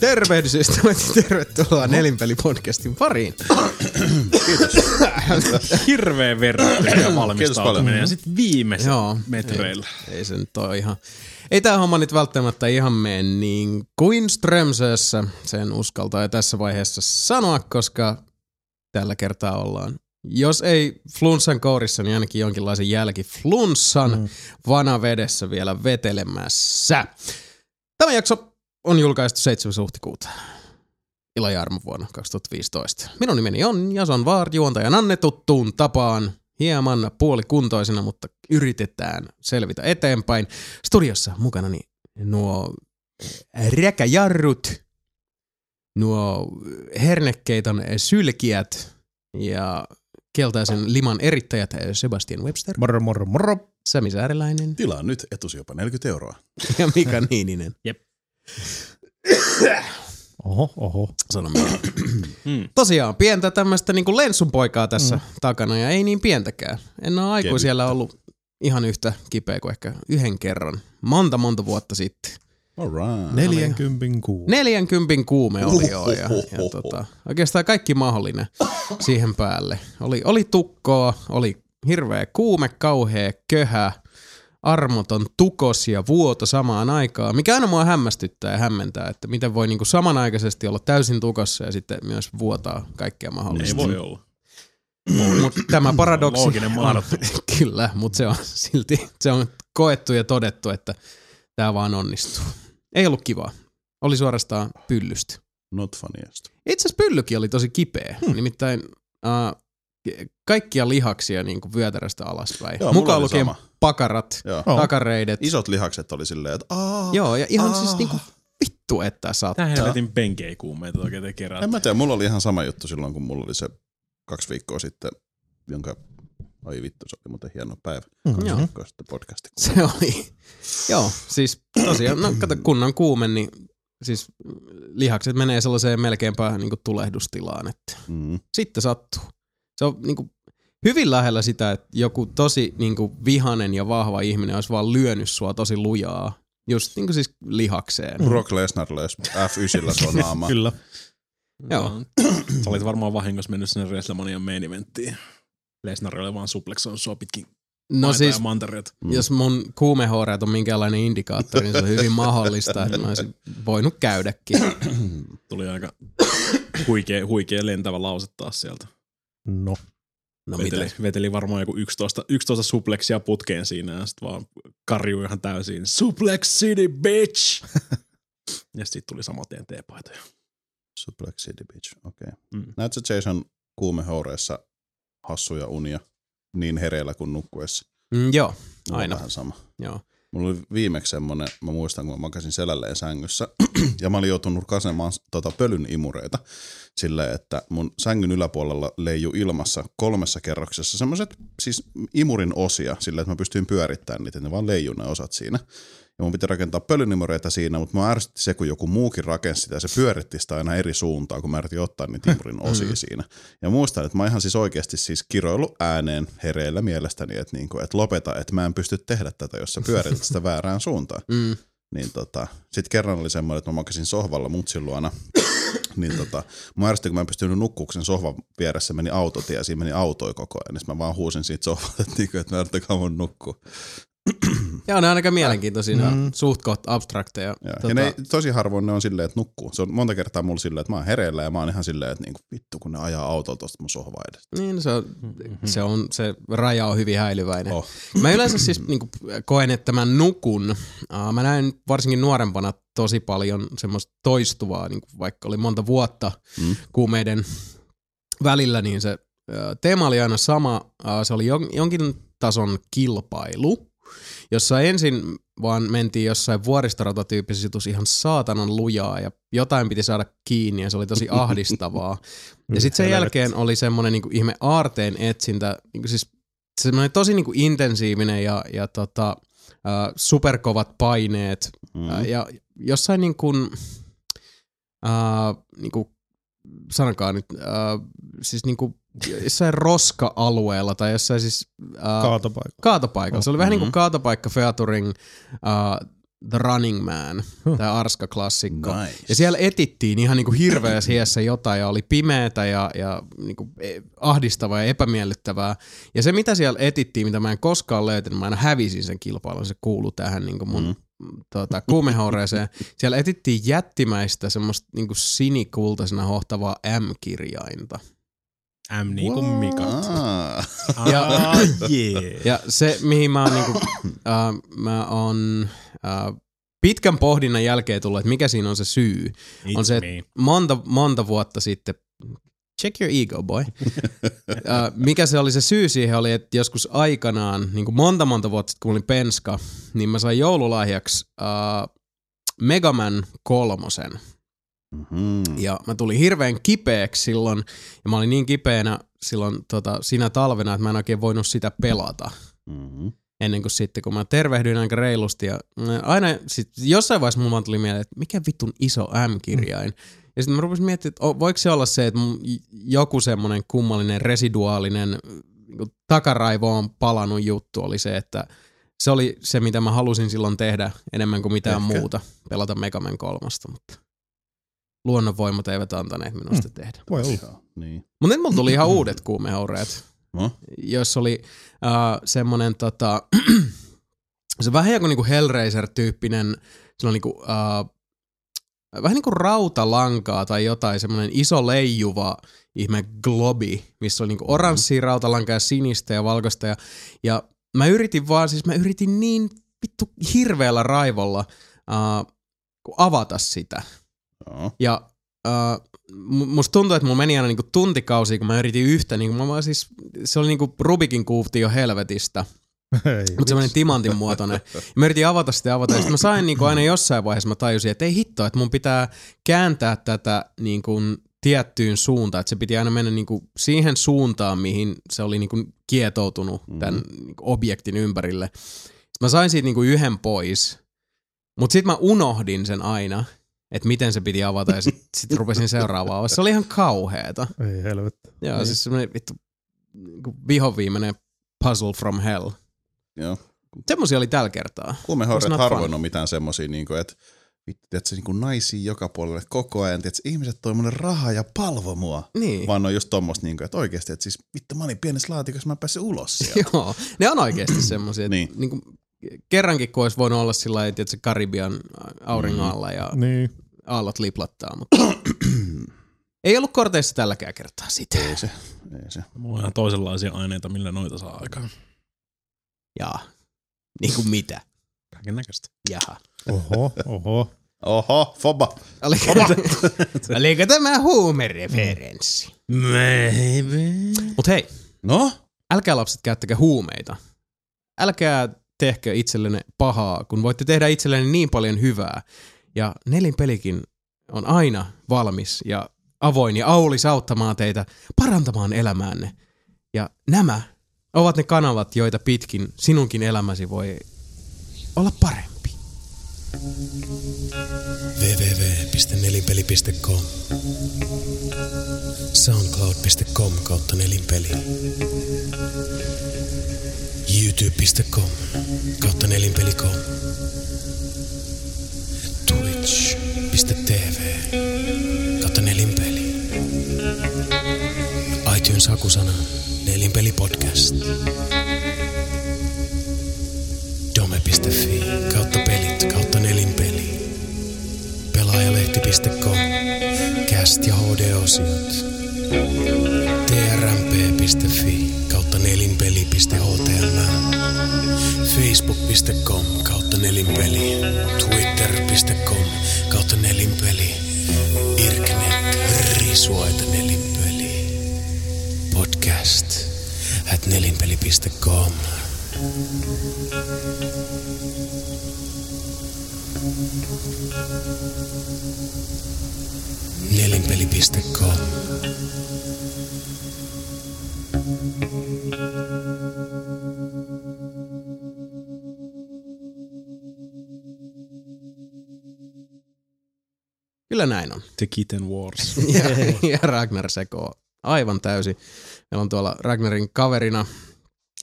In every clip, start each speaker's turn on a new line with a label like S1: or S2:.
S1: Tervehdys ystävät ja tervetuloa Nelinpeli-podcastin pariin.
S2: Hirveä verran ja
S3: paljon.
S2: valmistautuminen ja sitten viimeisen
S1: Joo.
S2: metreillä.
S1: Ei se nyt ole ihan... Ei tämä homma nyt välttämättä ihan mene niin kuin Strömsössä. Sen uskaltaa jo tässä vaiheessa sanoa, koska tällä kertaa ollaan. Jos ei flunssan kourissa, niin ainakin jonkinlaisen jälki flunssan mm. vanavedessä vielä vetelemässä. Tämä jakso on julkaistu 7. huhtikuuta. Ilo ja armo vuonna 2015. Minun nimeni on Jason Vaard, juontajan annetuttuun tapaan. Hieman puolikuntoisena, mutta yritetään selvitä eteenpäin. Studiossa mukanani nuo räkäjarrut, nuo hernekkeiton sylkijät ja keltaisen liman erittäjät Sebastian Webster,
S3: Moro, moro, moro.
S1: Sami Sääriläinen
S3: Tilaa nyt etusi jopa 40 euroa.
S1: ja Mika Niininen.
S2: Jep.
S1: Oho, oho. Sano minä.
S2: Hmm.
S1: Tosiaan, pientä tämmöistä niinku lensunpoikaa tässä mm. takana ja ei niin pientäkään. En ole aikuisiellä ollut ihan yhtä kipeä kuin ehkä yhden kerran. Monta, monta vuotta sitten.
S3: All right. No niin.
S2: Neljänkympin kuu.
S1: 40 kuume oli jo ja, ja
S3: Uhuhuhuhu.
S1: tota, oikeastaan kaikki mahdollinen siihen päälle. Oli, oli tukkoa, oli hirveä kuume, kauhea köhä, armoton tukos ja vuoto samaan aikaan, mikä aina mua hämmästyttää ja hämmentää, että miten voi niinku samanaikaisesti olla täysin tukossa ja sitten myös vuotaa kaikkea mahdollista.
S2: Ei voi olla.
S1: Mut tämä paradoksi
S2: Looginen
S1: on,
S2: mahdottomuus.
S1: kyllä, mutta se on silti se on koettu ja todettu, että tämä vaan onnistuu. Ei ollut kivaa. Oli suorastaan pyllystä.
S3: Not funniest.
S1: Itse asiassa pyllykin oli tosi kipeä. Hmm. Nimittäin äh, kaikkia lihaksia niin kuin vyötäröstä alaspäin.
S3: Joo, mulla
S1: Eh, Mukaan
S3: oli
S1: lukien
S3: sama.
S1: pakarat,
S3: Joo.
S1: oh. takareidet.
S3: Isot lihakset oli silleen, että aah.
S1: Joo, ja ihan siis
S3: Ah.
S1: niin kuin, vittu, että tää saattaa.
S2: Tää helvetin penkei kuumeita oikein te
S3: En
S2: keräätte.
S3: mä tiedä, mulla oli ihan sama juttu silloin, kun mulla oli se kaksi viikkoa sitten, jonka Ai vittu, se oli muuten hieno päivä. Kaksi
S1: Joo.
S3: viikkoa sitten podcasti.
S1: Se oli. Joo, siis tosiaan, no kato, kunnan kuume, niin siis lihakset menee sellaiseen melkeinpä niin kuin tulehdustilaan, että
S3: Mm.
S1: sitten sattuu. Se on niin kuin, hyvin lähellä sitä, että joku tosi niin kuin, vihanen ja vahva ihminen olisi vaan lyönyt sua tosi lujaa. Just niin kuin siis lihakseen.
S3: Brock Lesnar löys F9 sun naama.
S2: Kyllä. No,
S1: Joo.
S2: Sä olit varmaan vahingossa mennyt sinne Wrestlemanian main eventtiin. Lesnar oli vaan supleksoinut sua pitkin
S1: No
S2: maita
S1: siis,
S2: ja mantereita.
S3: Mm.
S1: jos mun kuumehooreet on minkäänlainen indikaattori, niin se on hyvin mahdollista, että mä olisin voinut käydäkin.
S2: Tuli aika huikea, huikea lentävä lause taas sieltä.
S4: No,
S1: No mitä?
S2: Veteli, veteli varmaan joku 11, 11 supleksia putkeen siinä ja sitten vaan karjuu ihan täysin. Suplex City, bitch! ja sitten tuli saman tien teepaitoja.
S3: Suplex City Beach, okei. Okay.
S2: Mm.
S3: Mm. Näetkö Jason kuumehoureissa hassuja unia niin hereillä kuin nukkuessa?
S1: Mm, joo,
S3: Mulla on
S1: aina.
S3: Vähän sama.
S1: Joo.
S3: Mulla oli viimeksi semmonen, mä muistan kun mä makasin selälleen sängyssä ja mä olin joutunut kasemaan tota pölyn imureita silleen, että mun sängyn yläpuolella leiju ilmassa kolmessa kerroksessa semmoset siis imurin osia silleen, että mä pystyin pyörittämään niitä, että ne vaan leijuu ne osat siinä. Ja mun piti rakentaa pölynimureita siinä, mutta mä ärsytti se, kun joku muukin rakensi sitä ja se pyöritti sitä aina eri suuntaan, kun mä yritin ottaa niitä imurin osia siinä. Ja muistan, että mä ihan siis oikeasti siis kiroillut ääneen hereillä mielestäni, että, niinku, että lopeta, että mä en pysty tehdä tätä, jos sä pyörität sitä väärään suuntaan.
S1: Mm.
S3: Niin tota, sit kerran oli semmoinen, että mä makasin sohvalla mutsin luona. niin tota, mä ärsytin, kun mä en pystynyt nukkumaan kun sen sohvan vieressä, meni autotie ja siinä meni autoi koko ajan. Niin sit mä vaan huusin siitä sohvalta, että, niinku, että ärsyttäkää mun nukkua.
S1: Ja on ainakaan mielenkiintoisia, mm.
S4: Mm.
S1: suht kohta abstrakteja.
S3: Ja, tota... ja ne, tosi harvoin ne on silleen, että nukkuu. Se on monta kertaa mulla silleen, että mä oon hereillä ja mä oon ihan silleen, että niinku, vittu kun ne ajaa autolla tosta mun sohvaa edestä.
S1: Niin, se, on, se, on, se raja on hyvin häilyväinen.
S3: Oh.
S1: Mä yleensä siis niin kuin, koen, että mä nukun. Äh, mä näin varsinkin nuorempana tosi paljon semmoista toistuvaa, niin kuin vaikka oli monta vuotta mm.
S3: Mm.
S1: kuumeiden välillä, niin se äh, teema oli aina sama. Äh, se oli jon- jonkin tason kilpailu, jossa ensin vaan mentiin jossain vuoristoratatyyppisessä jutussa ihan saatanan lujaa ja jotain piti saada kiinni ja se oli tosi ahdistavaa. ja sitten sen
S4: Helvetti.
S1: jälkeen oli semmoinen niinku ihme aarteen etsintä, niinku siis semmoinen tosi niinku intensiivinen ja, ja tota, äh, superkovat paineet
S3: Mm.
S1: mm. ja jossain niin kuin, äh, niin kuin sanokaa nyt, äh, siis niin kuin jossain roska-alueella tai jossain siis äh,
S4: kaatopaikka.
S1: kaatopaikalla. Se oli vähän niin kuin
S3: Mhm.
S1: kaatopaikka featuring äh, The Running Man,
S2: Huh.
S1: tämä Arska-klassikko.
S3: Nice.
S1: Ja siellä etittiin ihan niinku hirveässä hiessä jotain ja oli pimeätä ja, ja niinku eh, ahdistavaa ja epämiellyttävää. Ja se mitä siellä etittiin, mitä mä en koskaan löytänyt, mä aina hävisin sen kilpailun, se kuuluu tähän niinku mun mm. tota, kuumehoureeseen. siellä etittiin jättimäistä semmoista niinku sinikultaisena hohtavaa M-kirjainta.
S2: M niin kuin
S3: Wow.
S2: Mika.
S3: Aa.
S1: Ja-
S2: Ah, jee.
S1: Ja se, mihin mä oon, niinku, äh, mä oon äh, pitkän pohdinnan jälkeen tullut, että mikä siinä on se syy.
S2: It's
S1: on se-
S2: me.
S1: monta, monta vuotta sitten, check your ego boy, Ö, mikä se oli se syy siihen oli, että joskus aikanaan, niin kuin monta monta vuotta sitten kun mä olin penska, niin mä sain joululahjaksi uh, Megaman kolmosen.
S3: Mhm.
S1: Ja mä tulin hirveän kipeäksi silloin, ja mä olin niin kipeänä silloin tota, sinä talvena, että mä en oikein voinut sitä pelata
S3: Mhm.
S1: ennen kuin sitten, kun mä tervehdyin aika reilusti. Ja mä aina sit, jossain vaiheessa mulla vaan tuli mieleen, että mikä vitun iso M-kirjain. Ja sitten mä rupesin miettimään, että o- voiko se olla se, että mun j- joku semmoinen kummallinen residuaalinen niinku takaraivoon palannut juttu oli se, että se oli se, mitä mä halusin silloin tehdä enemmän kuin mitään
S3: Ehkä.
S1: Ehkä. muuta, pelata Megaman kolmosta, mutta luonnonvoimat eivät antaneet minusta mm. tehdä.
S2: Voi olla.
S3: Joo, Niin.
S1: Mutta nyt mulla tuli ihan uudet kuumehoureet
S3: No,
S1: jos oli äh, semmonen tota, se vähän joku niinku Hellraiser-tyyppinen, sillä on niinku, äh, vähän niinku rautalankaa tai jotain, semmonen iso leijuva ihme globi, missä oli niinku oranssia rautalankaa ja sinistä ja valkoista ja, ja mä yritin vaan, siis mä yritin niin vittu hirveällä raivolla äh, kun avata sitä.
S3: joo.
S1: Ja äh, mu- musta tuntuu, että mulla meni aina niinku tuntikausia, kun mä yritin yhtä, niin mä vaan siis, se oli niinku Rubikin kuufti jo helvetistä, mutta semmoinen timantin muotoinen. Ja mä yritin avata sitä ja avata, ja sit mä sain niinku aina jossain vaiheessa, mä tajusin, että ei hittoa, että mun pitää kääntää tätä niinku tiettyyn suuntaan, että se piti aina mennä niinku siihen suuntaan, mihin se oli niinku kietoutunut tämän niinku objektin ympärille. Sitten mä sain siitä niinku yhden pois, mutta sitten mä unohdin sen aina, että miten se piti avata ja sitten sit rupesin seuraavaa. Se oli ihan kauheeta.
S4: Ei helvetti.
S1: Joo,
S3: Niin.
S1: niin. siis semmoinen vittu vihoviimeinen puzzle from hell.
S3: Joo.
S1: Semmoisia oli tällä kertaa.
S3: Kuumehouret
S1: It's not
S3: harvoin
S1: fun.
S3: on mitään semmosia, niinku, että vittu, tiedätkö, niinku naisia joka puolelle koko ajan, tiedätkö, ihmiset toi mulle rahaa ja palvo mua.
S1: Niin.
S3: Vaan ne on just tommoista, niinku, että oikeesti, että siis vittu, mä olin pienessä laatikossa, mä en päässyt ulos sieltä.
S1: Joo, ne on oikeasti semmoisia.
S3: Niin.
S1: niin. niin kuin, kerrankin kun olisi voinut olla sillä lailla, että se Karibian auringon
S3: Mm.
S1: alla ja
S4: Niin.
S1: aallot liplattaa, mutta ei ollut korteissa tälläkään kertaa sitä.
S3: Ei se, ei se.
S2: Mulla on ihan toisenlaisia aineita, millä noita saa
S1: Mm.
S2: aikaan.
S1: Jaa, niin kuin mitä?
S2: Kaiken näköistä.
S1: Jaha.
S4: Oho, oho.
S3: Oho, foba.
S1: Oliko, oliko tämä huumereferenssi?
S2: Maybe.
S1: Mutta hei,
S3: No,
S1: älkää lapset käyttäkää huumeita. Älkää tehkö itsellenne pahaa, kun voitte tehdä itsellenne niin paljon hyvää. Ja Nelin pelikin on aina valmis ja avoin ja aulis auttamaan teitä parantamaan elämäänne. Ja nämä ovat ne kanavat, joita pitkin sinunkin elämäsi voi olla parempi. www.nelinpeli.com soundcloud.com kautta nelinpeli youtube.com kautta nelinpeli.com twitch.tv kautta nelinpeli iTunes hakusana nelinpeli podcast dome.fi kautta pelit kautta nelinpeli pelaajalehti.com cast ja HD-osiot trmp.fi kautta nelinpeli.htm facebook.com kautta nelinpeli twitter.com kautta nelinpeli irknet risuaita nelinpeli podcast at nelinpeli.com nelinpeli.com Kyllä näin on.
S2: The Kitten Wars.
S1: ja, ja Ragnar sekoo aivan täysin. Meillä on tuolla Ragnarin kaverina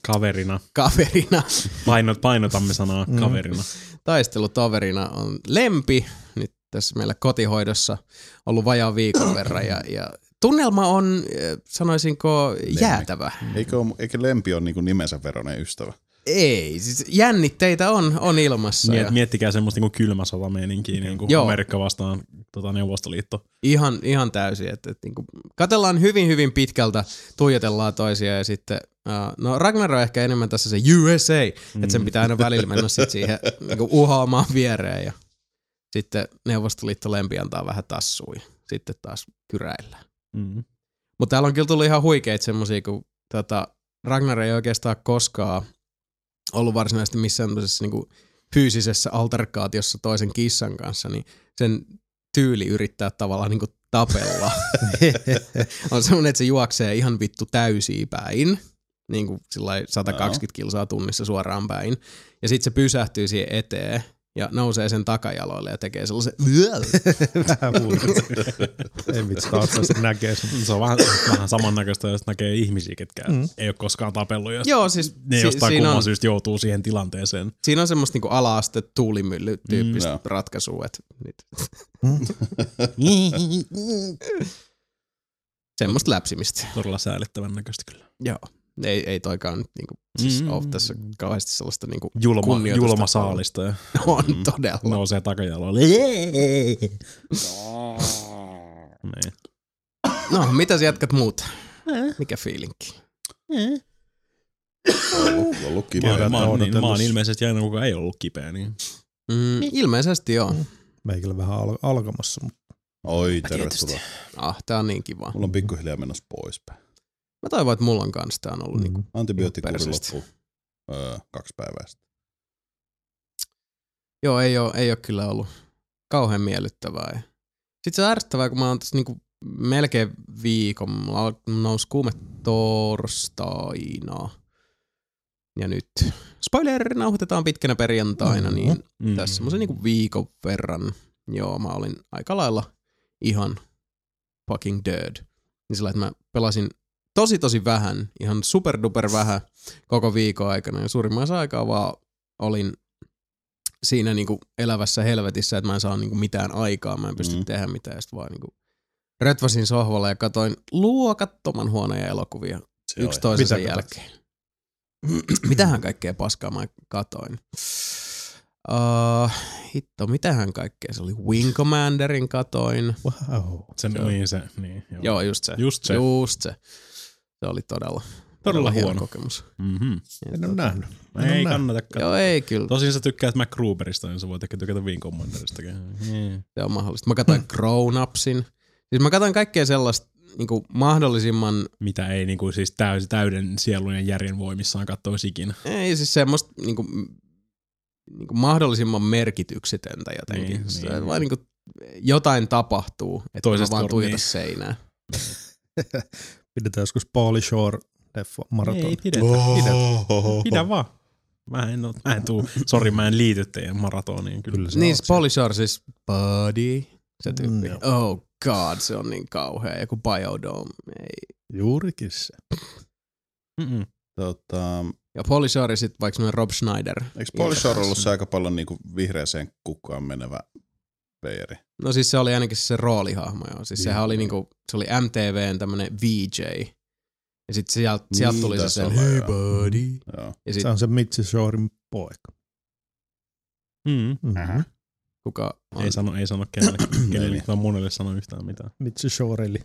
S2: Kaverina.
S1: kaverina.
S2: Painot, painotamme sanaa
S4: Mm.
S2: kaverina.
S1: Taistelutaverina on lempi nyt tässä meillä kotihoidossa ollut vajaa viikon verran ja, ja tunnelma on, eh, sanoisinko, jäätävä.
S3: Eikö, ole, eikö lempi ole niinku nimensä veroinen ystävä?
S1: Ei, siis jännitteitä on, on ilmassa.
S2: Miet,
S1: ja
S2: miettikää semmoista niinku kylmä sota meininkiä, niinku
S1: Joo.
S2: Amerikka vastaan tota, Neuvostoliitto.
S1: ihan, ihan täysin. Että, että niin katellaan hyvin, hyvin pitkältä, tuijotellaan toisia ja sitten, uh, no Ragnar on ehkä enemmän tässä se USA, mm. että sen pitää aina välillä mennä sit siihen niin uhoamaan viereen ja sitten Neuvostoliitto lempi antaa vähän tassui. Sitten taas kyräillä.
S2: Mm.
S1: Mutta täällä on kyllä tullut ihan huikeita semmosia, kun tota, Ragnar ei oikeastaan koskaan ollut varsinaisesti missään tämmöisessä niinku fyysisessä alterkaatiossa toisen kissan kanssa, niin sen tyyli yrittää tavallaan niinku tapella. on semmoinen, että se juoksee ihan vittu täysiin päin, niin kuin 120 kilsaa tunnissa suoraan päin. Ja sitten se pysähtyy siihen eteen ja nousee sen takajaloille ja tekee sellaisen
S4: Vähän huulet. Ei vitsi, taustasta näkee sen.
S2: Se on vähän, vähän samannäköistä, jos näkee ihmisiä, ketkä mm.
S4: Mm.
S2: ei ole koskaan tapellut. Ja
S1: Joo, siis
S2: ne
S1: si-
S2: jostain
S1: siinä
S2: kumman
S1: on,
S2: syystä joutuu siihen tilanteeseen.
S1: siinä on semmoista niinku ala-aste tuulimylly-tyyppistä
S3: Mm,
S1: mm,
S3: joo.
S1: ratkaisua. Että nyt
S2: Mm.
S1: semmoista läpsimistä.
S2: Todella säälittävän näköistä kyllä.
S1: Joo. Ei, ei toikaan nyt niinku, siis mm,
S2: Mm.
S1: ole tässä kauheasti sellaista niinku,
S2: Julma,
S1: Kunnioitusta.
S2: julma saalista ja
S1: on
S3: Mm.
S1: todella. No.
S2: nousee takajaloille. Niin.
S1: no, mitä sä jatkat muuta? Mikä fiilinki?
S3: Ollut, ollut
S2: Mä,
S3: kipeä.
S2: oon- mä, oon- niin, mä oon
S4: odotellut.
S2: ilmeisesti aina kuka ei ollut kipeä, niin
S1: Mm, ilmeisesti joo.
S4: Meikällä vähän al- alkamassa, mutta
S3: Oi,
S1: tietysti.
S3: tervetuloa.
S1: Ah, tää on niin kiva.
S3: Mulla on pikkuhiljaa menossa poispäin.
S1: Mä toivon, että mulla on kanssa tää on ollut niinku,
S4: mm.
S3: Antibioottikuuri
S1: Perseestä.
S3: loppuu öö, kaksi päivää sitten.
S1: Joo, ei oo, ei oo kyllä ollut kauhean miellyttävää. Ja Sitten se on ärsyttävää, kun mä oon tässä niinku melkein viikon. Mulla al- nousi kuume torstaina. Ja nyt, spoiler, nauhoitetaan pitkänä perjantaina,
S4: Mhm.
S1: niin
S2: mm.
S1: tässä semmoisen niinku viikon verran, joo, mä olin aika lailla ihan fucking dead. Niin sillä, että mä pelasin tosi tosi vähän, ihan superduper vähän koko viikon aikana. Ja suurimmassa aikaa vaan olin siinä niinku elävässä helvetissä, että mä en saa niinku mitään aikaa, mä en pysty
S3: Mm.
S1: mm. tehdä mitään. Sitten vaan niinku rötvasin sohvalla ja katoin luokattoman huonoja elokuvia
S3: Se
S1: yksi
S3: oli.
S1: toisensa
S4: Mitä katot?
S1: jälkeen. mitähän kaikkea paskaa mä katoin? Uh, hitto, mitähän kaikkea? Se oli Wing Commanderin katoin. Joo,
S4: Wow.
S2: Se,
S1: Joo.
S2: niin, se, niin, joo.
S1: joo just se.
S2: Just se.
S1: Just se. Se oli todella,
S2: Todella
S1: hieno
S2: huono.
S1: kokemus.
S2: Mm-hmm.
S1: Ja
S4: En
S1: tota-
S4: ole nähnyt. En
S2: Ei
S4: oo nähnyt.
S2: kannata katsoa.
S1: Joo, ei kyllä.
S2: Tosin sä tykkäät MacGruberista, niin sä voit ehkä tykätä Wing Commanderistakin. Mm.
S1: Se on mahdollista. Mä katsoin Grown Upsin. Siis mä katsoin kaikkea sellaista niin mahdollisimman,
S2: Mitä ei niinku, siis täys, täyden sielun ja järjen voimissaan katsoisi ikinä.
S1: ei siis semmoista niin kuin, niin kuin mahdollisimman merkityksetöntä jotenkin.
S2: Niin,
S1: Niin, se,
S2: niin.
S1: niin. Vaan niin kuin, jotain tapahtuu, että mä
S2: Toisesta
S1: vaan
S2: kor-
S1: tuijota
S2: niin.
S1: seinää.
S4: Pidetään joskus Pauli Shore leffa maraton.
S2: Ei pidetä. Pidä,
S3: Ohohoho.
S2: pidä vaan. Mä en, oo, mä en tuu, sori mä en liity teidän maratoniin kyllä.
S4: Kyllä se
S1: Niin,
S4: on.
S1: Polly Shore siis Buddy, se tyyppi.
S4: Mm,
S1: No. Oh god, se on niin kauhea. Joku Biodome. Ei.
S4: Juurikin se.
S2: Mm-mm.
S3: Tota,
S1: Ja Polly Shore sitten vaikka semmoinen Rob Schneider.
S3: eikö Polishore ollut
S1: Iltapäivässä.
S3: se aika paljon niinku vihreäseen kukkaan menevä veeri?
S1: No siis se oli ainakin se roolihahmo joo. Siis
S2: Niin.
S1: sehän oli niinku, se oli MTVn tämmönen VJ. Ja sit sieltä
S3: Niin,
S1: sielt tuli se
S3: taisi
S1: sen,
S3: olla,
S1: hey
S3: joo.
S1: buddy.
S3: Joo.
S1: Ja sit
S4: Se on se Mitsi Shorin poika.
S2: Mm.
S4: Mm-hmm.
S1: kuka on,
S2: Ei sano, ei sano kenelle, kenelle tai monelle sano yhtään mitään.
S4: Mitsi Shore, eli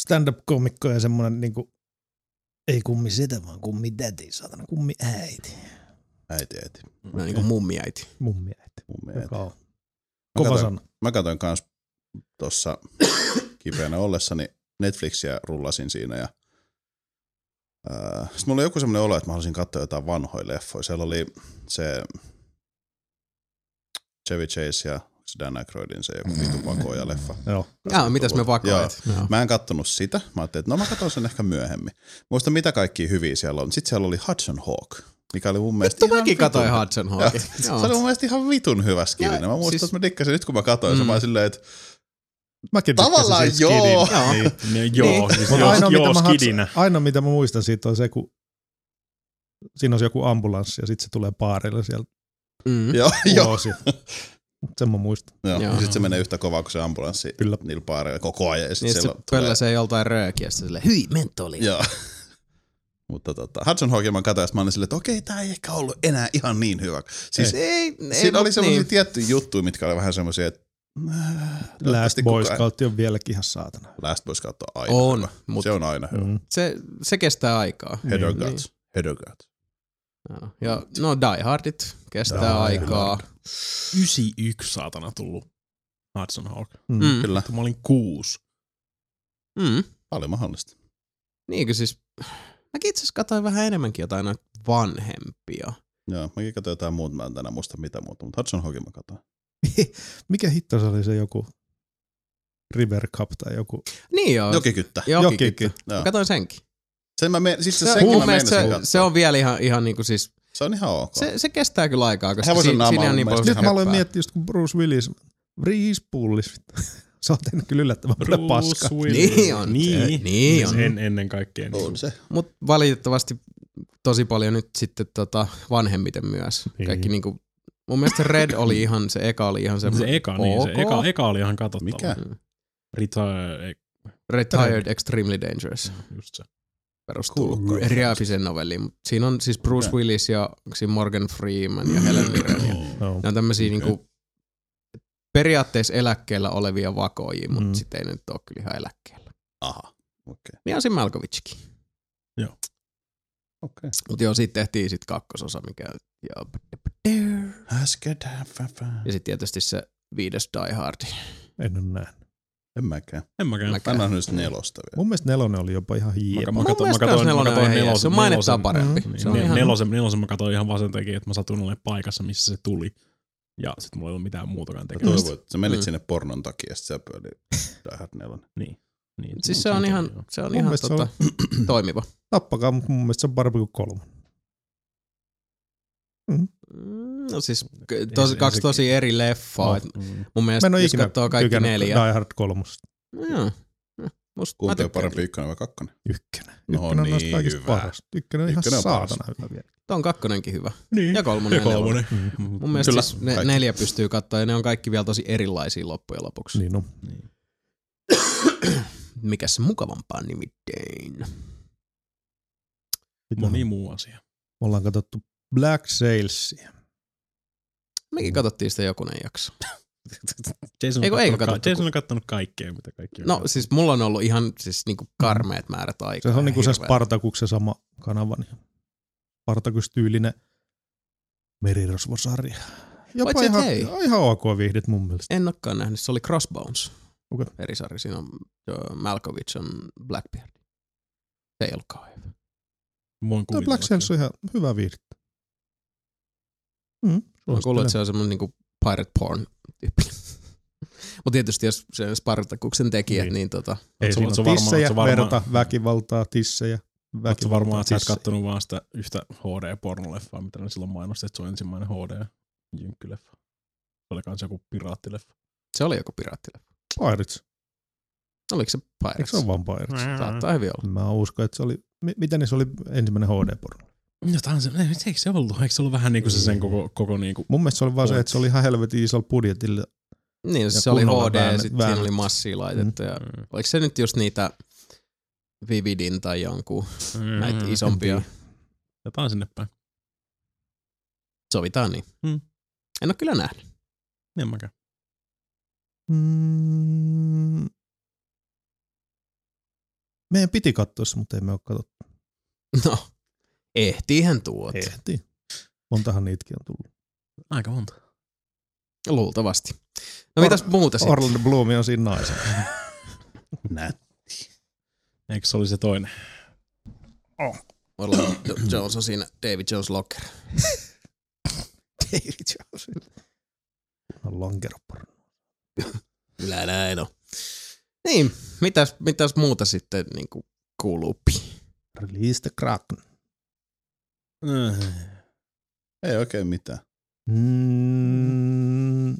S4: stand-up-komikko ja semmonen niinku, ei kummi sitä, vaan kummi täti, saatana, kummi äiti.
S3: Äiti, äiti.
S1: no, niinku mummiäiti.
S4: Mummi äiti,
S3: Mun mielestä.
S4: joka on
S3: Mä
S4: kova
S3: katsoin-
S4: sana.
S3: mä katsoin kans tuossa kipeänä ollessani Netflixiä rullasin siinä ja äh, sitten mulla oli joku semmoinen olo, että mä haluaisin katsoa jotain vanhoja leffoja. Siellä oli se Chevy Chase ja onks se Dan Aykroydin se joku vitu vakoja leffa.
S4: Joo.
S1: Jaa, mitäs me vakoit? Joo.
S3: Mä en kattonut sitä. Mä ajattelin, että no mä katson sen ehkä myöhemmin. Muista mitä kaikki hyviä siellä on. Sitten siellä oli Hudson Hawk, mikä oli mun mielestä
S1: Vittu
S3: ihan
S1: mäkin
S3: vitun
S1: katsoin Hudson Hawkin.
S3: se oli mun mielestä ihan vitun hyvä skidinä. Mä muistan,
S1: siis-
S3: että mä dikkasin nyt kun mä katsoin mm. sen,
S1: Mm.
S3: mä olin silleen, että
S4: Mäkin tykkäsin
S3: Tavallaan
S4: siitä skidin.
S3: joo.
S1: Joo.
S2: Niin, niin, joo, siis
S4: Mutta
S2: joo,
S4: ainoa,
S2: joo,
S4: mitä mä
S2: skidinä.
S4: hats, ainoa, mitä mä muistan siitä on se, kun siinä on se joku ambulanssi ja sitten se tulee baarille sieltä
S1: Mm.
S3: Joo, joo.
S4: ulos. Ja... Sen mä muistan.
S3: joo.
S1: Joo.
S3: joo. Sitten se menee yhtä kovaa kuin se ambulanssi
S4: Kyllä.
S3: niillä paareilla koko ajan. Ja sit
S1: Niin sit se
S3: siellä tulee-
S1: pölläsee joltain röökiä, sitten silleen, hyi, mentoli.
S3: Joo. Mutta tota, Hudson Hawkia mä katsoin, ja sit mä olin silleen, että okei, tää ei ehkä ollut enää ihan niin hyvä. Siis ei,
S1: Ei, ei,
S3: siinä oli
S1: mut
S3: semmoisia
S1: niin.
S3: niin. tiettyjä juttuja, mitkä oli vähän semmoisia, että äh,
S4: Last
S3: toivottavasti
S4: Boy
S3: kukaan-
S4: Scout on vieläkin ihan saatana.
S3: Last Boy Scout on aina
S1: On,
S3: hyvä.
S1: mutta
S3: Se on aina hyvä.
S4: Mm.
S1: se, se kestää aikaa.
S3: Head or
S4: Niin,
S3: guts. Head or guts.
S1: Mm. Joo. Ja no Die Hardit kestää
S4: Die
S1: aikaa.
S2: 91 saatana tullut Hudson Hawk.
S4: Mm. Mm.
S1: Mm.
S3: Kyllä,
S2: Mä olin kuusi.
S1: Mm.
S3: paljon mahdollista.
S1: Niinkö siis, mäkin itse asiassa katsoin vähän enemmänkin jotain noita vanhempia.
S3: Joo, mäkin katsoin jotain muuta, mä en tänään muista mitä muuta, mutta Hudson Hawkin mä katsoin.
S4: Mikä hitto se oli se joku River Cup tai joku?
S1: Niin joo.
S3: Jokikyttä.
S1: Jokikyttä.
S4: Jokikyttä.
S1: Mä
S3: Joo.
S1: Katsoin senkin.
S3: Sen mä men, siis se,
S1: Se,
S3: senkin
S1: mun
S3: mä
S1: mielestä
S3: meinasin
S1: se,
S3: katsoa.
S1: se, on vielä ihan, ihan niinku siis,
S3: se on ihan ok.
S1: se, se kestää kyllä aikaa, koska
S3: Hevosen
S1: si,
S3: naama
S1: siinä
S3: on
S1: on niin
S3: mun
S1: paljon
S3: mielestä
S4: Nyt mä aloin
S1: höppää.
S4: miettiä just kun Bruce Willis, Reese Pullis. Sä oot tehnyt kyllä yllättävän paljon paskaa.
S1: Niin on se,
S2: Niin,
S1: niin on.
S2: En, ennen kaikkea. Niin.
S3: on se.
S1: Mutta valitettavasti tosi paljon nyt sitten tota vanhemmiten myös.
S4: Niin.
S1: Kaikki niinku, mun mielestä se Red oli ihan, se eka oli ihan
S2: Se
S1: semmoinen.
S2: eka, niin se
S1: ok.
S2: eka, eka oli ihan katsottava.
S3: Mikä?
S2: Retire, ei,
S1: Retired Extremely Dangerous
S2: just se.
S1: perustuu
S3: Cool.
S1: Reapisen novelliin. Mut Siinä on siis Bruce
S3: Okei. Mm.
S1: Willis ja onks siinä Morgan Freeman ja Helen Mirren. Ja
S4: No.
S1: Nämä on tämmöisiä
S3: Okei.
S1: niinku periaatteessa eläkkeellä olevia vakoijia, mutta
S4: Mm.
S1: mm. sitten ei nyt ole kyllä ihan eläkkeellä.
S3: Aha, okei.
S1: Niin on siinä Malkovichkin.
S3: Okei.
S1: Mutta joo, siitä tehtiin sitten kakkososa, mikä... Ja, ja sitten tietysti se viides Die Hard.
S4: En ole nähnyt.
S3: En mäkään.
S2: En mäkään.
S1: Mä
S3: Mä en nähnyt nelosta vielä.
S4: Mun mielestä nelonen oli jopa ihan hiipa.
S2: Mä
S1: Mun
S2: katsoin- mä
S1: mielestä
S2: katsoin-
S1: kans nelonen
S2: mä katsoin
S1: on ihan jees. Se on
S2: nelosen-
S1: mainettaan parempi.
S4: Mm.
S1: Se on
S2: Niin,
S1: ihan...
S2: Nelosen, nelosen mä katsoin ihan vaan sen takia, että mä satun olemaan paikassa, missä se tuli. Ja sit mulla ei ollut mitään muutakaan
S3: Mä
S2: tekemistä.
S3: toivon, että sä menit
S1: Mm.
S3: sinne pornon takia, ja sit sä pöli Die Hard 4.
S2: Niin. niin
S1: Siis se on
S2: sen
S1: ihan,
S2: takia, joo.
S1: se on
S4: Mun
S1: ihan
S4: mielestä se
S1: tota, toimiva.
S4: Tappakaa, mutta mun mielestä se on parempi kuin kolme.
S1: Mm, No siis k-
S2: Ei
S1: tos,
S2: se-
S1: kaksi
S2: ei se-
S1: tosi eri leffaa.
S4: Oh.
S1: et
S2: Mm.
S1: Mun
S4: Mä
S1: mielestä
S4: en ole
S1: jos
S4: ikinä
S1: katsoo kaikki
S4: tykännyt
S1: neljä.
S4: Die Hard kolmosta
S1: No Joo. Mm, Musta mä
S3: Kumpi on
S1: tykkään.
S3: parempi, ykkönen vai kakkonen?
S4: ykkönen.
S3: No
S4: Ykkönen on noista
S3: niin,
S4: kaikista
S3: hyvä.
S4: paras. Ykkönen on ihan
S3: Ykkönen on paras.
S4: saatana hyvä vielä.
S1: Tuo on kakkonenkin hyvä.
S2: Niin.
S1: Ja kolmonen.
S2: Ja
S1: Ja kolmonen.
S2: kolmonen.
S4: Mm.
S1: Mun mielestä
S3: Kyllä,
S1: siis ne,
S3: kaikki.
S1: neljä pystyy katsoa ja ne on kaikki vielä tosi erilaisia loppujen lopuksi.
S4: Niin on.
S2: Niin.
S1: Mikäs se mukavampaa nimittäin?
S4: Sitten
S2: Moni
S4: me
S1: Mm.
S2: muu asia.
S4: ollaan katsottu Black Sailsia.
S1: Mekin katsottiin sitä jokunen jakso.
S2: Jason
S1: Eikö- eikö
S2: on kattonut,
S1: katsottu?
S2: ka- Jason on kattonut kaikkea, mitä kaikki on
S1: No siis mulla on ollut ihan siis niinku karmeet määrät
S4: Se
S1: aikaa.
S4: on niinku se
S1: Hirveet.
S4: Spartakuksen sama kanava. Niin. Spartakus-tyylinen merirosvosarja. Jopa
S1: Paitsi, et
S4: ihan,
S1: hei.
S4: ihan ok viihdit mun mielestä.
S1: En olekaan nähnyt, se oli Crossbones.
S4: Okei.
S1: Eri sarja, siinä on ö, Malkovich on Blackbeard. Se ei ollutkaan hyvä.
S2: Voin
S4: Tämä
S2: kuvitella.
S4: Black Sails on ihan hyvä viihdettä. Mm,
S1: Mä kuulin,
S4: suosittelen.
S1: että se on semmoinen niinku pirate porn tyyppi. Mutta tietysti jos se Spartakuksen tekijät,
S4: Niin.
S1: niin, niin tota,
S4: Ei
S2: Oot sä-
S4: siinä
S2: oot sä
S4: on
S2: varma-
S4: tissejä,
S2: oot sä varma-
S4: verta, väkivaltaa, tissejä,
S2: Oletko
S4: väkivaltaa,
S2: varmaan, että sä et
S1: Siis-
S4: tissejä.
S2: kattonut vaan sitä yhtä HD-pornoleffaa, mitä ne silloin mainosti, että se on ensimmäinen HD-jynkkyleffa. Se oli kans joku piraattileffa.
S1: se oli joku piraattileffa.
S4: Pirates.
S1: Oliko se
S4: Eikö
S1: Pirates?
S4: se ole vaan
S3: No
S4: Pirates?
S1: Saattaa hyvin olla.
S4: Mä uskon, että se oli, mi- mitä niin se oli ensimmäinen HD-porno?
S2: Jotain se, ei, eikö se ollut? Eikö se ollut vähän niinku se
S3: Mm.
S2: sen koko, koko niinku...
S4: Mun mielestä se oli vaan se, että se oli ihan helvetin isolla budjetilla.
S1: Niin,
S4: Ja
S1: se oli
S4: kunnolla
S1: HD ja
S4: väännetty-
S1: sitten siinä oli
S4: väännetty. Mm.
S1: massia laitettu. Ja,
S3: Mm.
S1: oliko se nyt just niitä Vividin tai jonkun
S2: Mm.
S1: näitä isompia?
S2: Jotain sinne päin.
S1: Sovitaan niin.
S2: Mm.
S1: En ole kyllä nähnyt.
S2: En mäkään.
S4: Mm. Meidän piti katsoa se, mutta ei me ole katsottu.
S1: No, ehtiihän tuot.
S4: Ehti. Montahan niitäkin on tullut.
S2: Aika monta.
S1: Luultavasti. No mitäs muuta sitten?
S4: Orlando Bloom on siinä naisena.
S3: Näet.
S2: Eikö se oli se toinen?
S1: Orlando Jones on siinä David Jones Locker.
S4: David Jones. No, Lonkeroporno.
S1: Kyllä näin on. no. Niin, mitäs, mitäs muuta sitten niin kuin kuuluu?
S4: Release the Kraken.
S3: Ei oikein mitään.
S4: Mm.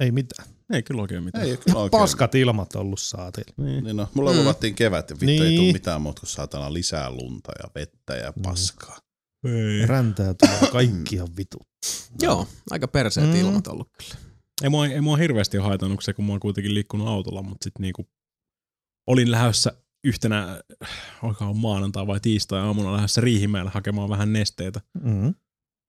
S4: Ei mitään.
S2: Ei kyllä oikein mitään.
S1: Äh,
S3: Ei ole kyllä oikein.
S4: Paskat ilmat ollut saatilla.
S2: Niin.
S3: Niin no, mulla
S1: Mm.
S3: mm. luvattiin kevät ja vittu niin. ei
S4: Niin.
S3: tule mitään muuta kuin saatana lisää lunta ja vettä
S2: Mm.
S3: ja paskaa.
S2: Ei.
S4: Räntää tulee kaikki ihan vitu.
S1: Joo, aika perseet mm.
S4: Mm.
S1: ilmat ollut kyllä.
S2: Ei mua, ei mua hirveästi ole haitannut se, kun mä oon kuitenkin liikkunut autolla, mutta sitten niinku, olin lähdössä yhtenä, olikohan maanantai vai tiistai aamuna lähdössä Riihimäelle hakemaan vähän nesteitä.
S4: Mm.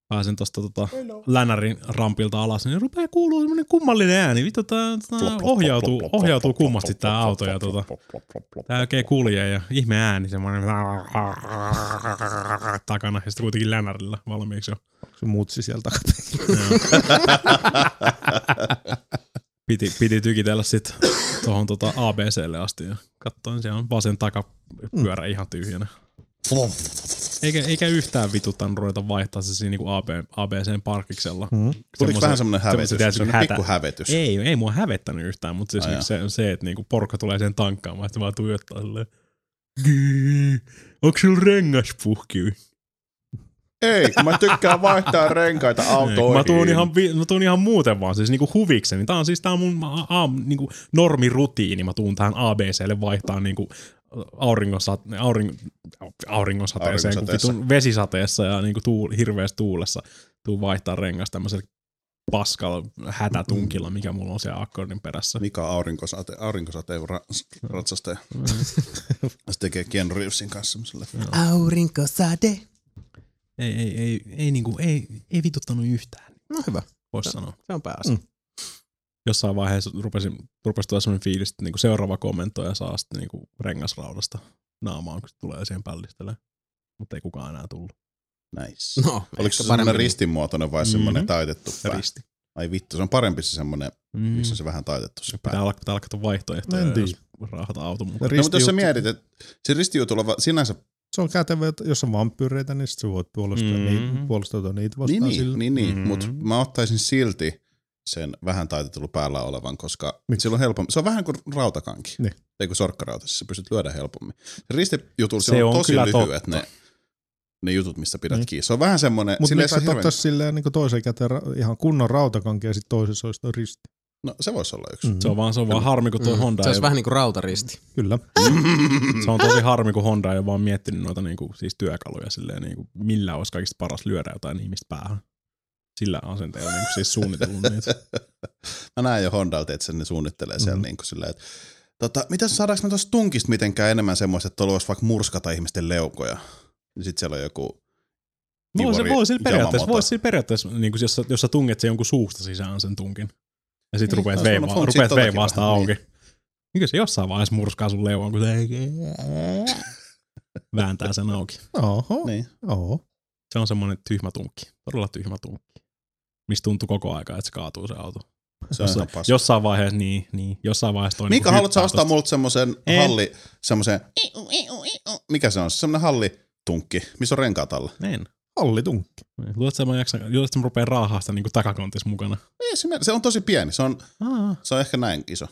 S2: Pääsen tosta tota, länärin rampilta alas, niin rupeaa kuuluu semmonen kummallinen ääni. Vittu, tää, tää
S3: Plop, plop, plop,
S2: Ah, ohjautuu,
S3: plop, plop,
S2: ohjautuu
S3: plop, plop,
S2: kummasti
S3: plop,
S2: tää
S3: plop,
S2: auto
S3: plop,
S2: ja
S3: plop,
S2: tota,
S3: plop, plop, plop, plop,
S2: Tää
S3: plop.
S2: oikein kulje ja ihme ääni semmoinen takana ja sitten kuitenkin länärillä valmiiksi jo.
S4: Onko se mutsi sieltä takapenkillä?
S2: piti, piti tykitellä sit tohon tota ABClle asti ja katsoin siellä on vasen takapyörä ihan tyhjänä. Eikä, eikä yhtään vituttanut ruveta vaihtaa se siinä niinku AB, ABCn parkiksella.
S4: Mm.
S3: Tuliko vähän semmoinen hävetys?
S2: semmoisen-
S3: Semmoinen
S2: hätä-
S3: pikku hävetys.
S2: Ei, ei mua hävettänyt yhtään, mutta siis
S3: Ai
S2: niinku se, se, että niinku porukka tulee sen tankkaamaan, että se vaan tuijottaa silleen. "Gyy, Onko sulla rengas puhki?
S3: Ei, kun mä tykkään vaihtaa renkaita autoihin.
S2: Mä tuun, ihan, vi- mä tuun ihan muuten vaan, siis niinku huvikseni. Tää on siis tää on mun a, a, niinku normirutiini. Mä tuun tähän ABClle vaihtaa niinku auringonsat, auring, auringonsateeseen, kun
S3: Auringonsateessa.
S2: vitun vesisateessa ja niinku tuul, hirveässä tuulessa tuun vaihtaa rengas tämmöisellä paskalla hätätunkilla, mikä mulla on siellä akkordin perässä.
S3: Mika aurinkosate, aurinkosateen ra, ratsastaja.
S2: Mm.
S3: Se tekee Keanu Reevesin kanssa semmoiselle.
S2: No.
S1: Aurinkosade.
S2: Ei, ei, ei, ei, niinku, ei, ei vituttanut yhtään,
S1: No hyvä,
S2: voisi sanoa.
S1: se on pääasia. Mm.
S2: Jossain vaiheessa rupesin, rupesi tulla sellainen fiilis, että niinku seuraava kommentoija saa sitten niinku rengasraudasta naamaan, kun se tulee siihen pällistelemään. Mutta ei kukaan enää tullut.
S3: Nice.
S1: No,
S3: Mm. Oliko
S1: ehkä
S3: se
S1: parempi.
S3: semmoinen ristinmuotoinen vai semmoinen
S2: Mhm.
S3: taitettu pää?
S2: Risti.
S3: Ai vittu, se on parempi se semmoinen,
S2: Mm.
S3: missä on se vähän taitettu se pää.
S2: Pitää alkaa, pitää alkaa vaihtoehtoja,
S4: En tiedä.
S2: jos raahata auton mukaan.
S3: No, mutta jos sä
S4: Ristiuttu-
S3: mietit, että se ristijutulla va- sinänsä,
S4: Se on kätevä, että jos on vampyyreitä, niin sit sä voit puolustaa,
S2: Mm.
S4: mm. niitä, puolustautua niitä vastaan
S3: niin, niin,
S4: sillä.
S3: niin, niin
S2: Mhm.
S3: mm-hmm. mutta mä ottaisin silti sen vähän taitetulla päällä olevan, koska
S4: Miksi?
S3: silloin helpommin. Se on vähän kuin rautakanki.
S4: Niin.
S3: Ei kuin sorkkarauta, siis sä pystyt lyödä helpommin. Se ristijutulla
S2: Se
S3: se on,
S2: on
S3: on tosi
S2: kyllä
S3: lyhyet
S2: totta.
S3: ne, ne jutut, mistä pidät
S4: Niin.
S3: kiinni. Se on vähän semmoinen,
S4: Mutta
S3: sillä ei
S4: miksi
S3: saa
S4: sä
S3: hirveän...
S4: ottaisi silleen niin toisen käteen ra- ihan kunnon rautakanki ja sitten toisessa olisi toi risti?
S3: No se voisi olla yksi.
S4: Mm.
S2: Mm-hmm. Se on vaan, se on vaan harmi, kun toi
S1: Mm.
S2: Honda
S1: Se
S2: ei,
S1: olisi vähän niin kuin rautaristi.
S4: Kyllä. Mm.
S2: se on tosi harmi, kun Honda ei ole vaan miettinyt noita niinku, siis työkaluja silleen, niinku, millä olisi kaikista paras lyödä jotain ihmistä päähän. Sillä asenteella niinku, siis suunnitellut niitä.
S3: Mä näen jo Hondalta, että sen ne suunnittelee siellä mm.
S4: Mhm.
S3: niin kuin silleen, että tota, mitä saadaanko me tuosta tunkista mitenkään enemmän semmoista, että tuolla voisi vaikka murskata ihmisten leukoja. Ja sit siellä on joku
S2: Voi, se,
S3: Iwari
S2: voi siinä periaatteessa,
S3: Yamamoto.
S2: voi siinä periaatteessa niin kuin jos, sä, jos sä tunget sen jonkun suusta sisään sen tunkin. Ja sit
S3: Niin,
S2: rupeat
S3: olisi
S2: veivaa,
S3: voinut funtsia
S2: rupeat
S3: totakin
S2: veivaa sitä
S3: vähän,
S2: auki. Niin kyllä se jossain vaiheessa murskaa sun leuan, kun se vääntää sen auki.
S4: Oho. Niin.
S3: Niin.
S4: Oho.
S2: Se on semmoinen tyhmä tunkki, todella tyhmä tunkki. Mistä tuntuu koko aika, että se kaatuu se auto.
S3: Se on ihan paska.
S2: Jossain vaiheessa, niin, niin jossain vaiheessa toi
S3: Mika,
S2: niinku
S3: haluatko sä
S2: hyppää
S3: ostaa
S2: tosta-
S3: multa semmoisen
S2: En.
S3: halli, semmoisen, mikä se on, se semmoinen halli tunkki, missä on renkaat alla?
S2: En.
S4: Hallitun.
S2: niin. Luulet sä, mä jaksan, luulet sä, mä rupean raahaa sitä niinku takakontis mukana.
S3: Ei, se, se on tosi pieni, se on,
S2: Aa.
S3: se on ehkä näin iso.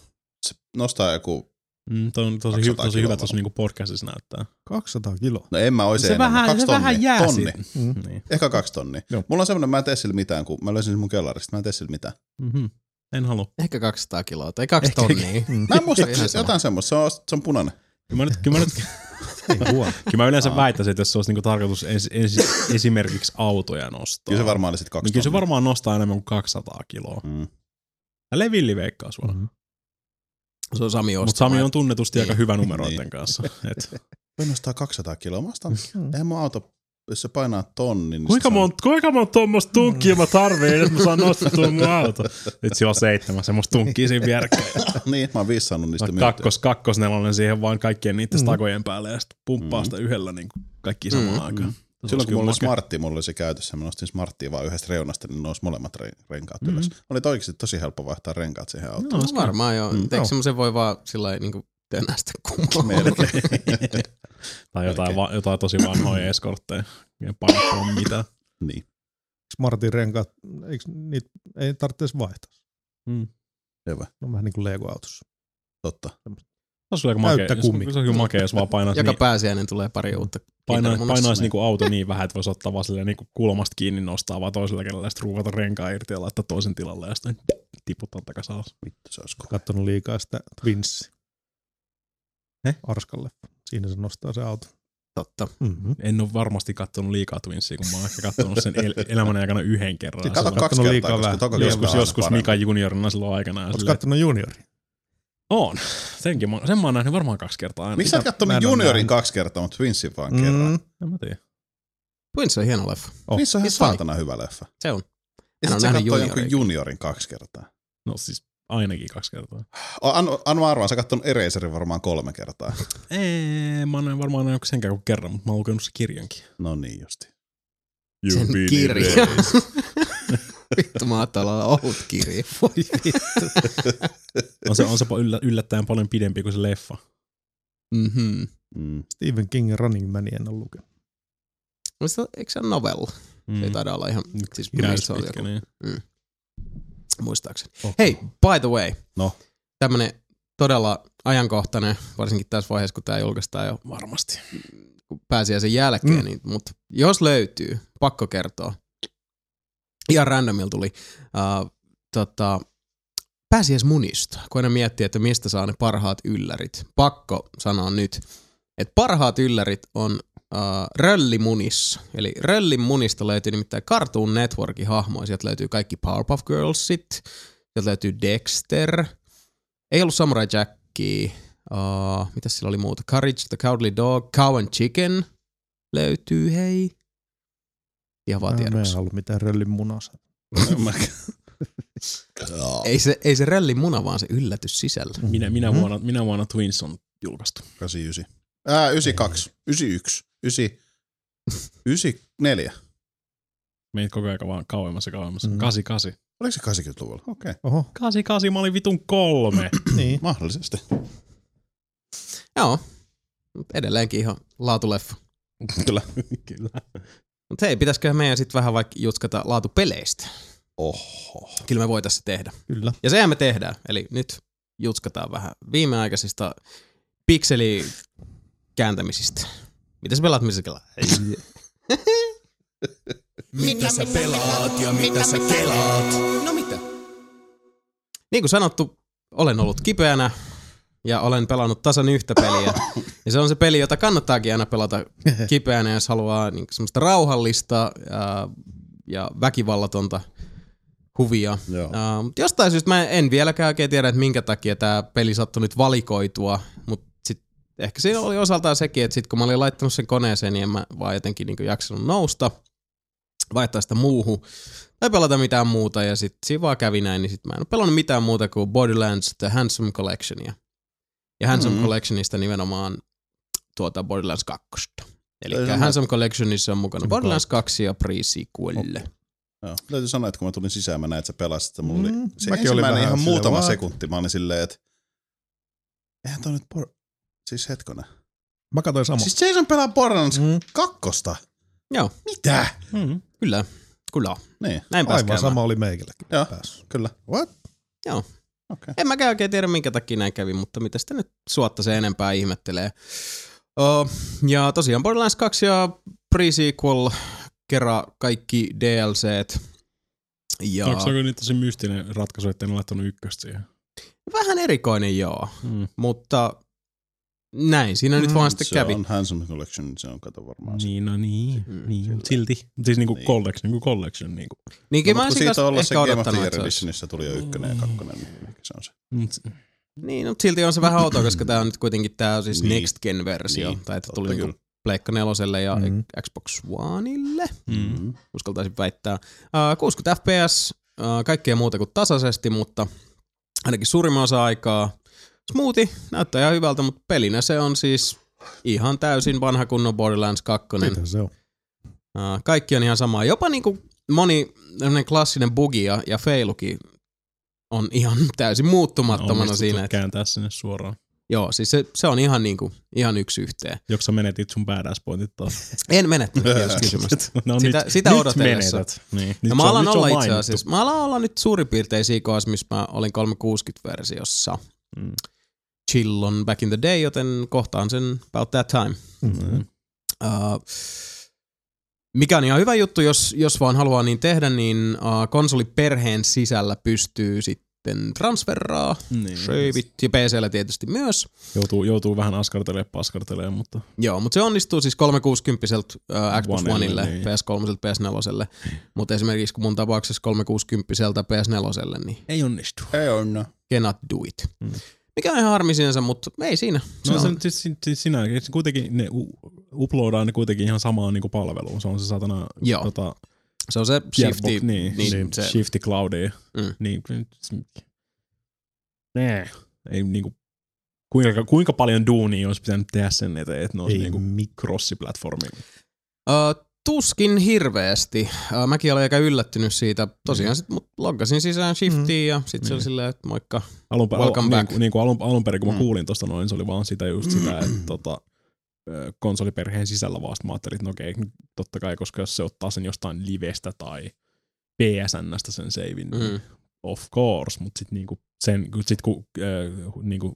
S3: Se nostaa joku,
S2: Mm, toi on tosi, hy,
S3: 200
S2: tosi hyvä
S3: kiloa.
S2: tuossa niinku podcastissa näyttää.
S4: 200 kiloa.
S3: no en mä ois enemmän, kaksi tonnia, tonni,
S2: siitä.
S4: Mm.
S2: Niin.
S3: ehkä kaksi tonnia.
S2: Joo.
S3: Mulla on semmoinen, mä en tee sillä mitään, kun mä löysin sen mun kellarista, mä en tee sillä mitään.
S2: Mm-hmm. En halua.
S1: Ehkä 200 kiloa tai kaksi
S2: Ehkä-
S1: tonnia.
S3: Mm. Mä en muista,
S1: Ihan sama.
S3: jotain semmoista, se on, se on punainen.
S2: Kyllä mä, nyt, kyllä mä, nyt,
S4: Ei huono.
S2: kyllä mä yleensä
S3: Aa.
S2: väittäisin, että jos se olisi niinku tarkoitus ens, ens, esimerkiksi autoja nostaa,
S3: Kyllä se varmaan oli sit kaksi
S2: niin kyllä se
S3: tonnia.
S2: varmaan nostaa enemmän kuin 200 kiloa.
S3: Mm.
S2: Älä villiveikkaus vaan.
S4: Mm.
S1: Se on Sami
S2: Mutta
S1: ostama.
S2: Sami on tunnetusti aika
S1: Niin.
S2: hyvä numeroiden
S3: Mm. Niin.
S2: kanssa. Et,
S3: Voi nostaa 200 kiloa. Mä ostan,
S4: Mm.
S3: eihän mun auto, jos se painaa tonnin. niin
S2: kuinka
S3: se on-
S2: monta kuinka mont tuommoista tunkkia mä tarviin, että mä saan nostettua mun auto? Nyt siellä on seitsemän semmoista tunkkia siinä vierekkäin.
S3: niin, mä oon viisi saanut niistä
S2: Vaikka
S3: myytyä.
S2: Kakkos, kakkosnelonen siihen vaan kaikkien niiden
S4: Mm.
S2: stakojen päälle ja sitten pumppaa
S3: Mm.
S2: sitä yhdellä niin kaikki samaan
S1: Mm.
S2: aikaan. Se
S3: Silloin
S2: olisi
S3: kun mulla
S2: kyllä
S3: oli
S2: makea.
S3: smartti, mulla oli se käytössä, mä nostin smarttia vaan yhdestä reunasta, niin nousi molemmat re- renkaat mm-hmm. ylös. Oli oikeasti tosi helppo vaihtaa renkaat siihen autoon.
S1: No, varmaan joo.
S3: Mm.
S1: Mm. Eikö
S4: Joo.
S1: semmoisen voi vaan sillä lailla niinku tönästä kumoon?
S3: Melkein.
S2: Tai jotain,
S3: Melkein.
S2: va- jotain tosi vanhoja eskortteja. Ei painaa on mitään.
S3: niin,
S4: Smartin renkaat, eikö niitä ei tarvitse edes vaihtaa?
S2: Mm.
S3: hyvä.
S4: Ne on vähän niin kuin Lego-autossa.
S3: Totta.
S2: Se olisi kyllä
S4: Täyttä
S2: makea,
S4: kummi.
S2: jos- se olisi kyllä makea, jos vaan painaisi,
S1: Joka
S2: niin,
S1: pääsiäinen tulee pari uutta.
S2: painaisi,
S1: Kinder Munassa.
S2: painaisi niinku auto niin vähän, että voisi ottaa vaan silleen niinku kulmasta kiinni nostaa vaan toisella kädellä ja sitten ruuvata renkaan irti ja laittaa toisen tilalle ja sitten tiputaan takasalas.
S3: Vittu, se olisi kova.
S4: Kattonut liikaa sitä Twins.
S2: Eh?
S4: Arskalle. Siinä se nostaa se auto.
S1: Totta.
S4: Mm-hmm.
S2: En ole varmasti kattonut liikaa Twinsia, kun mä oon ehkä kattonut sen el- elämän aikana yhden kerran.
S3: Kato
S2: Se on-
S3: kaksi
S4: kattonut
S3: kertaa,
S4: liikaa
S3: koska
S4: vähän.
S3: toka kerta on
S2: joskus,
S3: aina
S2: joskus
S3: parempi.
S2: Mika juniorina silloin aikana.
S4: Oletko
S2: Kat-
S4: kattonut juniori?
S2: on. Senkin mä, sen mä oon nähnyt varmaan kaksi kertaa aina.
S3: Miksi sä
S2: Mitä-
S3: et
S4: mä
S3: kattonut
S4: en oo
S3: juniorin
S4: nähnyt. Mm.
S3: kaksi kertaa, mutta Twinsin vaan kerran?
S2: En mä tiedä.
S1: Twins on hieno leffa.
S4: Oh,
S3: Niissä on ihan
S1: it's funny.
S3: saatana hyvä leffa.
S1: Se on.
S3: Ja
S1: En oo
S3: sit sä
S1: nähnyt
S3: kattoo jonkun
S1: junioria.
S3: juniorin kaksi kertaa.
S2: No siis ainakin kaksi kertaa.
S3: O, Anu, Anu arvaa, sä kattonut Eraserin varmaan kolme kertaa.
S2: Ei, mä oon varmaan nähnyt senkään kuin kerran, mutta mä oon lukenut se kirjankin.
S3: No niin justi.
S1: Sen kirja. Vittu, mä ajattelin olla ohut kirja. Voi
S2: On se, on se pa- yllä, yllättäen paljon pidempi kuin se leffa.
S1: Mhm.
S3: Mm.
S4: Stephen Kingin Running Man en ole lukenut.
S1: Musta, eikö se ole novella? Mm. Ei taida olla ihan, siis
S2: Kirjaus
S1: se oli
S2: pitkä,
S1: joku,
S2: niin.
S1: muistaakseni.
S3: Oh.
S1: Hei, by the way.
S3: No.
S1: Tämmönen todella ajankohtainen, varsinkin tässä vaiheessa, kun tämä julkaistaan jo
S2: Varmasti.
S1: pääsiäisen jälkeen, mm.
S4: Mm.
S1: niin, mutta jos löytyy, pakko kertoa. Ihan randomilla tuli uh, tota, pääsiäismunista, kun aina miettii, että mistä saa ne parhaat yllärit. Pakko sanoa nyt, että parhaat yllärit on uh, Röllimunissa. Eli Röllin munista löytyy nimittäin Cartoon Networkin hahmoja. Sieltä löytyy kaikki Powerpuff Girlsit, sieltä löytyy Dexter. Ei ollut Samurai Jackia, Uh, mitäs sillä oli muuta? Courage the Cowardly Dog, Cow and Chicken löytyy, hei. Ihan vaan
S4: Mä en
S1: tiedoksi.
S4: halua mitään röllin munassa.
S1: Ei se, ei se rellin muna, vaan se yllätys sisällä.
S2: Mm. Minä, minä,
S4: Mhm.
S2: vuonna, minä vuonna Twins on julkaistu.
S3: 89. Ää, 92, 91, 9, 94.
S2: Meitä koko ajan vaan kauemmas ja kauemmas.
S4: Mm.
S2: 88.
S3: Oliko se 80-luvulla? Okei. Okay.
S4: Oho,
S2: 88, mä olin vitun kolme.
S4: niin.
S3: Mahdollisesti.
S1: Joo, mut edelleenkin ihan laatuleffa.
S3: Kyllä.
S2: Kyllä.
S1: Mutta hei, pitäisiköhän meidän sitten vähän vaikka jutskata laatupeleistä?
S4: Oh,
S3: Oho.
S1: Kyllä me voitaisiin se tehdä.
S4: Kyllä.
S1: Ja sehän me tehdään. Eli nyt jutskataan vähän viimeaikaisista pikselikääntämisistä. Mitä sä pelaat musiikilla?
S5: Mitä sä pelaat ja mitä sä kelaat?
S1: No mitä? Niin kuin sanottu, olen ollut kipeänä ja olen pelannut tasan yhtä peliä. Ja se on se peli, jota kannattaakin aina pelata kipeänä, jos haluaa niin semmoista rauhallista ää, ja väkivallatonta huvia.
S3: Joo.
S4: no.
S1: Ää, mutta Äh, jostain syystä mä en vieläkään oikein tiedä, että minkä takia tämä peli sattui nyt valikoitua, mutta sit ehkä siinä oli osaltaan sekin, että sit kun mä olin laittanut sen koneeseen, niin en mä vaan jotenkin niin jaksanut nousta, vaihtaa sitä muuhun tai pelata mitään muuta ja sit siinä vaan kävi näin, niin sit mä en ole pelannut mitään muuta kuin Borderlands The Handsome Collectionia. Ja Handsome
S3: Mm.
S1: mm. Collectionista nimenomaan tuota Borderlands 2.
S3: Ei
S1: Eli
S3: sanoa,
S1: Handsome Collectionissa on mukana
S4: Sen
S1: Borderlands 2 ja pre-sequel.
S3: Okei. Joo. Täytyy sanoa, että kun mä tulin sisään, mä näin, että sä pelasit, että mulla oli
S4: Mm,
S3: se
S4: mäkin olin
S3: ensimmäinen
S4: vähän
S3: ihan
S4: silleen,
S3: muutama
S4: what?
S3: sekunti, mä olin silleen, että eihän toi nyt por... Siis hetkona.
S4: Mä katsoin samaa.
S3: Siis Jason pelaa Borderlands
S4: Mm,
S3: kakkosta.
S1: Joo.
S3: Mitä?
S2: Mm.
S1: Kyllä, kyllä.
S3: Niin,
S1: Näin pääsi
S4: aivan
S1: käymään.
S4: sama oli meikälläkin
S3: Joo.
S4: päässyt.
S3: kyllä.
S4: What?
S3: Okei.
S1: En mäkään oikein tiedä, minkä takia näin kävi, mutta mitä sitä nyt suotta se enempää ihmettelee. Ö, ja tosiaan Borderlands 2 ja pre-sequel kerran kaikki DLCt. Ja
S2: Onko se onko nyt tosi mystinen ratkaisu, että en ole laittanut ykköstä siihen?
S1: vähän erikoinen joo,
S2: Mm.
S1: mutta näin siinä nyt
S4: Mm,
S1: vaan sitten
S3: Hmm, se
S1: kävi.
S3: on Handsome Collection, se on kato varmaan se.
S2: Niin, no niin.
S1: Mm,
S2: niin.
S3: sillä.
S2: mut Silti. Siis niinku
S3: Niin.
S2: niin. collection, niinku collection. Niinku.
S1: Niin kyllä
S3: No,
S1: mä
S3: mut kun
S1: olisin
S3: siitä on ollut
S1: ehkä
S3: se Game of the
S1: odottanut,
S3: Year
S1: että se olisi.
S3: Editionissa tuli jo ykkönen ja kakkonen, niin ehkä se on se.
S2: Mut se-
S1: Niin, mutta silti on se vähän outoa, koska tämä on nyt kuitenkin tämä siis
S3: Niin.
S1: Next Gen-versio.
S3: Niin,
S1: Niin, tai että
S3: totta
S1: tuli niinku
S3: kyllä.
S1: Pleikka neloselle ja
S4: Mhm.
S1: mm-hmm. Xbox Oneille.
S2: Mm.
S3: Mm.
S1: uskaltaisin väittää. Äh, 60 fps, äh, kaikkea muuta kuin tasaisesti, mutta ainakin suurimman osa aikaa. Smoothi, näyttää ihan hyvältä, mutta pelinä se on siis ihan täysin vanha kunnon Borderlands 2.
S4: Mitä se on?
S1: Äh, kaikki on ihan samaa. Jopa niinku moni tämmönen klassinen bugi ja, ja failuki on ihan täysin muuttumattomana
S2: Onnistuttu
S1: siinä. Että,
S2: kääntää sinne suoraan.
S1: joo, siis se, se on ihan, niinku, ihan yksi yhteen.
S2: Joksa sä menetit sun badass pointit taas?
S1: En menettänyt jos kysymystä.
S2: no,
S1: Sitä- sitä odotellessa.
S2: menetät. Niin. Nyt
S1: Ja
S2: se
S1: mä
S2: on-
S1: alan
S2: nyt se on
S1: olla itse
S2: mainittu.
S1: asiassa, mä alan olla nyt suurin piirtein siinä kohdassa, missä mä olin 360-versiossa.
S2: Mm.
S1: Chillon back in the day, joten kohtaan sen about that time.
S4: Mm.
S1: Uh, mikä on ihan hyvä juttu, jos, jos vaan haluaa niin tehdä, niin uh, konsoliperheen sisällä äh, pystyy sitten sitten transferraa,
S2: Niin.
S1: shaveit ja PCllä tietysti myös.
S2: Joutuu, joutuu vähän askartelemaan, paskartelemaan, mutta
S1: Joo, mutta se onnistuu siis 360 äh, Xbox
S2: Onelle,
S1: Oneille,
S2: niin.
S1: PS3, PS4. Mutta esimerkiksi kun mun tapauksessa 360 PS4, niin
S2: ei onnistu.
S3: Ei on.
S1: cannot do it. Mm. Mikä on ihan harmi sinänsä, mutta ei siinä. Se
S2: No
S1: on.
S2: se on siis, siis sinä, se kuitenkin ne u- uploadaa ne kuitenkin ihan samaan niinku palveluun. Se on se satana
S1: Joo.
S2: tota,
S1: se on se shifti.
S2: Gearbox, niin, niin,
S1: se,
S2: shifti cloudiin.
S1: Mm.
S2: Niin, ne. Ei niinku, kuinka, kuinka paljon duunia olisi pitänyt tehdä sen eteen, että ne olisi
S4: Ei
S2: niinku
S4: mikro.
S2: crossiplatformi.
S1: Ö, tuskin hirveästi. Ö, mäkin olin aika yllättynyt siitä. Tosiaan sit mut loggasin sisään shiftiin ja sitten se oli
S2: Niin.
S1: silleen, että moikka.
S2: Alun,
S1: Welcome
S2: alun, niin,
S1: back. Mm.
S2: kuin, niin kuin alun, alun perin, kun mä
S3: Mm.
S2: kuulin tuosta noin, niin se oli vaan sitä just sitä, että tota, ö, konsoliperheen sisällä vasta mä ajattelin, että no okei, totta kai, koska jos se ottaa sen jostain livestä tai PSNstä sen seivin, niin
S1: Mm.
S2: of course, mutta sitten niinku sen, kun- sit kun äh, niinku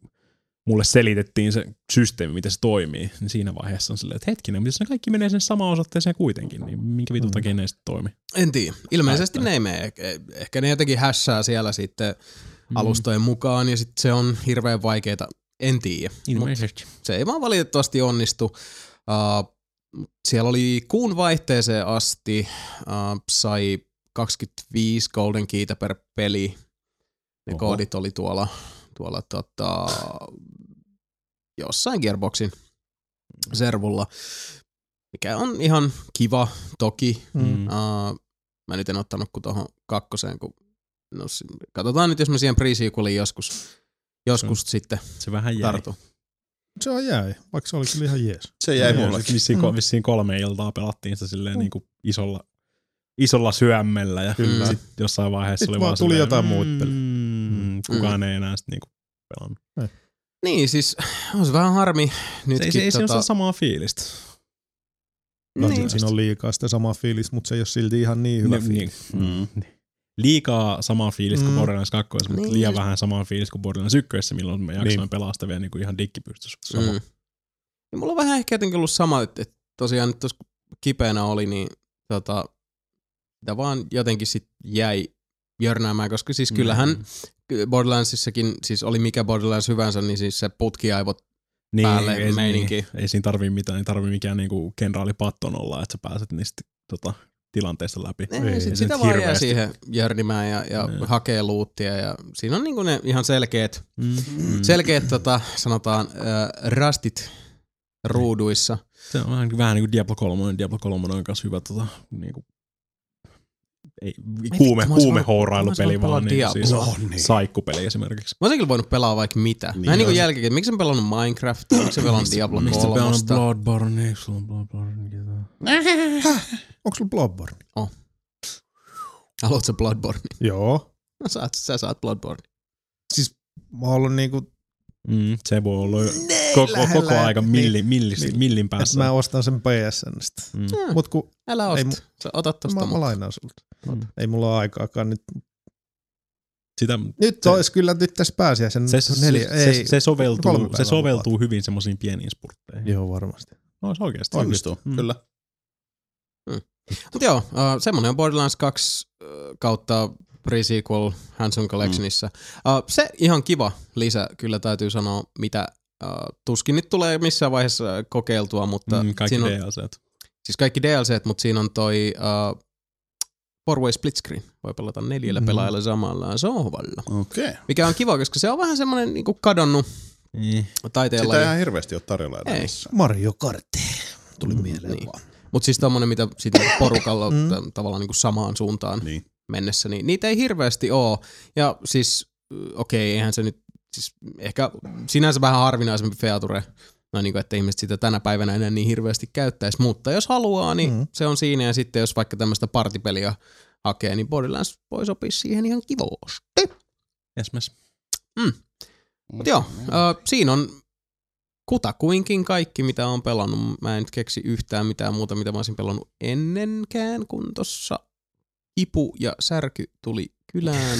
S2: mulle selitettiin se systeemi, miten se toimii, niin siinä vaiheessa on silleen, että hetkinen, mutta jos ne kaikki menee sen samaan osoitteeseen kuitenkin, niin
S1: Mm.
S2: minkä vitun takia ne sitten toimii?
S1: En tiedä. Ilmeisesti
S2: Näyttää.
S1: ne ei mene. Eh- Ehkä ne jotenkin hässää siellä sitten
S2: Mm.
S1: alustojen mukaan ja sitten se on hirveän vaikeeta. En tiedä.
S2: Ilmeisesti.
S1: se ei vaan valitettavasti onnistu. Uh, siellä oli kuun vaihteeseen asti, uh, sai 25 golden kiitä per peli. Ne
S2: Oho.
S1: koodit oli tuolla, tuolla tota, jossain Gearboxin servulla, mikä on ihan kiva toki.
S4: Mm.
S1: Uh, mä nyt en ottanut kuin tuohon kakkoseen, kun no, si- katsotaan nyt, jos mä siihen pre joskus, joskus sitten
S2: Se vähän jäi.
S1: tartun.
S4: Se on jäi, vaikka se oli kyllä ihan jees.
S3: Se jäi
S1: Niin.
S2: Joo,
S3: mullekin.
S2: sit Niin, Vissiin, ko-
S4: Mm.
S2: vissiin kolme iltaa pelattiin sitä silleen
S1: Mm.
S2: niin kuin isolla, isolla syömmellä ja
S1: Kyllä.
S2: sit jossain vaiheessa
S4: Sit
S2: oli
S4: vaan
S2: vaan
S4: tuli
S2: silleen,
S4: jotain muut
S2: mm,
S4: pelit.
S2: Kukaan ei enää sitten niinku pelannut.
S1: Niin, siis on se vähän harmi
S2: Se ei,
S1: nytkin.
S2: se, ei se ole
S1: tota,
S2: sitä samaa fiilistä.
S4: No,
S1: niin,
S4: niin. Siinä on liikaa sitä samaa fiilis, mutta se ei ole silti ihan niin hyvä
S2: Ni-
S4: fiilis.
S2: niin.
S1: Mm.
S3: Mm.
S2: Liikaa samaa fiilistä kuin
S4: Mm.
S2: Borderlands 2, mutta
S1: Niin,
S2: liian
S1: siis-
S2: vähän samaa fiilistä kuin Borderlands 1, milloin mä jaksoin
S4: Niin.
S2: pelaa sitä vielä niin kuin ihan dikkipystys.
S1: mm. ja mulla on vähän ehkä jotenkin ollut sama, että, että tosiaan nyt tuossa kun kipeänä oli, niin tota, sitä vaan jotenkin sit jäi jörnäämään, koska siis kyllähän
S2: Mm.
S1: Borderlandsissakin, siis oli mikä Borderlands hyvänsä, niin siis se putkiaivot
S2: niin,
S1: päälle
S2: ei,
S1: meininki.
S2: Niin, ei siinä tarvii mitään, ei tarvii mikään niinku kenraali Patton olla, että sä pääset niistä tota, tilanteista läpi.
S1: ei, sit
S2: se
S1: sitä
S2: nyt
S1: vaan jää
S2: hirveästi-
S1: siihen jörnimään ja, ja
S2: Niin.
S1: hakee luuttia ja siinä on niinku ne ihan selkeät,
S2: Mm.
S1: selkeät tota, sanotaan äh, rastit
S2: Niin.
S1: ruuduissa.
S2: Se on vähän, vähän niin kuin Diablo 3. Diablo 3 on myös hyvä tota, niin kuin, ei, kuume,
S1: mä ois voinut- mä ois
S2: kuumehourailupeli vaan.
S1: voinut
S2: Niin,
S1: pelaa
S2: siis
S3: Diabloa. No niin.
S2: Saikkupeli esimerkiksi.
S1: Mä olisin kyllä voinut pelaa vaikka mitä. Niin,
S3: Niin,
S1: Vähän niin kuin
S3: joo, se-
S1: jälkikin, miksi mä pelannut Minecraftia, miksi mä pelannut Diablo
S2: Miksi sä pelannut
S1: 3.
S2: Bloodborne? Eikö sulla Bloodborne?
S4: Onko sulla Bloodborne?
S1: Haluatko sä Bloodborne?
S4: Joo.
S1: No, saat, sä saat Bloodborne.
S4: Siis mä oon ollut niinku,
S2: Mm, se voi olla jo koko,
S4: lähellä,
S2: koko aika
S4: niin-
S2: milli, millis,
S4: niin.
S2: millin
S4: että
S2: päässä.
S4: mä ostan sen PSNstä.
S2: Mm.
S1: Mm.
S4: Mut kun
S1: Älä
S4: Ei
S1: osta.
S4: mu-
S1: Sä otat tosta
S4: mä, mä
S1: mun.
S4: lainaan sulta.
S2: Ota.
S4: Ei mulla ole aikaakaan nyt.
S2: Sitä,
S4: Nyt
S2: Se-
S4: se, olisi kyllä nyt tässä pääsiäisen
S2: se, se,
S4: neljä.
S2: se,
S4: ei,
S2: se, se,
S4: kolme
S2: soveltuu, se
S4: päivää
S2: soveltuu hyvin semmoisiin pieniin spurtteihin.
S4: Joo, varmasti.
S2: No se oikeasti.
S3: Onnistuu,
S2: Mm.
S3: kyllä.
S1: Mut joo, uh, semmonen on Borderlands 2 uh, kautta pre-sequel Handsome Collectionissa. Uh, se ihan kiva lisä, kyllä täytyy sanoa, mitä uh, tuskin nyt tulee missään vaiheessa äh, kokeiltua, mutta
S2: Mm, kaikki
S1: siinä on,
S2: DLC-t.
S1: siis kaikki DLC, mutta siinä on toi uh, four-way split screen. Voi pelata neljällä
S4: Mm.
S1: pelaajalla samalla sohvalla.
S3: Okei. Okay.
S1: mikä on kiva, koska se on vähän semmoinen niin kadonnut
S2: Niin.
S1: taiteella.
S3: Sitä ei ihan hirveästi ole tarjolla enää
S1: Ei.
S3: missään.
S4: Mario Kart tuli mieleen
S1: niin.
S4: niin. vaan.
S1: Mutta siis tommonen, mitä sitten porukalla
S4: Mm.
S1: mm. tavallaan niin samaan suuntaan
S3: Niin.
S1: mennessä, niin niitä ei hirveästi oo. Ja siis, mm, okei, eihän se nyt, siis ehkä sinänsä vähän harvinaisempi feature, no niin kuin, että ihmiset sitä tänä päivänä enää niin hirveästi käyttäisi, mutta jos haluaa, niin mm.
S4: Mm.
S1: se on siinä. Ja sitten jos vaikka tämmöistä partipeliä hakee, niin Borderlands voi sopia siihen ihan kivasti.
S2: Esimerkiksi.
S1: Mut joo, äh, siinä on kutakuinkin kaikki, mitä on pelannut. Mä en nyt keksi yhtään mitään muuta, mitä mä olisin pelannut ennenkään, kun tossa kipu ja särky tuli kylään.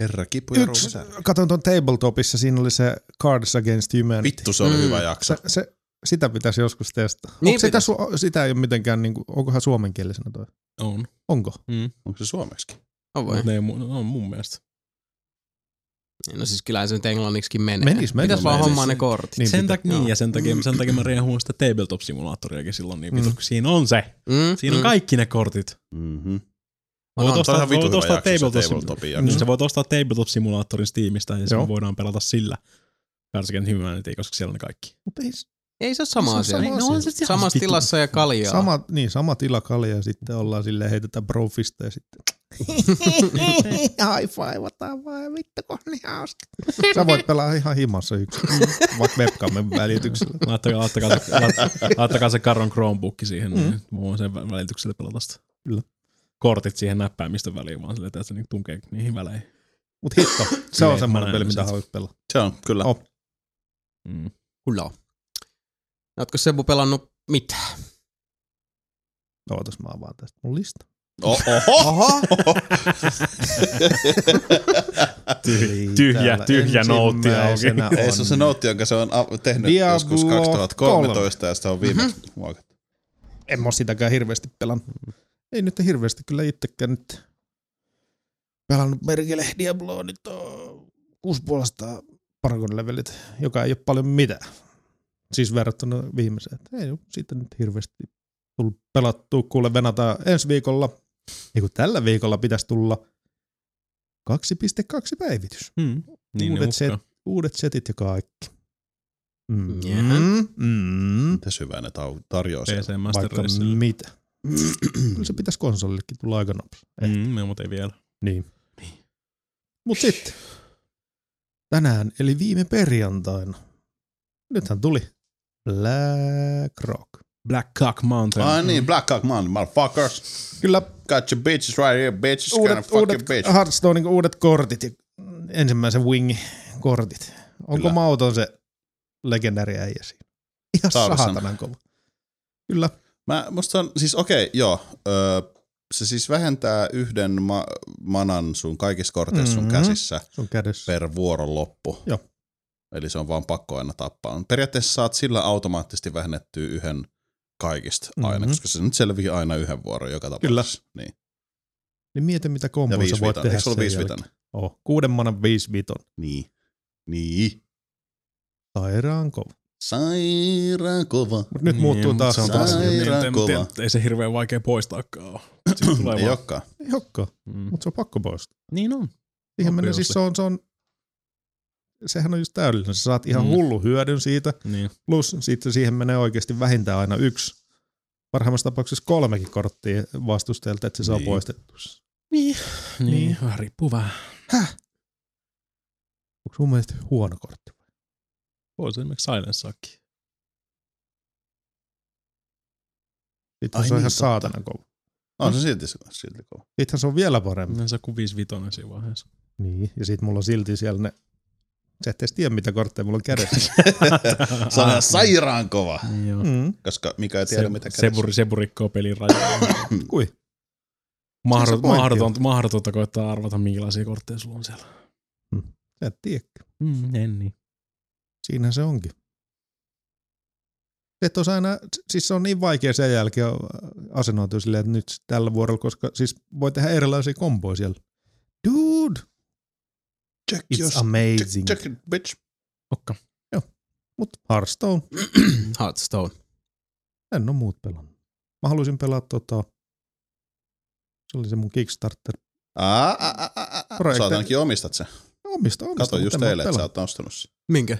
S3: Herra kipu ja
S4: Yksi,
S3: ruuvasäädä.
S4: katon tuon tabletopissa, siinä oli se Cards Against Humanity.
S3: Vittu, se oli
S1: Mm.
S3: hyvä jakso.
S4: Se, se, sitä pitäisi joskus testata.
S1: Niin
S4: Niin sitä,
S1: pitäisi.
S4: niinku- su- sitä ei ole mitenkään, niin kuin, onkohan suomenkielisenä toi?
S2: On.
S4: Onko?
S3: Onko se suomeksi?
S1: On voi.
S2: Mut ne ei, mu- ne on mun mielestä.
S1: No siis kyllä se nyt englanniksikin menee.
S4: Menis, menis.
S1: Pitäis vaan
S4: Menis.
S1: hommaa ne kortit.
S4: Niin
S2: sen,
S4: pitää.
S2: tak- niin,
S1: Joo.
S2: ja sen takia, sen takia mä riehun sitä tabletop-simulaattoriakin silloin niin vitu,
S4: Mm.
S2: kun siinä on se.
S1: Mm,
S2: Siinä on
S1: mm.
S2: kaikki ne kortit.
S3: Mm-hmm.
S1: On, on.
S2: Voit
S3: Toi on
S2: ostaa,
S3: ihan vitu
S2: voit
S3: hyvä
S2: ostaa
S3: jakso, se
S2: tabletop
S3: Tabletopin
S2: niin,
S3: jakso.
S2: sä voit ostaa tabletop-simulaattorin Steamista ja
S4: Joo.
S2: se voidaan pelata sillä. Persken Humanity, koska siellä on ne kaikki.
S4: Mutta ei
S1: Ei se ole sama
S4: Se on
S1: asia.
S4: sama
S1: Ei,
S4: asia.
S1: on se
S2: Ihan
S1: samassa
S2: vitu.
S1: tilassa ja kaljaa.
S4: sama, niin, sama tilakalja ja sitten ollaan silleen heitetään brofista ja sitten high fiveataan vaan ja vittu kun on niin hauska. Sä voit pelaa ihan himassa yksin, vaikka webcamen välityksellä.
S2: Laittakaa, laittakaa, se, laitt- laittakaa se Karron Chromebook siihen, niin mm. voin sen vä- välityksellä pelata sitä.
S4: Kyllä.
S2: Kortit siihen näppäimistön väliin, vaan sille että se niinku tunkee niihin väleihin.
S4: Mut hitto, se
S2: Kyllä,
S4: on
S2: Niin, mä
S4: semmoinen peli,
S2: näen
S4: mitä
S2: sen.
S4: haluat pelaa.
S3: Se on, kyllä.
S4: Oh.
S2: Mm.
S1: Kyllä. Ootko Sebu pelannut mitään?
S4: Ootas mä avaan tästä mun lista.
S3: Oh, oho!
S1: Oho!
S4: Tyhjä,
S2: tyhjä noutti auki.
S3: Ei se on se nootti, jonka se on a- tehnyt Diablo joskus
S4: Diablo Mhm.
S3: 2013 ja sitä on viimeksi muokattu.
S4: En mä oo sitäkään hirveästi pelannut. Ei nyt hirveästi kyllä itsekään nyt pelannut merkille Diabloa nyt on 6,5 Paragon levelit, joka ei ole paljon mitään. Siis verrattuna viimeiseen. Et Ei ole siitä nyt hirveästi tullut pelattua. Kuule venataan ensi viikolla. Niin kuin tällä viikolla pitäisi tulla 2.2 päivitys.
S2: Mm. Niin ne
S4: Uudet set,
S2: uhkaa.
S4: uudet setit ja kaikki. Mm.
S1: Jäähän.
S4: Mm.
S3: Miten syvää ne tau- tarjoaa siellä?
S2: PC Master
S4: Vaikka
S2: Race.
S4: mitä. Kyllä No se pitäisi konsolillekin tulla aika nopeasti. Eh,
S2: Mm, me mut ei vielä.
S4: Niin. Mut sitten tänään, eli viime perjantaina, nythän tuli Black Rock.
S2: Black Cock Mountain.
S3: Ai niin, Black Hawk Mountain, motherfuckers.
S4: Kyllä
S3: Got your bitches right here, bitches. Uudet,
S4: uudet,
S3: fucking
S4: uudet
S3: bitch.
S4: Hearthstonein uudet kortit ja ensimmäisen wingin kortit. Onko
S3: Kyllä.
S4: mauton se legendäri äijä siinä? Ihan
S3: Taarsan.
S4: saatanan kova. Kyllä.
S3: Mä, musta se on, siis okei, okay, joo. Öö, se siis vähentää yhden ma- manan sun kaikissa korteissa sun
S4: Mhm.
S3: käsissä
S4: Sun kädessä.
S3: per vuoron loppu.
S4: Joo.
S3: Eli se on vaan pakko aina tappaa. Periaatteessa saat sillä automaattisesti vähennettyä yhden kaikista aina,
S4: Mhm.
S3: koska se nyt selviää aina yhden vuoron joka tapauksessa. Kyllä. Niin.
S4: Niin mieti mitä
S3: Ja
S4: komboa sä
S3: viisi
S4: voit
S3: vitonen.
S4: tehdä
S3: Eikö se ollut
S4: sen
S3: viisi
S4: jälkeen.
S3: vitonen?
S4: Oh, kuuden manan viisi viton.
S3: Niin. Niin.
S4: Sairaan kova.
S3: Sairaan kova.
S4: Mut nyt muuttuu
S2: Niin, mut
S4: taas.
S2: Se on taas
S3: Sairaan
S2: niin, en- en-
S3: kova.
S2: Ei se hirveän vaikea poistaakaan ole. Sitten tulee
S3: Ei
S2: vaan.
S3: olekaan.
S4: Ei olekaan,
S2: Mm.
S4: mutta se on pakko poistaa.
S2: Niin on.
S4: Siihen
S2: On
S4: mennä siis
S2: previously.
S4: se on, se on, sehän on just täydellinen. Sä saat ihan
S2: Mm.
S4: mm. hullu hyödyn siitä,
S2: Niin.
S4: plus sitten siihen menee oikeasti vähintään aina yksi. Parhaimmassa tapauksessa kolmekin korttia vastustajalta, että se saa
S3: Niin.
S4: poistettu.
S2: Niin.
S4: Niin.
S2: niin. Vähän riippuu vähän.
S4: Onko sun mielestä huono kortti?
S2: Voi se esimerkiksi silenceakin.
S4: Sitten
S3: Ai
S4: se on
S3: niin,
S4: ihan
S3: totta.
S4: saatanan kova.
S3: On se silti, silti kova.
S4: Sittenhän se on vielä parempi.
S2: Niin se on kuin 5-5 siinä vaiheessa.
S3: Mm.
S4: Niin. Ja sitten mulla on silti siellä ne, sä et edes tiedä mitä kortteja mulla on kädessä.
S3: Se on ihan sairaan kova.
S2: Niin joo.
S4: mm.
S3: Koska mikä ei tiedä,
S2: Se,
S3: se, mitä kädessä.
S2: seburi, seburi rikkoo pelin rajoja.
S4: Kui? Siis Se on
S2: Mahdot,
S4: se pointti.
S2: mahdotonta, mahdotonta koittaa arvata, minkälaisia kortteja sulla on siellä.
S4: Sä et tiedä.
S2: Mm, en niin.
S4: Siinä se onkin. Se, että osaa aina, siis se on niin vaikea sen jälkeen asennoitua silleen, että nyt tällä vuorolla, koska siis voi tehdä erilaisia komboja siellä. Dude,
S3: Check
S4: it's
S3: your-
S4: amazing.
S3: check, check it, bitch.
S2: Okka.
S4: Mutta Hearthstone,
S1: Hearthstone.
S4: en ole muut pelannut. Mä haluaisin pelaa tota, se oli se mun Kickstarter.
S3: Aa, aa, aa, aa, aa.
S4: Projekti-
S3: Sä oot ainakin omistat sen.
S4: Omista, omista.
S3: Kato
S4: mut
S3: just
S4: en mä
S3: teille, että sä
S4: pelannut.
S3: oot ostanut sen.
S1: Minkä?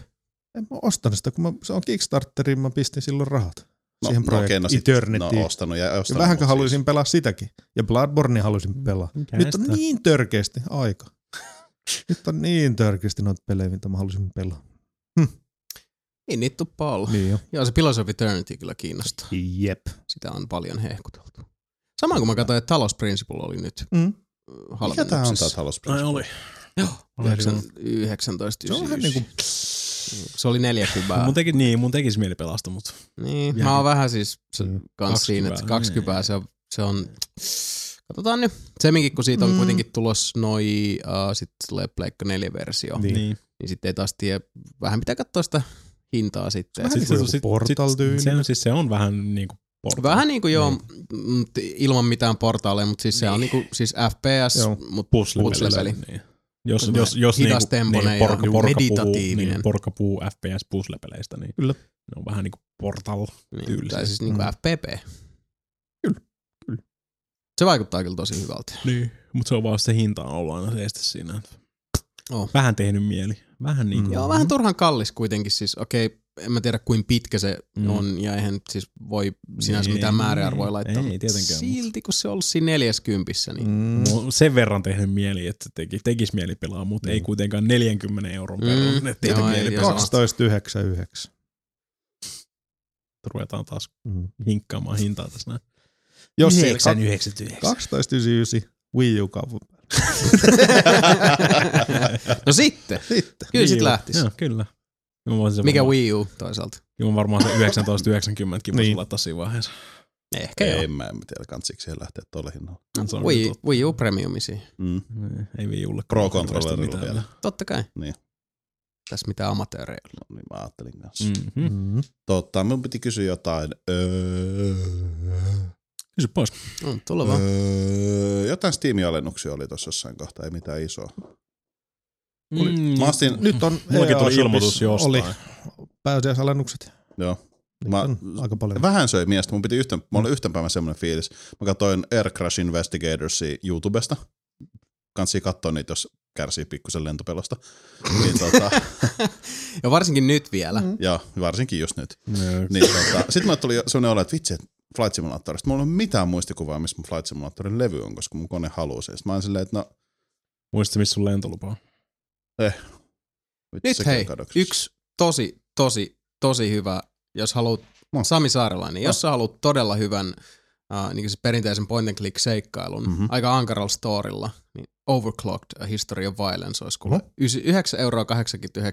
S4: En mä ostanut sitä, kun mä, se on Kickstarteriin, mä pistin silloin rahat.
S3: No,
S4: Siihen
S3: no okei,
S4: projektiin
S3: no sit-
S4: Eternityin.
S3: No ostanut ja ostanut.
S4: Ja
S3: mut
S4: vähänkö
S3: siis- Mm.
S4: haluaisin pelaa sitäkin. Ja Bloodborne haluaisin pelaa. Nyt on niin törkeästi aika. Nyt on niin törkeästi noita pelejä, mitä mä halusin pelaa.
S1: Ei niitä tuppaa olla.
S4: Niin jo.
S1: Joo, se Pillars of Eternity kyllä kiinnostaa.
S4: Jep.
S1: Sitä on paljon hehkuteltu. Samaan kun mä katsoin, että Talos Principle oli nyt
S4: Mm.
S1: äh,
S3: Mikä tää on taas
S4: tota?
S1: halvennuksessa.
S3: halus?
S4: No
S2: Ai oli.
S1: Joo,
S2: Oli
S1: yhdeksän-
S2: kyllä.
S1: 19.
S4: Se on vähän niinku...
S1: Se oli neljä kybää.
S2: Mun teki, niin, mun tekisi mieli pelastaa, mutta
S1: Niin,
S2: Jää.
S1: mä oon vähän siis se,
S4: Mm.
S1: kans siinä, että
S2: 20,
S1: 20 se on, se on katsotaan nyt. Semminkin, kun siitä on
S4: Mm.
S1: mm. kuitenkin tulos noi, uh, sit tulee Pleikka 4 versio, niin,
S4: Niin.
S2: niin.
S1: niin sitten ei taas tiedä, vähän pitää katsoa sitä hintaa sitten.
S4: Vähän
S1: Sit,
S4: niin kuin joku
S2: sit-
S4: Portal-tyylinen.
S2: sit- se on- siis se on vähän niinku portaali.
S1: Vähän niin kuin joo, mm, t- ilman mitään portaaleja, mutta siis se on niin kuin, siis FPS,
S4: Joo.
S1: mutta
S2: puzzle-peli.
S1: puzzle-peli.
S2: Niin. Jos,
S1: Semmoinen
S2: jos, jos
S1: hidastempoinen
S2: niin, porka,
S1: ja
S2: porka puhuu,
S1: meditatiivinen.
S2: niin, porka puhuu FPS puzzle-peleistä, niin
S4: Kyllä.
S2: ne on vähän niin kuin portal.
S1: Niin,
S2: Tyylisesti.
S1: tai siis niin kuin
S4: Mm.
S1: FPP.
S4: Kyllä, kyllä.
S1: Se vaikuttaa kyllä tosi hyvältä.
S2: Niin. Mutta se on vaan se hinta on ollut aina se este siinä. että
S1: Oh.
S2: Vähän tehnyt mieli. Vähän niin
S4: Mm.
S2: kuin.
S1: Joo, vähän turhan kallis kuitenkin. Siis okei, en mä tiedä kuinka pitkä se
S2: Mm.
S1: mm. on ja eihän nyt siis voi sinänsä
S2: Niin,
S1: mitään
S2: ei,
S1: määräarvoja laittaa.
S2: ei
S1: mut
S2: tietenkään, mut-
S1: Silti kun se on ollut siinä 40, niin mm.
S4: Mm.
S2: Mulla on sen verran tehnyt mieli, että se teki, tekisi mieli pelaa, mutta mm. ei kuitenkaan 40 euron
S1: Mm.
S2: verran. Mm. Että
S1: Joo, ei,
S2: mieli
S1: ei
S2: pelaa.
S1: saa.
S4: 12,99.
S2: Ruvetaan taas
S4: Mm.
S2: hinkkaamaan hintaa tässä näin.
S4: Jos siellä
S2: 9,99.
S4: 12,99 Wii U kaupan päällä.
S1: No sitten,
S4: Sitten.
S1: kyllä sit lähtis.
S2: Niin, Joo, kyllä. Ja mä voisin sen
S1: Mikä
S2: varmaan,
S1: Wii U toisaalta?
S2: Joo, varmaan se 1990kin voisi
S4: Niin.
S2: laittaa siinä vaiheessa.
S1: Ehkä joo.
S3: Ei, mä en tiedä, kantsiksi siihen lähteä tuolla hinnalla.
S4: No,
S2: Se on kyllä
S1: Wii,
S2: totta.
S1: Wii U Premiumisiin.
S3: Mm.
S2: Niin, Ei Wii Ulle
S3: Pro-controllerilla vielä.
S1: Totta kai.
S3: Niin.
S1: Tässä mitään amatöörejä.
S3: No niin, mä ajattelin kanssa. Mm.
S2: Mm-hmm.
S4: Mm.
S3: Totta, mun piti kysyä jotain. Öö,
S2: Kysy pois.
S1: Mm, tulla vaan.
S3: öö, jotain Steam-alennuksia oli tuossa jossain kohtaa, ei mitään isoa.
S2: Mm,
S3: Mä astin,
S4: Nyt on
S2: Mullakin
S4: EA
S2: tuli
S4: Shopissa
S2: ilmoitus jostain.
S4: Oli pääsiäisalennukset.
S3: joo.
S4: Nyt
S3: Mä-
S4: on aika paljon.
S3: Vähän söi miestä, mun piti yhten, mä olin yhten päivän semmoinen fiilis. Mä katsoin Air Crash Investigatorsia YouTubesta. Kansi katsoa niitä, jos kärsii pikkusen lentopelosta. Niin, tota,
S1: Ja varsinkin nyt vielä.
S3: ja varsinkin just nyt.
S2: Niin.
S3: Niin, tota, Sitten mä tuli semmoinen olo, että vitsi, että Flight Simulatorista. Mulla ei ole mitään muistikuvaa, missä mun Flight Simulatorin levy on, koska mun kone haluaa sen. Sitten mä olin silleen, että no,
S2: Muistatko, missä sun lentolupa on?
S3: vitsi,
S1: Nyt
S3: sekin on
S1: hei,
S3: kadoksissa.
S1: yksi tosi, tosi, tosi hyvä, jos haluat,
S3: Moi.
S1: Sami Saarelainen, jos sä haluat todella hyvän äh, niin siis perinteisen point and click seikkailun
S3: Mhm.
S1: mm-hmm. aika ankaralla storilla, niin Overclocked A History of Violence olisi kuule mm-hmm. 9,89 euroa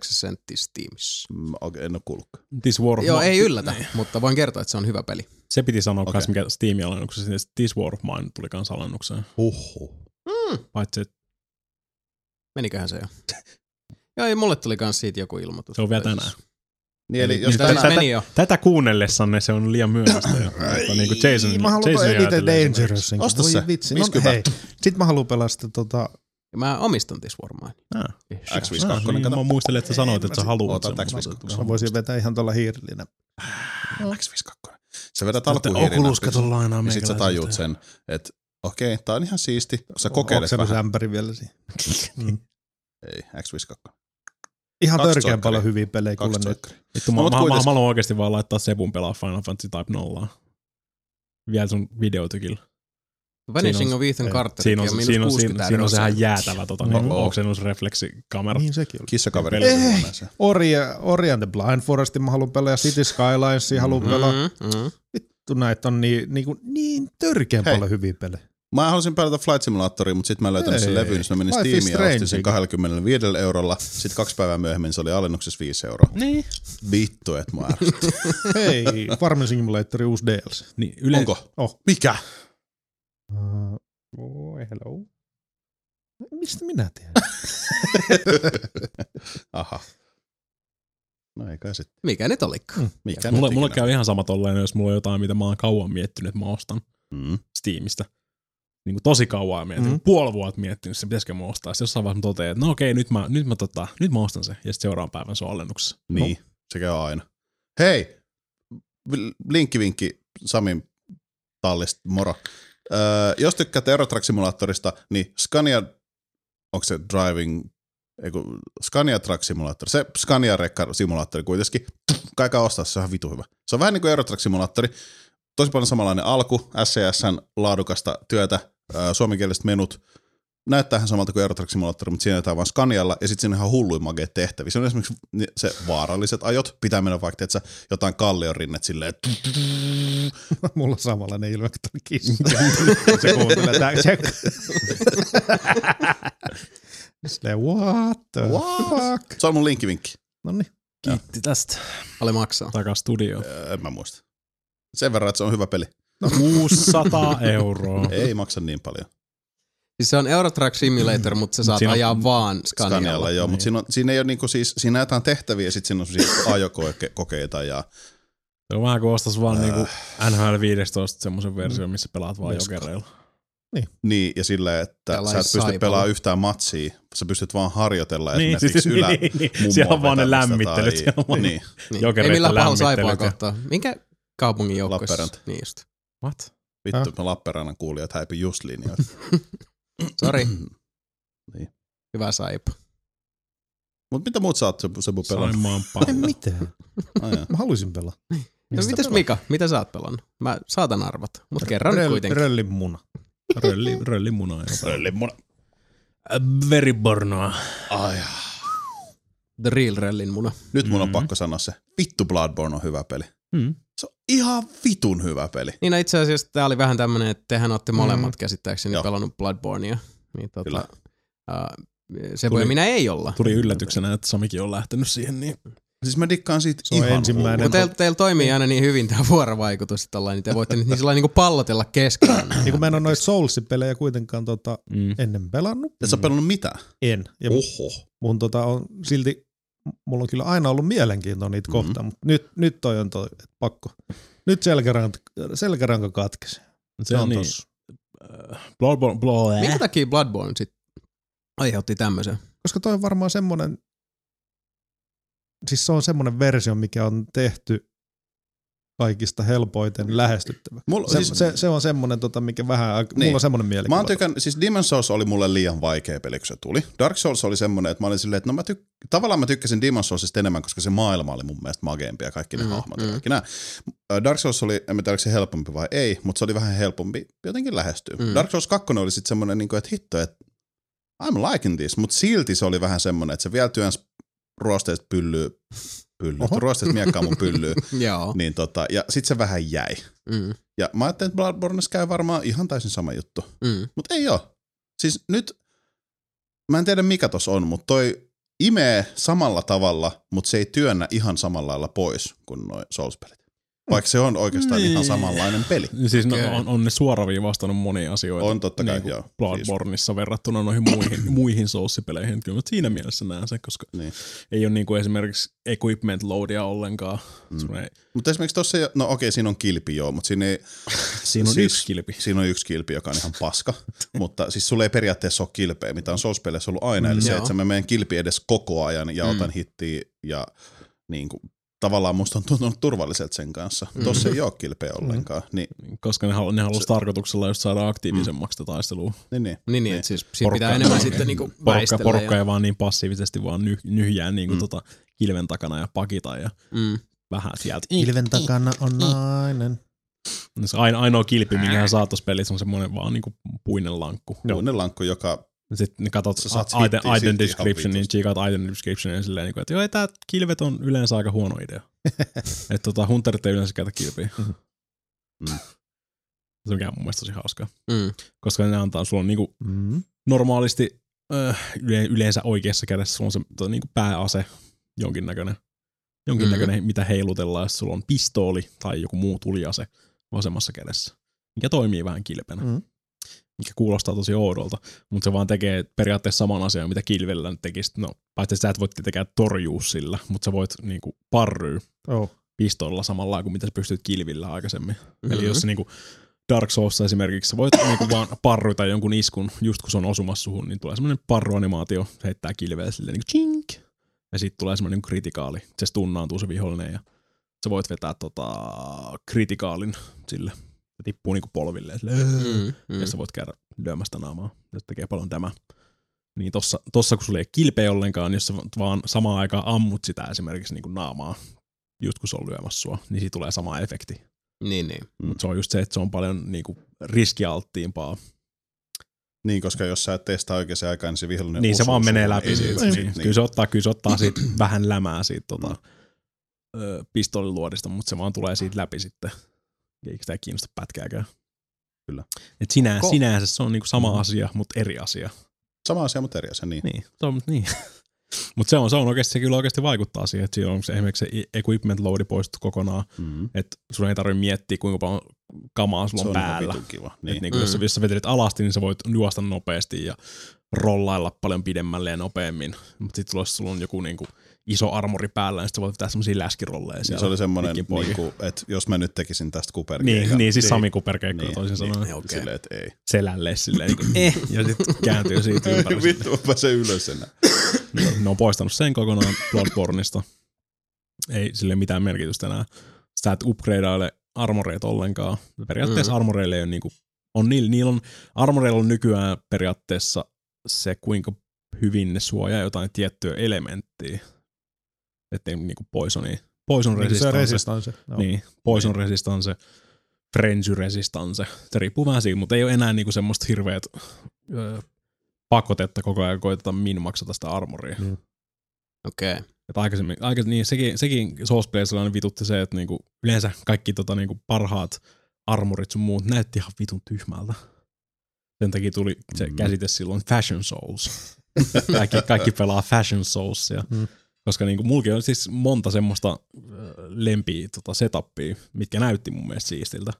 S1: senttiä Steamissa.
S3: Mm, Okei, en ole kuullutkaan.
S2: This War of
S1: Joo,
S2: Mine.
S1: ei yllätä, mutta voin kertoa, että se on hyvä peli.
S2: Se piti sanoa
S3: Okei.
S2: okay. mikä Steam-alennuksessa, että This War of Mine tuli kans alennukseen.
S3: Huhhuh.
S2: Paitsi, että
S1: Meniköhän se jo? Joo, ei, mulle tuli myös siitä joku ilmoitus.
S2: se on vielä tänään.
S3: Niin, eli
S2: Eli
S3: jos
S2: nyt
S1: Tai se
S3: tänään...
S1: meni jo.
S2: Tätä kuunnellessanne se on liian myöhäistä. jo. Mutta niin kuin Jason,
S4: Mä haluan tuon
S2: Jason
S4: Elite
S2: ajattelee esimerkiksi.
S4: Dangerousin.
S3: Osta
S4: Voi
S3: se.
S4: Vitsi. No,
S3: 50.
S4: hei. Sitten mä haluan pelaa sitä tota...
S1: Mä omistan This War Mine.
S2: Ah.
S3: X5.
S2: Ah, niin,
S3: Kato.
S2: Mä muistelin, että sä sanoit,
S4: Ei,
S2: että sä
S4: mä-
S2: haluat
S3: Otan
S2: sen.
S3: täksi
S2: mutta-
S3: viikoksi.
S4: Mä voisin vetää ihan tuolla hiirillinä.
S3: X52. Se vedät
S2: Sitten
S3: alkuhiirinä.
S2: Oculus kato lainaa
S3: Ja sit sä tajut sen, että okei, tää on ihan siisti. Sä kokeilet
S4: Oksennus
S3: vähän.
S4: ämpäri vielä siinä. Mm.
S3: Ei, X52.
S4: Ihan
S3: Kaksi
S4: törkeän
S3: soikkaria.
S4: paljon hyviä pelejä
S3: Kaksi
S4: kuule nyt.
S3: tsoikkaria.
S2: Vittu, mä,
S3: No, mut
S2: mä, mä,
S3: kuitenkin.
S2: mä haluan oikeasti vaan laittaa Sebun pelaa Final Fantasy Type 0. Vielä sun videotykillä.
S1: Vanishing
S2: on-
S1: of Ethan
S4: ei,
S1: Carter.
S2: Siinä on,
S1: ja miinus
S2: siinä on,
S1: 60
S2: siinä, siinä on sehän
S1: euroa.
S2: jäätävä tota,
S4: Oho.
S2: niin oksennusrefleksikamera.
S4: Niin sekin oli.
S3: Kissakaveri.
S2: Ei.
S3: huoneeseen.
S4: Orja, Orja and the Blind Forestin mä haluan pelaa, City
S3: Mm-hmm.
S4: Skylinesia haluan
S1: Mhm,
S2: Tota,
S4: pelaa.
S1: mhm.
S4: Vittu näitä on niin, niin, kuin, niin törkeän
S3: Hei.
S4: paljon hyviä pelejä.
S3: Mä halusin pelata Flight Simulatoria, mutta sitten mä en löytänyt sen
S4: Ei.
S3: levyyn, niin mä menin
S4: Life is
S3: Steamiin ja ostin sen
S4: strange.
S3: 25 eurolla. Sitten kaksi päivää myöhemmin se oli alennuksessa 5 euroa.
S2: Niin.
S3: Vittu, et mä ärsyt.
S4: Hei, Farming Simulator uusi DLC.
S2: niin yle,
S3: Onko?
S4: Oh.
S3: Mikä?
S4: Uh, oh, hello. Mistä minä tiedän?
S3: Aha. No ei kai sitten.
S1: Mikä nyt olikaan?
S2: Mm.
S3: Mikä
S2: Mulle,
S3: nyt
S2: mulle
S3: ikinä?
S2: käy ihan sama tolleen, jos mulla on jotain, mitä mä oon kauan miettinyt, että mä ostan
S3: Mm.
S2: Steamista. Niin kuin tosi kauan on miettinyt,
S4: Mhm.
S2: mm. puoli vuotta miettinyt, se pitäisikö mä ostaa. Sitten jossain vaiheessa mä totean, että no okei, nyt mä, nyt mä, tota, nyt mä ostan sen. Ja sitten seuraavan päivän se on alennuksessa.
S3: Niin, se käy aina. Hei! Linkkivinkki Samin tallista, moro. Öö, jos tykkäätte Eurotrack Simulatorista, niin Scania, onko se driving, ei kun, Scania Track Simulator, se Scania Rekka Simulaattori kuitenkin, kaikaa ostaa, se on ihan vitu hyvä. Se on vähän niin kuin Eurotrack Simulaattori, tosi paljon samanlainen alku, SCSn laadukasta työtä, öö, suomenkieliset menut, näyttää ihan samalta kuin Eurotrack Simulator, mutta siinä jotain vaan Scanialla, ja sitten siinä on ihan hulluin makeet tehtäviä. Se on esimerkiksi ni- se vaaralliset ajot, pitää mennä vaikka, että jotain kallion rinnet silleen, että
S4: Mulla on samanlainen ilme, kun tuli kissa. se kuuntelee tää. Se... Silleen, what the
S3: What?
S4: fuck? No niin,
S3: se on mun linkkivinkki.
S4: Noniin.
S2: Kiitti tästä.
S1: Ali maksaa.
S2: Takas studioon.
S3: Öö, en mä muista. Sen verran, että se on hyvä peli.
S2: 600 euroa.
S3: Ei maksa niin paljon.
S1: Siis se on Eurotrack Simulator, mutta sä
S2: Mut
S1: saat
S2: siinä on-
S1: ajaa vaan
S3: Scanialla,
S1: Scanialla.
S3: Scanialla joo,
S2: Niin.
S3: mutta siinä, on, siinä ei ole niinku siis, siinä on jotain tehtäviä, ja sitten siinä on siis ajokokeita ja
S2: Se on vähän kuin ostas vaan
S3: Äh.
S2: niinku NHL 15 semmoisen version, missä pelaat vaan
S4: Veska.
S2: jokereilla.
S3: Niin, ja sillä, että
S1: Tällä
S3: sä et
S1: ei
S3: pysty
S1: saipalla.
S3: pelaamaan yhtään matsia, sä pystyt vaan harjoitella esimerkiksi siis ylä...
S2: niin, niin, niin.
S3: mummoa
S2: Siellä on vaan ne
S3: vetämässä
S2: lämmittelyt.
S3: tai-
S2: siellä on vaan-
S3: Niin,
S1: Niin.
S2: Jokereita
S1: Ei millään pahalla
S2: lämmittelyt
S1: saipaa
S2: ja-
S1: kohtaa. Minkä kaupungin joukkueessa?
S3: Lappeenranta.
S1: Niin just.
S2: What?
S3: vittu, me Lappeenrannan kuulijat häipi just linjoita.
S2: Mm-hmm.
S1: Sori,
S3: niin.
S1: hyvä saipa.
S3: Mut mitä muut sä oot Sebu- Sebu pelannut?
S2: Saimaan
S4: En
S2: pallo.
S4: mitään.
S3: Ai jaa.
S4: Mä haluaisin pelaa.
S1: No,
S4: Mistä
S1: mitäs
S4: pelaat?
S1: Mika, mitä sä oot pelannut? Mä saatan arvata, mutta kerran
S4: Röll-
S1: kuitenkin.
S4: Röllin muna.
S2: Rölli, röllimuna. ja-
S3: Röllimuna.
S2: Veribornoa.
S3: Ai jaa.
S1: The Real Rellin muna.
S3: Nyt mun on
S2: Mhm.
S3: pakko sanoa se. Vittu Bloodborne on hyvä peli.
S2: Mm.
S3: Se on ihan vitun hyvä peli.
S1: Niin no itse asiassa tää oli vähän tämmönen, että tehän ootte molemmat
S2: Mm-hmm.
S1: mm. käsittääkseni
S3: Joo.
S1: pelannut Bloodbornea. Niin
S3: Kyllä.
S1: tota, uh, se voi
S2: Tuli-
S1: minä ei olla.
S2: Tuli yllätyksenä, että Samikin on lähtenyt siihen, niin
S3: Siis mä dikkaan siitä
S4: Se on
S3: ihan
S4: ensimmäinen.
S1: Kun
S3: hullu.
S1: teillä teil toimii aina niin hyvin tämä vuorovaikutus, ja tällainen, niin te voitte nyt niin sillä niin pallotella keskenään.
S4: Niin kun mä en ole noita Soulsin-pelejä kuitenkaan tota,
S2: mm.
S4: ennen pelannut. Mm.
S3: Et sä Uh. pelannut mitään?
S4: En. Ja
S3: Oho.
S4: mun tota on silti, mulla on kyllä aina ollut mielenkiintoa niitä
S3: Mhm.
S4: mm-hmm. kohtaan, mutta nyt, nyt toi on toi, et pakko. Nyt selkäranka, selkäranka katkesi.
S2: se on niin. äh,
S4: tossa.
S2: Bloodborne,
S1: Minkä
S2: Bloodborne.
S1: takia Bloodborne sitten aiheutti tämmöisen?
S4: Koska toi on varmaan semmonen, siis se on semmonen versio, mikä on tehty kaikista helpoiten lähestyttävä.
S3: Mm. Mulla,
S4: Se,
S3: siis,
S4: siis, se, se, on semmonen, tota, mikä vähän, aik-
S3: Niin.
S4: mulla on semmonen mielikuva.
S3: Mä oon tykän, siis Demon's Souls oli mulle liian vaikea peli, kun se tuli. Dark Souls oli semmoinen, että mä olin silleen, että no mä tyk- tavallaan mä tykkäsin Demon's Soulsista enemmän, koska se maailma oli mun mielestä mageempi ja kaikki ne
S1: Mm,
S3: mm, hahmot
S1: mm.
S3: ja kaikki nää. Ö, Dark Souls oli, en mä tiedä, oliko se helpompi vai ei, mutta se oli vähän helpompi jotenkin lähestyä.
S1: Mm.
S3: Mm. Dark Souls 2 oli sitten semmoinen, niin että hitto, että I'm liking this, mutta silti se oli vähän semmoinen, että se vielä työns ruosteista pyllyä, pyllyä,
S4: Oho.
S3: ruosteista miekkaa mun pyllyä,
S1: Joo.
S3: niin tota, ja sitten se vähän jäi.
S1: Mm,
S3: Ja mä ajattelin, että Bloodborneissa käy varmaan ihan täysin sama juttu.
S1: mm.
S3: Mutta ei ole. Siis nyt, mä en tiedä mikä tos on, mutta toi imee samalla tavalla, mutta se ei työnnä ihan samalla lailla pois kuin noi Souls-pelit. Vaikka se on oikeastaan niin. ihan
S2: Niin.
S3: samanlainen peli.
S2: Siis no,
S1: Okei.
S2: on, on ne suoraviivastanut monia asioita.
S3: On totta kai,
S2: niinku
S3: joo.
S2: Bloodborneissa siis. verrattuna noihin muihin, muihin soussipeleihin. Kyllä mä siinä mielessä näen sen, koska
S3: Niin.
S2: ei ole niinku esimerkiksi equipment loadia ollenkaan.
S3: Mm.
S2: Sun ei-
S3: Mutta esimerkiksi tossa, ei oo- no okei, siinä on kilpi joo, mutta siinä, ei,
S2: Siinä on
S3: Siis-
S2: siis, yksi kilpi.
S3: siinä on yksi kilpi, joka on ihan paska. mutta siis sulla ei periaatteessa ole kilpeä, mitä on Souls-peleissä ollut aina. Eli
S1: Mm,
S3: se,
S1: joo.
S3: että mä menen kilpi edes koko ajan ja
S1: Mm.
S3: otan hittiä ja niin kuin, tavallaan musta on tuntunut turvalliselta sen kanssa.
S1: Mm.
S3: Tossa ei ole kilpeä ollenkaan. Niin,
S2: Koska ne, halu, ne halusi tarkoituksella just saada aktiivisemmaksi sitä taistelua.
S3: niin, niin.
S1: Niin, niin,
S3: Niin.
S1: että siis siinä pitää enemmän sitten niinku
S2: porukka,
S1: väistellä.
S2: porukka
S1: ja,
S2: ei vaan niin passiivisesti vaan nyh, nyhjää niinku
S3: Mm.
S2: tota kilven takana ja pakita ja
S1: mm.
S2: vähän sieltä.
S4: Ilven takana on
S3: Niin.
S4: nainen.
S2: No Se aino, ainoa kilpi, minkä hän saa tuossa pelissä, on semmoinen vaan niinku puinen lankku.
S3: Joo. Unen lankku, joka...
S2: Sitten ne katsot
S3: Sä saat
S2: item,
S3: hittiä silti
S2: item
S3: ihan
S2: description, niin
S3: vitusti.
S2: chiikaat item description ja silleen, niinku, että joo, ei tää kilvet on yleensä aika huono idea. että tota, hunterit ei yleensä käytä kilpiä.
S3: Mm.
S2: Se mikä on mun mielestä tosi hauskaa.
S1: Mm.
S2: Koska ne antaa sulla on niinku
S3: Niin.
S4: Mm.
S2: normaalisti äh, yle- yleensä oikeassa kädessä sulla on se to, niin kuin pääase jonkinnäköinen, jonkinnäköinen mm. mitä heilutellaan, jos sulla on pistooli tai joku muu tuliase vasemmassa kädessä, mikä toimii vähän kilpenä.
S4: Mm.
S2: Mm. Mikä kuulostaa tosi oudolta, mutta se vaan tekee periaatteessa saman asian, mitä kilvellä nyt tekisi. No, paitsi sä et voi tietenkään torjua sillä, mutta sä voit niinku parryy
S4: Oh.
S2: pistolla samalla kuin mitä sä pystyt kilvillä aikaisemmin. Eli
S1: Mm.
S2: jos se niinku Dark Souls esimerkiksi, sä voit niinku vaan parruita jonkun iskun, just kun se on osumassa suhun, niin tulee semmoinen parruanimaatio, se heittää kilveä silleen niinku chink, ja sitten tulee semmoinen niinku kritikaali, se stunnaantuu se vihollinen, ja sä voit vetää tota kritikaalin sille, se tippuu niinku polville, ja, mm.
S1: Mm. Mm.
S2: ja sä voit käydä lyömästä naamaa, ja se tekee paljon tämä. Niin tossa, tossa kun sulla ei ole kilpeä ollenkaan, niin jos sä vaan samaan aikaan ammut sitä esimerkiksi niinku naamaa, just kun se on lyömässä sua, niin siitä tulee sama efekti.
S1: Niin, niin.
S2: Mutta se on just se, että se on paljon niinku riskialttiimpaa.
S3: Niin, koska jos sä et testaa oikeaan aikaan, niin se vihollinen
S2: niin se
S3: osuu
S2: vaan menee
S3: suhun
S2: läpi.
S3: esille.
S2: Siitä,
S3: Niin,
S2: niin, niin. Kyllä se ottaa, kyllä se ottaa siitä vähän lämää siitä tota, ö, pistooliluodista, mutta se vaan tulee siitä läpi sitten. Eikä sitä kiinnosta pätkääkään.
S3: Kyllä.
S2: Et sinä,
S1: Ko-
S2: sinänsä se on niinku sama asia, mutta eri asia.
S3: Sama asia, mutta eri asia, niin.
S2: Niin, se on, niin. mutta se on, se on oikeasti, se kyllä oikeasti vaikuttaa siihen, että siinä on se, esimerkiksi se e-, equipment loadi poistettu kokonaan,
S3: Mm.
S2: että sun ei tarvitse miettiä, kuinka paljon kamaa sulla
S3: Se
S2: on,
S3: on
S2: päällä.
S3: ihan vitun kiva.
S2: Niin.
S3: Niin.
S2: Niinku, mm. jos, sä- jos sä vetelet alasti, niin sä voit juosta nopeasti ja rollailla paljon pidemmälle ja nopeammin. Mutta sitten jos sulla on joku niinku iso armori päällä, niin sit sä voit vetää semmosia läskirolleja
S3: Niin
S2: siellä.
S3: se oli semmoinen,
S2: pitkin poikin.
S3: niinku, että jos mä nyt tekisin tästä kuperkeikan.
S2: Niin, niin, siis Sami Kuperkeikko
S3: Niin,
S2: niin, toisin
S3: niin,
S2: sanoen.
S3: niin, okay. Silleen, että ei.
S2: Selälle silleen. Niin kuin, eh, ja sitten kääntyy siitä ympäri.
S3: Vittu, mä pääsen ylös enää.
S2: silleen. ne on poistanut sen kokonaan Bloodborneista. Ei sille mitään merkitystä enää. Sä et upgradeaile armoreita ollenkaan. Periaatteessa
S1: Mm.
S2: mm. armoreille ei ole niinku, on niillä, niillä on, armoreilla on nykyään periaatteessa se, kuinka hyvin ne suojaa jotain tiettyä elementtiä. Että ei niinku poisoni, poison
S4: Niin se on
S2: resistance.
S4: resistance. Joo.
S2: Niin, poison niin. resistance, frenzy resistance. Se riippuu vähän siitä, mutta ei ole enää niinku semmoista hirveät öö, pakotetta koko ajan koiteta minmaksata sitä armoria. Mm.
S1: Okei. Okay.
S2: Et aikaisemmin, aikaisemmin, niin sekin, sekin Soulsplaysilla aina vitutti se, että niinku, yleensä kaikki tota, niinku, parhaat armorit sun muut näytti ihan vitun tyhmältä. Sen takia tuli se
S3: Mm.
S2: käsite silloin Fashion Souls. kaikki, kaikki pelaa Fashion Soulsia.
S4: Mm.
S2: Mm. Koska niinku, mulki on siis monta semmoista ö, lempiä tota, setupia, mitkä näytti mun mielestä siistiltä.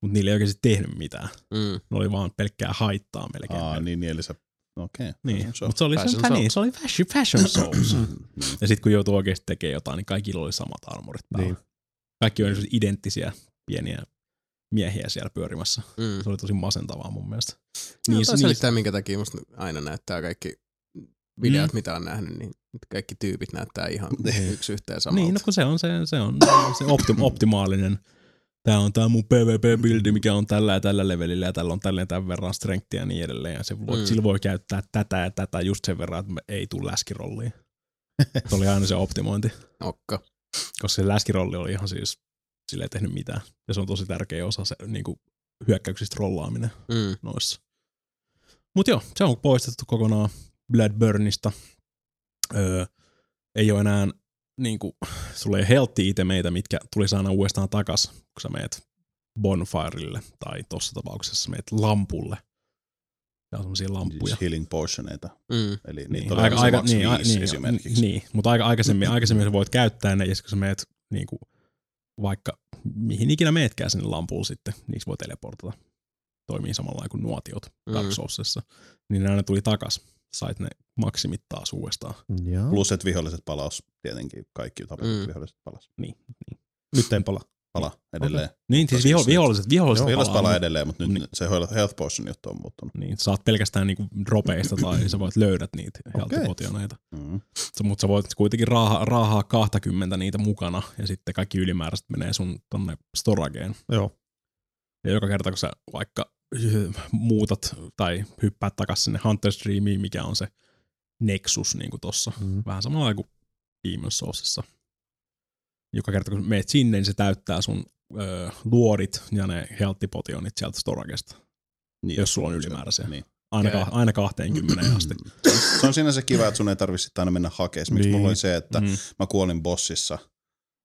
S2: Mutta niillä ei oikeasti tehnyt mitään.
S1: Mm.
S2: Ne oli vaan pelkkää haittaa melkein.
S3: Aa, niin, niin, eli sä... Okei.
S2: Niin,
S3: Se on-
S2: mutta se oli,
S1: Fashion Niin.
S2: fashion
S1: Souls.
S2: niin, se oli fashion, fashion souls. ja sitten kun joutuu oikeasti tekemään jotain, niin kaikilla oli samat armorit päällä.
S4: Niin.
S2: Niin. Kaikki oli semmosia identtisiä pieniä miehiä siellä pyörimässä.
S1: Mm.
S2: Se oli tosi masentavaa mun mielestä.
S1: Niin, no,
S2: Niissä-
S1: toi selittää, minkä takia musta aina näyttää kaikki videot, mm. mitä on nähnyt, niin kaikki tyypit näyttää ihan yksi yhteen samalta.
S2: Niin, no kun se on se, se, on se optim, optimaalinen. Tämä on tämä mun PvP-bildi, mikä on tällä ja tällä levelillä ja tällä on tällä ja tämän verran strengthia ja niin edelleen. Ja se voi,
S1: Mm.
S2: mm. sillä voi käyttää tätä ja tätä just sen verran, että me ei tule läskirolliin. se oli aina se optimointi.
S1: Okka.
S2: koska se läskirolli oli ihan siis sille ei tehnyt mitään. Ja se on tosi tärkeä osa se niin kuin hyökkäyksistä rollaaminen
S1: Mm.
S2: noissa. Mutta joo, se on poistettu kokonaan Bloodburnista. Öö, ei ole enää niin kuin, sulla ei heltti itemeitä, mitkä tulisi aina uudestaan takas, kun sä meet bonfirelle tai tossa tapauksessa meet lampulle. Ja on semmosia lampuja.
S3: Siis healing potioneita.
S1: Mm.
S3: Eli
S2: Niin,
S3: niitä oli
S2: aika, aika,
S3: niin,
S2: niin, a,
S3: viisi
S2: niin,
S3: niin, esimerkiksi.
S2: Niin, mutta aika, aikaisemmin, aikaisemmin sä voit käyttää ne, ja sit kun sä meet niin kuin, vaikka mihin ikinä meetkään sinne lampuun sitten, niissä voi teleportata. Toimii samalla lailla kuin nuotiot
S1: Mm.
S2: Dark Soulsissa. Niin ne aina tuli takas. Sait ne maksimit taas uudestaan.
S4: Joo.
S3: Plus, että viholliset palaus tietenkin. Kaikki tapetut
S1: Mm.
S3: mm. viholliset palas.
S4: Nyt ei pala.
S3: Pala edelleen.
S2: Niin, siis viho, viholliset, viholliset
S3: Okay. Viholliset
S2: palaa, Niin.
S3: palaa
S2: mut-
S3: edelleen, mutta nyt se health potion juttu on muuttunut.
S2: Niin, saat pelkästään niinku dropeista tai sä voit löydät niitä helttipotioneita.
S3: Mm.
S2: Mutta sä voit kuitenkin raahaa, raahaa 20 niitä mukana ja sitten kaikki ylimääräiset menee sun tonne storageen.
S4: Joo.
S2: Ja joka kerta, kun sä vaikka öö, muutat tai hyppäät takaisin sinne Hunter Streamiin, mikä on se Nexus niin kuin tossa.
S4: Mm.
S2: Vähän samalla lailla kuin Demon's Soulsissa. Joka kerta, kun meet sinne, niin se täyttää sun öö, luodit ja ne helttipotionit sieltä storagesta.
S3: Niin,
S2: Jos sulla on ylimääräisiä.
S3: Niin.
S2: Aina,
S1: Okei.
S2: ka- aina 20 asti.
S3: Se on sinänsä kiva, että sun ei tarvitse sitä aina mennä hakemaan. Miksi
S4: Niin.
S3: mulla oli se, että
S2: Mm.
S3: mä kuolin bossissa,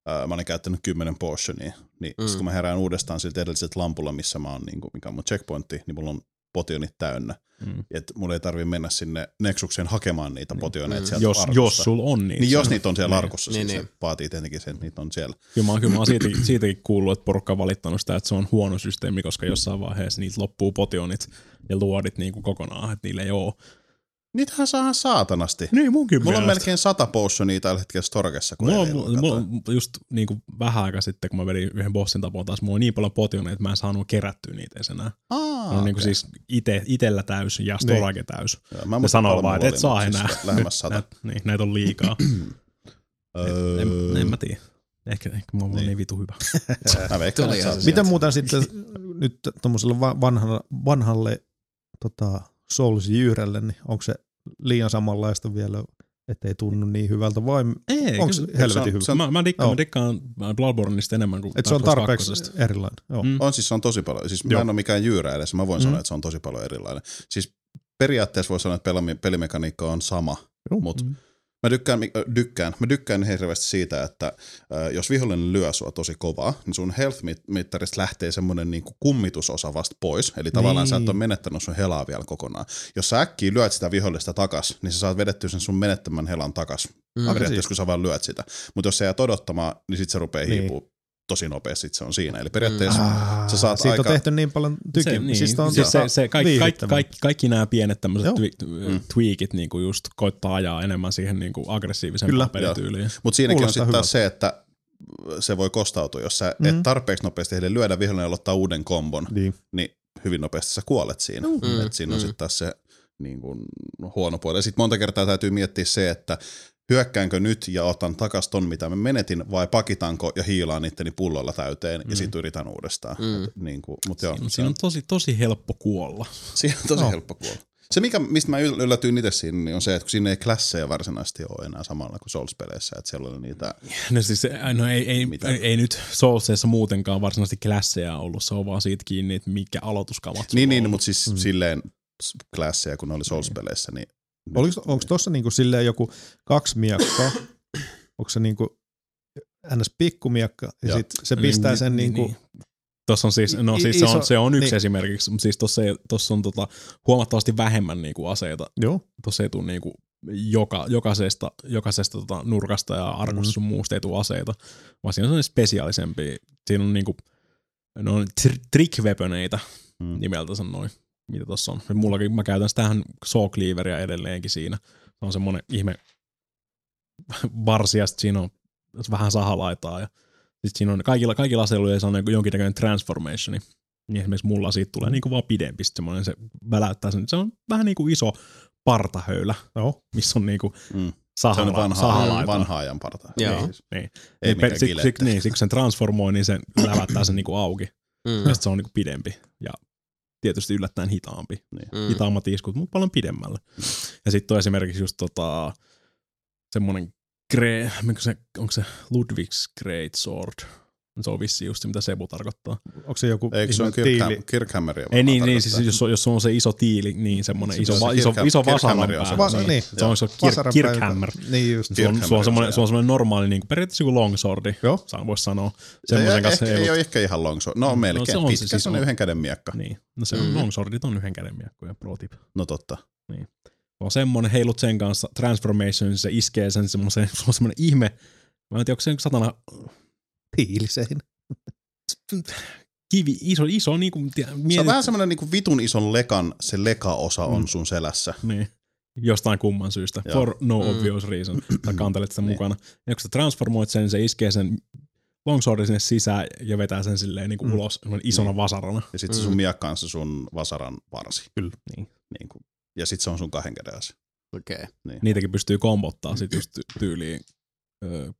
S3: ää, mä olin käyttänyt kymmenen portionia, niin
S1: Mm.
S3: mm. sit kun mä herään uudestaan siltä edelliseltä lampulla, missä mä oon, niin kuin, mikä on mun checkpointti, niin mulla on potionit täynnä.
S2: Mm.
S3: Että mulla ei tarvi mennä sinne Nexukseen hakemaan niitä
S2: Niin.
S3: potioneita
S1: Mm.
S3: sieltä
S2: Jos,
S3: arkusta.
S2: jos sulla on niitä.
S3: niin jos niitä on siellä
S2: Niin.
S3: arkussa,
S1: Niin,
S3: niin, siis
S1: niin.
S3: se vaatii tietenkin sen, että niitä on siellä.
S2: Kyllä mä, oon- kyllä mä oon siitäkin, siitäkin kuullut, että porukka on valittanut sitä, että se on huono systeemi, koska jossain vaiheessa niitä loppuu potionit ja luodit niin kuin kokonaan, että niillä ei oo.
S3: Niitähän saa saatanasti.
S2: Niin munkin
S3: Mulla on melkein sata potionia tällä hetkellä storkessa, kun
S2: Mulla,
S3: eilen
S2: on- mulla,
S3: katsoin.
S2: on just niin kuin vähän aikaa sitten, kun mä vedin yhden bossin tapoon taas, mulla on niin paljon potioneita, että mä en saanut kerättyä niitä edes enää.
S3: Aa,
S2: Ah, on niin kuin
S3: okei.
S2: siis ite, itellä täys ja storage täys.
S3: Joo, mä
S2: Ne
S3: muistan,
S2: sanoo
S3: paljon
S2: vaan, että
S3: mulla
S2: et
S3: oli,
S2: saa
S3: mutta
S2: enää.
S3: siis Lähemmäs sata.
S2: Näitä, niin, näitä on liikaa.
S3: Öö,
S2: en, en, mä tiedä. Ehkä, ehkä mä oon niin.
S3: Niin.
S2: niin vitu hyvä.
S3: mä veikkaan,
S1: Tulihan
S3: että
S1: se
S3: sä-
S4: Miten muuten sitten nyt tuommoiselle va- vanhalle, vanhalle tota, Souls jyhrälle, niin onko se liian samanlaista vielä, ettei tunnu niin hyvältä vai
S2: Ei,
S4: onko
S2: kyllä-
S3: se on-
S4: helvetin hyvä?
S3: se on-
S2: mä, mä, dikkaan,
S4: Joo.
S2: mä dikkaan Bloodborneista enemmän kuin
S4: Et se on
S2: Dark Souls
S4: tarpeeksi
S2: kakkosesta.
S4: erilainen. Joo.
S2: Mm.
S3: On siis, se on tosi paljon. Siis
S4: Joo.
S3: mä en ole mikään jyyrä edes, mä voin
S4: Mm.
S3: mm. sanoa, että se on tosi paljon erilainen. Siis periaatteessa voi sanoa, että pelami- pelimekaniikka on sama,
S4: Joo.
S3: mutta mm. mä dykkään, mi- ö, dykkään, mä dykkään hirveästi siitä, että ö, jos vihollinen lyö sua tosi kovaa, niin sun health-mittarista lähtee semmoinen niinku kummitusosa vasta pois, eli tavallaan
S4: Niin.
S3: sä et ole menettänyt sun helaa vielä kokonaan. Jos sä äkkiä lyöt sitä vihollista takas, niin sä saat vedettyä sen sun menettämän helan takas
S1: Mm.
S4: Ah,
S3: periaatteessa, kun sä vaan lyöt sitä. Mutta jos sä jäät odottamaan, niin sit se rupeaa
S4: siis. Niin. Ah.
S3: niin. hiipuu tosi nopeasti sit se on siinä. Eli periaatteessa mm. sä saat
S4: siitä
S3: aika...
S4: on tehty niin paljon tykin.
S2: Se, niin,
S4: siis tää on
S2: siis se,
S4: tota
S2: se, kaikki, kaikki,
S4: viihdyttävää.
S2: kaikki, kaikki nämä pienet tämmöiset
S4: Joo.
S2: twi, mm. tweakit niinku just koittaa ajaa enemmän siihen niinku
S4: Kyllä.
S2: aggressiivisempaan pelityyliin.
S3: Mutta siinäkin on
S4: Kuulostaa
S3: sitten taas se, että se voi kostautua, jos sä mm-hmm.
S2: Mm.
S4: Mhm.
S3: et tarpeeksi nopeasti heille lyödä vihollinen ja aloittaa uuden kombon,
S4: Niin.
S3: niin hyvin nopeasti sä kuolet siinä.
S1: Mm,
S3: Mm-hmm. Et siinä on
S1: mm.
S3: sitten taas se niin kun, huono puoli. Sitten monta kertaa täytyy miettiä se, että hyökkäänkö nyt ja otan takas ton, mitä mä menetin, vai pakitanko ja hiilaan itteni pullolla täyteen mm.
S2: Mm.
S3: ja sitten yritän uudestaan.
S1: Mm.
S3: Mm. Et, niin kun, mut joo,
S2: Siinä,
S3: se
S2: siinä on tosi, tosi helppo kuolla.
S3: Siihen on tosi
S4: No.
S3: no. helppo kuolla. Se, mikä, mistä mä yl- yllätyin itse siinä, niin on se, että kun siinä ei klasseja varsinaisesti ole enää samalla kuin Souls-peleissä, että siellä oli niitä,
S2: No siis, äh, no ei, ei,
S3: Mitä?
S2: ei, ei nyt Soulseissa muutenkaan varsinaisesti klasseja ollut, se on vaan siitä kiinni, että mikä aloituskamat sulla
S3: niin,
S2: on
S3: niin
S2: ollut.
S3: mutta siis mm. silleen s- klasseja, kun ne oli Souls-peleissä, niin
S4: Oliko, onko tuossa niinku silleen joku kaksi miekkaa? onko se niinku ns. pikkumiekka ja,
S3: Joo.
S4: sit se
S2: Niin,
S4: pistää sen niinku
S2: Tuossa niin. on siis, no
S4: I-
S2: siis se
S4: iso-
S2: on, se on yksi
S4: niin.
S2: niin. esimerkiksi, mutta siis tuossa ei- tuossa on tota, huomattavasti vähemmän niinku aseita.
S4: Joo.
S2: Tuossa ei tule niinku joka, jokaisesta, jokaisesta tota, nurkasta ja arkusta
S4: Mm.
S2: mm. sun muusta ei tule aseita, vaan siinä on sellainen spesiaalisempi. Siinä on niinku, ne on tr- trick-weaponeita
S3: Mm.
S2: nimeltänsä noin, mitä tuossa on. Ja Mullakin, mä käytän sitähän saw cleaveria edelleenkin siinä. Se on semmoinen ihme varsi ja sit siinä on vähän sahalaitaa ja sit siinä on kaikilla, kaikilla aseilla on joku jonkinnäköinen transformationi. Niin esimerkiksi mulla siitä tulee niinku vaan pidempi sit semmoinen, se väläyttää sen. Se on vähän niinku iso partahöylä,
S4: Joo.
S2: missä on niinku
S3: Mm. se
S2: sahalla,
S3: on vanha,
S2: sahalaitaa.
S3: vanha ajan parta.
S1: Joo.
S3: Ei, siis-
S2: Niin.
S3: ei
S2: Niin, per-
S3: mikään
S2: siksi-
S3: kile.
S2: siksi- niin, siksi kun sen transformoi, niin se lävättää sen niinku auki.
S1: Mm.
S2: Ja sit se on niinku pidempi ja tietysti yllättäen hitaampi
S1: Mm.
S2: hitaammat iskut, mutta paljon pidemmälle. Ja sitten on esimerkiksi just tota, semmoinen gre, onko se, onko se Ludwig's Great Sword? Se on vissi just se, mitä Sebu tarkoittaa.
S4: Onko se joku
S3: Eikö se
S4: ihme
S3: on
S4: tiili?
S3: Kirkham- Kirkhammeria?
S2: Ei
S3: varmaan
S2: niin, niin
S3: tarkoittaa?
S2: siis jos, on- jos on se iso tiili, niin semmoinen
S3: Se
S2: iso,
S3: on se
S2: va, iso,
S3: Kirkham-
S2: iso vasaran
S3: Kirkhammeri on
S2: pää.
S3: se
S4: vas-
S2: niin,
S4: niin,
S2: se on se kir,
S4: Vasaran
S2: kirkhammer.
S4: päivä. Niin just.
S2: Se on, se
S3: Kirkhammer
S2: on
S3: on
S2: semmoinen,
S3: se,
S2: se on semmoinen normaali, niin kuin periaatteessa joku longswordi,
S4: Joo.
S2: saan voisi sanoa.
S3: Se ei,
S2: Semmoisen kanssa
S3: ehkä,
S2: ei
S3: ei
S2: ollut. Mm.
S3: ole ehkä ihan longso. No, melkein. No, se on Pitkä, se, siis
S2: on.
S3: yhden käden miekka.
S2: Niin, no se on,
S1: Mm.
S2: longswordit on yhden käden miekkoja, pro tip.
S3: No totta.
S2: on semmonen, heilut sen kanssa, transformation, se iskee sen semmoisen, se on semmonen ihme, mä en tiedä, onko se satana
S4: Tiilisein.
S2: kivi, iso, iso, niin kuin, tiedä,
S3: Se on
S2: mietit,
S3: vähän semmoinen niin vitun ison lekan, se lekaosa on
S2: Mm.
S3: sun selässä.
S2: niin, jostain kumman syystä,
S3: Joo.
S2: for no
S1: Mm.
S2: obvious reason, tai kantelet sitä
S3: Niin.
S2: mukana. Ja kun sä transformoit sen, niin se iskee sen longswordin sinne sisään ja vetää sen silleen niin kuin
S4: Mm.
S2: ulos semmonen isona
S3: Niin.
S2: vasarana.
S3: Ja sitten se
S1: Mm.
S3: sun miekka on se sun vasaran varsi.
S2: Kyllä. Niin.
S3: Niin kuin, ja sitten se on sun kahden käden asia.
S1: Okei.
S2: Niitäkin pystyy kombottaa sit just ty- tyyliin öö,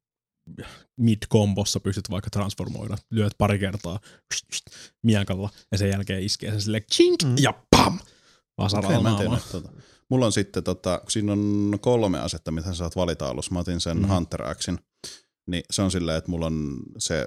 S2: mid-kombossa pystyt vaikka transformoida, lyöt pari kertaa pst, pst, miekalla ja sen jälkeen iskee sen silleen chink
S4: Mm.
S2: ja pam!
S3: Okei, mä en
S2: Vasaralla
S3: tiennyt,
S2: okay,
S3: tota. Mulla on sitten, tota, kun siinä on kolme asetta, mitä sä saat valita alussa. Mä otin sen
S2: Mhm.
S3: mm-hmm. Hunter Axin. Niin se on silleen, että mulla on se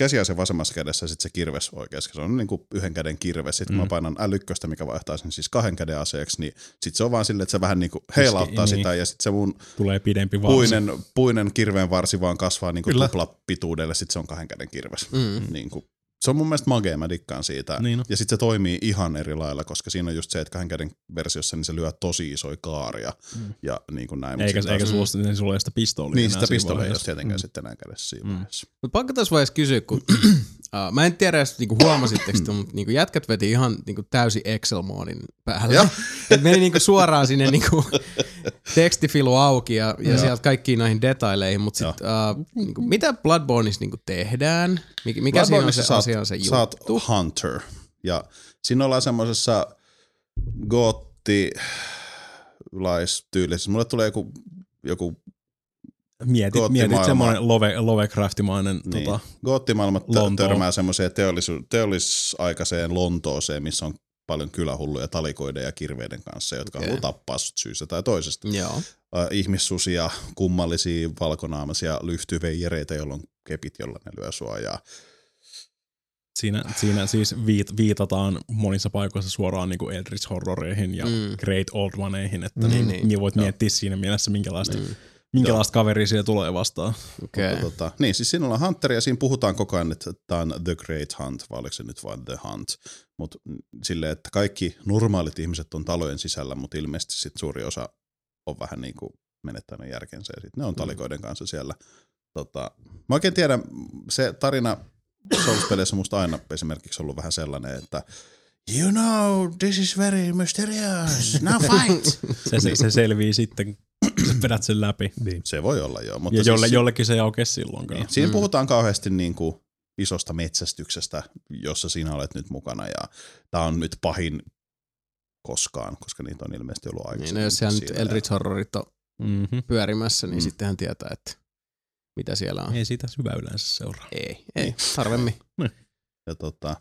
S3: käsiase vasemmassa kädessä ja sitten se kirves oikeassa. Se on niin kuin yhden käden kirves. Sitten mm. mä
S2: Mhm.
S3: painan L1, mikä vaihtaa sen siis kahden käden aseeksi, niin sitten se on vaan silleen, että se vähän niin kuin heilauttaa
S2: Iski,
S3: sitä ja sitten se mun
S2: tulee pidempi varsi.
S3: puinen, puinen kirveen varsi vaan kasvaa niin kuin
S4: Kyllä.
S3: tuplapituudelle, sitten se on kahden käden kirves.
S1: Mm.
S3: Mm. Niin kuin, se on mun mielestä magea, mä dikkaan siitä.
S2: Niin on.
S3: Ja sitten se toimii ihan eri lailla, koska siinä on just se, että kahden käden versiossa niin se lyö tosi isoja kaaria
S2: Mm.
S3: mm. ja niin kuin näin. mut
S2: Eikä,
S3: sit
S2: eikä
S3: taas-
S2: sulla, niin sulla ei ole sitä pistoolia.
S3: niin
S2: enää
S3: sitä
S2: siinä
S3: pistoleja ei ole
S2: vaiheessa.
S3: tietenkään
S2: Mm.
S3: mm. sitten enää kädessä siinä
S2: Mm.
S3: vaiheessa.
S1: Mut pakko tässä vaiheessa kysyä, kun uh, mä en tiedä, jos niinku huomasitteko, te, mutta niinku jätkät veti ihan niinku täysin Excel-moodin
S3: Joo.
S1: päälle. Et meni niinku suoraan sinne niinku tekstifilu auki ja, ja
S3: Joo.
S1: sieltä kaikkiin näihin detaileihin, mutta sit, uh, niinku, mitä Bloodborneissa niinku tehdään? Mik, mikä siinä on se
S3: Bloodborneissa saat-
S1: asian se juttu?
S3: Sä oot Hunter. Ja siinä ollaan semmoisessa gootti laistyylissä. Mulle tulee joku, joku
S2: Mietit, mietit
S3: Goottimaailma.
S2: semmoinen love, Lovecraftimainen niin.
S3: niin,
S2: tota,
S3: tota, goottimaailma tö-
S2: Lontoo.
S3: törmää semmoiseen teollisu- teollisaikaiseen Lontooseen, missä on paljon kylähulluja talikoiden ja kirveiden kanssa, jotka
S1: Okei.
S3: okay. haluaa tappaa sut syystä tai toisesta.
S1: Joo.
S3: äh, ihmissusia, kummallisia valkonaamaisia lyhtyveijereitä, joilla on kepit, jolla ne lyö sua. Ja,
S2: siinä, siinä siis viit, viitataan monissa paikoissa suoraan niin kuin Eldritch Horroreihin ja
S1: Mm.
S2: Great Old Oneihin, että
S4: Niin,
S2: niin,
S1: niin.
S2: niin, niin voit miettiä siinä mielessä, minkälaista,
S3: Niin.
S1: Mm.
S2: minkälaista kaveria siellä tulee vastaan.
S1: Okei.
S3: ja tota, niin, siis siinä ollaan Hunter ja siinä puhutaan koko ajan, että tämä on The Great Hunt, vai oliko se nyt vain The Hunt. Mutta silleen, että kaikki normaalit ihmiset on talojen sisällä, mutta ilmeisesti
S2: Mm.
S3: sit suuri osa on vähän niin kuin menettänyt järkensä ja sit ne on talikoiden kanssa siellä tota, mä oikein tiedän, se tarina Souls-peleissä on musta aina esimerkiksi ollut vähän sellainen, että You know, this is very mysterious, No, now fight!
S2: Se, se, se selvii sitten, kun sä vedät sen läpi. Niin.
S3: se voi olla joo, mutta
S2: Ja jolle,
S3: siis,
S2: jollekin se ei aukea silloinkaan.
S3: Siinä
S1: Mm.
S3: Niin, puhutaan kauheasti niin kuin isosta metsästyksestä, jossa sinä olet nyt mukana ja tämä on nyt pahin koskaan, koska niitä on ilmeisesti ollut
S1: Niin,
S3: aikaisemmin.
S1: no jos siellä nyt
S3: siinä.
S1: Eldritch Horrorit on
S2: Mm-hmm.
S1: pyörimässä, niin
S3: Mm. Niin.
S1: mm. sittenhän tietää, että mitä siellä on.
S2: Ei siitä syvä yleensä seuraa.
S1: Ei, ei, harvemmin.
S3: Ja tota,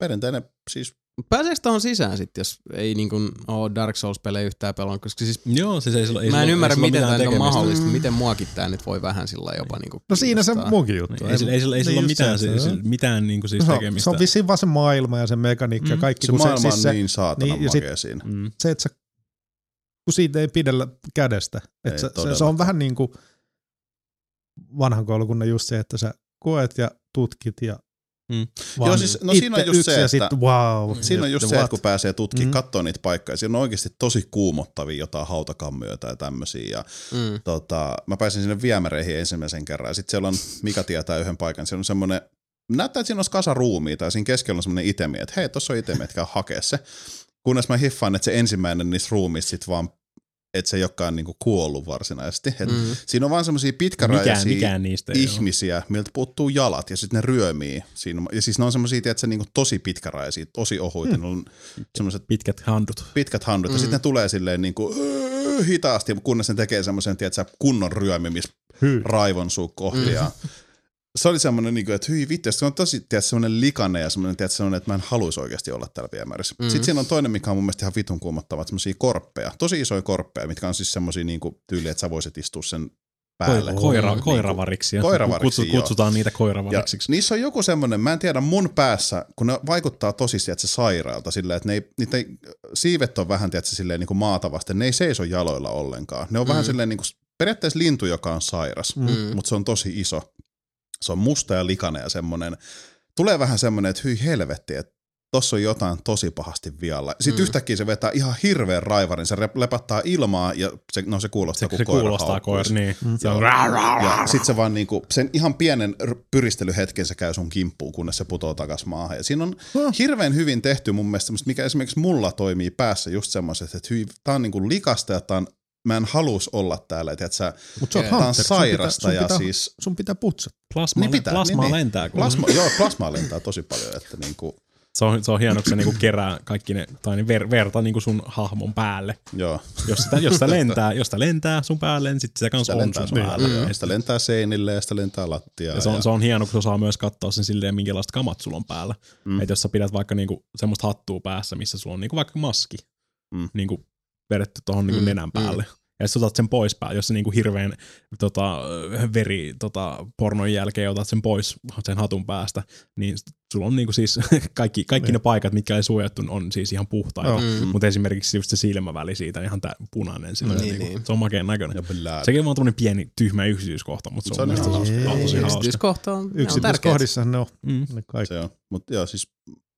S3: perinteinen siis
S1: Pääseekö tuohon sisään sitten, jos ei niin kuin ole Dark Souls-pelejä yhtään pelannut? Koska siis
S2: Joo, siis ei sillä, ei
S1: mä en
S2: sillä,
S1: ymmärrä,
S2: ei sillä
S1: miten
S2: mitään
S1: tämä on
S2: tekemistä.
S1: mahdollista.
S4: Mm.
S1: Miten muakin tämä nyt voi vähän sillä lailla jopa niin kuin
S4: No siinä se munkin
S3: Niin,
S4: juttu.
S2: Ei sillä, ei sillä, ei sillä ole
S4: just
S2: mitään,
S4: se,
S2: se,
S4: se
S2: se,
S4: on.
S2: mitään niinku siis
S4: No, se, on,
S2: tekemistä.
S4: se on vissiin vaan se maailma ja se mekaniikka ja
S2: Mm.
S4: kaikki.
S3: se
S4: kun
S3: maailma
S4: se,
S3: on
S4: se,
S3: niin saatana
S4: niin,
S3: niin,
S4: ja sit-
S3: makea siinä.
S2: Mm.
S4: se, että sä, kun siitä ei pidellä kädestä. Että
S3: Ei
S4: se, se, se,
S3: todellakaan.
S4: on vähän niin kuin vanhan koulukunnan just se, että sä koet ja tutkit ja
S2: Mm.
S4: vaan
S3: Joo, siis- no siinä on
S4: itse
S3: just
S4: yksin
S3: se,
S4: ja
S3: että- Mm.
S4: sit, wow.
S3: Siinä on just se, että kun pääsee tutkimaan,
S4: Mm.
S3: mm. katsoo niitä paikkoja. Siinä on oikeasti tosi kuumottavia jotain hautakammioita ja tämmöisiä. Ja,
S1: Mm.
S3: tota, mä pääsin sinne viemäreihin ensimmäisen kerran. Ja sitten siellä on, Mika tietää yhden paikan, siellä on semmoinen näyttää, että siinä olisi kasa ruumiita ja siinä keskellä on semmoinen itemi, että hei, tuossa on itemi, että käy hakee se. Kunnes mä hiffaan, että se ensimmäinen niistä ruumiista sit vaan, että se ei olekaan niinku kuollut varsinaisesti. Et mm.
S1: Mm.
S3: Siinä on vaan semmoisia pitkärajaisia
S2: Mikään, mikään niistä ei ole.
S3: ihmisiä, miltä puuttuu jalat ja sitten ne ryömii. Siinä, ja siis ne on semmoisia, että niinku tosi pitkärajaisia, tosi ohuita, mm. ne on semmoiset
S2: Pitkät handut.
S3: pitkät handut, ja
S1: Mm.
S3: sitten ne tulee silleen niin kuin, hitaasti, kunnes ne tekee semmoisen tiedätkö, kunnon ryömimis
S4: Hyy.
S3: raivon suu kohti. Ja
S1: Mm.
S3: se oli semmoinen, niin kuin, että hyi vittu, se on tosi tiedätkö, semmoinen likane ja semmoinen, tiedätkö, semmoinen, että mä en haluaisi oikeasti olla täällä viemärissä.
S1: Mm.
S3: Mm. Sitten siinä on toinen, mikä on mun mielestä ihan vitun kuumottava, että semmoisia korppeja, tosi isoja korppeja, mitkä on siis semmoisia niin kuin, tyyliä, että sä voisit istua sen päälle.
S2: Koira,
S1: Niin
S2: koiravariksia.
S3: koiravariksia,
S2: Kutsu,
S3: joo.
S2: kutsutaan niitä
S3: Ja
S2: koiravariksiksi.
S3: niissä on joku semmoinen, mä en tiedä mun päässä, kun ne vaikuttaa tosi että se sairaalta silleen, että ne ei, niitä ei, siivet on vähän tiedätkö, silleen niin kuin maata vasten, ne ei seiso jaloilla ollenkaan. Ne on mm. vähän
S1: Mm.
S3: silleen niin kuin, periaatteessa lintu, joka on sairas, mm.
S1: Mm.
S3: mutta se on tosi iso. Se on musta ja likainen ja semmoinen, tulee vähän semmoinen, että hyi helvetti, että tossa on jotain tosi pahasti vialla. Sitten
S1: Mm.
S3: mm. yhtäkkiä se vetää ihan hirveän raivarin, se rep- lepattaa ilmaa ja se, no se kuulostaa
S2: Se,
S3: kuin
S2: se
S3: koira
S2: kuulostaa
S3: haukkuisi.
S2: koira. Niin. Se on
S3: Ja sit se vaan niinku, sen ihan pienen r- pyristelyhetken se käy sun kimppuun, kunnes se putoo takas maahan. Ja siinä on hirveän hyvin tehty mun mielestä semmoista, mikä esimerkiksi mulla toimii päässä just semmoiset, että hyi, tää on niinku likasta ja tää on, mä en halus olla täällä, että sä,
S4: Mutta se on
S1: Tää
S3: tää
S4: Hunter.
S3: on
S4: Sun pitää,
S3: sairasta
S4: sun
S3: ja
S4: pitää,
S3: siis
S4: sun pitää putsata.
S2: Plasma,
S3: Niin pitää,
S2: plasmaa
S3: niin, niin.
S2: lentää. Kun
S3: plasma, joo, plasmaa lentää tosi paljon, että niinku,
S2: Se, on, se on hieno, kun se niinku kerää kaikki ne, tai ne ver, verta niinku sun hahmon päälle.
S3: joo,
S2: Jos sitä, jos sitä lentää, jos sitä lentää sun päälle, niin sit sitä kans
S3: sitä
S2: No on
S3: lentää,
S2: sun päälle.
S3: päälle, joo.
S2: Ja
S3: sitä lentää seinille ja sitä lentää lattiaan.
S2: Ja se, on, se on hieno, kun se osaa myös katsoa sen silleen, minkälaiset kamat sulla on päällä. Mm.
S3: Mm.
S2: Että jos sä pidät vaikka niinku semmoista hattua päässä, missä sulla on niinku vaikka maski mm.
S3: Mm.
S2: niinku vedetty tuohon niinku
S1: Mm,
S2: mm. nenän päälle. Mm. Ja sä otat sen pois päälle, jos sä niinku hirveän tota, veri tota, pornon jälkeen otat sen pois sen hatun päästä, niin sulla on niinku siis kaikki, kaikki
S4: Niin.
S2: ne paikat, mitkä ei suojattu, on siis ihan puhtaita.
S4: Joo.
S2: Mm.
S1: Mm.
S2: Mutta esimerkiksi just se silmäväli siitä ihan tää punainen. Silleen,
S1: Niin,
S2: niin, niinku,
S1: niin.
S2: Se on makeen näköinen.
S3: ja blää.
S2: Sekin on vaan tämmönen pieni tyhmä yksityiskohta, mutta se on, se on,
S3: ihan Siis
S2: se
S4: hauska.
S2: on tosi
S4: Jee.
S2: hauska.
S1: Yksityiskohta on, ne on tärkeät.
S4: Yksityiskohdissahan ne on.
S2: Mm.
S4: Ne kaikki.
S3: Se on. Mutta joo, siis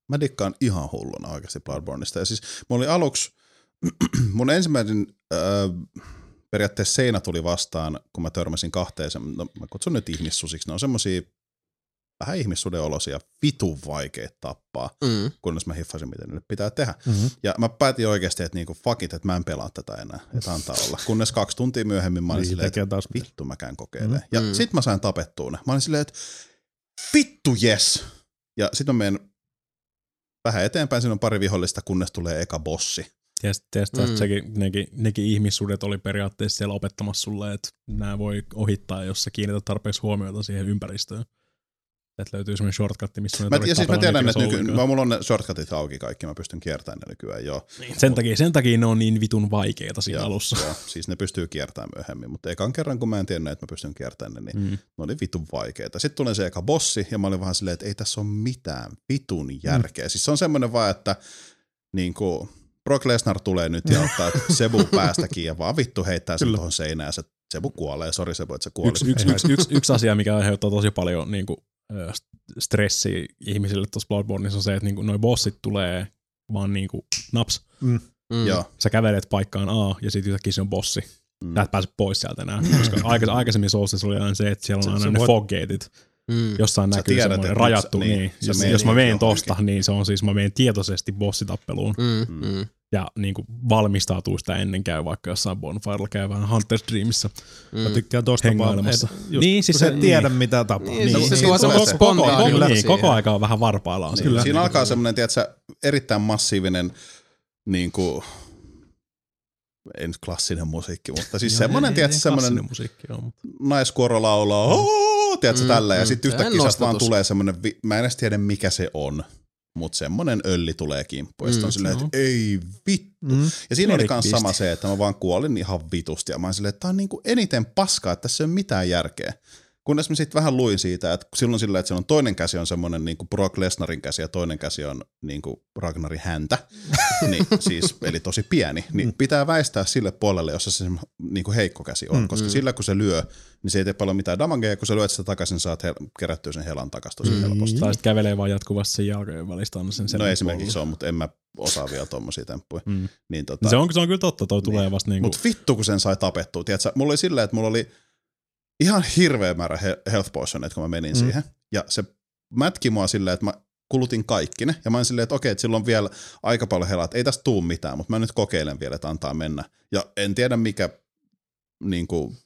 S3: mä dikkaan ihan hulluna oikeasti Bloodborneista. Ja siis mä olin aluksi, mun ensimmäinen öö, periaatteessa seinä tuli vastaan, kun mä törmäsin kahteen, sem- no, mä kutsun nyt ihmissusiksi, ne on semmosia vähän ihmissuden olosia, vitun vaikeet tappaa,
S1: Mm.
S3: kunnes mä hiffasin, miten ne pitää tehdä.
S4: Mm-hmm.
S3: Ja mä päätin oikeasti, että niinku fuck it, että mä en pelaa tätä enää, että antaa olla. Kunnes kaksi tuntia myöhemmin mä olin
S4: Niin,
S3: silleen, että
S4: tekee taas mitä.
S3: vittu mä käyn kokeilemaan.
S1: Mm.
S3: Ja
S1: Mm.
S3: sit mä sain tapettua ne. Mä olin silleen, että vittu yes! Ja sit mä menen vähän eteenpäin, siinä on pari vihollista, kunnes tulee eka bossi.
S2: Ja sitten
S1: Mm.
S2: mm. sekin, nekin, nekin ihmissuudet oli periaatteessa siellä opettamassa sulle, että nämä voi ohittaa, jos sä kiinnität tarpeeksi huomiota siihen ympäristöön. Että löytyy semmoinen shortcut, missä sun ei
S3: Mä, ja
S2: tarvitse
S3: siis mä
S2: tapella
S3: tiedän,
S2: niitä,
S3: että
S2: jos
S3: nyky-
S2: ollenkaan.
S3: mä, mulla on ne shortcutit auki kaikki, mä pystyn kiertämään ne nykyään, joo.
S2: sen, takia, sen takia ne on niin vitun vaikeita siinä
S3: Joo,
S2: alussa.
S3: joo. Siis ne pystyy kiertämään myöhemmin, mutta ekan kerran kun mä en tiennyt, että mä pystyn kiertämään ne, niin
S2: Mm.
S3: ne oli vitun vaikeita. Sitten tulee se eka bossi, ja mä olin vähän silleen, että ei tässä ole mitään vitun järkeä. Mm. Siis se on semmoinen vaan, että niin kuin, Brock Lesnar tulee nyt
S2: Mm.
S3: ja ottaa Sebu päästäkin ja vaan vittu heittää sen
S4: Kyllä.
S3: tuohon seinään ja se Sebu kuolee. Sori Sebu, että sä kuolit. Niin,
S2: Yksi, yksi,
S4: Ei
S2: yksi, yksi, yksi, asia, mikä aiheuttaa tosi paljon niin kuin, stressiä ihmisille tuossa Bloodborneissa on se, että niin kuin, noi bossit tulee vaan niin kuin, naps.
S1: Mm.
S3: Joo,
S2: Sä kävelet paikkaan A ja sitten yhtäkkiä se on bossi.
S3: Mm.
S2: Sä et pääse pois sieltä enää. Koska aikais- aikaisemmin Soulsissa oli aina se, että siellä on
S3: Sä-
S2: aina
S3: sä
S2: ne
S3: voit-
S2: foggeitit.
S1: Mm.
S2: Jossain
S3: Sä
S2: näkyy
S3: tiedät,
S2: semmoinen
S3: että nyt sä-
S2: rajattu.
S3: niin,
S2: Niin, niin.
S3: sä
S2: Jos,
S3: menet
S2: jos mä menen
S3: johonkin.
S2: tosta, niin se on siis, mä menen tietoisesti bossitappeluun.
S1: Mm.
S3: Mm.
S1: Mm.
S2: Ja niin kuin valmistautuu sitä ennen käy vaikka jossain bonfirella käy vähän Hunter's Dreamissa.
S4: Mä
S1: Mm.
S4: tykkään tosta vaan,
S2: Hengailemassa.
S4: että just niin, siis kun sä et
S2: se-
S4: tiedä mitä tapahtuu.
S1: Niin, se- se
S3: niin,
S1: tuo
S3: tulee
S1: semmoista
S3: se.
S2: Koko,
S1: spontaania
S2: niin,
S1: siihen.
S2: koko aika on vähän varpaillaan.
S3: Niin,
S2: siellä.
S3: Siinä alkaa semmoinen, tiedätkö, erittäin massiivinen, niin kuin, ei nyt klassinen musiikki, mutta siis
S2: Joo,
S3: semmoinen,
S2: ei-
S3: tiedätkö,
S2: ei
S3: semmoinen
S2: Niin, klassinen musiikki on, mutta
S3: naiskuoro laulaa, "Oo", tiedätkö,
S1: Mm,
S3: tällä, ja
S1: mm.
S3: sitten
S1: Sehän
S3: yhtäkkiä sieltä vaan
S1: nostatus.
S3: tulee semmoinen, vi- mä en edes tiedä mikä se on, mutta semmoinen ölli tulee kimppuun, ja sit
S1: Mm,
S3: on silleen,
S2: joo.
S3: että ei vittu.
S4: Mm.
S3: Ja siinä oli
S2: Eric
S3: kans
S2: Beast.
S3: sama se, että mä vaan kuolin ihan vitusti, ja mä olin silleen, että tää on niinku eniten paskaa, että tässä ei ole mitään järkeä. Kunnes mä sitten vähän luin siitä, että silloin sillä, että siellä on toinen käsi on semmoinen niinku Brock Lesnarin käsi ja toinen käsi on niinku Ragnarin häntä, niin, siis, eli tosi pieni,
S2: Mm.
S3: niin pitää väistää sille puolelle, jossa se semmo- niinku heikko käsi on,
S4: Mm.
S3: koska sillä kun se lyö, niin se ei tee paljon mitään damagea, ja kun sä lyöt sitä takaisin, saat hel- kerättyä sen helan takaisin tosi
S1: Mm.
S3: helposti.
S2: Tai sitten kävelee vaan jatkuvasti sen jalkojen välistä aina sen
S3: Niin. No
S2: selän
S3: esimerkiksi se on, mutta en mä osaa vielä tommosia temppuja.
S2: Mm.
S3: Niin, tota,
S2: puolella. Se on, se on kyllä totta, toi
S3: Niin.
S2: tulee vasta niinku...
S3: Mut vittu kun sen sai tapettua, tiedätkö? Mulla oli silleen, että mulla oli ihan hirveä määrä he- health potioneita, kun mä menin
S4: Mm.
S3: mm. siihen. Ja se mätki mua silleen, että mä kulutin kaikki ne. Ja mä olin silleen, että okei, että sillä on vielä aika paljon helaa, että ei tästä tuu mitään, mutta mä nyt kokeilen vielä, että antaa mennä. Ja en tiedä mikä niin kuin,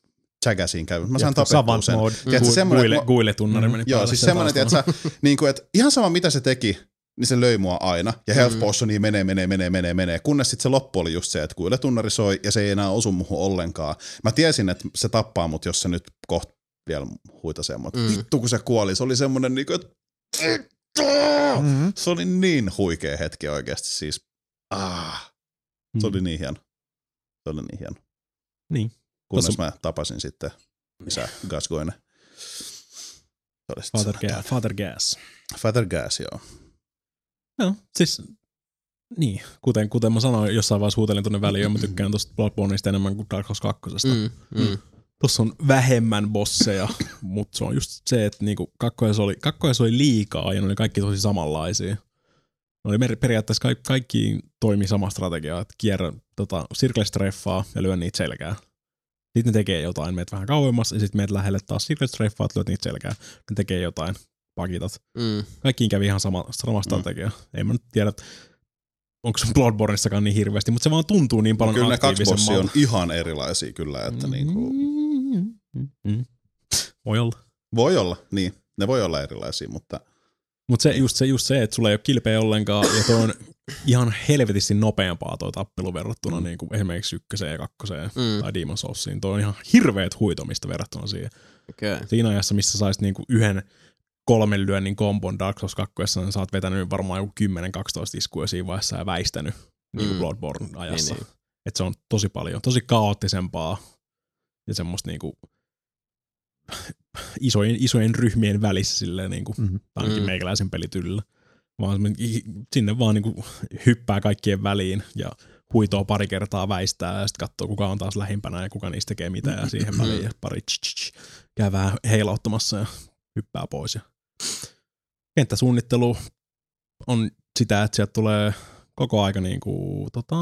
S3: chagasiin käy, mutta mä sain tapettua sen.
S2: Mode.
S3: Tiedätkö, semmoinen, että
S2: Guile,
S3: mä-
S2: guile tunnari meni
S3: Joo,
S2: päälle
S3: siis
S2: sen
S3: semmoinen,
S2: taustalla.
S3: että niin kuin, että ihan sama mitä se teki, niin se löi mua aina. Ja health
S1: Mm.
S3: mm. potioni menee, menee, menee, menee, menee. Kunnes sitten se loppu oli just se, että kun yletunnari soi ja se ei enää osu muuhun ollenkaan. Mä tiesin, että se tappaa mut, jos se nyt kohta vielä huitasee mut.
S1: Mm.
S3: Mm. Vittu kun se kuoli, se oli semmoinen niin kuin, että
S4: Mm.
S3: se oli niin huikea hetki oikeasti. Siis, ah, se
S2: Mm.
S3: oli niin hieno. Se oli niin hieno.
S2: Niin.
S3: Kunnes
S2: Tässä-
S3: mä tapasin sitten isä Gascoigne. Se oli sitten
S2: Father,
S3: semmoinen-
S2: Ga- Father Gas.
S3: Father Gas, joo.
S2: Joo, siis... Niin, kuten, kuten mä sanoin, jossain vaiheessa huutelin tuonne väliin, ja mä tykkään tosta Bloodborneista enemmän kuin Dark Souls 2. Mm.
S1: Mm. Mm.
S2: Tossa on vähemmän bosseja, mutta se on just se, että niinku kakkoessa oli, kakkoessa oli liikaa ja ne oli kaikki tosi samanlaisia. Ne oli mer- periaatteessa kaikki, kaikki toimi sama strategia, että kierrä tota, sirklestreffaa ja lyö niitä selkää. Sitten ne tekee jotain, meet vähän kauemmas ja sitten meet lähelle taas sirklestreffaa, lyöt niitä selkää. Ne tekee jotain, pakitat.
S1: Mm.
S2: Kaikkiin kävi ihan sama, sama strategia. Mm. En mä nyt tiedä, onko se Bloodborneissakaan niin hirveästi, mutta se vaan tuntuu niin paljon
S3: No Kyllä ne kaksi bossia on
S2: aktiivisemmalta.
S3: ihan erilaisia kyllä, että
S2: Mhm.
S3: mm niin kuin,
S2: Mm. Voi olla.
S3: voi olla, niin, ne voi olla erilaisia, mutta
S2: Mutta se just, se just se, että sulla ei ole kilpeä ollenkaan, ja toi on ihan helvetisti nopeampaa toi tappelu verrattuna niin kuin esimerkiksi ykköseen ja kakkoseen
S1: Mm.
S2: tai Demon's Soulsiin. Toi on ihan hirveet huitomista verrattuna siihen.
S1: Okei. Okay.
S2: Siinä ajassa, missä saisit niin kuin yhden kolmen lyönnin kombon Dark Souls 2, niin sä oot vetänyt varmaan joku 10-12 iskua siinä vaiheessa ja väistänyt niin kuin
S1: Mm.
S2: Bloodborne-ajassa.
S1: Niin,
S2: Niin, niin. Et se on tosi paljon, tosi kaoottisempaa ja semmoista niin kuin isojen, isojen ryhmien välissä silleen niin kuin
S4: Mm.
S2: tai
S1: Mm.
S2: ainakin mm. meikäläisen pelityllä. Vaan semmonen- i- sinne vaan niinku hyppää kaikkien väliin ja huitoo pari kertaa väistää ja sitten katsoo kuka on taas lähimpänä ja kuka niistä tekee mitä ja siihen väliin ja pari tsch, tsch, tsch, käy vähän heilauttamassa ja hyppää pois. Ja. Kenttäsuunnittelu on sitä, että sieltä tulee koko aika niinku tota,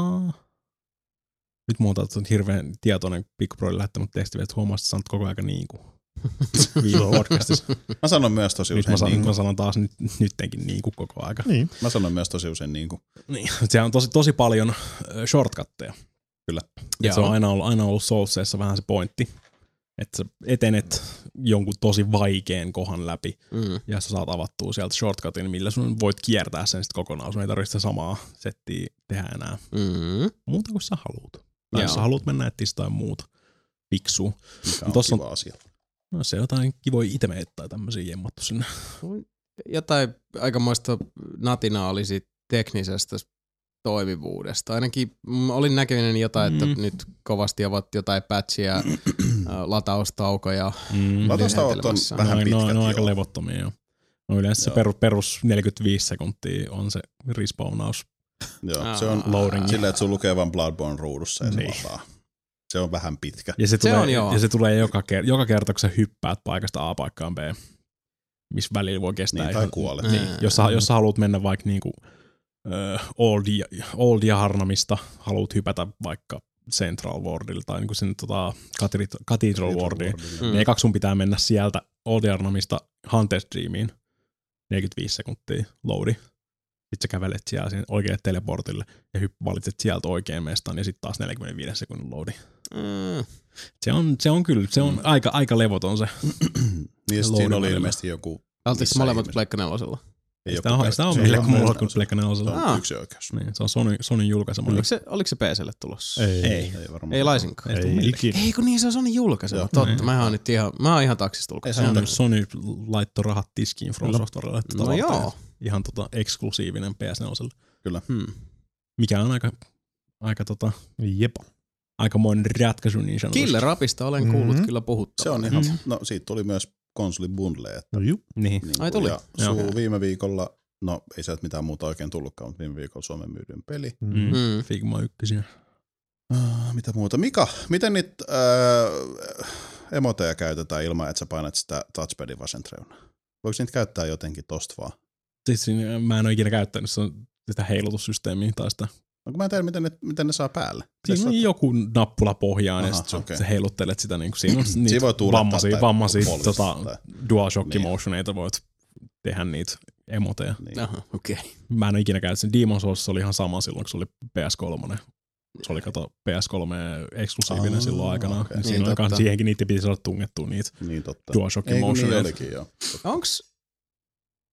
S2: nyt muuta on hirveän tietoinen pikkuproille lähettämät tekstiviestit, huomaa, että sanot koko aika niinku viime podcastissa.
S3: mä sanon myös tosi
S2: Nyt mä,
S3: usein
S2: sanon,
S3: niin
S2: mä
S3: kuin,
S2: sanon taas nyt, nyttenkin niin kuin koko aika.
S4: Niin.
S3: mä sanon myös tosi usein niin kuin,
S2: Niin. Siellä on tosi, tosi paljon ö, shortcutteja.
S3: Kyllä.
S2: Ja se on aina ollut, aina ollut Soulsseissa vähän se pointti, että sä etenet jonkun tosi vaikean kohan läpi
S1: Mm.
S2: ja sä saat avattua sieltä shortcutin, millä sun voit kiertää sen sitten kokonaan. Sun ei tarvitse sitä samaa settiä tehdä enää
S1: Mm.
S2: muuta kuin sä haluut. Tai
S1: Joo.
S2: jos sä haluut mennä etsiä jotain muuta fiksua.
S3: mikä on
S2: Tossa on-
S3: kiva asia.
S2: No se on jotain kivoja itemeitä tai tämmöisiä jemmattu sinne.
S1: Jotain aikamoista natinaa olisi teknisestä toimivuudesta. Ainakin mm, olin näkevinen jotain, että
S2: Mm.
S1: nyt kovasti ovat jotain patchia, äh, lataustaukoja.
S2: Mm.
S3: Lataustaukot on
S1: Lyhentelemässä.
S3: vähän
S2: no,
S3: pitkät.
S2: no, no,
S3: joo.
S2: aika levottomia jo. No yleensä se
S3: Joo.
S2: perus, perus 45 sekuntia on se respawnaus.
S3: joo, se on
S1: Aa.
S2: loading.
S3: silleen, että sun lukee vaan Bloodborne ruudussa ja se
S2: Niin.
S3: lataa. Se on vähän pitkä.
S2: Ja se,
S1: Se
S2: tulee,
S1: on joo.
S2: ja se tulee joka, ker- joka kerta, kun sä hyppäät paikasta A paikkaan B, missä välillä voi kestää.
S3: Niin, tai kuolet.
S2: Niin, jos, sä, jos sä haluat mennä vaikka niinku, ö, old, ja- old ja harnamista, haluat hypätä vaikka Central Wardille tai niinku sinne tota Cathedral, Cathedral
S3: Niin,
S2: Wardiin.
S1: Mm.
S2: Mm. Ne kaksi sun pitää mennä sieltä Odernamista Hunter's Dreamiin. 45 sekuntia loadi. Sitten sä kävelet siellä sinne oikealle teleportille ja hypp- valitset sieltä oikean mestan ja sitten taas 45 sekunnin loadi.
S1: Mm.
S2: Se on, se on kyllä, se on
S3: Mm.
S2: mm. aika, aika levoton se.
S3: Niin sit siinä
S2: Loadilla.
S3: oli ilmeisesti joku...
S1: Oltiinko
S3: missä
S1: molemmat
S3: ihmiset-
S1: Pleikka nelosella?
S3: ei
S2: Sitä
S3: joku
S2: on,
S3: per-
S2: sitä
S3: se
S2: on
S3: ei
S2: meillä
S3: ole
S2: kun mulla
S3: meillä,
S2: on Pleikka
S3: Se
S2: nelosella.
S3: on
S1: Ah.
S3: yksi oikeus.
S2: Niin, se on Sony, Sonyn julkaisema.
S1: Oliko se, oliko se PClle tulossa?
S2: Ei.
S3: Ei, ei varmaan.
S1: Ei laisinkaan.
S2: Ei
S1: Ei,
S2: tuu millekään.
S1: ei kun niin se on Sony julkaisema.
S3: Joo.
S1: Totta,
S2: Niin.
S1: mä oon nyt ihan, mä oon ihan taksista Hmm.
S3: Ei
S1: ulkoa.
S3: se
S2: Sony, Sony laittoi rahat tiskiin From
S4: Kyllä.
S2: Softwarelle. että
S1: No
S2: varten
S1: joo.
S2: Ihan tota eksklusiivinen PS4.
S1: Hmm.
S2: Mikä on aika, aika tota,
S4: Jep.
S2: aikamoinen ratkaisu niin sanotusti.
S1: Killer Rapista olen kuullut
S4: Mhm.
S1: kyllä puhuttavan.
S3: Mm-hmm. Se on
S2: Mm.
S3: ihan, no siitä tuli myös konsolibundle. että
S4: No juu.
S2: Niin.
S3: Niin
S1: Ai
S3: kuin,
S1: tuli?
S3: Ja
S2: Joo.
S3: suu viime viikolla, no ei sieltä mitään muuta oikein tullutkaan, mutta viime viikolla Suomen myydyn peli.
S2: Mm.
S1: Mm.
S2: Figma ykkösiä.
S3: Ah, mitä muuta? Mika, miten niitä äh, emoteja käytetään ilman, että sä painat sitä touchpadin vasenta reunaa? Voiko niitä käyttää jotenkin tosta vaan?
S2: Siis siinä, mä en ole ikinä käyttänyt se on sitä heilutussysteemiä tai sitä.
S3: No kun mä en tiedä, miten ne, miten ne saa päälle. Siis
S2: Siinä on joku nappula pohjaan ja
S3: Aha,
S2: sitten
S3: okei.
S2: okay. sä heiluttelet sitä. Niin kuin siinä on niitä
S3: voi tuulettaa
S2: vammaisia,
S3: tai
S2: vammaisia
S3: polvista
S2: tota,
S3: tai-
S2: DualShock
S3: Niin.
S2: niin. motioneita voit tehdä niitä emoteja.
S3: Niin.
S1: Aha, okei.
S2: Mä en ole ikinä käyttänyt. Demon Souls oli ihan sama silloin, kun se oli PS3. Se oli kato PS3 eksklusiivinen
S3: Aa,
S2: silloin aikanaan.
S3: Ah, okei.
S2: Okay. Siinä
S1: Niin,
S2: niin, aikaan
S1: totta.
S2: siihenkin niitä piti saada tungettua niitä
S3: Niin totta.
S2: DualShock
S3: Ei kun niin
S2: motioneita.
S3: olikin, joo.
S1: Onks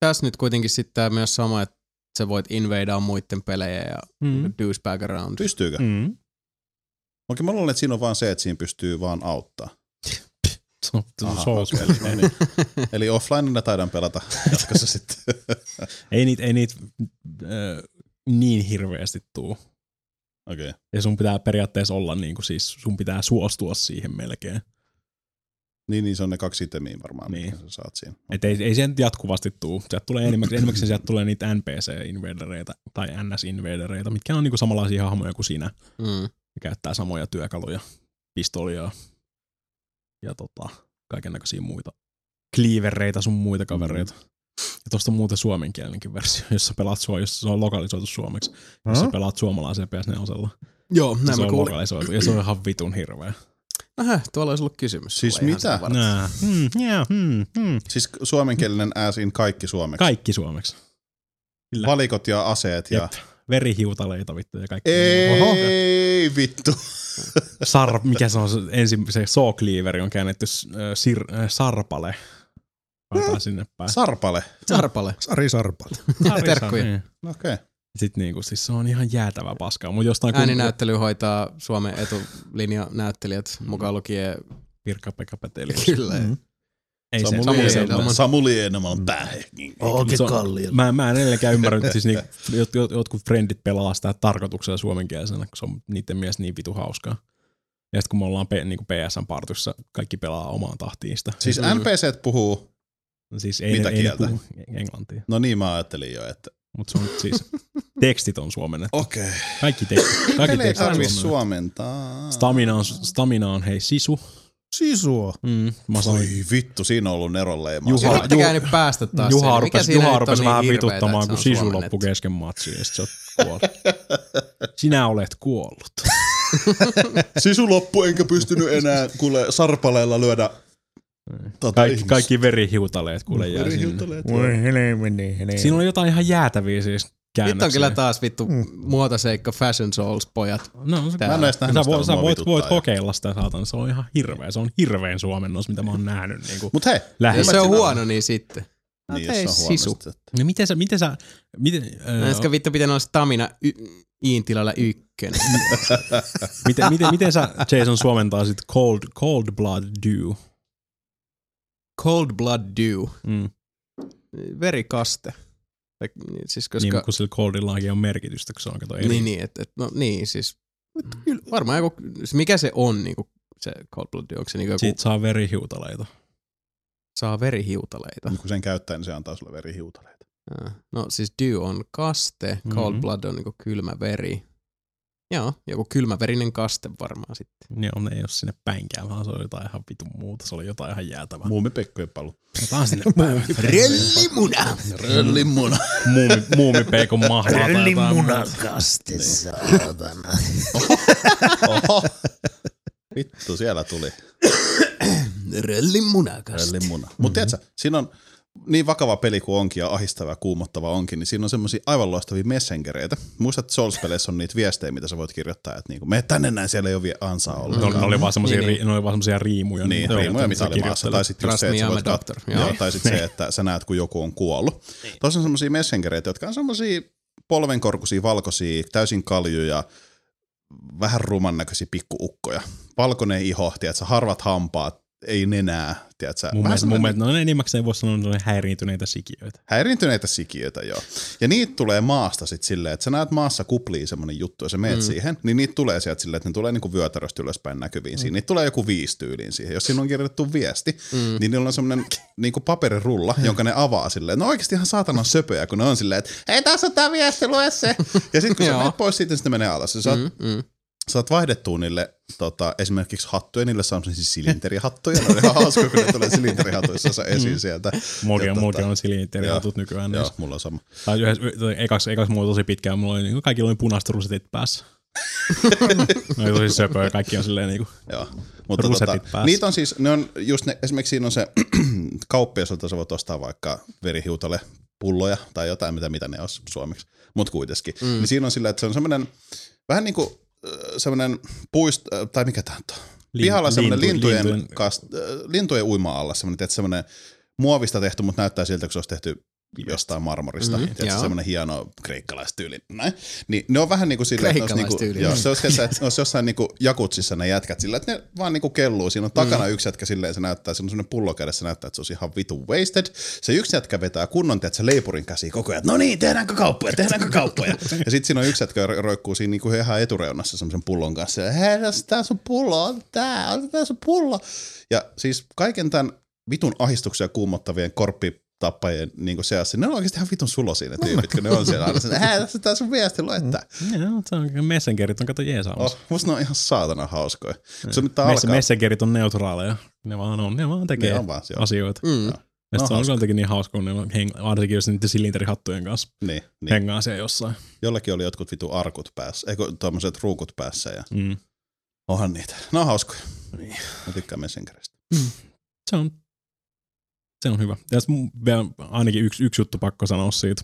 S1: tässä nyt kuitenkin sitten tää myös sama, että sä voit invadaa muiden pelejä ja mm.
S2: Mm.
S1: deuce back around.
S3: Pystyykö? Mm.
S2: Mm.
S3: Okei, mä luulen, että siinä on vaan se, että siinä pystyy vaan auttaa.
S2: Se on- se on
S3: Aha,
S2: Souls.
S3: okei, no niin. Eli offline taidan pelata jatkossa sitten.
S2: Ei niitä ei niit, äh, niin hirveästi tuu.
S3: Okei.
S2: Ja sun pitää periaatteessa olla niin kuin siis, sun pitää suostua siihen melkein.
S3: Niin, niin se on ne kaksi itemiä varmaan, niin.
S2: Niin.
S3: mitä sä saat siinä.
S2: Et ei, ei sen jatkuvasti tuu. Sieltä tulee enimmäkseen, enimmäkseen sieltä tulee niitä NPC-invadereita tai NS-invadereita, mitkä on niin kuin samanlaisia hahmoja kuin sinä.
S1: Mm.
S2: Ne käyttää samoja työkaluja, pistolia ja tota, kaiken näköisiä muita kliivereitä sun muita kavereita. Ja tosta on muuten suomenkielinenkin versio, jossa pelaat sua, jossa se on lokalisoitu suomeksi, jossa
S4: Huh?
S2: pelaat suomalaisen PS4
S1: Joo,
S2: Ja
S1: näin
S2: se
S1: mä
S2: on
S1: kuulin.
S2: lokalisoitu ja se on ihan vitun hirveä.
S1: Ähä, tuolla olisi ollut kysymys.
S3: Siis
S1: Sulla ihan
S3: mitä?
S1: sen varten.
S2: Nää. Hmm, yeah, hmm, hmm.
S3: Siis suomenkielinen ääsin kaikki suomeksi.
S2: Kaikki suomeksi. Kyllä.
S3: Valikot ja aseet ja...
S2: Jep. Niin. Verihiutaleita vittu ja kaikki.
S3: Ei vittu.
S2: Sar, mikä se on se ensin, se saw cleaveri on käännetty s- ö, sir, ö, sarpale. Laitetaan sinne päin.
S3: Sarpale. No
S1: Sarpale.
S4: Sari Sarpale.
S2: Sarpale,
S1: terkkuja.
S2: niin.
S3: Okei. Okay.
S2: Sitten niinku, siis se on ihan jäätävä paskaa, mutta jostain
S1: Ääninäyttely hoitaa Suomen etulinjanäyttelijät mukaan lukien.
S2: Pirkka-Pekka Petelius.
S1: Kyllä.
S4: Mm.
S2: Ei se, Mm.
S1: Samuli
S2: ei se-
S1: Edelman.
S3: Samuli Samuli Edelman pää.
S2: se on- Mä, mä en edelleenkään ymmärrä, että siis niinku, jot, jot, jotkut frendit pelaa sitä tarkoituksella suomenkielisenä, kun se on niiden mielestä niin vitu hauskaa. Ja sitten kun me ollaan P, niinku PSN-partussa, kaikki pelaa omaan tahtiin sitä.
S3: Siis
S1: Mm.
S3: NPCt puhuu.
S2: Siis ei,
S3: Mitä
S2: ne- ei ne
S3: kieltä?
S2: puhu englantia,
S3: No niin mä ajattelin jo, että...
S2: mutta se on siis tekstit on suomennettu.
S3: Okei. Okay.
S2: Kaikki tekstit, kaikki
S3: Pelejä
S2: tekstit on
S3: tarvii
S2: suomennettu.
S3: suomentaa.
S2: Stamina on, stamina on hei sisu.
S4: Sisua.
S2: Mm, mä sanoin,
S3: Oi vittu, siinä on ollut Neron leima.
S2: Juha-
S3: Siinä-
S1: Yrittäkää nyt päästä taas.
S2: Juha
S1: siihen. Mikä
S2: rupesi,
S1: siinä nyt
S2: Juha
S1: on
S2: rupesi
S1: niin
S2: vähän
S1: hirveetä,
S2: vituttamaan,
S1: että
S2: kun
S1: se on
S2: sisu
S1: suomennettu?
S2: loppui kesken matsiin ja sit sä oot kuollut. Sinä olet kuollut.
S3: Sisu loppu, enkä pystynyt enää kuule sarpaleella lyödä tota
S2: Kaikki,
S3: ihmistä.
S2: kaikki verihiutaleet kuule jää sinne.
S3: Verihiutaleet.
S4: helveni, helveni.
S2: Siinä on jotain ihan jäätäviä siis
S1: Nyt on kyllä
S2: käännöksiä.
S1: taas vittu
S4: Mm.
S1: muotoseikka Fashion Souls-pojat.
S2: No,
S1: Tää-
S3: Mä en edes nähnyt
S2: Sä,
S3: sitä,
S2: voit,
S3: mutta
S2: sä
S3: mua
S2: voit,
S3: vituttaa
S2: voit
S3: jo.
S2: kokeilla sitä, saatan. Se on ihan hirveä. Se on hirveän suomennos, mitä mä oon nähnyt. Niin kuin
S3: Mut hei,
S1: Jos
S2: lähes.
S1: se on
S3: Ymmärsin.
S1: huono, niin sitten. No,
S3: niin,
S1: tei
S3: jos se on
S1: sisu.
S3: huono, sitten-
S2: No miten sä, miten sä, miten, äh,
S1: Näisikö vittu pitänyt olla stamina y- iin tilalla ykkönen?
S2: miten, miten, miten sä Jason suomentaa sit Cold, cold Blood Dew?
S1: Cold Blood Dew.
S2: Mm.
S1: Verikaste. Tai, niin, Siis koska...
S2: Niin, kun sillä Coldillakin on merkitystä, kun se on kato eri.
S1: Niin, niin, et, et, no, niin siis et, kyllä, varmaan joku, siis mikä se on niinku, se Cold Blood, onko se niinku joku,
S2: Siitä saa verihiutaleita.
S1: saa verihiutaleita?
S3: Kun sen käyttää, niin se antaa sulle
S1: Äh,
S3: verihiutaleita.
S1: Ah. No siis Dew on kaste, Cold
S2: Mhm.
S1: Blood on niinku kylmä veri, Joo, joku kylmäverinen kaste varmaan sitten.
S2: Niin on, ei ole sinne päinkään, vaan se oli jotain ihan vitun muuta. Se oli jotain ihan jäätävää.
S3: Muumi Pekkojen palu.
S2: Otetaan sinne päin.
S1: Rellimuna!
S3: Röllimuna.
S2: Muumi, muumi peikon mahnaa tai jotain muuta.
S4: Munakaste saatana.
S3: Oho. Vittu, siellä tuli.
S1: Rellimunakasta.
S3: Röllimuna. Mutta mm-hmm. tiedätkö, siinä on niin vakava peli kuin onkin ja ahistava ja kuumottava onkin, niin siinä on semmoisia aivan loistavia messengereitä. Muistat, että Souls-peleissä on niitä viestejä, mitä sä voit kirjoittaa, että niinku, mene tänne näin, siellä ei ole vielä ansaa
S2: Ne
S3: olla.
S2: oli, ne oli vaan semmosia,
S1: Niin,
S2: ri, ne oli vaan semmosia riimuja.
S3: Niin,
S2: Joo,
S3: riimuja
S2: joita
S3: mitä
S2: sä
S3: oli maassa. Tai
S2: kirjoittelet.
S3: sitten
S1: Trust
S3: just se, että
S1: me,
S3: sä
S1: I'm
S3: voit
S1: a
S3: kat-
S1: doctor.
S3: Joo,
S1: Joo.
S3: tai sitten se, että sä näet, kun joku on kuollut. Tuossa on semmoisia messengereitä, jotka on semmoisia polvenkorkuisia, valkoisia, täysin kaljuja, vähän ruman näköisiä pikkuukkoja. Valkoinen iho, tiedätkö, harvat hampaat, ei nenää, tiedätkö.
S2: Mun
S3: vähän
S2: mielestä, mun
S3: semmoinen-
S2: mielestä, no enimmäkseen voisi sanoa, että ne on häiriintyneitä sikiöitä.
S3: Häiriintyneitä sikiöitä, joo. Ja niitä tulee maasta sitten silleen, että sä näet maassa kuplii semmoinen juttu ja sä meet mm. siihen, niin niitä tulee sieltä silleen, että ne tulee niinku vyötäröstä ylöspäin
S1: Mm.
S3: näkyviin siinä. Niitä tulee joku viisi tyyliin siihen. Jos siinä on kirjoitettu viesti, mm. niin niillä on semmoinen niinku paperirulla, jonka ne avaa silleen. No oikeasti ihan saatanan söpöjä, kun ne on silleen, että hei tässä on tää viesti, lue se. Ja sitten kun sä
S1: Joo.
S3: menet pois siitä, niin sitten menee alas. Ja Sä oot
S1: Mm, mm.
S3: saat vaihdettua niille tota, esimerkiksi hattuja, niille saa siis silinterihattuja, ne on ihan hauska, kun ne tulee silinterihatuissa
S1: Mm.
S3: esiin sieltä.
S2: Mulla
S3: Ja
S2: on,
S3: tota,
S2: tota, on silinterihatut nykyään.
S3: Joo,
S2: Joo.
S3: mulla on sama.
S2: Tai yhdessä, y- tai ekaks, ekaks mulla oli tosi pitkään, mulla oli, niin kaikilla oli punaiset rusetit päässä. ne oli tosi söpöä, kaikki on silleen niinku,
S3: Joo. Mutta
S2: Rusetit
S3: tota,
S2: päässä.
S3: niitä on siis, ne on just ne, esimerkiksi siinä on se kauppi, jossa sä voit ostaa vaikka verihiutale pulloja tai jotain, mitä, mitä ne on suomeksi, mutta kuitenkin. Mm. Niin siinä on sillä, että se on semmoinen vähän niin kuin semmoinen puist, äh, tai mikä tämä nyt on?
S2: Lin-
S3: Pihalla semmoinen
S2: lintu-
S3: lintujen, lintujen,
S2: lintujen-
S3: kast, äh, lintujen uima-alla, semmoinen, tiedätkö, semmoinen muovista tehty, mutta näyttää siltä, kun se olisi tehty jostain marmorista.
S1: Mhm,
S3: Mm-hmm, tiedätkö,
S1: joo.
S3: semmoinen hieno kreikkalaistyylin. Näin. Niin ne on vähän niin kuin silleen, että ne olisi niinku,
S1: Kreikkalaistyylin.
S3: joo, se olisi, että ne olisi jossain niinku jakutsissa ne jätkät sillä, että ne vaan niinku kelluu. Siinä on takana mm. yksi jätkä silleen, se näyttää, siinä on semmoinen pullo kädessä, se näyttää, että se olisi ihan vitu wasted. Se yksi jätkä vetää kunnon, että se leipurin käsi koko ajan, no niin, tehdäänkö kauppoja, tehdäänkö kauppoja. ja sitten siinä on yksi jätkä joka roikkuu siinä niinku ihan etureunassa semmoisen pullon kanssa. Ja hei, tässä tää sun pullo, on tää, on tää sun pullo. Ja siis kaiken tämän vitun ahistuksia kuumottavien korppi tappajien niin seassa. Ne on oikeasti ihan vitun sulosia ne tyypit, kun ne on siellä aina. Sen, Hää, tässä tää sun viesti luettaa.
S2: joo, Niin, no, se on, messengerit on kato jeesaamassa.
S3: Oh, musta ne on ihan saatana hauskoja. Se mitä
S2: Mess-
S3: alkaa,
S2: messengerit on neutraaleja, ne vaan on, ne vaan tekee
S3: Ne on vaan siellä.
S2: asioita.
S1: Mm.
S2: Ja
S3: No,
S2: sit se on
S3: hauska.
S2: jotenkin niin hauska, kun ne on heng- varsinkin jos niiden silinterihattujen kanssa
S3: niin, niin.
S2: hengaa siellä jossain.
S3: Jollakin oli jotkut vitu arkut päässä, eikö tuommoiset ruukut päässä ja
S2: Mm.
S3: onhan niitä. No hauskoja. Niin. Mä tykkään Messengeristä.
S2: se on, se on hyvä. Ja s- mun vielä ainakin yksi, yksi juttu pakko sanoa siitä,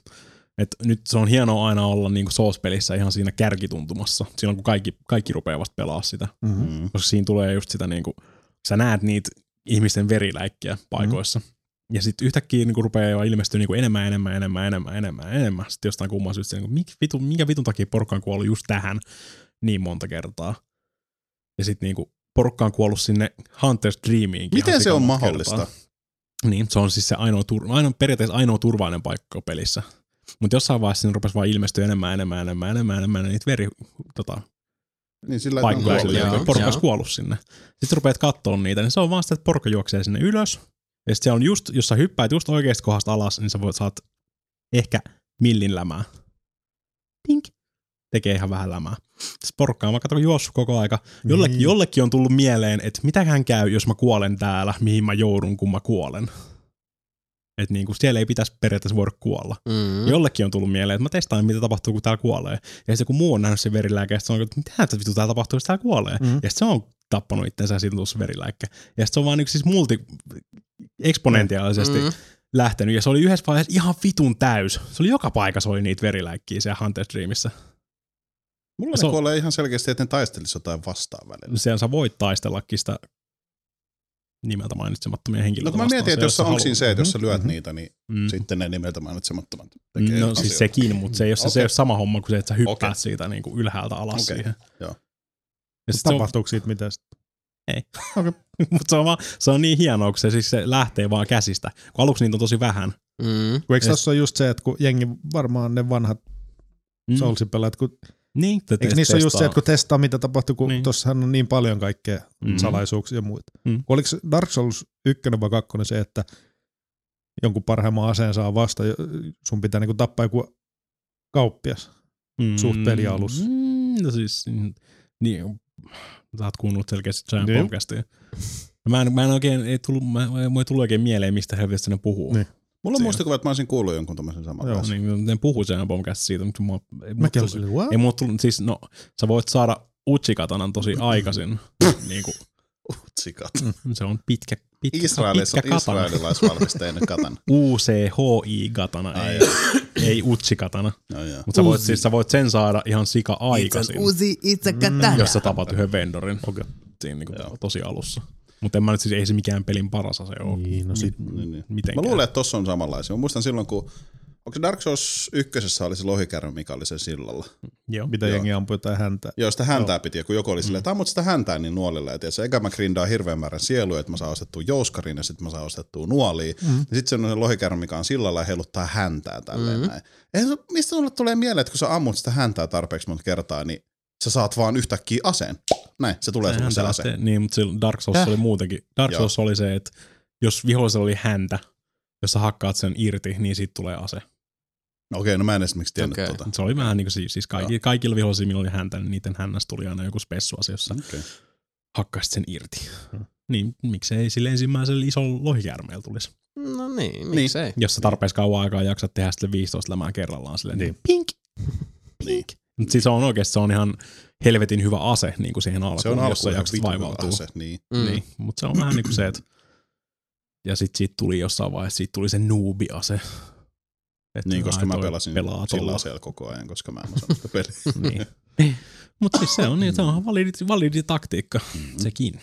S2: että nyt se on hienoa aina olla niin Souls-pelissä ihan siinä kärkituntumassa, silloin kun kaikki, kaikki rupeaa vasta pelaa sitä,
S4: Mm-hmm.
S3: Mm.
S2: koska siinä tulee just sitä niin kuin, sä näet niitä ihmisten veriläikkiä paikoissa. Mm. Ja sitten yhtäkkiä niin rupeaa jo ilmestyä niin enemmän, enemmän, enemmän, enemmän, enemmän, enemmän. Sitten jostain kumman syystä, niin mik, vitu, minkä vitun takia porukka on kuollut just tähän niin monta kertaa. Ja sitten niin porukka on kuollut sinne Hunter's Dreamiinkin. ihan
S3: Miten se on
S2: sikamonta
S3: mahdollista?
S2: kertaa. Niin, se on siis se ainoa, tur- ainoa periaatteessa ainoa turvallinen paikka pelissä. Mutta jossain vaiheessa siinä rupesi vaan ilmestyä enemmän, enemmän, enemmän, enemmän, enemmän niitä veri, tota,
S3: Niin sillä lailla, että
S2: paikkoja
S3: ne on
S2: sille,
S3: kuollut.
S1: joo.
S2: että porukka olisi kuollut sinne. Sitten rupeat kattoon niitä, niin se on vaan sitä, että porukka juoksee sinne ylös. Ja sitten on just, jos sä hyppäät just oikeasta kohdasta alas, niin sä voit saat ehkä millin lämää. Tink. Tekee ihan vähän lämää. Sitten porukka on vaikka juossut koko aika. Jollekin,
S4: Niin.
S2: jollekin on tullut mieleen, että mitähän käy, jos mä kuolen täällä, mihin mä joudun, kun mä kuolen. Että niinku siellä ei pitäisi periaatteessa voida kuolla.
S1: Mm.
S2: Mm. Jollekin on tullut mieleen, että mä testaan, mitä tapahtuu, kun täällä kuolee. Ja sitten kun muu on nähnyt sen verilääkkeen, sitten se on, että mitä tää vittu täällä tapahtuu, jos täällä kuolee. Mm.
S4: Mm.
S2: Ja sitten se on tappanut itsensä ja siitä on tullut se verilääkkä. Ja sitten se on vaan yksi siis multi eksponentiaalisesti mm.
S1: Mm.
S2: lähtenyt. Ja se oli yhdessä vaiheessa ihan vitun täys. Se oli joka paikassa oli niitä veriläikkiä siellä Hunter Dreamissä.
S3: Mulla
S2: Se
S3: ne
S2: on-
S3: kuolee ihan selkeästi, että ne taistelisi jotain vastaan välillä.
S2: Siellä sä voit taistellakin sitä nimeltä mainitsemattomia
S3: No,
S2: henkilöitä
S3: kun mä
S2: vastaan
S3: mietin,
S2: siellä,
S3: että jos
S2: haluat.
S3: onko siinä se, että jos sä lyöt
S4: Mhm.
S3: niitä, niin
S2: Mm.
S3: sitten ne nimeltä mainitsemattomat
S2: Mm,
S3: tekee
S2: No siis
S3: asioita.
S2: sekin, mutta se ei ole, okay. se
S3: Okei.
S2: ei ole sama homma kuin se, että sä hyppäät
S3: Okei.
S2: okay. siitä niin kuin ylhäältä alas
S3: Okei,
S2: okay. siihen.
S3: joo.
S2: Ja sit se on,
S4: Tapahtuuko siitä mitään? sit?
S2: mutta se, on vaan, se on niin hienoa, kun se, siis se lähtee vaan käsistä. Kun aluksi niitä on tosi vähän.
S1: Mm.
S4: Kun eikö
S2: Ei.
S4: tässä ole just se, että kun jengi varmaan ne vanhat mm. Soulsin pelaajat, kun,
S2: Niin. Te
S4: eikö niissä ole just se, että kun testaa mitä tapahtuu, kun
S2: Niin.
S4: niin. tossahan on niin paljon kaikkea
S2: Mm.
S4: mm. salaisuuksia ja muita.
S2: Mm.
S4: Mm. Oliko Dark Souls 1 vai 2 se, että jonkun parhaimman aseen saa vasta, jo- sun pitää niinku tappaa joku kauppias. suht peli alussa.
S2: Mm, No siis, mm, niin, sä oot kuunnellut selkeästi Giant
S4: Niin.
S2: podcastia. Ja Mä en, mä en oikein, ei tullut, mä, mä ei tullut oikein mieleen, mistä helvetistä ne puhuu.
S4: Niin.
S3: Mulla on
S2: Siinä.
S3: muistikuva, että mä olisin kuullut jonkun tämmöisen saman.
S4: Joo.
S3: kanssa.
S2: Niin, ne puhuu Giant podcast siitä, mutta mua, ei mulla
S4: Mä
S2: tullut-
S4: kelpasin,
S3: Mm.
S4: what?
S2: Ei mulla tullut, siis no, sä voit saada Uchikatanan
S3: Mm.
S2: tosi aikaisin. niin kuin,
S3: Sikat.
S2: se on pitkä, pitkä,
S3: Israelissa
S2: pitkä
S3: on
S2: Mm. katana.
S3: israelilaisvalmisteinen katana.
S2: UCHI-katana, ei, ei Uchi-katana.
S3: No, joo.
S2: Mutta sä, voit, siis, sä voit sen saada ihan sika aikaisin,
S5: Uzi, itse katana.
S2: jos sä tapat yhden vendorin okay. siinä niin
S3: Joo.
S2: kuin tosi alussa. Mutta en mä nyt siis, ei se mikään pelin paras ase ole.
S4: Niin, no sit.
S3: Niin, niin. Mä
S2: Mitenkään.
S3: luulen, että tossa on samanlaisia. Mä muistan silloin, kun Onko se Dark Souls ykkösessä oli se lohikärry, mikä oli se sillalla?
S2: Joo.
S4: Mitä
S3: Joo.
S4: jengi ampuu jotain häntää.
S3: Joo, Mm. sitä häntää piti, ja kun joku oli silleen, että ammut sitä häntää niin nuolilla, ja tiedätkö, eka mä grindaan hirveän määrän sielua, että mä saan ostettua jouskarin, ja sitten mä saan ostettua nuoliin, mm. ja sitten se on se lohikärry, mikä on sillalla ja heiluttaa häntää tälleen mm. näin. Eihän, se- mistä sulle tulee mieleen, että kun sä ammut sitä häntää tarpeeksi monta kertaa, niin sä saat vaan yhtäkkiä aseen. Näin, se tulee sulle
S2: Sehän
S3: se
S2: se
S3: ase.
S2: lähtee- Niin, mutta silloin Dark Souls
S4: Häh?
S2: oli muutenkin. Dark
S3: Joo.
S2: Souls oli se, että jos vihollisella oli häntä, jos sä hakkaat sen irti, niin siitä tulee ase.
S3: No Okei, no mä en esimerkiksi tiennyt
S1: Okei.
S3: okay. tota.
S2: Se oli vähän niin kuin siis, siis kaikki, kaikilla vihollisilla, millä oli häntä, niin niiden hännästä tuli aina joku spessuase, jossa
S3: Okay.
S2: hakkaisit sen irti. Niin miksei sille ensimmäiselle isolla lohikärmeellä tulisi.
S1: No niin, miksei. Niin.
S2: Jos sä tarpeeksi kauan aikaa jaksat tehdä sille 15 lämää kerrallaan silleen, niin.
S4: Niin.
S2: pink, pink. Mutta siis se on oikeasti se on ihan helvetin hyvä ase niin kuin siihen alkuun,
S3: Se on
S2: jos
S3: alkuun
S2: sä
S3: ihan
S2: jaksat
S3: vitun hyvä
S2: vaivautua.
S3: ase, niin.
S1: Mm.
S2: Niin, mutta se on vähän niin kuin se, että ja sitten siitä tuli jossain vaiheessa, siitä tuli se noobi-ase. Et
S3: Niin, koska
S2: ai,
S3: mä
S2: toi
S3: pelasin
S2: pelaa
S3: sillä
S2: tolla.
S3: aseella koko ajan, koska mä en osannut sitä peliä. Mm.
S2: Niin. Mutta siis se on, niin, se on ihan validi, validi taktiikka, mm-hmm. sekin.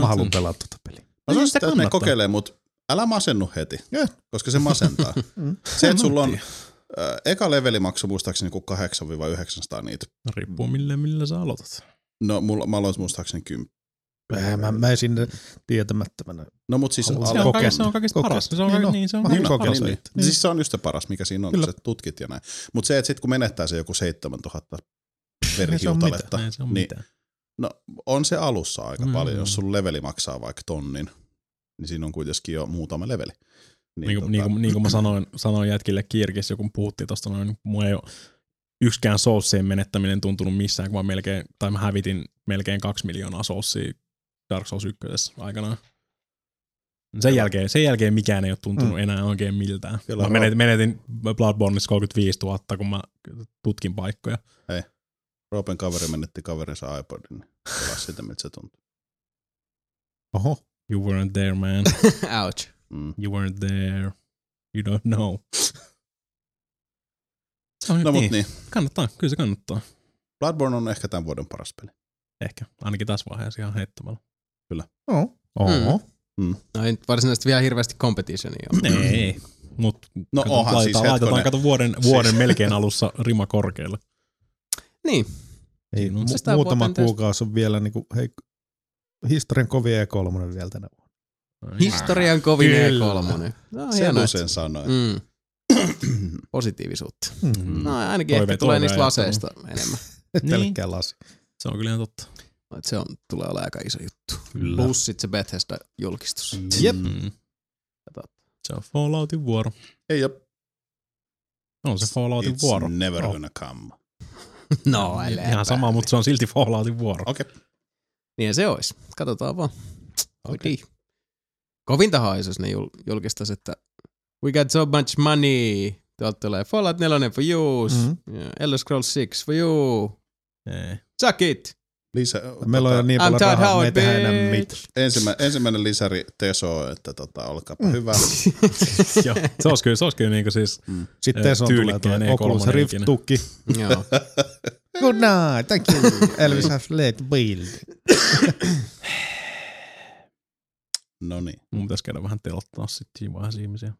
S4: Mä haluan pelaa tota peliä.
S3: Mä
S2: Niin,
S3: sanoin
S2: sitä
S3: sitä, että me
S2: kannattaa.
S3: kokeilee, mutta älä masennu heti,
S4: Joo.
S3: koska se masentaa.
S4: Mm.
S3: se, että sulla on ö, eka leveli maksu muistaakseni niinku kuin 8-900 niitä.
S2: Riippuu millä, millä sä aloitat.
S3: No mulla, mä aloin muistaakseni 10.
S4: Mä, mä, mä en sinne tietämättömänä.
S3: No mut siis
S4: Haluan
S2: Se on,
S4: Kokeilta.
S2: kaikista, se on kaikista
S4: Kokeilta.
S2: paras. Se on,
S4: Niin
S2: niin,
S4: on.
S2: niin, se on
S4: Vähän
S2: kaikista
S3: Niin,
S2: paras.
S3: on, niin, niin.
S4: Niin.
S3: Siis se on just se paras, mikä siinä on,
S4: Kyllä.
S3: kun sä tutkit ja näin. Mutta se, että sit kun menettää se joku 7000
S2: Ei se on
S3: verihiutaletta,
S2: mitään. Ei se on
S3: niin
S2: mitään.
S3: No on se alussa aika
S2: Mm.
S3: mm. paljon. Jos sun leveli maksaa vaikka tonnin, niin siinä on kuitenkin jo muutama leveli. tota,
S2: Niin, kuin, niin, kuin, niin kuin mä sanoin, sanoin jätkille Kirkissä, kun puhuttiin tosta noin, niin mua ei ole yksikään soussien menettäminen tuntunut missään, kun mä melkein, tai mä hävitin melkein kaksi miljoonaa soussia Dark Souls 1 aikanaan. Sen jälkeen, sen jälkeen mikään ei ole tuntunut mm. enää oikein miltään.
S3: Kyllä
S2: Kyllä mä
S3: on.
S2: menetin, menetin Bloodborneissa 35 000, kun mä tutkin paikkoja.
S3: Roopen kaveri menetti kaverinsa iPodin, niin pelasi sitä, miltä se tuntuu.
S4: Oho.
S2: You weren't there, man.
S1: Ouch.
S3: Mm.
S2: You weren't there. You don't know. Se on nyt
S3: No mut
S2: niin.
S3: niin,
S2: Kannattaa, kyllä se kannattaa.
S3: Bloodborne on ehkä tämän vuoden paras peli.
S2: Ehkä, ainakin tässä vaiheessa ihan heittomalla.
S4: Oho. Oho. Mm.
S1: No ei nyt varsinaisesti vielä hirveästi competitionia ole.
S2: Ei, mutta
S3: Niin. No onhan siis
S2: laitetaan, laitetaan
S3: hetkonen.
S2: kato vuoden,
S3: Siis-
S2: vuoden melkein alussa rima korkealle.
S1: Niin,
S4: Ei,
S2: Siinä on
S4: mu-
S1: se sitä
S4: muutama
S1: vuoteen tietysti.
S4: kuukausi on vielä niinku, hei, historian kovia E3 vielä tänä vuonna.
S2: Niin.
S1: historian kovin
S4: Kyllä.
S1: E3. No,
S3: Se
S1: hienoa.
S3: usein sanoi. Mm.
S1: Mm. Positiivisuutta.
S4: Mm.
S1: No ainakin
S2: Toive-
S1: ehkä tulee
S2: toive-
S1: niistä
S2: ajattelu.
S1: laseista enemmän.
S2: Niin.
S4: Pelkkää lasi.
S2: Se on kyllä ihan totta.
S1: No, et se on, tulee olla aika iso juttu.
S4: Kyllä.
S1: Plus sit se Bethesda-julkistus.
S4: Jep.
S2: Mm.
S1: Totta.
S2: Se on Falloutin vuoro.
S3: Ei jep.
S2: On se Falloutin
S3: It's
S2: vuoro.
S3: never
S2: Oh.
S3: gonna come.
S1: No, älä
S2: Ihan sama, mutta se on silti Falloutin vuoro.
S3: Okei. Okay.
S1: Niin se olisi. Katsotaan vaan. Okay. Kovintahan olisi, jos ne jul- julkistaisi, että we got so much money. Tuolta tulee Fallout 4 for you, mm-hmm. Elder Scrolls 6 for you.
S2: Ei.
S1: Suck it!
S3: Lisä, tota,
S4: Meillä on jo niin paljon
S1: Todd
S4: rahaa, me ei
S1: Howard,
S4: tehdä enää
S1: bitch.
S4: mitään.
S3: ensimmä, ensimmäinen lisäri Teso, että tota, olkaapa
S4: Mm.
S3: mm. hyvä.
S2: Joo. Se olisi kyllä, se olisi kyllä niinku siis,
S4: Sitten
S2: Ö,
S4: Teson tulee
S2: tyylikkään
S4: tuo
S2: E3
S4: Oculus Rift
S2: ikinä.
S4: tukki.
S1: Joo.
S4: Good night, thank you. Elvis has let build.
S3: No niin,
S2: mun pitäisi käydä vähän telottaa sitten siinä vaiheessa ihmisiä.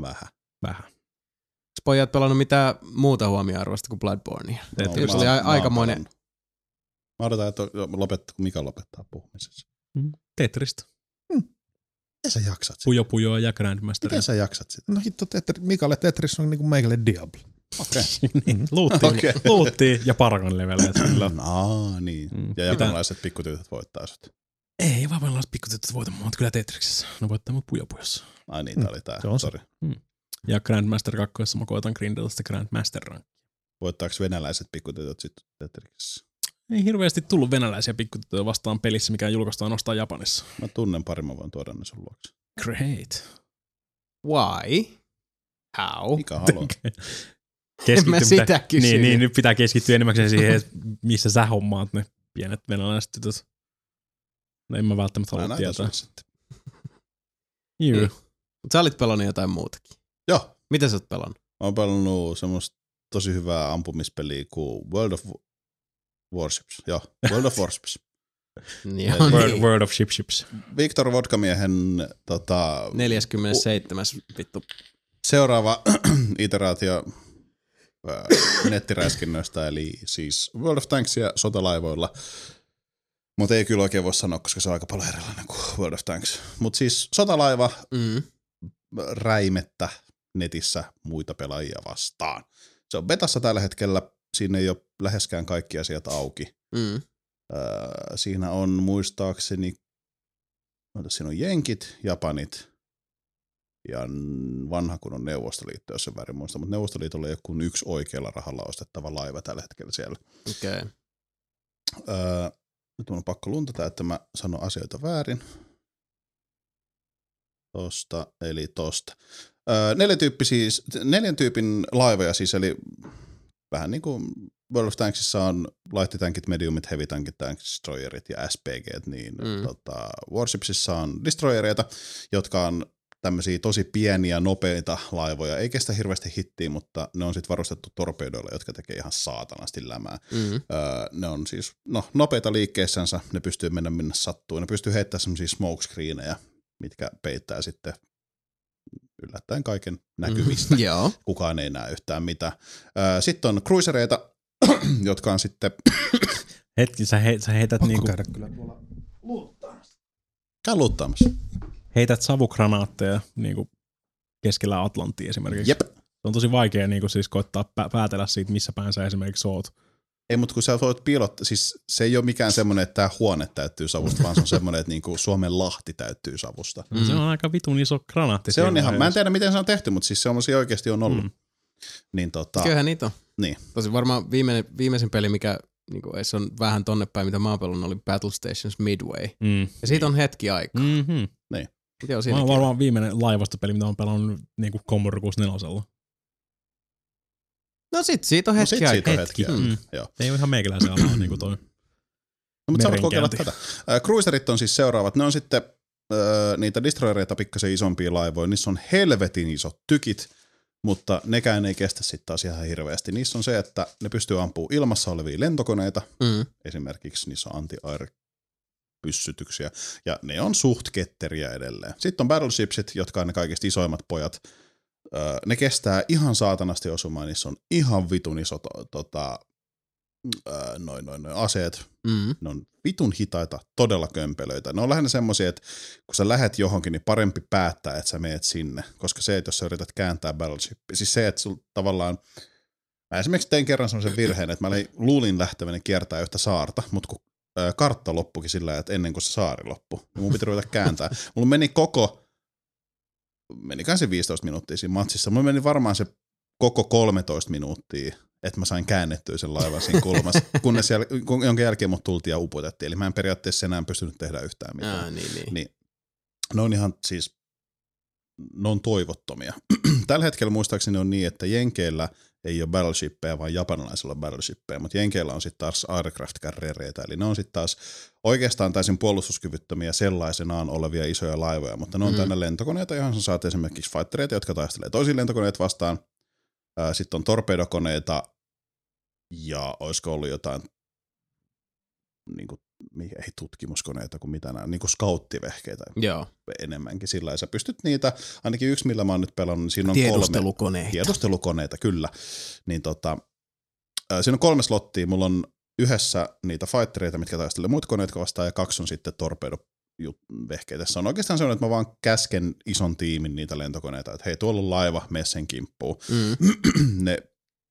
S3: vähän.
S2: Vähän.
S1: Onks Pojat pelannut mitään muuta huomioarvoista kuin Bloodbornea.
S2: Et
S3: mä
S1: tietysti
S3: oon-
S1: oli a-
S3: mä oon
S1: aikamoinen-
S3: pelannut. Mä odotan, että lopettaa, kun Mika lopettaa puhumisessa.
S2: Tetristä.
S3: Miten Hmm. sä jaksat sitä?
S2: Pujo Pujoa ja Grandmasteria.
S3: Miten sä jaksat sitä?
S4: No hitto, Tetri, Mikalle Tetris on niinku meikälle Diablo.
S3: Okei.
S2: niin, luuttiin,
S3: Okei.
S2: luuttiin ja parkan leveleet.
S3: Kyllä. Aa, niin.
S2: Mm.
S3: Ja japanilaiset pikkutytöt voittaa sut.
S2: Ei, vapaalaiset pikkutytöt voita mua, kyllä Tetriksessä. Ne voittaa mut Pujo Pujossa.
S3: Ai niin, tää oli tää.
S4: Se on se.
S3: Sori.
S2: Ja Grandmaster 2, mä koitan grindata sitä Grandmaster rank.
S3: Voittaako venäläiset pikkutytöt sitten Tetriksessä?
S2: Ei hirveästi tullut venäläisiä pikkutyttöjä vastaan pelissä, mikä julkaistaan ostaa Japanissa.
S3: Mä tunnen pari, mä voin tuoda ne sun luokse.
S2: Great.
S1: Why? How?
S3: Mikä haluaa?
S1: En mä sitä
S2: pitää,
S1: kysy.
S2: Niin, niin, nyt pitää keskittyä enemmän siihen, että missä sä hommaat ne pienet venäläiset tytöt. No en mä välttämättä
S3: Mä
S2: halua
S3: näytän
S2: tietää.
S3: sulle sitten.
S2: Juu.
S1: Mut sä olit pelannut jotain muutakin.
S3: Joo,
S1: Mitä sä oot pelannut?
S3: Mä oon pelannut semmoista tosi hyvää ampumispeliä kuin World of Warships. Joo, World of Warships.
S1: Niin,
S3: Word-
S1: on,
S2: World,
S1: niin.
S2: World of Ship Ships.
S3: Viktor Vodkamiehen tota,
S1: 47. vittu.
S3: seuraava iteraatio ää, nettiräiskinnöistä, eli siis World of Tanksia sotalaivoilla. Mutta ei kyllä oikein voi sanoa, koska se on aika paljon erilainen kuin World of Tanks. Mutta siis sotalaiva
S1: Mm.
S3: räimettä netissä muita pelaajia vastaan. Se on betassa tällä hetkellä, siinä ei ole läheskään kaikki asiat auki.
S1: Mm.
S3: Öö, siinä on muistaakseni, oota, siinä on jenkit, japanit ja n- vanha kun on Neuvostoliitto, jos en väärin muista, mutta Neuvostoliitolla ei ole kuin yksi oikealla rahalla ostettava laiva tällä hetkellä siellä.
S1: Okei. Okay.
S3: Öö, nyt mun on pakko luntata, että mä sanon asioita väärin. Tosta, eli tosta. Öö, neljä tyyppi siis, neljän tyypin laivoja siis, eli vähän niin kuin World of Tanksissa on laittitankit, mediumit, heavy tankit, tank destroyerit ja SPG, niin
S1: Mm.
S3: mm. tota, Warshipsissa on destroyereita, jotka on tämmöisiä tosi pieniä, nopeita laivoja. Ei kestä hirveästi hittiä, mutta ne on sitten varustettu torpedoilla, jotka tekee ihan saatanasti lämää.
S1: Mm.
S3: Öö, ne on siis no, nopeita liikkeessänsä, ne pystyy mennä minne sattuu. Ne pystyy heittämään semmoisia smokescreenejä, mitkä peittää sitten yllättäen kaiken näkyvistä.
S1: Mm. Joo.
S3: Kukaan ei näe yhtään mitään. Öö, sitten on cruisereita, jotka on sitten...
S2: Hetki, sä, he, sä heität,
S4: Pakko
S2: niinku,
S4: käydä kyllä tuolla.
S3: Käy luuttaamassa.
S2: heität savukranaatteja niinku keskellä Atlanttia esimerkiksi.
S3: Jep.
S2: Se on tosi vaikea niinku siis koittaa pä- päätellä siitä, missä päin sä esimerkiksi oot.
S3: Ei, mutta kun sä voit piilottaa, siis se ei ole mikään semmoinen, että tämä huone täyttyy savusta, vaan se on semmoinen, että niinku Suomen lahti täyttyy savusta.
S2: Mm. Se on aika vitun iso granaatti.
S3: Se on
S2: siinä
S3: ihan, mä en
S2: vaiheessa.
S3: tiedä miten se on tehty, mutta siis semmoisia oikeasti on ollut.
S2: Mm.
S3: Mm. Niin tota,
S1: Kyllähän niitä on.
S3: Niin.
S1: Tosi varmaan viimeinen, viimeisin peli, mikä niin kuin, se on vähän tonne päin, mitä mä oon pelannut, oli Battle Stations Midway.
S2: Mm.
S1: Ja siitä on hetki aikaa. Mm.
S2: Mm-hmm.
S1: Joo,
S2: Mä
S1: siinäkin.
S2: oon varmaan viimeinen laivastopeli, mitä on pelannut niin kuin Commodore 64.
S1: No sit siitä on
S3: no
S1: hetki
S3: sit siitä
S1: aikaa.
S3: on hetki.
S1: Hetki.
S3: aikaa.
S2: Mm.
S3: Joo.
S2: Se ei ole ihan meikäläisen alaa niin kuin toi.
S3: Niinku No, mutta sä voit kokeilla
S2: Merenkäynti.
S3: tätä. Äh, Cruiserit on siis seuraavat. Ne on sitten äh, niitä destroyereita pikkasen isompia laivoja. Niissä on helvetin isot tykit, mutta nekään ei kestä sitten taas ihan hirveästi. Niissä on se, että ne pystyy ampumaan ilmassa olevia lentokoneita.
S1: Mm.
S3: Esimerkiksi niissä on anti pyssytyksiä. Ja ne on suht ketteriä edelleen. Sitten on battleshipsit, jotka on ne kaikista isoimmat pojat. Öö, ne kestää ihan saatanasti osumaan. Niissä on ihan vitun isot o- tota, öö, noin, noin, noin aseet,
S1: Mm.
S3: ne on vitun hitaita, todella kömpelöitä. Ne on lähinnä semmoisia, että kun sä lähet johonkin, niin parempi päättää, että sä meet sinne. Koska se, että jos sä yrität kääntää battleship, siis se, että sul tavallaan Mä esimerkiksi tein kerran semmoisen virheen, että mä olin- luulin lähteväni kiertää yhtä saarta, mutta kun ö, kartta loppukin sillä, että ennen kuin se saari loppui, niin mun piti ruveta kääntää. Mulla meni koko, menikään se 15 minuuttia siinä matsissa, mulla meni varmaan se koko 13 minuuttia, että mä sain käännettyä sen laivan siinä kulmassa, kunnes siellä, kun, jonka jälkeen mut tultiin ja upotettiin. Eli mä en periaatteessa enää pystynyt tehdä yhtään mitään.
S1: Ah, niin, niin.
S3: Niin, ne on ihan siis, ne on toivottomia. Tällä hetkellä muistaakseni on niin, että Jenkeillä ei ole battleshippeja, vaan japanilaisilla on battleshippeja, mutta Jenkeillä on sitten taas aircraft carriereita, eli ne on sitten taas oikeastaan täysin puolustuskyvyttömiä sellaisenaan olevia isoja laivoja, mutta ne on
S1: Mm.
S3: mm. täynnä lentokoneita, johon sä saat esimerkiksi fightereita, jotka taistelee toisia lentokoneita vastaan, sitten on torpedokoneita ja olisiko ollut jotain niin kuin, ei tutkimuskoneita kuin mitä nämä, niin kuin skauttivehkeitä
S1: Joo.
S3: enemmänkin sillä lailla. Sä pystyt niitä, ainakin yksi millä mä oon nyt pelannut, niin siinä on kolme.
S1: Tiedustelukoneita.
S3: Tiedustelukoneita, kyllä. Niin tota, ää, siinä on kolme slottia, mulla on yhdessä niitä fightereita, mitkä taistelee muita koneita vastaan, ja kaksi on sitten torpedo vehkeitä. Se on oikeastaan sellainen, että mä vaan käsken ison tiimin niitä lentokoneita, että hei, tuolla on laiva, mene sen kimppuun
S1: Mm.
S3: ne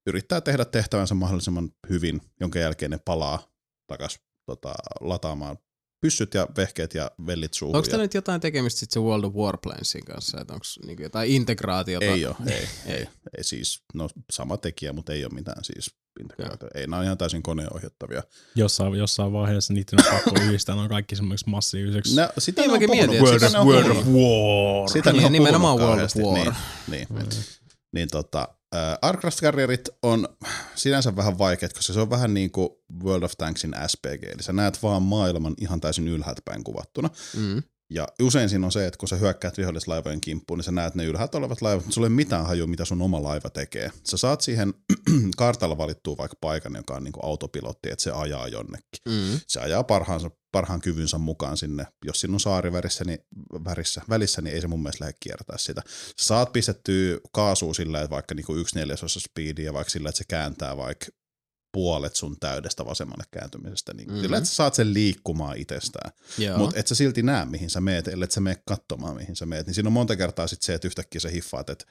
S3: yrittää tehdä tehtävänsä mahdollisimman hyvin, jonka jälkeen ne palaa takaisin tota, lataamaan pyssyt ja vehkeet ja vellit suuhun.
S1: Onko
S3: ja...
S1: tämä nyt jotain tekemistä sitten se World of Warplanesin kanssa? Että onko niinku jotain integraatiota?
S3: Ei ole, ei,
S1: Ei.
S3: ei, ei siis, no sama tekijä, mutta ei ole mitään siis integraatio. Ei, nämä on ihan täysin koneen ohjattavia.
S2: Jossain, jossain vaiheessa niitä on pakko yhdistää, ne on kaikki semmoiseksi massiiviseksi.
S3: No, sitä
S1: Niin
S3: ne on
S1: mäkin
S3: puhunut,
S1: mietin, että
S3: sitä
S4: No
S3: ne on
S1: World
S4: niin.
S3: puhunut.
S1: of
S2: War.
S3: Sitä
S1: Niin,
S3: ne on
S1: nimenomaan
S3: puhunut
S1: World of Mm.
S3: kauheasti,
S1: War.
S3: Niin, niin. niin tota, äh, Arcraft Carrierit on sinänsä vähän vaikeat, koska se on vähän niin kuin World of Tanksin SPG, eli sä näet vaan maailman ihan täysin ylhäältä päin kuvattuna.
S1: Mm.
S3: Ja usein siinä on se, että kun sä hyökkäät vihollislaivojen kimppuun, niin sä näet ne ylhäältä olevat laivat, mutta sulla ei ole mitään hajua, mitä sun oma laiva tekee. Sä saat siihen kartalla valittua vaikka paikan, joka on niin kuin autopilotti, että se ajaa jonnekin.
S1: Mm.
S3: Se ajaa parhaansa, parhaan kyvynsä mukaan sinne. Jos sinun on saari värissä, niin, värissä, välissä, niin ei se mun mielestä lähde kiertää sitä. Sä saat pistettyä kaasua sillä, että vaikka niin kuin yksi neljäsosa speediä, vaikka sillä, että se kääntää vaikka puolet sun täydestä vasemmalle kääntymisestä. Niin mm-hmm.
S1: Mhm.
S3: Sillä, että sä saat sen liikkumaan itsestään.
S1: Joo.
S3: Mutta et sä silti näe, mihin sä meet, ellei sä mene katsomaan, mihin sä meet. Niin siinä on monta kertaa sit se, että yhtäkkiä sä hiffaat, että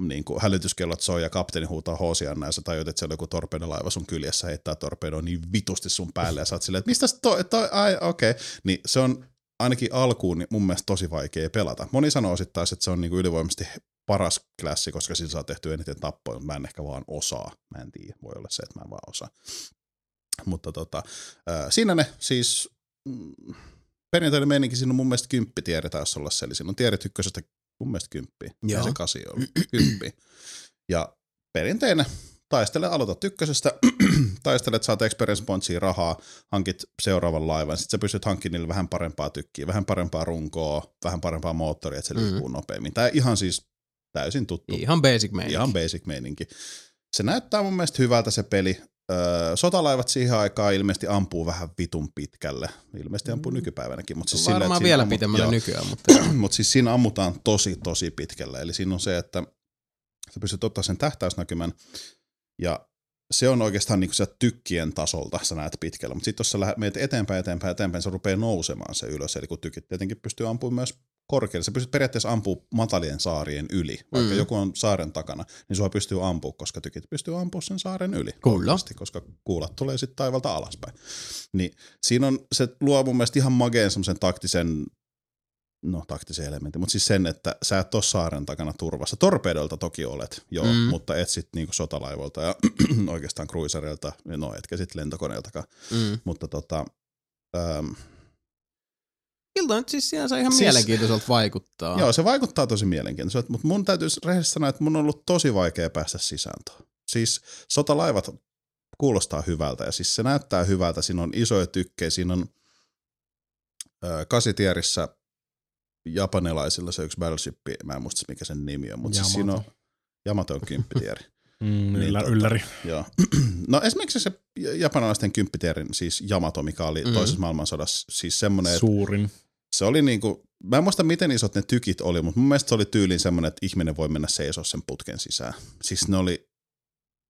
S3: niin kuin hälytyskellot soi ja kapteeni huutaa hoosianna ja sä tajut, että siellä on joku torpedolaiva sun kyljessä heittää torpedoa niin vitusti sun päälle ja sä oot silleen, että mistä toi, toi ai okei. Okay. Niin se on ainakin alkuun niin mun mielestä tosi vaikea pelata. Moni sanoo sitten taas, että se on niin kuin ylivoimaisesti paras klassi, koska sillä saa tehty eniten tappoja, mutta mä en ehkä vaan osaa. Mä en tiedä, voi olla se, että mä en vaan osaa. Mutta tota, äh, siinä ne siis mm, perinteinen meininki, siinä on mun mielestä kymppi tieri taisi olla se, eli siinä on tierit ykkösestä mun mielestä kymppi, ja
S1: Joo.
S3: se kasi on kymppi. Ja perinteinen, taistele, aloita tykkösestä, taistelet, saat experience pointsia rahaa, hankit seuraavan laivan, sitten sä pystyt hankkimaan niille vähän parempaa tykkiä, vähän parempaa runkoa, vähän parempaa moottoria, että se
S1: Mm.
S3: liikkuu nopeammin. Tämä ihan siis täysin tuttu
S1: Ihan basic meininki.
S3: Ihan basic meininki. Se näyttää mun mielestä hyvältä se peli. Öö, sotalaivat siihen aikaan ilmeisesti ampuu vähän vitun pitkälle. Ilmeisesti ampuu nykypäivänäkin. Mutta siis silleen,
S1: Mm. Varmaan
S3: että
S1: vielä
S3: siinä
S1: pitemmällä
S3: ammut,
S1: nykyään, mutta
S3: Mutta siis siinä ammutaan tosi tosi pitkälle. Eli siinä on se, että sä pystyt ottaa sen tähtäysnäkymän ja se on oikeastaan niin se tykkien tasolta, sä näet pitkällä. Mutta sitten jos sä lähdet, meet eteenpäin, eteenpäin, eteenpäin, se rupeaa nousemaan se ylös. Eli kun tykit tietenkin pystyy ampumaan myös korkealle. Sä pystyt periaatteessa ampumaan matalien saarien yli. Vaikka
S1: Mm.
S3: mm. joku on saaren takana, niin sua pystyy ampumaan, koska tykit pystyy ampumaan sen saaren yli.
S1: Kyllä.
S3: Oikeasti, Koska kuulat tulee sitten taivalta alaspäin. Niin siinä on, se luo mun mielestä ihan mageen semmoisen taktisen no taktisen elementin, mutta siis sen, että sä et ole saaren takana turvassa. Torpedoilta toki olet, joo,
S1: Mm.
S3: mm. mutta et sit niinku sotalaivoilta ja oikeastaan cruiserilta, no etkä sit lentokoneeltakaan,
S1: mm.
S3: mutta tota, äm,
S1: Kiltä nyt siis sinänsä ihan siis...
S3: Siis-
S1: mielenkiintoiselta vaikuttaa.
S3: joo se vaikuttaa tosi mielenkiintoiselta, mutta mun täytyy rehellisesti sanoa, että mun on ollut tosi vaikea päästä sisään tuohon. Siis sotalaivat kuulostaa hyvältä ja siis se näyttää hyvältä, siinä on isoja tykkejä, siinä on ö, kasitierissä japanilaisilla se yksi battleship, mä en muista mikä sen nimi on, mutta siis siinä on
S2: Yamato.
S3: Yamato on kymppitieri.
S2: Mm,
S3: Niin,
S2: yllä,
S3: totta.
S2: ylläri.
S3: Joo. No esimerkiksi se japanilaisten kymppitierin, siis Yamato, mikä oli
S1: Mhm.
S3: mm. toisessa maailmansodassa, siis semmoinen, että
S2: Suurin.
S3: se oli niinku, mä en muista miten isot ne tykit oli, mutta mun mielestä se oli tyyliin semmoinen, että ihminen voi mennä seisoo sen putken sisään. Siis ne oli,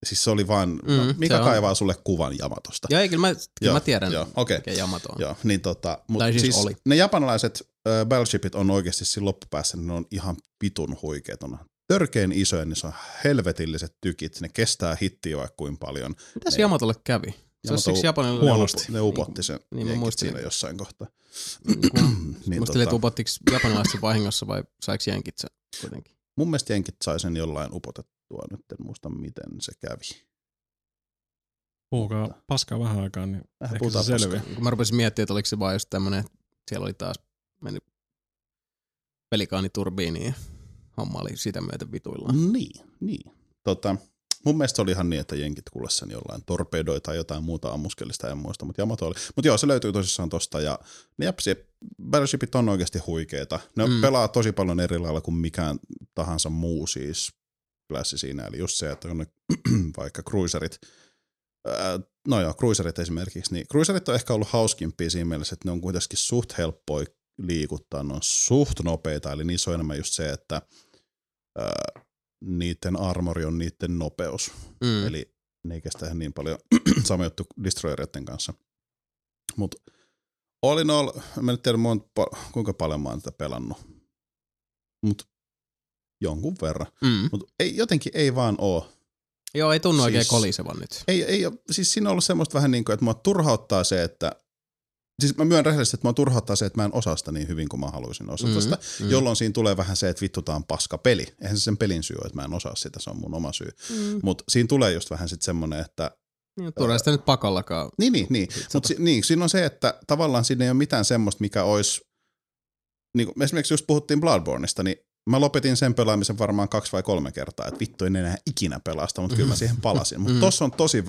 S3: siis se oli vaan, mm, no,
S1: Mm,
S3: mikä
S1: se on.
S3: kaivaa sulle kuvan Yamatosta.
S1: Joo, ei, kyllä mä, kyllä
S3: Joo,
S1: mä tiedän,
S3: Joo, okei.
S1: mikä Yamato on.
S3: Joo, niin tota, mut
S1: Tai siis
S3: siis, siis
S1: oli.
S3: ne japanilaiset äh, battleshipit on oikeasti siinä loppupäässä, niin ne on ihan pitun huikeet. On törkeen isoja, niin se on helvetilliset tykit, ne kestää hittiä vaikka kuinka paljon.
S1: Mitäs
S3: Ei.
S1: Yamatolle kävi? Se on
S3: Yamato
S1: siksi japanilainen.
S3: Ne
S2: Huonosti.
S3: upo- Ne upotti sen
S1: mä
S3: niin, niin
S1: muistelin.
S3: siinä jossain kohtaa.
S1: Niin,
S3: niin,
S1: Musta tota...
S3: tota,
S1: upottiks japanilaiset vahingossa vai saiks jenkit sen kuitenkin?
S3: mun mielestä jenkit sai sen jollain upotettua, nyt en muista miten se kävi.
S2: Puhukaa paskaa vähän aikaa, niin ehkä
S3: Vähän
S2: se
S3: puhutaan
S2: selviää.
S3: paskaa.
S1: Kun mä rupesin miettimään, että oliko se vaan just tämmönen, että siellä oli taas mennyt pelikaaniturbiiniin ja homma oli sitä myöten vituillaan.
S3: Niin, niin. Tota, mun mielestä se oli ihan niin, että jenkit kuulee sen jollain torpedoi tai jotain muuta ammuskelista, en muista, mutta Yamato oli. Mutta joo, se löytyy tosissaan tosta ja ne Niin jep, se battleshipit on oikeasti huikeita. Ne
S1: Mm.
S3: mm. pelaa tosi paljon eri lailla kuin mikään tahansa muu siis klassi siinä. Eli just se, että on ne vaikka cruiserit, Ää, no joo, cruiserit esimerkiksi, niin cruiserit on ehkä ollut hauskimpia siinä mielessä, että ne on kuitenkin suht helppoja liikuttaa, ne on suht nopeita, eli niissä on enemmän just se, että ää, niiden armori on niiden nopeus.
S1: Mm.
S3: Mm. Eli ne ei kestä ihan niin paljon sama juttu destroyereiden kanssa. Mutta olin all, mä en tiedä monta, pa- kuinka paljon mä oon tätä pelannut. Mut jonkun verran.
S1: Mm.
S3: Mut ei, jotenkin ei vaan oo.
S1: Joo, ei tunnu oikein
S3: Siis-
S1: kolisevan nyt.
S3: Ei, ei, oo- siis siinä on ollut semmoista vähän niin kuin, että mua turhauttaa se, että siis mä myön rehellisesti, että mä turhauttaa se, että mä en osaa sitä niin hyvin kuin mä haluaisin osata mm,
S1: Mm-hmm,
S3: sitä, mm. jolloin siinä tulee vähän se, että vittu tää on paska peli. Eihän se sen pelin syy ole, että mä en osaa sitä, se on mun oma syy. Mm. Mutta siinä tulee just vähän sitten semmoinen, että
S1: Niin, Tulee sitä nyt pakollakaan.
S3: niin, niin, niin. Mutta si- niin, siinä on se, että tavallaan siinä ei ole mitään semmoista, mikä olisi, niin kuin, esimerkiksi jos puhuttiin Bloodborneista, niin mä lopetin sen pelaamisen varmaan kaksi vai kolme kertaa, että vittu en enää ikinä pelasta, mutta kyllä mä siihen palasin. Mutta tossa on tosi,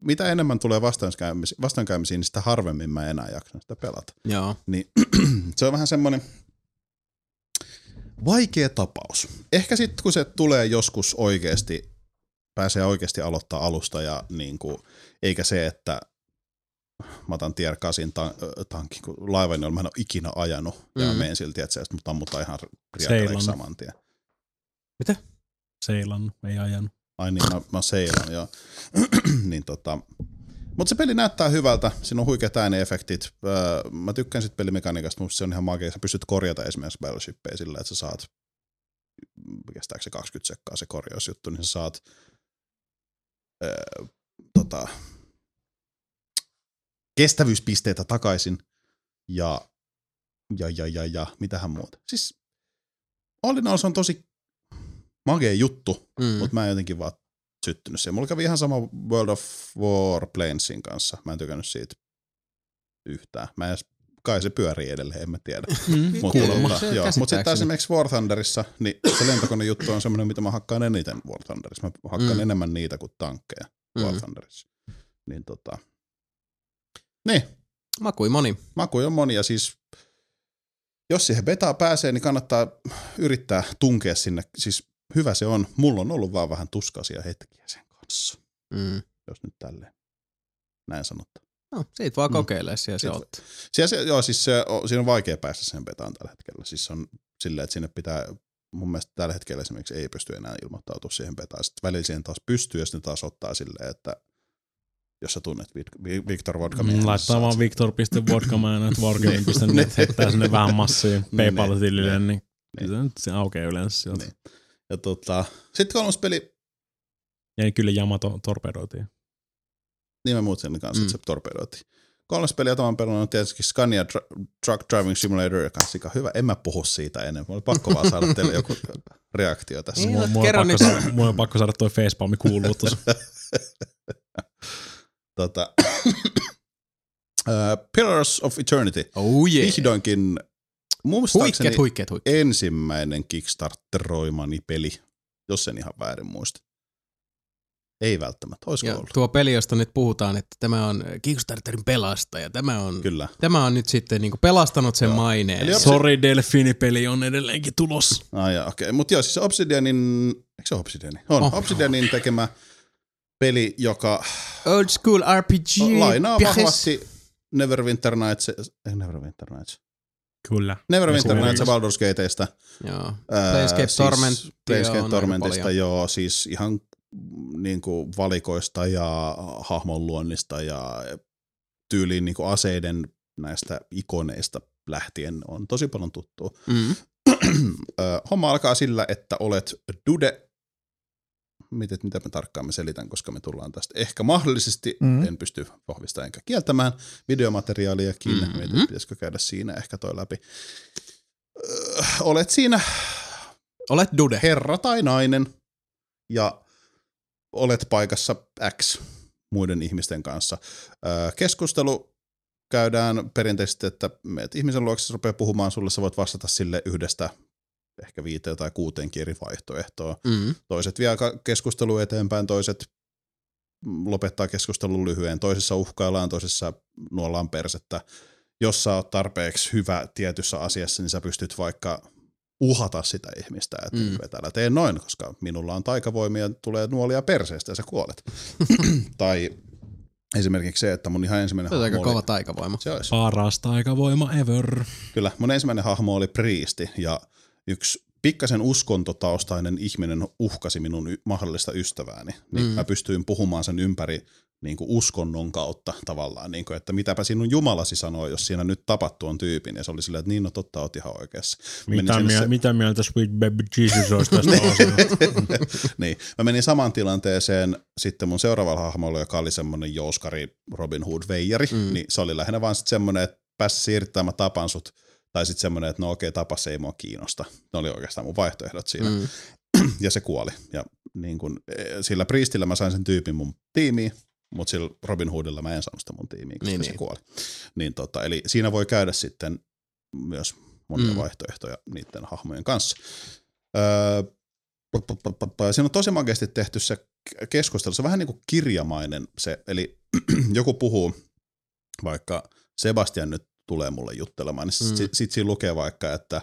S3: mitä enemmän tulee vastoinkäymisiin, vastoinkäymisiin, niin sitä harvemmin mä enää jaksan sitä pelata.
S1: Joo.
S3: Niin se on vähän semmoinen vaikea tapaus. Ehkä sitten kun se tulee joskus oikeasti, pääsee oikeasti aloittaa alusta ja niin kuin, eikä se, että mä otan tier 8 tan- ö, tankin, kun laivan, jolla mä en ole ikinä ajanut. Mm. Ja
S1: Mm.
S3: menen silti, että se mut ammutaan ihan
S2: Seilannut.
S3: riakaleeksi saman tien.
S2: Seilannut, ei ajanut.
S3: Ai niin, mä, mä seilan, joo. niin tota. Mutta se peli näyttää hyvältä, siinä on huikeat ääniefektit. Öö, mä tykkään sit pelimekaniikasta, mutta se on ihan makea. Sä pystyt korjata esimerkiksi Battleshipia sillä, että sä saat, kestääkö se 20 sekkaa se korjausjuttu, niin sä saat öö, tota, kestävyyspisteitä takaisin ja, ja, ja, ja, ja mitähän muuta. Siis all in all se on tosi magea juttu,
S1: Mm.
S3: mutta mä en jotenkin vaan syttynyt siihen. Mulla kävi ihan sama World of Warplanesin kanssa. Mä en tykännyt siitä yhtään. Mä en edes, kai se pyörii edelleen, en mä tiedä. Mutta
S1: Kyllä, Mm. se
S3: tota, joo. Mut sitten
S1: käsittääkseni.
S3: taas esimerkiksi War Thunderissa, niin se lentokonejuttu on semmoinen, mitä mä hakkaan eniten War Thunderissa. Mä hakkaan
S1: Mm.
S3: mm. enemmän niitä kuin tankkeja War
S1: Mm.
S3: Thunderissa. Niin tota. Niin,
S1: Makui moni.
S3: makuja on monia. Siis jos siihen betaa pääsee, niin kannattaa yrittää tunkea sinne. Siis hyvä se on. Mulla on ollut vaan vähän tuskaisia hetkiä sen kanssa,
S1: Mm.
S3: jos nyt tälleen näin sanottu.
S1: No, siitä vaan
S3: Mm.
S1: kokeilee siellä se
S3: Siitä-
S1: oot.
S3: Siellä se, joo, siis se, on- siinä on vaikea päästä sen betaan tällä hetkellä. Siis se on silleen, että sinne pitää, mun mielestä tällä hetkellä esimerkiksi ei pysty enää ilmoittautumaan siihen betaan. Sitten välillä siihen taas pystyy ja sitten taas ottaa silleen, että jos sä tunnet Vik- Vi- Viktor Vodka
S2: Mm, laittaa vaan victor.vodkaman, että
S3: Niin.
S2: wargaming.net heittää sinne vähän massia PayPal-tilille,
S3: Niin.
S2: niin kyllä se nyt se aukeaa yleensä sieltä.
S3: Niin. Ja tota, sitten kolmas peli,
S2: Ja kyllä jama to- torpedoitiin.
S3: Niin mä muut sen kanssa, mm.
S1: Mm.
S3: että se torpedoitiin. Kolmas peli, jota mä oon pelannut, on tietysti Scania Dr- Truck Driving Simulator, joka on sika hyvä. En mä puhu siitä enemmän. Mulla oli pakko vaan saada teille joku reaktio tässä.
S1: Niin,
S2: Mulla,
S1: olet
S2: mulla, on
S1: kerran
S2: pakko
S1: nyt-
S2: saada, mulla on pakko saada toi facepalmi kuuluu tuossa.
S3: Tota, Ö, Pillars of Eternity.
S1: Oh yeah.
S3: Vihdoinkin muistaakseni
S1: Huikeet,
S3: niin-
S1: huikeet, huikeet.
S3: ensimmäinen Kickstarteroimani peli, jos en ihan väärin muista. Ei välttämättä, olisiko
S1: Ja
S3: ollut?
S1: tuo peli, josta nyt puhutaan, että tämä on Kickstarterin pelastaja. Tämä on,
S3: Kyllä.
S1: tämä on nyt sitten niinku pelastanut sen
S3: Joo.
S1: maineen.
S3: Eli
S2: Sorry, Delfini-peli on edelleenkin tulossa.
S3: Ai ah, okei. Okay. Mutta joo, siis Obsidianin, eikö se ole Obsidianin? On,
S1: Oh.
S3: oh. Obsidianin tekemä peli, joka
S1: Old school RPG.
S3: lainaa
S1: Pihes.
S3: vahvasti Neverwinter Nights, ei Neverwinter Nights,
S2: Kyllä.
S3: Neverwinter
S2: Esimerkiksi.
S3: Nights ja Baldur's Gateista.
S1: Joo.
S3: Ää,
S1: Planescape Tormentia
S3: Äh, Siis
S1: on
S3: Planescape
S1: aika
S3: Tormentista,
S1: paljon.
S3: joo, siis ihan mm, niin kuin valikoista ja hahmon luonnista ja tyyliin niin kuin aseiden näistä ikoneista lähtien on tosi paljon tuttua.
S1: Mm.
S3: Ö, homma alkaa sillä, että olet dude. Miten, mitä mä tarkkaan mä selitän, koska me tullaan tästä ehkä mahdollisesti,
S4: Mm.
S1: Mm-hmm.
S3: mm. en pysty vahvistamaan enkä kieltämään videomateriaaliakin,
S1: Mhm.
S3: mm-hmm. mietin, pitäisikö käydä siinä ehkä toi läpi. Ö, olet siinä
S1: Olet dude.
S3: herra tai nainen ja olet paikassa X muiden ihmisten kanssa. Ö, Keskustelu käydään perinteisesti, että meet ihmisen luokse, se rupeaa puhumaan sulle, sä voit vastata sille yhdestä ehkä viiteen tai kuuteenkin eri vaihtoehtoa.
S1: Mm.
S3: Toiset vie ka- keskustelua eteenpäin, toiset lopettaa keskustelun lyhyen, toisessa uhkaillaan, toisessa nuollaan persettä. Jos sä oot tarpeeksi hyvä tietyssä asiassa, niin sä pystyt vaikka uhata sitä ihmistä, että
S1: Mm.
S3: mm. täällä tee noin, koska minulla on taikavoimia, tulee nuolia perseestä ja sä kuolet. tai esimerkiksi se, että mun ihan ensimmäinen
S1: Se on aika
S3: hahmo oli-
S1: kova taikavoima.
S3: Se olisi.
S2: Parasta aikavoima ever.
S3: Kyllä, mun ensimmäinen hahmo oli priisti ja yksi pikkasen uskontotaustainen ihminen uhkasi minun y- mahdollista ystävääni. Niin
S1: Mm.
S3: mm. mä pystyin puhumaan sen ympäri niin kuin uskonnon kautta tavallaan, niin kuin, että mitäpä sinun jumalasi sanoo, jos siinä nyt tapattu on tyypin. Ja se oli silleen, että niin, no totta, oot ihan oikeassa. Mä menin
S2: Mitä,
S3: sinne
S2: mie-
S3: se-
S2: mitä mieltä Sweet Baby Jesus olisi tästä asiasta?
S3: niin. Mä menin saman tilanteeseen sitten mun seuraavalla hahmolla, joka oli semmonen jouskari Robin Hood veijari,
S1: Mm.
S3: mm. niin se oli lähinnä vaan sitten semmonen, että pääs siirtää, mä tapan sut. Tai sitten semmonen, että no okei, tapa se ei mua kiinnosta. Ne oli oikeastaan mun vaihtoehdot siinä. Mm.
S1: Mm.
S3: Ja se kuoli. Ja niin kun, eh, sillä Priestillä mä sain sen tyypin mun tiimiin, mutta sillä Robin Hoodilla mä en saanut sitä mun tiimiin, koska
S1: Niin,
S3: niin, se
S1: niin.
S3: kuoli. Niin tota, eli siinä voi käydä sitten myös monia
S1: Mm.
S3: mm. vaihtoehtoja niiden hahmojen kanssa. Öö, pa- pa- pa- pa- pa- siinä on tosi makeasti tehty se k- keskustelu, se on vähän niin kuin kirjamainen se, eli joku puhuu, vaikka Sebastian nyt tulee mulle juttelemaan, niin
S1: Mm.
S3: sit, sit siinä lukee vaikka, että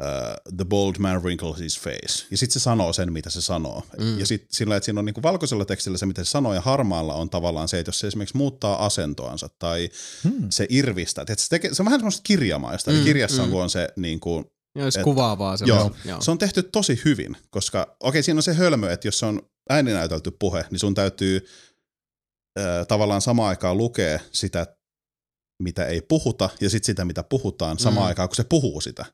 S3: uh, the bold man wrinkles his face, ja sitten se sanoo sen, mitä se sanoo.
S1: Mm.
S3: Mm. Ja sitten sillä, että siinä on niinku valkoisella tekstillä se, mitä se sanoo, ja harmaalla on tavallaan se, että jos se esimerkiksi muuttaa asentoansa tai
S4: Hmm.
S3: se irvistää, että se, tekee, se on vähän semmoista kirjamaista,
S1: Mm,
S3: eli kirjassa
S1: mm.
S3: on, kun on se niin kuin,
S1: Ja olisi
S3: Et-
S1: kuvaavaa se.
S3: Joo.
S1: joo.
S3: se on tehty tosi hyvin, koska okei, siinä on se hölmö, että jos se on ääninäytelty puhe, niin sun täytyy ö, tavallaan samaan aikaan lukea sitä, mitä ei puhuta, ja sitten sitä, mitä puhutaan samaan
S1: Mm.
S3: mm. aikaan, kun se puhuu sitä.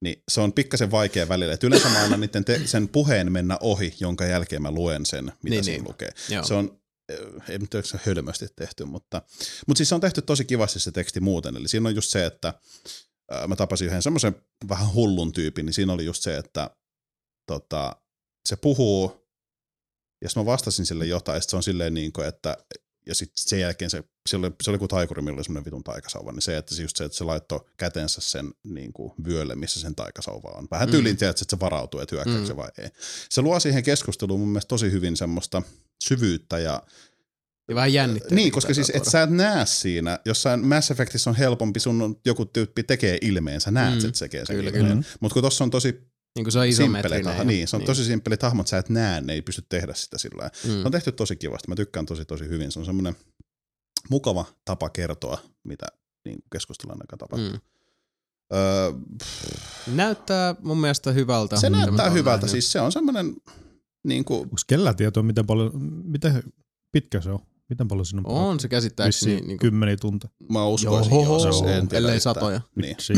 S3: Niin se on pikkasen vaikea välillä, että yleensä mä annan niiden te- sen puheen mennä ohi, jonka jälkeen mä luen sen, mitä
S1: Niin,
S3: niin, siinä
S1: niin.
S3: niin. lukee.
S1: joo.
S3: Se on, äh, en tiedä, onko se hölmösti tehty, mutta, mutta siis se on tehty tosi kivasti se teksti muuten. Eli siinä on just se, että äh, mä tapasin yhden semmoisen vähän hullun tyypin, niin siinä oli just se, että tota, se puhuu, ja sit mä vastasin sille jotain, ja sit se on silleen niin kuin, että ja sitten sen jälkeen se, se oli, se oli kuin taikuri, millä oli semmoinen vitun taikasauva, niin se, että se just se, että se laittoi kätensä sen niin kuin vyölle, missä sen taikasauva on. Vähän
S1: Mm.
S3: tyyliin mm. tiedät, että se varautuu, että hyökkääkö
S1: Mm.
S3: mm. se vai ei. Se luo siihen keskusteluun mun mielestä tosi hyvin semmoista syvyyttä ja
S1: Ja vähän jännittää.
S3: niin, koska siis et sä et näe siinä, jossain Mass Effectissä on helpompi, sun on, joku tyyppi tekee ilmeen, sä näet,
S1: Mm.
S3: mm. että se tekee sen
S1: Kyllä,
S3: ilmeen.
S4: kyllä.
S3: Mutta kun tossa on tosi
S1: Niin kuin se on
S3: simppele
S1: isometrinen.
S3: taho,
S1: ja-
S3: niin, se on niin. tosi simppeli hahmot, sä et näe, ne ei pysty tehdä sitä sillä lailla. Se
S1: Mm.
S3: on tehty tosi kivasti, mä tykkään tosi tosi hyvin, se on semmoinen mukava tapa kertoa, mitä niin keskustellaan aika tapahtuu.
S1: Mm.
S3: Mm. Öö, pff,
S1: Näyttää mun mielestä hyvältä. Mm.
S3: se
S1: mitä mä
S3: näyttää
S1: oon
S3: hyvältä,
S1: nähnyt.
S3: siis se on semmoinen niin kuin,
S4: Onko kellään tietoa, miten paljon, miten pitkä se on? Miten paljon sinun
S1: On se käsittääkseni.
S4: Vissiin
S1: Niin kuin,
S4: kymmeniä tunteja.
S3: mä uskoisin, joo,
S1: Joo,
S3: siis en tiedä
S1: ellei
S3: yhtään.
S1: satoja.
S3: Niin.
S4: Vitsi.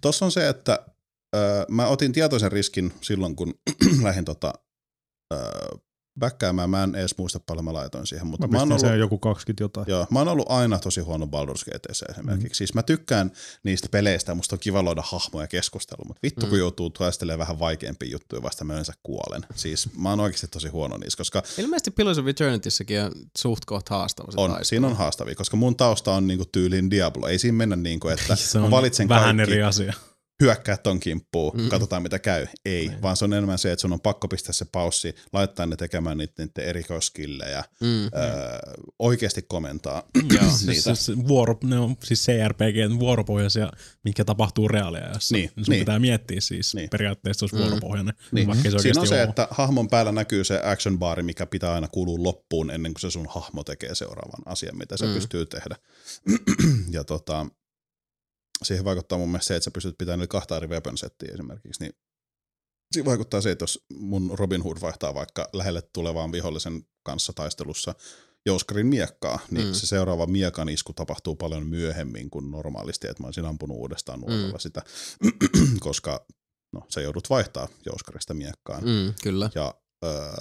S3: Tuossa on se, että ö, mä otin tietoisen riskin silloin, kun lähdin tota, ö, backkäämään. Mä en edes muista paljon mä laitoin siihen, mutta
S4: Mä
S3: mä, mä, oon
S4: pistin
S3: ollut,
S4: sen joku 20 jotain.
S3: joo, mä oon ollut aina tosi huono Baldur's Gateissa esimerkiksi. Mm. Siis mä tykkään niistä peleistä, musta on kiva luoda hahmoja ja keskustella, mutta vittu mm.
S1: Mm.
S3: kun joutuu taistelemaan vähän vaikeampia juttuja vasta, mä yleensä kuolen. Siis mä oon oikeasti tosi huono niissä, koska
S1: Ilmeisesti Pillars of Eternityssäkin on suht koht haastava se
S3: on,
S1: taistelu.
S3: siinä on haastavia, koska mun tausta on niinku tyyliin Diablo. Ei siinä mennä niinku, että
S2: Se
S3: mä
S2: on
S3: valitsen
S2: vähän
S3: kaikki,
S2: eri asia.
S3: hyökkää ton kimppuun,
S1: Mm.
S3: mm. katsotaan mitä käy. Ei, mm. vaan se on enemmän se, että sun on pakko pistää se paussi, laittaa ne tekemään niiden erikoiskillejä,
S1: Mm.
S3: mm. öö, oikeasti komentaa
S2: Joo, siis,
S3: niitä.
S2: siis, vuoro, ne on siis CRPG vuoropohjaisia, mikä tapahtuu reaaliajassa.
S3: Niin,
S2: Sun
S3: niin.
S2: pitää miettiä siis
S3: Niin.
S2: periaatteessa, se olisi
S1: Mm.
S2: vuoropohjainen,
S3: Niin.
S2: vaikka se
S3: Siinä
S2: oikeasti
S3: on se,
S2: ole.
S3: että hahmon päällä näkyy se action baari, mikä pitää aina kulua loppuun ennen kuin se sun hahmo tekee seuraavan asian, mitä se
S1: Mm.
S3: mm. pystyy tehdä. ja tota, siihen vaikuttaa mun mielestä se, että sä pystyt pitämään niitä kahta eri weapon settiä esimerkiksi, niin siinä vaikuttaa se, että jos mun Robin Hood vaihtaa vaikka lähelle tulevaan vihollisen kanssa taistelussa jouskarin miekkaa, niin
S1: Mm.
S3: mm. se seuraava miekan isku tapahtuu paljon myöhemmin kuin normaalisti, että mä olisin ampunut uudestaan nuotalla mm. sitä, koska no, sä joudut vaihtaa jouskarista miekkaan.
S1: Mm, kyllä.
S3: Ja, öö,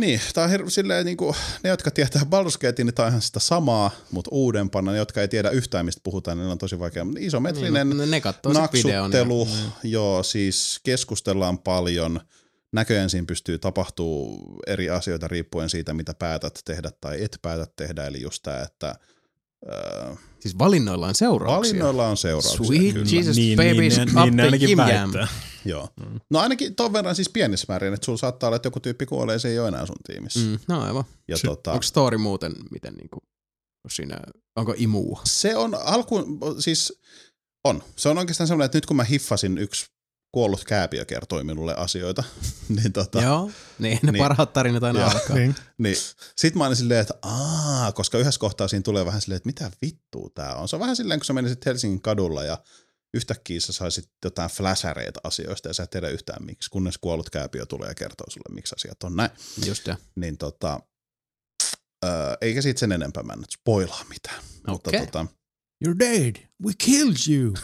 S3: niin, tää on hir- silleen, niin kuin, ne, jotka tietää Baldur's Gatein, niin tää on ihan sitä samaa, mutta uudempana. Ne, jotka ei tiedä yhtään, mistä puhutaan, niin on tosi vaikea. Mut Isometrinen
S1: Niin, ne kattoo sen videon. ja-
S3: naksuttelu, joo, siis keskustellaan paljon. Näköjään siinä pystyy tapahtuu eri asioita riippuen siitä, mitä päätät tehdä tai et päätä tehdä. Eli just tämä, että öö,
S1: Siis valinnoilla on seurauksia.
S3: valinnoilla on seurauksia.
S1: Sweet
S3: kyllä.
S1: Jesus
S2: niin,
S1: babies
S2: niin,
S1: up
S2: niin,
S1: the
S2: ne ainakin
S1: jim jam.
S2: väittää.
S3: Joo. Mm. No ainakin ton verran siis pienissä määrin, että sulla saattaa olla, että joku tyyppi kuolee, se ei ole enää sun tiimissä. Mm.
S1: Mm, no aivan.
S3: Ja
S2: Se-
S3: tota,
S1: Onko story muuten, miten niinku, siinä, onko imua?
S3: se on alkuun, siis on. Se on oikeastaan semmoinen, että nyt kun mä hiffasin yksi kuollut kääpiö kertoi minulle asioita, niin tota,
S1: Joo, niin ne
S3: Niin.
S1: parhaat tarinat aina
S3: Joo.
S1: alkaa.
S4: Niin.
S3: Niin. Sitten mä olin silleen, että aa, koska yhdessä kohtaa siinä tulee vähän silleen, että mitä vittua tää on. Se on vähän silleen, kun sä menisit Helsingin kadulla ja yhtäkkiä sä saisit jotain fläsäreitä asioista ja sä et tiedä yhtään miksi, kunnes kuollut kääpiö tulee ja kertoo sulle, miksi asiat on näin.
S1: Just ja.
S3: Niin tota, öö, eikä siitä sen enempää mä en nyt spoilaa mitään. Mutta
S1: Okei.
S3: tota,
S4: You're dead. We killed you.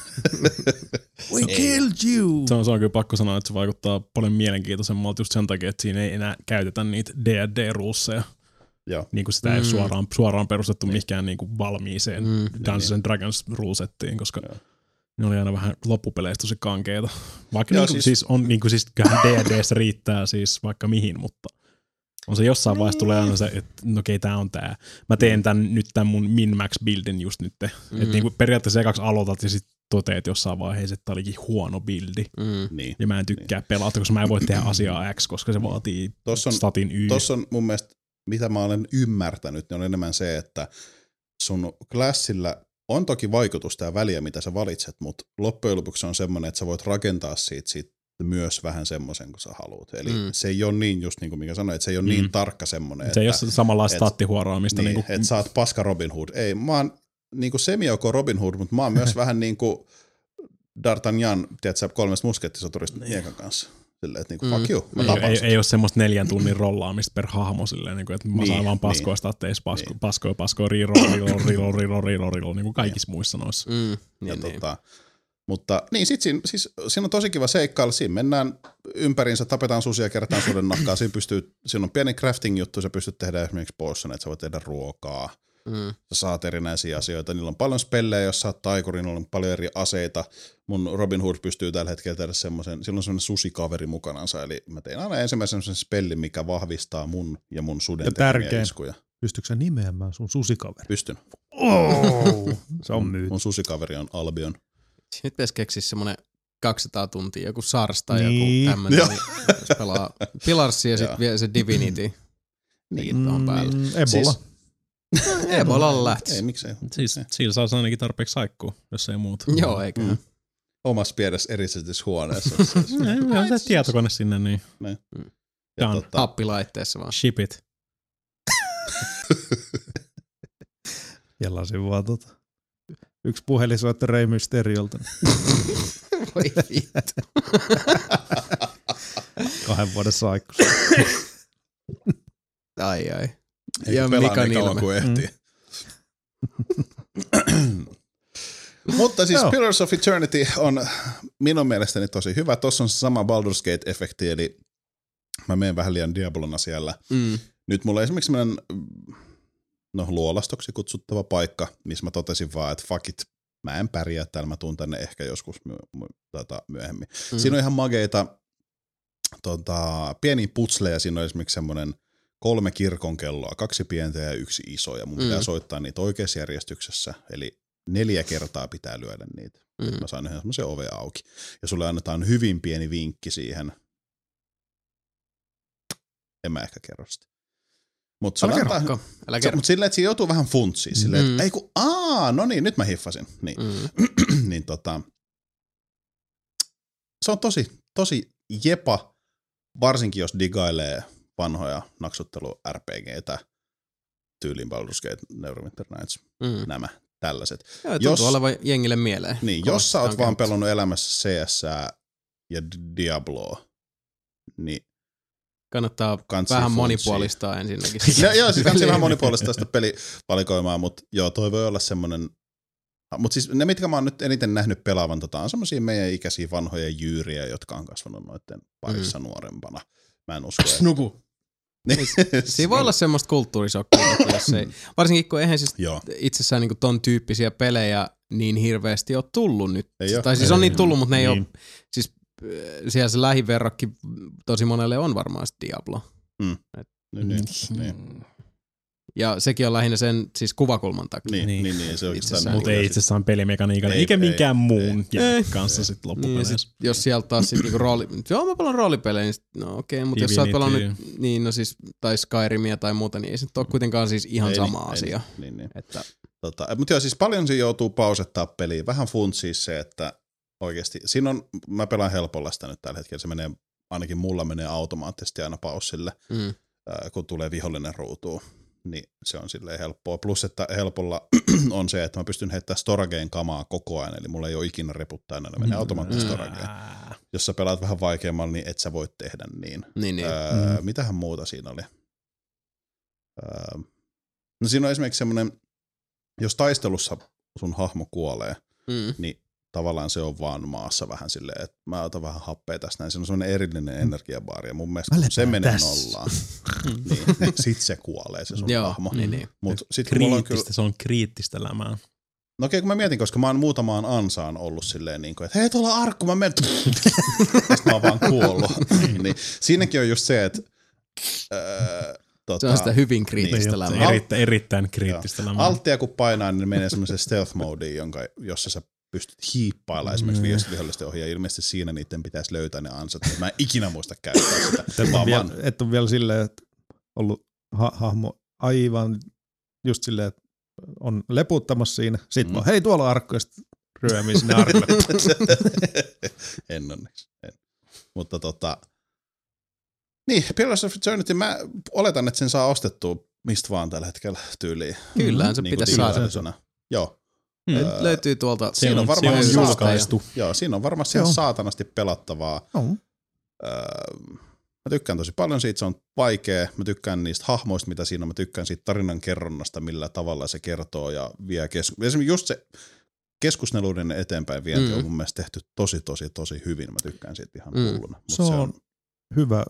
S4: We killed you.
S2: Se on, se on kyllä pakko sanoa, että se vaikuttaa paljon mielenkiintoisemmalta just sen takia, että siinä ei enää käytetä niitä D&D-ruusseja.
S3: Joo.
S2: Niin kuin sitä mm. ei
S1: Mm.
S2: suoraan, suoraan perustettu mihinkään niin kuin valmiiseen
S1: Mm.
S2: Niin, Dungeons and Dragons ruusettiin, koska
S3: Joo.
S2: ne oli aina vähän loppupeleistä tosi kankeita. Vaikka
S3: Joo,
S2: niin kuin,
S3: siis-
S2: siis... siis, on, niin kuin, siis kyllähän D&Dssä riittää siis vaikka mihin, mutta on se jossain vaiheessa tulee aina
S3: Niin.
S2: se, että no okei, tää on tää. Mä teen tän, nyt tämän mun min-max buildin just nyt. Mm.
S1: Mm.
S2: Että niin
S3: niinku-
S2: kuin periaatteessa ekaksi aloitat ja sitten toteet jossain vaiheessa, että tää olikin huono bildi.
S1: Mm.
S3: niin.
S2: Ja mä en tykkää pelata, koska mä en voi tehdä asiaa X, koska se vaatii
S3: Tossa on,
S2: statin Y.
S3: Tuossa on mun mielestä, mitä mä olen ymmärtänyt, niin on enemmän se, että sun klassilla on toki vaikutusta ja väliä, mitä sä valitset, mutta loppujen lopuksi se on semmoinen, että sä voit rakentaa siitä, siitä myös vähän semmoisen kuin sä haluat. Eli
S1: Mm.
S3: mm. se ei ole niin, just niin kuin mikä sanoin, että se ei ole mm.
S2: Mm.
S3: niin tarkka semmoinen,
S2: se ei
S3: että,
S2: ole samanlaista
S3: et-
S2: staattihuoraamista.
S3: niin,
S2: Niin, niin
S3: että sä oot paska Robin Hood. Ei, mä oon niin kuin semi-joko Robin Hood, mutta mä oon myös vähän niin kuin D'Artagnan, tiedätkö, kolmesta muskettisoturista miekan kanssa. Silleen, että niin kuin,
S1: Mm.
S3: fuck you, mä
S1: Ei-
S2: ei,
S3: tapan
S2: ei,
S3: sut.
S2: ei ole semmoista neljän tunnin rollaamista per hahmo silleen, niin kuin, että mä
S3: Niin,
S2: saan vaan paskoa
S3: niin.
S2: niin. statteissa, pasko,
S3: Niin.
S2: niin. paskoa, paskoa, reroll, reroll, reroll, reroll, reroll, reroll, niin kuin kaikissa muissa noissa.
S1: Mm.
S3: Ja niin,
S1: Niin, niin.
S3: tota, mutta niin, sit siinä, siis, siinä on tosi kiva seikkailla. Siinä mennään ympäriinsä, tapetaan susia, kerätään suden nahkaa. Siinä, pystyy, siinä on pieni crafting-juttu, sä pystyt tehdä esimerkiksi poisson, että sä voit tehdä ruokaa.
S1: Mm.
S3: Sä saat erinäisiä asioita. Niillä on paljon spellejä, jos sä oot taikuri, niillä on paljon eri aseita. Mun Robin Hood pystyy tällä hetkellä tehdä semmoisen, sillä on semmoinen susikaveri mukanansa. Eli mä tein aina ensimmäisen semmoisen spellin, mikä vahvistaa mun ja mun suden
S4: Ja
S3: tekemiä
S4: tärkein.
S3: iskuja.
S4: Pystytkö sä nimeämään sun susikaveri?
S3: Pystyn. Mm.
S4: Oh, se on myyty.
S3: Mun susikaveri on Albion.
S1: Nyt pitäisi keksiä semmonen 200 tuntia, joku SARS tai
S4: Niin.
S1: joku tämmönen,
S3: Joo.
S1: jos pelaa Pilarsia ja
S3: Joo.
S1: sitten vie se Divinity. Niin, mm, on päällä.
S4: Mm, Ebola.
S3: Siis-
S4: Siis,
S1: Ebola
S3: Mm, Ei,
S1: lähtis.
S3: miksei.
S2: Siis,
S3: Niin.
S2: sillä saa ainakin tarpeeksi saikkuu, jos ei muuta.
S1: Joo, eikä.
S3: Mm. omassa pienessä eristetyssä huoneessa. Se- se-
S2: Ei, me on
S3: siis-
S2: se tietokone sinne, niin
S3: ja
S2: Done.
S3: tota,
S1: Happilaitteessa vaan.
S2: ship it.
S4: Jelasin vaan tota. Yksi puhelin soitti Rey Mysteriolta
S1: Voi vittu.
S4: kahden vuoden saikkussa.
S1: Ai ai.
S3: ei
S1: ja
S3: pelaa niin
S1: Mikan
S3: kauan
S1: ilme.
S3: kuin ehtii. Mm. Mutta siis
S4: Joo.
S3: Pillars of Eternity on minun mielestäni tosi hyvä. Tuossa on se sama Baldur's Gate-efekti, eli mä menen vähän liian Diabolona siellä.
S1: Mm.
S3: Nyt mulla on esimerkiksi sellainen mm, no, luolastoksi kutsuttava paikka, missä mä totesin vaan, että fuck it, mä en pärjää täällä, mä tuun tänne ehkä joskus my- my- tota, myöhemmin.
S1: Mm.
S3: Mm. Siinä on ihan mageita tota, pieniä putsleja. Siinä on esimerkiksi semmoinen kolme kirkonkelloa, kaksi pientä ja yksi iso. Ja mun pitää
S1: Mm.
S3: soittaa niitä oikeassa järjestyksessä. Eli neljä kertaa pitää lyödä niitä.
S1: Mm.
S3: Mä sain yhden semmoisen oven auki. Ja sulle annetaan hyvin pieni vinkki siihen. En mä ehkä kerro sitä. Mutta
S1: Älä kerro. Älä kerro.
S3: Mutta silleen, että siinä joutuu vähän funtsiin. Silleen, mm.
S1: Mm.
S3: että ei kun, aa, no niin, nyt mä hiffasin. Niin
S1: Mm.
S3: niin tota, se on tosi, tosi jepa, varsinkin jos digailee vanhoja naksuttelu RPGtä, tyyliin Baldur's Gate, Neverwinter Nights,
S1: Mm.
S3: nämä tällaiset.
S1: Joo, tuntuu
S3: Jos-
S1: olevan jengille mieleen.
S3: Niin,
S1: Kovasti
S3: jos sä oot
S1: sitä on
S3: vaan
S1: käytetty.
S3: pelannut elämässä CS ja D- Diabloa, niin
S1: Kannattaa
S3: kansi
S1: vähän Niin.
S3: funtsia.
S1: monipuolistaa ensinnäkin.
S3: Ja, joo, siis kansi vähän monipuolista tästä pelivalikoimaa, mutta joo, toi voi olla semmoinen... Mutta siis ne, mitkä mä oon nyt eniten nähnyt pelaavan, tota, on semmoisia meidän ikäisiä vanhoja jyyriä, jotka on kasvanut noiden parissa mm. nuorempana. Mä en usko, että...
S2: Snuku.
S1: Siinä voi olla semmoista kulttuurisokkia, että jos
S3: Mm.
S1: ei, varsinkin kun eihän siis
S3: Joo,
S1: itsessään niin ton tyyppisiä pelejä niin hirveästi ole tullut nyt.
S3: Ei oo.
S1: tai siis on
S2: Ei,
S1: niitä tullut, mutta ne ei
S2: niin.
S1: ole, siis äh, siellä se lähiverrokki tosi monelle on varmaan se Diablo.
S3: niin, niin, niin,
S1: Ja sekin on lähinnä sen siis kuvakulman takia.
S3: niin, niin,
S2: Niin.
S3: niin, niin se
S1: Itsessään.
S3: oikeastaan...
S2: Mutta ei itse asiassa pelimekaniikalla,
S3: Ei,
S2: eikä
S3: ei,
S2: minkään
S3: ei. siis-
S2: muun jälkeen
S1: Ei.
S2: kanssa
S1: Niin,
S2: sitten loppupeleissä.
S1: sit, jos sieltä taas sit niinku rooli... Joo, mä pelaan roolipelejä, niin sit, no okei, okay, mutta jos sä oot
S2: Divinity.
S1: pelannut niin, no siis, tai Skyrimia tai muuta, niin ei se nyt ole kuitenkaan siis ihan
S3: Ei
S1: sama
S3: niin, ei
S1: asia.
S3: Niin, niin, niin.
S1: Että,
S3: Tota, mutta joo, siis paljon siinä joutuu pausettaa peliä. Vähän funtsia se, että oikeasti, siinä on, mä pelaan helpolla sitä nyt tällä hetkellä, se menee, ainakin mulla menee automaattisesti aina paussille.
S1: mm,
S3: ää, kun tulee vihollinen ruutuun. niin se on silleen helppoa. Plus, että helpolla on se, että mä pystyn heittämään Storageen kamaa koko ajan, eli mulla ei ole ikinä reput täynnä, ne menee automaattisesti Storageen. Jos sä pelaat vähän vaikeammalla, niin et sä voi tehdä niin.
S1: Niin, niin.
S3: Öö,
S4: Mm.
S3: Mitähän muuta siinä oli? Öö, no siinä on esimerkiksi semmoinen, jos taistelussa sun hahmo kuolee,
S1: Mm.
S3: niin tavallaan se on vaan maassa vähän silleen, että mä otan vähän happea tästä näin. Se on semmoinen erillinen energiabaari ja mun mielestä
S4: Mä
S3: kun se
S4: lepään
S3: menee
S4: tässä.
S3: nollaan, niin, niin sit se kuolee se sun
S1: Joo,
S3: hahmo.
S1: niin, niin.
S3: Mut sit kun mulla on kyllä,
S2: Kriittistä, se on kriittistä lämää.
S3: no okei kun mä mietin, koska mä oon muutamaan ansaan ollut silleen niin kuin, että hei tuolla on arkku, mä menen, sitten mä oon vaan kuollut. niin, siinäkin on just se, että öö,
S1: Se on
S3: tota,
S1: sitä hyvin
S2: Niin,
S1: kriittistä
S2: se on
S1: lämää.
S2: erittäin, erittäin kriittistä lämää.
S3: alttia Mm. kun painaa, niin ne menee semmoiseen stealth modeen, jonka, jossa sä pystyt hiippailla esimerkiksi
S2: Mm.
S3: vihollisten vihollisten ohi, ja ilmeisesti siinä niiden pitäisi löytää ne ansat. Mä en ikinä muista käyttää sitä.
S4: Että
S3: Vaan
S4: on, vielä,
S3: vaan.
S4: että on vielä silleen, että ollut ha- hahmo aivan just silleen, että on leputtamassa siinä. Sitten
S3: Mm.
S4: mm. vaan, hei tuolla on arkku, ja sitten ryömii sinne arkulle.
S3: en onneksi. En. Mutta tota, niin, Pillars of Eternity, mä oletan, että sen saa ostettua mistä vaan tällä hetkellä tyyliin.
S1: Kyllähän se
S3: Niin kuin
S1: pitäisi saada.
S3: digitaalisena. Joo,
S2: Mm.
S1: Nyt Löytyy tuolta.
S2: se
S3: siinä
S2: on,
S3: on varmaan
S2: se
S1: saataja.
S2: on julkaistu.
S3: joo, siinä on varmasti ihan
S4: Joo.
S3: saatanasti pelattavaa.
S4: No,
S3: Öö, mä tykkään tosi paljon siitä, se on vaikea. Mä tykkään niistä hahmoista, mitä siinä on. Mä tykkään siitä tarinan kerronnasta, millä tavalla se kertoo ja vie kesku... Esimerkiksi just se keskusneluiden eteenpäin vienti mm.
S1: Mm.
S3: on mun mielestä tehty tosi, tosi, tosi hyvin. Mä tykkään siitä ihan
S1: Mm.
S3: mm. hulluna. Mut
S4: se, on hyvä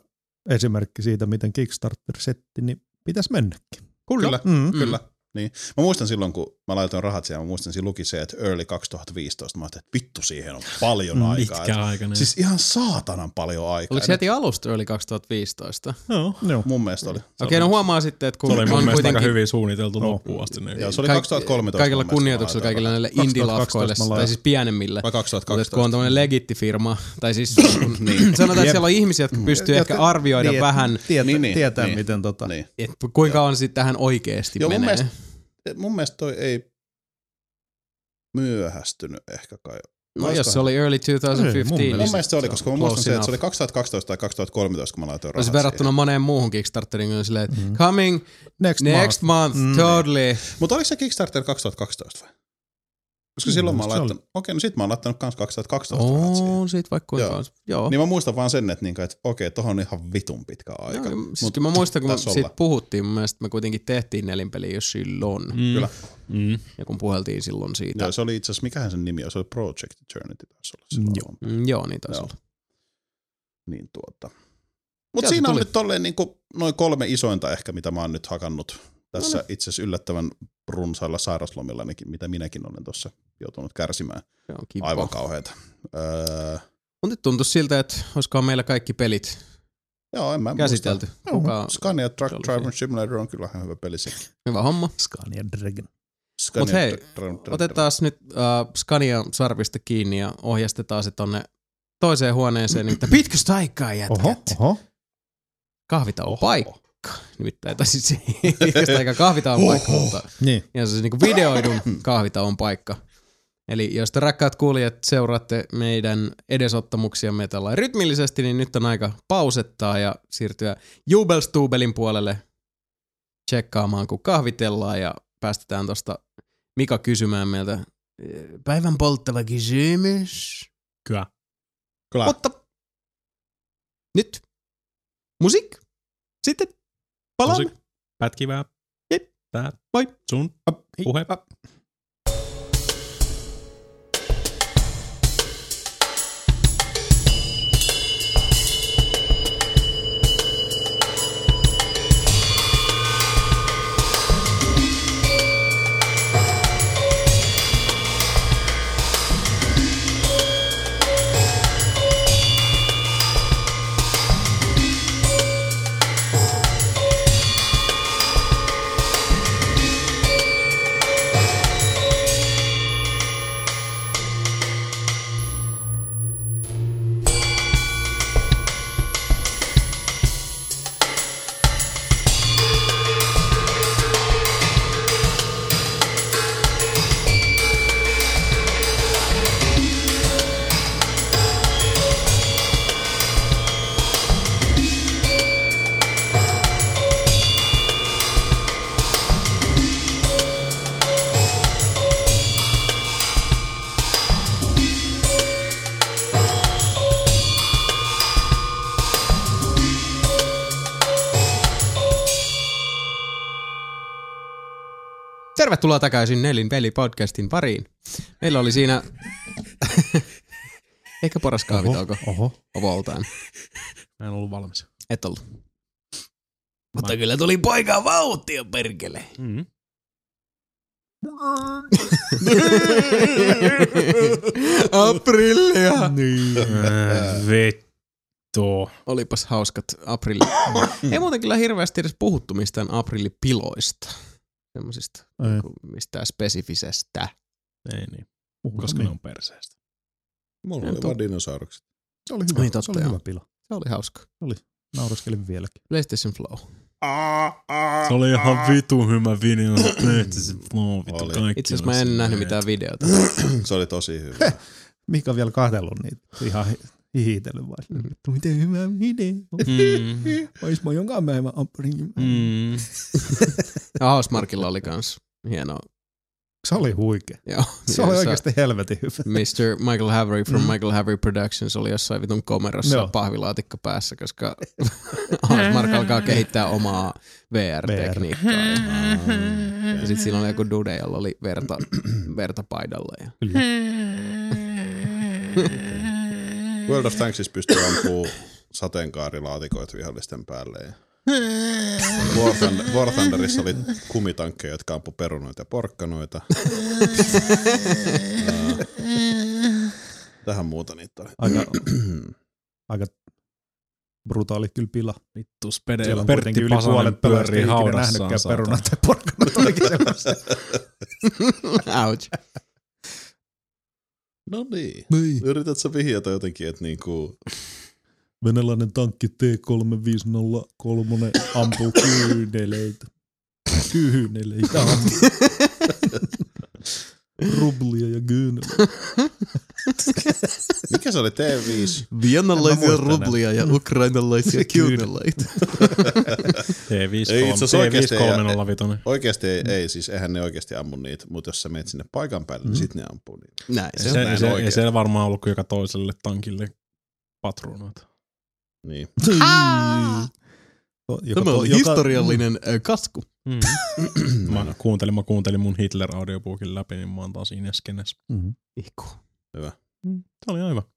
S4: esimerkki siitä, miten Kickstarter-setti, niin pitäisi mennäkin.
S3: Kyllä.
S4: Mm.
S1: Mm.
S3: Kyllä. Niin. Mä muistan silloin, kun mä laitoin rahat siihen, mä muistan, siinä luki se, että early 2015. Mä ajattelin, että vittu siihen on paljon
S4: Mm,
S3: aikaa.
S2: Pitkä niin- aikainen.
S3: Siis ihan saatanan paljon aikaa.
S1: Oliko se heti alusta yli 2015?
S2: Joo.
S4: Joo.
S3: Mun mielestä oli.
S2: Se
S1: Okei,
S2: oli-
S1: no huomaa sitten, että kun
S2: Se oli mun
S1: on
S2: mielestä aika
S1: kuitenkin
S2: hyvin suunniteltu
S4: Joo.
S2: loppuun asti. niin ne-
S3: Joo, se oli
S1: Kaik-
S3: 2013.
S1: Kaikilla
S3: mun mielestä,
S1: kunnioituksella
S3: kun mä
S1: kaikilla
S3: laitoin rahat.
S1: näille
S4: 2012
S1: indie-lafkoille tai
S4: mä laitoin.
S1: siis pienemmille.
S3: Vai
S1: Mutta että kun
S3: 2012.
S1: on tämmöinen legittifirma, tai siis kun, sanotaan, että
S4: Jep.
S1: siellä on ihmisiä, jotka pystyy ehkä
S4: Jotka
S1: arvioida
S4: tiet-
S1: vähän,
S4: Tietää,
S3: Niin, niin,
S4: tietää
S3: niin.
S4: miten tota...
S3: Niin.
S1: että kuinka on sitten tähän oikeasti
S3: Joo, mun
S1: menee.
S3: mielestä- Mun mielestä toi ei myöhästynyt ehkä kai.
S1: No
S3: Koska-
S1: jos se oli early
S4: Ei, mun
S1: 2015.
S4: mielestä
S3: Mun mielestä se oli, koska mä muistan
S1: close
S3: sen, että se oli
S1: enough.
S3: 2012 tai 2013, kun mä laitoin rahat
S1: Olisi verrattuna moneen muuhun Kickstarteriin, kun on silleen, että
S3: Mm-hmm.
S4: Mm.
S1: coming
S4: Next,
S1: next
S4: month.
S1: month,
S4: Mm.
S1: totally.
S3: Mutta oliko se Kickstarter 2012 vai? Koska
S4: Mm,
S3: silloin mä
S4: se
S3: oon
S4: oli.
S3: laittanut, okei, no sit mä oon laittanut kans 2012 rahat siihen.
S1: On siitä vaikka kuinka
S3: Joo.
S1: on. Joo.
S3: Niin mä muistan vaan sen, että, niinku, että okei, tohon on ihan vitun pitkä
S1: No,
S3: aika.
S1: siis
S3: Mut
S1: kyllä mä muistan, kun me
S3: tasolla.
S1: siitä puhuttiin, mun mielestä me kuitenkin tehtiin nelinpeli jo silloin, mm.
S2: Mm.
S3: Kyllä.
S2: Mm.
S1: ja kun puheltiin silloin siitä.
S3: Joo, se oli itse asiassa, mikähän sen nimi on, se oli Project Eternity taisi olla
S4: Mm,
S3: silloin.
S4: joo.
S1: Mm, joo, niin taisi olla.
S3: Niin tuota.
S1: Sieltä
S3: Mutta siinä on
S1: tuli.
S3: nyt tolleen niin noin kolme isointa ehkä, mitä mä oon nyt hakannut
S1: No
S3: tässä
S1: niin.
S3: itse asiassa yllättävän runsailla sairaslomilla, mitä minäkin olen tuossa joutunut kärsimään.
S1: Se on kippo.
S3: Aivan kauheita. Öö,
S1: Mutta nyt tuntuu siltä, että olisikohan meillä kaikki pelit
S3: joo, en mä
S1: käsitelty. Kuka,
S3: Muista. Scania Truck
S1: Se oli
S3: Driver Simulator on kyllä ihan hyvä peli sekin.
S1: hyvä homma.
S4: Scania Dragon.
S3: Scania
S1: hei,
S3: Dra- Dra- Dra-
S1: Otetaan nyt äh, Scania sarvista kiinni ja ohjastetaan se tonne toiseen huoneeseen, nimittäin pitkästä aikaa jätkät.
S4: Oho, oho.
S1: Kahvitauon paikka. Nimittäin, tai siis ei pitkästä aikaa kahvitauon paikka, mutta
S4: Niin.
S1: Ja se niinku videoidun kahvitauon paikka. Eli jos te rakkaat kuulijat seuraatte meidän edesottamuksiamme tällä rytmillisesti, niin nyt on aika pausettaa ja siirtyä Jubelstubelin puolelle tsekkaamaan, kun kahvitellaan ja päästetään tosta Mika kysymään meiltä eh, päivän polttava kysymys.
S2: Kyllä.
S3: Kyllä.
S1: Mutta nyt musiik. Sitten palaamme.
S2: Tosi Pätkivää.
S1: Jep.
S2: Tää.
S1: Moi.
S2: Sun
S1: hei,
S2: puhe.
S5: Music.
S1: Tervetuloa takaisin Nelin pelipodcastin pariin. Meillä oli siinä... Ehkä paras kahvitauko
S4: Oho.
S1: voltaan.
S2: Mä en ollut valmis.
S1: Et ollut.
S2: Mutta
S1: kyllä tuli poika vauhtia, perkele.
S2: Mm-hmm. Ah.
S1: Aprillia.
S4: Niin.
S2: Vittu.
S1: Olipas hauskat aprilli. Ei muuten kyllä hirveästi edes puhuttu mistään aprillipiloista. Semmoisista,
S4: Ei.
S1: ku- mistään spesifisestä.
S2: Ei niin, koska
S4: Koska
S2: ne on perseestä.
S3: Mulla oli
S1: Tuo-
S3: vaan dinosaurukset.
S4: Se oli hyvä,
S1: Niin, totta,
S4: se oli
S1: joo.
S4: hyvä pila.
S1: Se oli hauska.
S4: Naureskelin vieläkin.
S1: PlayStation Flow.
S3: Ah.
S2: Se oli ihan vitun hyvä video. Tehti se flow,
S3: Oli.
S2: vittu kaikki.
S1: Itse asiassa
S2: oli
S1: mä en
S2: silleen,
S1: nähnyt mitään videota.
S3: Se oli tosi hyvä.
S4: Mikä on vielä kahdellut niitä. Ihan hihitellyt vaan. Vittu, Mm. miten hyvä video.
S2: Mm.
S4: Ois mä jonkaan päivän ampurin.
S2: Mm.
S1: Ja Hausmarkilla oli kans hieno.
S4: Se oli huikea.
S1: Joo,
S2: Niin,
S4: Se oli
S1: jossa
S4: oikeasti helvetin hyvä.
S1: Mr. Michael Havery from
S4: Mm.
S1: Michael Havery Productions oli jossain vitun komerossa
S4: Joo.
S1: pahvilaatikko päässä, koska Hausmark alkaa kehittää omaa VR-tekniikkaa. Ja, ja sitten siinä oli joku dude, jolla oli verta, verta paidalla. Ja.
S3: World of Tanksissa pystyy ampuu sateenkaarilaatikoita vihollisten päälle. Ja War, Thunder, War Thunderissa oli kumitankkeja, jotka ampu perunoita ja porkkanoita. Ää, Tähän muuta niitä oli.
S4: Aika, aika brutaali kyllä pila.
S2: Vittu, Spede
S4: Siellä
S2: ja
S4: on
S2: Niin, Pertti
S4: kuitenkin yli
S2: Pasanen
S4: puolet pelaajista
S2: pyörii
S4: ei ikinä
S2: haudassaan.
S4: nähnytkään
S2: saatana.
S4: perunat tai porkkanat olikin sellaisia.
S1: Ouch.
S3: No niin.
S4: Niin.
S3: Yrität sä vihjata jotenkin, että niinku,
S4: Venäläinen tankki T3503 ampuu kyyneleitä. Kyyneleitä ampuu. Rublia ja kyyneleitä.
S3: mikä se oli T5?
S4: En mä muista
S1: ja ukrainalaisia
S4: kyyneleitä.
S2: T5
S3: Ei, itse asiassa oikeesti ei-
S2: 305.
S3: Oikeasti ei, ei, siis eihän ne oikeasti ammu niitä, mutta jos sä meet sinne paikan päälle,
S2: Mm.
S3: niin sit ne ampuu niitä.
S1: Näin se
S2: Se,
S1: on.
S3: näin
S2: se, ei
S3: oikeesti.
S2: siellä varmaan ollut kuin joka toiselle tankille patruunoita.
S3: Niin.
S4: To- joka to- joka-
S1: ö, kasku.
S2: Mm. mä, kuuntelin, mä kuuntelin mun Hitler-audiobookin läpi, niin mä oon taas Ineskenes.
S4: Mhm.
S1: Ihku.
S2: Mm. Se oli ihan hyvä.
S4: Ampu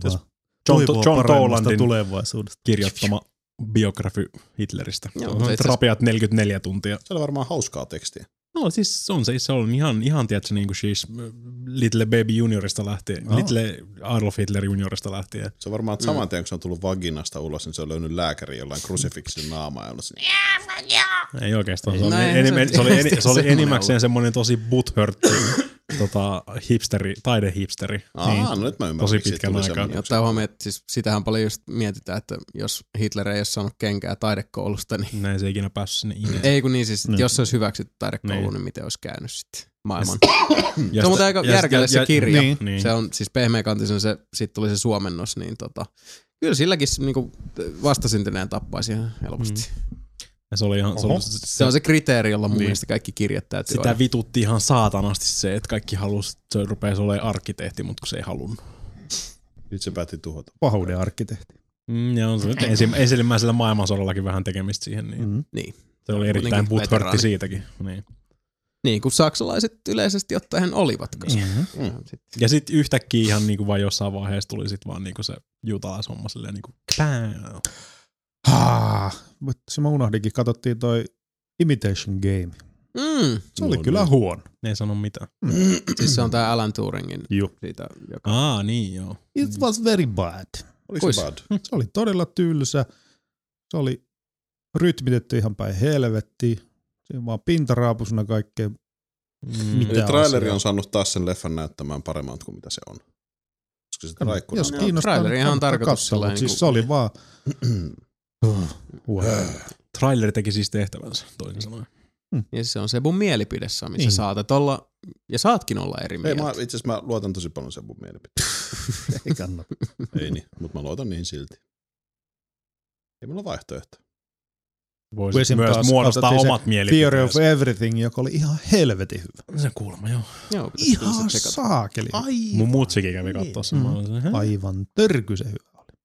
S2: Kannattais-
S4: vaan.
S2: John,
S4: Toivoa
S2: John
S4: paremmasta
S2: Tolandin
S4: tulevaisuudesta.
S2: kirjoittama biografi Hitleristä.
S1: Joo,
S2: Joo,
S1: mutta
S2: on
S1: itse asiassa-
S2: rapeat 44 tuntia.
S3: Se oli varmaan hauskaa tekstiä.
S2: No siis se on se, se on ihan, ihan tiedätkö, niin kuin siis äh, Little Baby Juniorista lähtien,
S4: Joo.
S2: Little Adolf Hitler Juniorista lähtien.
S3: Se on varmaan,
S2: Mm.
S3: että saman tien kun se on tullut vaginasta ulos, niin se on löynyt lääkäri jollain krusifiksin naamaa. Ja ollut siinä,
S2: Niin. Ei oikeastaan, se
S1: No
S2: oli,
S1: ei,
S2: enim,
S1: se on
S2: se, oli,
S1: tietysti
S2: eni, se oli
S1: semmoinen
S2: enimmäkseen semmoinen tosi butthurt tota, hipsteri, taidehipsteri. Niin,
S3: Aa, no nyt mä ymmärrän.
S2: Tosi
S3: miksi siitä
S2: pitkän
S3: tuli
S2: aikaa.
S3: semmoinen.
S1: Ja ottaa huomioon, että siis sitähän paljon just mietitään, että jos Hitler ei ole saanut kenkää taidekoulusta, niin
S2: Näin se ei ikinä päässyt sinne ineen.
S1: ei kun niin siis, että
S4: Niin.
S1: jos se olisi hyväksytty taidekoulu, niin,
S2: Niin.
S1: miten olisi käynyt sitten maailman.
S2: Ja
S1: Se on
S2: sitä-
S1: muuten aika
S2: ja-
S1: järkele se
S2: ja-
S1: kirja.
S2: Niin. niin.
S1: Se on siis pehmeäkantisen, se, sit tuli se suomennos, niin tota, kyllä silläkin se, niinku, vastasyntyneen tappaisi ihan helposti. Mm.
S2: Ja se oli ihan, se,
S4: Oho.
S2: oli, se,
S1: Se on se kriteeri, jolla mun niin.
S2: Niin.
S1: mielestä kaikki kirjat täytyy
S2: sitä vitutti ihan saatanasti se, että kaikki halusi, että se rupeaisi olemaan arkkitehti, mutta kun se ei halunnut.
S3: Nyt se päätti tuhota.
S4: Pahuuden arkkitehti.
S2: Mm, ja on se nyt ensi, ensimmäisellä maailmansodallakin vähän tekemistä siihen, niin
S4: Mm.
S2: se oli erittäin
S1: Kuitenkin veteraani.
S2: butthörtti siitäkin. Niin.
S1: Niin kuin saksalaiset yleisesti ottaen olivat, koska
S3: Mm.
S1: Sit-
S2: Ja sitten yhtäkkiä ihan niinku vaan jossain vaiheessa tuli sit vaan niinku se juutalaishomma silleen niinku pää.
S4: Haa, Mut se mä unohdinkin. Katsottiin toi Imitation Game.
S1: Mm.
S4: Se oli
S3: No
S4: kyllä
S3: niin.
S4: huono.
S2: Ne ei sano mitään.
S1: Siis se on tää Alan Turingin
S4: Joo.
S1: siitä, joka...
S2: Aa, niin joo.
S4: It was very bad.
S3: Oliko
S1: Kuis?
S3: se bad?
S4: Se oli todella tylsä. Se oli rytmitetty ihan päin helvettiin. Siinä vaan pintaraapusena kaikkea.
S2: Mm.
S4: Mitä?
S3: Eli
S4: Tää
S3: traileri
S4: asia.
S3: on saanut taas sen leffan näyttämään paremmalta kuin mitä se on. Koska sitä raikkuna
S4: Hmm. Jos
S1: No,
S4: kiinnostaa,
S1: traileri
S4: niin
S1: ihan on
S4: kannattaa
S1: tarkoitus
S4: katsoa,
S1: sillä
S4: mutta
S1: niinku-
S4: siis se oli vaan... Äh. Wow.
S2: Traileri teki siis tehtävänsä, toisin sanoen.
S1: Ja Niin se on se mun mielipide, Sami. Niin.
S4: Niin.
S1: Sä saatat olla, ja saatkin olla eri
S3: Ei,
S1: mieltä.
S3: mä, itse asiassa mä luotan tosi paljon sen mun mielipiteen.
S4: Ei kannata.
S3: Ei niin, mutta mä luotan niihin silti. Ei mulla vaihtoehto.
S2: Voisi
S4: Kun esim.
S2: myös
S4: taas
S2: muodostaa
S4: katsottiin se
S2: omat
S4: Theory of Niin.
S2: mielipiteensä.
S4: Everything, joka oli ihan helvetin hyvä.
S2: Se kuulemma, joo.
S1: Joo, pitäis kyllä
S4: Ihan
S1: se tsekata. Ah,
S4: saakeli. hyvä.
S2: Mun mutsikin kävi katsoa sen.
S4: Mm.
S2: mä olin se, hä?
S4: Aivan törkyisen hyvä oli.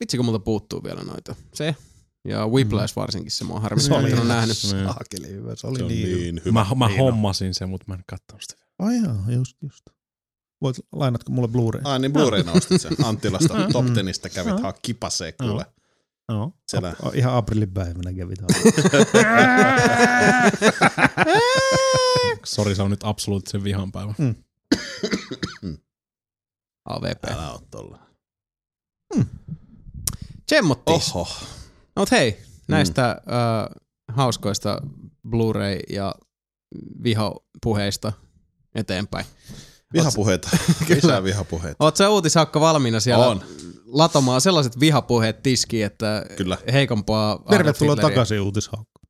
S1: Vitsi, kun multa puuttuu vielä noita. Se, Ja Whiplash varsinkin se mua harmi,
S4: Mm. Se oli
S1: että en ole
S4: ihan
S1: nähnyt.
S2: Niin.
S4: Saakeli hyvä, se oli,
S3: Se on
S4: niin. hyvä.
S3: niin
S2: Mä,
S3: hyvä.
S2: mä
S3: Niin on.
S2: hommasin sen, mutta mä en katsonut sitä.
S4: Ai jaa, just, just. Voit, lainatko mulle Blu-ray?
S3: Ai niin, Blu-rayna ostit sen. Anttilasta
S2: Mm.
S3: Top Tenistä kävit
S2: Mm.
S3: haa kipasee kuule.
S2: No.
S3: Siellä.
S4: O- Ihan aprilin päivänä kävi
S2: Sori, se on nyt absoluuttisen vihan päivä.
S1: AVP.
S3: Älä oo tolla.
S1: Tsemmottis.
S3: Oho.
S1: No mut
S4: Mm.
S1: hei, näistä äh, hauskoista Blu-ray- ja vihapuheista eteenpäin.
S3: Vihapuheita. Lisää vihapuheita.
S1: Oot sä uutishaakka valmiina siellä
S3: On.
S1: latomaan sellaiset vihapuheet tiskiin, että
S3: Kyllä.
S1: heikompaa...
S4: Tervetuloa
S1: Adolf Hitleriä-
S4: takaisin uutishaukku.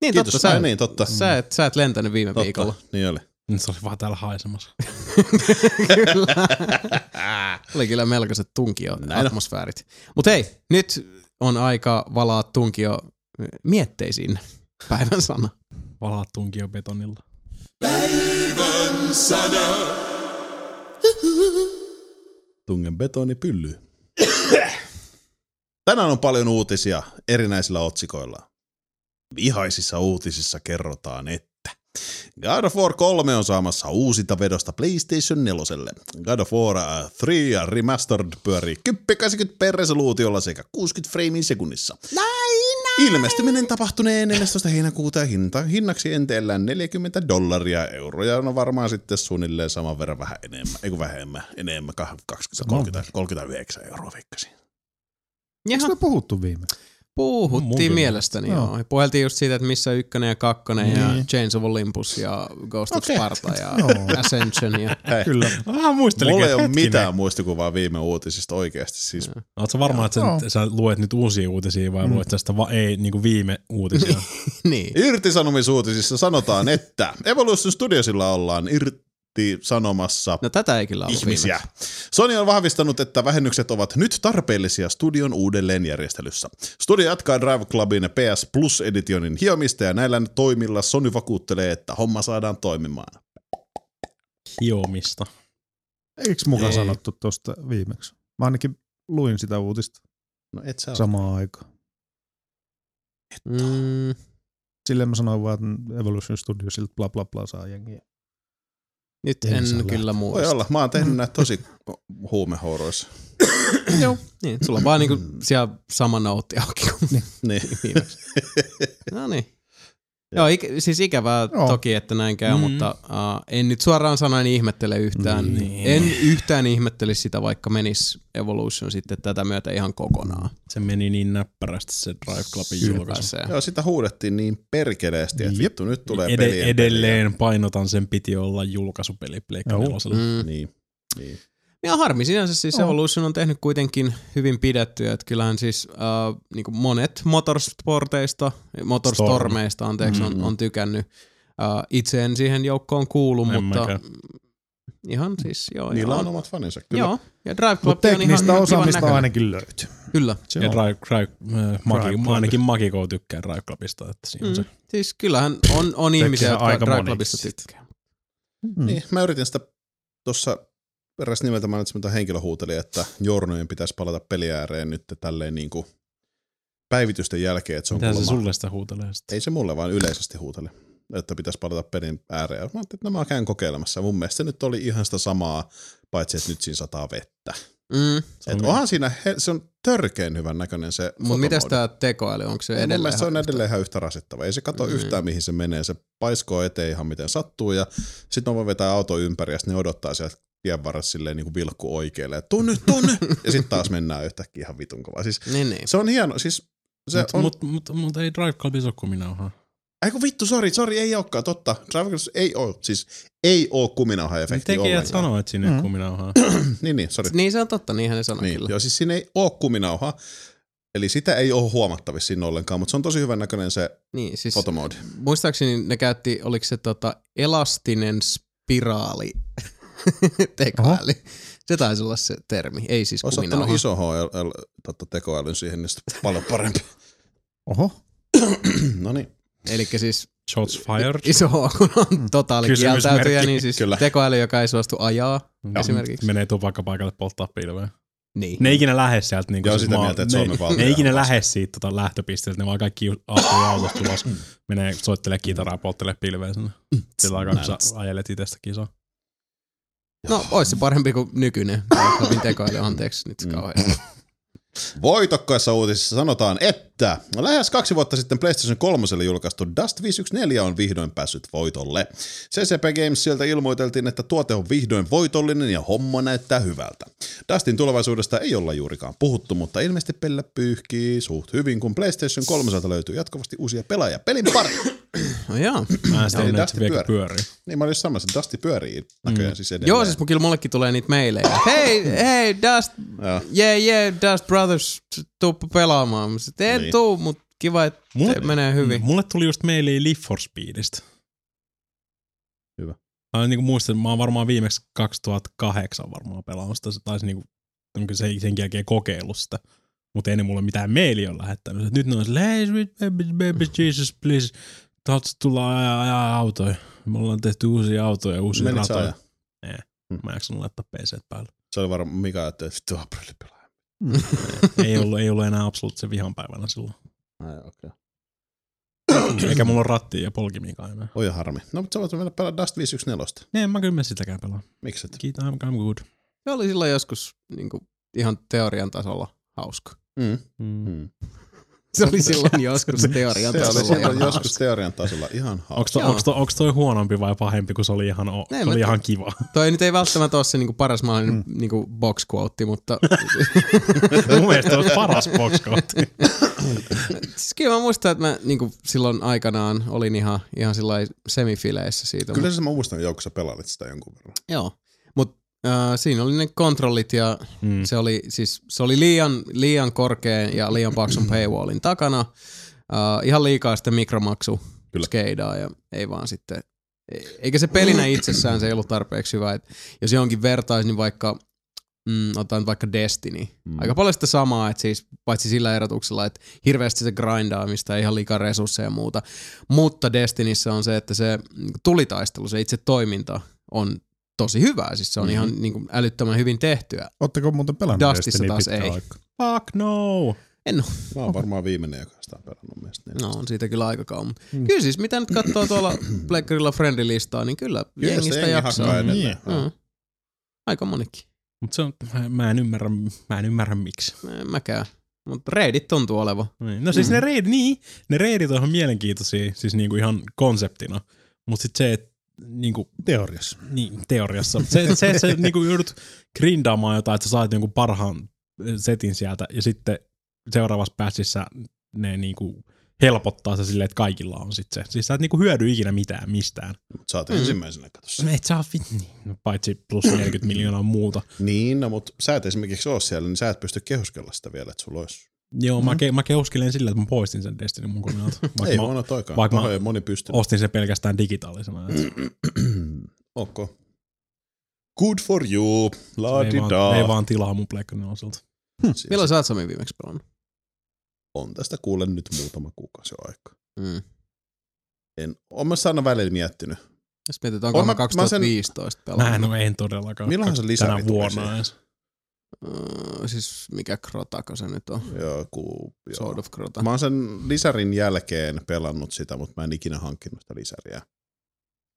S1: Niin,
S3: Kiitos.
S1: totta, sä,
S3: Ai niin, totta.
S1: sä, et, sä et lentänyt viime
S3: Totta.
S1: viikolla.
S3: Niin oli.
S2: Nyt Mm, se oli vaan täällä haisemassa.
S1: kyllä. Oli kyllä melkoiset tunkio
S3: Näin on.
S1: atmosfäärit. Mutta hei, nyt on aika valaa tunkio mietteisiin päivän sana.
S2: Valaa tunkio betonilla.
S3: Tungen betoni pyllyy. Tänään on paljon uutisia erinäisillä otsikoilla. Vihaisissa uutisissa kerrotaan, että God of War 3 on saamassa uusinta vedosta PlayStation 4. God of War äh, 3 ja Remastered pyörii 1080 per resoluutiolla sekä 60 framea sekunnissa. Ilmestyminen tapahtunee 14. heinäkuuta ja hinta, hinnaksi enteellään 40 dollaria euroja. On varmaan sitten suunnilleen saman verran vähän enemmän, ei kun vähemmän, enemmän, kah- 20, 30, 39 euroa veikkasin.
S1: Jaha,
S4: Eikö me puhuttu viime?
S1: puhuttiin
S2: Munkin
S1: mielestäni
S4: mielestä.
S1: joo. joo. Puheltiin just siitä, että missä ykkönen ja kakkonen ja
S4: Niin.
S1: Chains of Olympus ja Ghost of
S4: Okei.
S1: Sparta ja
S4: Joo.
S1: Ascension. Ja...
S3: Hei,
S4: Kyllä.
S2: Vähän muistelin,
S3: mulla ei ole mitään muistikuvaa viime uutisista oikeasti. Siis,
S2: Oletko varma, että
S4: Joo.
S2: No, sä, sä luet nyt uusia uutisia vai mm. luet tästä va- ei, niin kuin viime uutisia?
S1: niin.
S3: irtisanomisuutisissa sanotaan, että Evolution Studiosilla ollaan irti sanomassa
S1: No tätä ei kyllä ollut
S3: ihmisiä.
S1: viimeksi.
S3: Sony on vahvistanut, että vähennykset ovat nyt tarpeellisia studion uudelleenjärjestelyssä. Studio jatkaa Drive Clubin PS Plus Editionin hiomista ja näillä toimilla Sony vakuuttelee, että homma saadaan toimimaan.
S2: Hiomista.
S4: Eikö mukaan
S1: Ei.
S4: sanottu tuosta viimeksi? Mä ainakin luin sitä uutista
S3: No et sä
S4: samaan aikaan.
S1: Mm,
S4: Silleen mä sanoin vaan, että Evolution Studiosilta bla bla bla saa jengiä.
S1: nyt
S4: Ei
S1: en
S4: saa lähteä.
S1: kyllä
S3: Voi
S1: muista.
S3: olla, mä oon tehnyt näitä tosi huumehouroissa.
S1: Joo. Niin, sulla on vaan niinku siellä sama noutti auki kuin
S3: Niin.
S1: viimeksi. No niin. Joo, ik- siis ikävää Joo.
S4: Joo.
S1: toki, että näin käy, mm.
S2: Mm.
S1: mutta uh, en nyt suoraan sanoen ihmettele yhtään. Niin.
S2: Niin.
S1: En yhtään ihmettelisi sitä, vaikka menis Evolution sitten tätä myötä ihan kokonaan.
S2: Se meni niin näppärästi se Drive Clubin julkaisu.
S1: Ylipäänsä.
S3: Joo, sitä huudettiin niin perkeleesti, että
S4: Jep.
S3: vittu nyt tulee
S2: Ede-
S3: pelien peliä.
S2: edelleen painotan, sen piti olla julkaisupeli Pleikka
S4: Joo.
S2: nelosella.
S1: Mm.
S3: Niin. niin.
S1: Ja harmi sinänsä, siis
S4: Joo.
S1: Evolution on tehnyt kuitenkin hyvin pidettyä, että kyllähän siis äh, niin monet motorsporteista, motorstormeista anteeksi, on,
S3: Mm.
S1: on tykännyt. Äh, itse en siihen joukkoon kuulu,
S2: En
S1: mutta
S2: mäkään.
S1: ihan siis joo.
S3: Niillä
S1: ihan-
S3: on omat faninsa, kyllä.
S1: Joo, ja Drive Club
S4: Mutta
S1: on ihan
S4: teknistä
S1: ihan
S4: osaamista
S1: kivan näköinen.
S4: ainakin löytyy.
S1: Kyllä.
S4: Se
S2: Ja
S4: on.
S2: Drive, Drive, äh, Maki,
S4: Drive Club.
S2: ainakin Makiko tykkää Drive Clubista, että siinä on se.
S1: Mm. Siis kyllähän on, on ihmisiä, jotka
S4: aika
S1: Drive
S4: moniksi
S1: Clubista
S4: sitten.
S1: tykkää.
S4: Mm.
S3: Niin, mä yritin sitä tuossa eräs nimeltä mainitsematon henkilö huuteli, että Jornojen pitäisi palata peli ääreen nyt tälleen niin kuin päivitysten jälkeen, että se on
S2: Mitä se
S3: kuulemma.
S2: sulle sitä huutelee sitten?
S3: Ei se mulle, vaan yleisesti huuteli, että pitäisi palata pelin ääreen. Mä ajattelin, että no mä käyn kokeilemassa. Mun mielestä se nyt oli ihan sitä samaa, paitsi että nyt siinä sataa vettä.
S1: Mm.
S2: Se on
S3: Et
S2: hyvä.
S3: onhan siinä, he, se on törkeen hyvän näköinen se
S1: Mutta mitäs
S3: fotomoodi.
S1: tämä tekoäly, onko se
S3: Ei, Mun
S1: edelleen?
S3: mielestä se on
S1: ihan-
S3: edelleen ihan yhtä rasittava. Ei se kato
S1: Mm.
S3: mm. yhtään, mihin se menee. Se paiskoo eteen ihan miten sattuu ja sitten mä voin vetää auto ympäri ja sitten ne odottaa sieltä tien varressa silleen niin kuin vilkku oikealle. että Tuu nyt, tuu nyt! ja sitten taas mennään yhtäkkiä ihan vitun kovaa. Siis,
S1: Niin, niin.
S3: se on hieno. Siis, se
S2: Mutta
S3: on...
S2: mut, mut, mut, ei Drive Clubissa ole kuminauhaa.
S3: Ai kun vittu, sori, sori, ei olekaan totta. Driver Girls ei ole, siis ei ole kuminauha-efektiä
S2: Tekijät
S3: ollenkaan.
S2: sanoo, että siinä ei ole
S4: Mm.
S2: kuminauhaa.
S3: niin, niin, sori.
S1: Niin se on totta, niinhän ne sanoo
S3: Niin.
S1: kyllä.
S3: Joo, siis siinä ei ole kuminauhaa. Eli sitä ei ole huomattavissa siinä ollenkaan, mutta se on tosi hyvän näköinen se
S1: Niin, siis
S3: fotomoodi.
S1: muistaakseni ne käytti, oliko se tota, elastinen spiraali tekoäly. Se taisi olla se termi, ei siis
S3: Olisi ottanut
S1: kuminauha.
S3: iso HL, totta, tekoälyn siihen, niin sitten paljon parempi.
S4: Oho.
S3: no niin.
S1: Eli siis
S2: Shots fired.
S1: iso H, kun on totaalikieltäytyjä,
S2: Kysymysmerkki,
S1: niin siis
S3: kyllä.
S1: tekoäly, joka ei suostu ajaa.
S2: Joo.
S1: esimerkiksi.
S2: Menee tupakkapaikalle polttaa pilveä.
S1: Niin.
S2: Ne ei ikinä lähde sieltä. Niin
S3: Ja on sitä mieltä, että Suomen
S2: ne,
S3: valtio
S2: ne ei ikinä
S3: on
S2: lähde siitä tota, lähtöpisteeltä, ne vaan kaikki astuu aukosta ulos,
S3: Mm.
S2: menee soittelee kitaraa, polttelee pilveä sinne. Sillä aikaa, kun sä ajelet itsestä kisaa.
S1: No, ois se parempi kuin nykyinen. Hyvin tekoäly, anteeksi
S3: Mm.
S1: nyt kauhean.
S3: Voitokkaissa uutisissa sanotaan, että lähes kaksi vuotta sitten PlayStation 3 julkaistu Dust 514 on vihdoin päässyt voitolle. CCP Games sieltä ilmoiteltiin, että tuote on vihdoin voitollinen ja homma näyttää hyvältä. Dustin tulevaisuudesta ei olla juurikaan puhuttu, mutta ilmeisesti pellä pyyhkii suht hyvin, kun PlayStation 3 löytyy jatkuvasti uusia pelaajia pelin pari.
S1: No joo.
S2: Mä en sitä ennen,
S3: Eli
S2: että
S3: tästä
S2: se vieläkin
S3: pyörii.
S2: pyörii.
S3: niin mä olin samassa, Dusti pyörii näköjään mm. siis edelleen.
S1: Joo, siis mun- kyllä mullekin tulee niitä meilejä. Hei, hei, Dust,
S3: Joo.
S1: yeah, yeah, Dust Brothers, tuu pelaamaan. Mä sanoin, en
S3: Niin. Mm.
S1: tuu, mutta kiva, että
S2: Mulle-
S1: se menee hyvin.
S2: Mulle tuli just meili Live for Speedistä.
S3: Hyvä.
S2: Mä niin muistan, mä oon varmaan viimeksi 2008 varmaan pelannut sitä, se taisi niinku, niinku se, sen jälkeen kokeillut sitä. Mutta ei ne mulle mitään meili on lähettänyt. Et nyt ne on silleen, hey, sweet baby, baby, Jesus, please, tahtko tulla ajaa, ajaa autoja? Me ollaan tehty uusia autoja ja uusia
S3: Menit sä
S2: ratoja.
S3: ajaa? Hmm.
S2: Ei, mä en jaksanut laittaa PC päälle.
S3: Se oli varmaan Mika, että vittu April pelaa.
S2: ei, ollut, ei ollut enää absoluuttisen vihanpäivänä silloin.
S3: Ai, okay.
S2: Eikä mulla ole rattia ja polkimiinkaan enää.
S3: Oi harmi. No, mutta sä voit mennä pelaa Dust 514.
S2: Ne, en mä kyllä me sitäkään pelaa.
S3: Miksi et?
S2: Kiitos, I'm, I'm good.
S1: Se oli silloin joskus niin kuin, ihan teorian tasolla hauska.
S3: Mm.
S2: Mm.
S3: Mm.
S1: Se oli silloin joskus teorian
S3: Se oli
S1: tasolla
S3: silloin
S1: ihan
S3: joskus
S1: hauska.
S3: teorian tasolla ihan
S2: Onko
S3: hauska.
S2: to,
S1: Joo.
S2: onks to, onks toi huonompi vai pahempi, kun se oli ihan, o,
S1: Ei,
S2: se oli
S1: mä-
S2: ihan kiva?
S1: Toi nyt ei välttämättä ole se niin kuin paras mahdollinen
S3: Mm.
S1: niin kuin box quote, mutta
S2: Mun mielestä olisi paras boxkortti.
S1: siis kyllä mä muistan, että mä niin kuin silloin aikanaan olin ihan, ihan sillä lailla semifileissä siitä.
S3: Kyllä se mä muistan, joku sä pelailit sitä jonkun verran.
S1: Joo, mutta äh, siinä oli ne kontrollit ja
S2: Mm.
S1: mm. se oli, siis, se oli liian, liian korkea ja liian paksun paywallin takana. Äh, ihan liikaa sitä mikromaksu
S3: Kyllä.
S1: skeidaa ja ei vaan sitten, e- eikä se pelinä itsessään se ei ollut tarpeeksi hyvä. Et jos johonkin vertaisi, niin vaikka Mm, otan vaikka Destiny. Mm. Aika paljon sitä samaa, että siis, paitsi sillä erotuksella, että hirveästi se grindaamista ja ihan liikaa resursseja ja muuta. Mutta Destinissä on se, että se mm, tulitaistelu, se itse toiminta on tosi hyvää. Siis se on mm-hmm. ihan niin kuin, älyttömän hyvin tehtyä.
S4: Ootteko muuten pelannut
S1: Dustissa
S4: Destiny
S1: taas
S4: pitkään
S1: ei.
S4: aikaa?
S2: Fuck no!
S1: En
S3: Mä oon varmaan viimeinen, joka sitä on pelannut mielestäni.
S1: No on siitä kyllä aika kauan. Mutta Kyllä siis, mitä nyt katsoo tuolla Blackgrilla friendilistaa, niin kyllä, kyllä
S3: Kyllä sitä
S1: jengistä
S3: jengi
S1: jaksaa.
S3: hakkaa edelleen.
S4: Niin.
S3: Mm.
S1: Mm. Aika monikin.
S2: Mut se on, mä- mä en ymmärrä, mä en ymmärrä miksi.
S1: Mä En mäkään. Mutta reidit tuntuu oleva.
S2: Niin. No siis mm. ne reidit, niin, ne reidit on ihan mielenkiintoisia, siis niinku ihan konseptina. Mut sit se, että niinku,
S4: Teoriassa.
S2: niin, teoriassa, se, se, se, se niinku joudut grindaamaan jotain, että sä saat jonkun parhaan setin sieltä, ja sitten seuraavassa pääsissä ne niinku helpottaa se silleen, että kaikilla on sit se. Siis sä et niinku hyödy ikinä mitään mistään.
S3: Mut sä oot
S1: Mm.
S3: ensimmäisenä katossa.
S2: No et sä oo fit- niin. no, paitsi plus 40 miljoonaa muuta.
S3: Niin, no mut sä et esimerkiksi oo siellä, niin sä et pysty kehuskella sitä vielä, että sulla ois.
S2: Joo, mä, ke- mä keuskelen sillä, että mä poistin sen Destiny mun koneelta.
S3: ei
S2: Vaikka mä
S3: huono
S2: vaikka
S3: toikaan. Vaikka
S2: mä- Oh.
S3: Pahoja ei moni pystynyt.
S2: ostin sen pelkästään digitaalisena. Et
S3: Okei. Okay. Good for you. La
S2: ei, vaan, ei vaan tilaa mun Black osalta.
S3: Hmm.
S1: Milloin sä oot Sami viimeksi pelannut?
S3: On tästä kuulen nyt muutama kuukausi jo aikaa.
S1: Mm.
S3: En, oon mä sitä aina välillä miettinyt.
S1: Jos mietitään, onko
S3: Oon
S1: mä
S3: mä- mä sen-
S1: 2015 pelannut.
S2: Mä en ole en todellakaan.
S3: Milloinhan se lisäri
S2: Tänä
S3: tuli
S2: vuonna
S3: siihen?
S2: edes.
S1: Öö, siis mikä Krotako se nyt on?
S3: Joku, joo.
S1: Sword of Krota.
S3: Mä oon sen lisärin jälkeen pelannut sitä, mutta mä en ikinä hankkinut sitä lisäriä.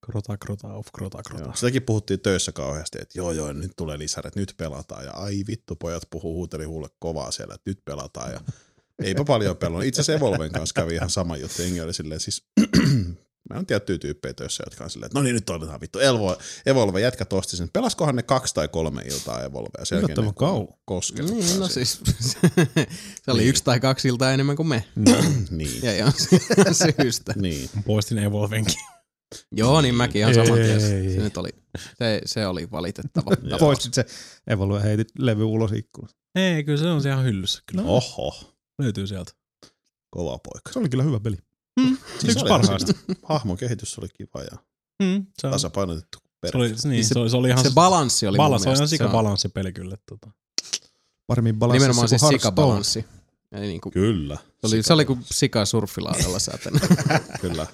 S2: Krota, krota, off, krota, krota.
S3: Joo. Sitäkin puhuttiin töissä kauheasti, että joo joo, nyt tulee lisäret, nyt pelataan. Ja ai vittu, pojat puhuu huuteli huulle kovaa siellä, että nyt pelataan. Ja eipä paljon pelannut. Itse asiassa Evolven kanssa kävi ihan sama juttu. Jengi oli silleen siis... Mä on tiettyjä tyyppejä töissä, jotka on silleen, että no niin nyt otetaan vittu Elvo, Evolve, jätkä tosti sen. Pelaskohan ne kaksi tai kolme iltaa Evolvea? Sen jälkeen
S4: Yllättävän
S3: ne ei
S4: kauan.
S3: koskenut
S1: Niin, no
S3: pääsee.
S1: siis se oli yksi tai kaksi iltaa enemmän kuin me.
S3: niin.
S1: Ja ihan sy- syystä.
S3: niin.
S2: Poistin Evolvenkin.
S1: Joo, niin mäkin ihan saman
S4: Ei.
S1: tien. Se, nyt oli, se, se oli valitettava. tapaus.
S4: Poistit se Evolue, heitit levy ulos ikkunasta.
S2: ei, kyllä se on siellä hyllyssä. Kyllä no.
S3: Oho,
S2: löytyy sieltä.
S3: kova poika.
S4: Se oli kyllä hyvä peli.
S3: Siis
S2: Yksi
S3: oli
S2: parhaista.
S3: siinä. Hahmon kehitys oli kiva ja
S2: Mm, se, on- se,
S3: tasapainotettu. perus.
S2: oli, niin, se,
S4: Se-
S2: oli, se oli ihan...
S1: Se balanssi oli
S2: balans, se
S1: mun
S2: on
S1: mielestä.
S2: ihan sika balanssipeli kyllä. Tota.
S4: Paremmin balanssissa
S1: Nimenomaan
S4: kuin
S1: siis
S4: Hearthstone.
S1: sikabalanssi. Ei niinku,
S3: Kyllä.
S1: se, oli, se oli kuin sika surfilaudalla säätän.
S3: Kyllä.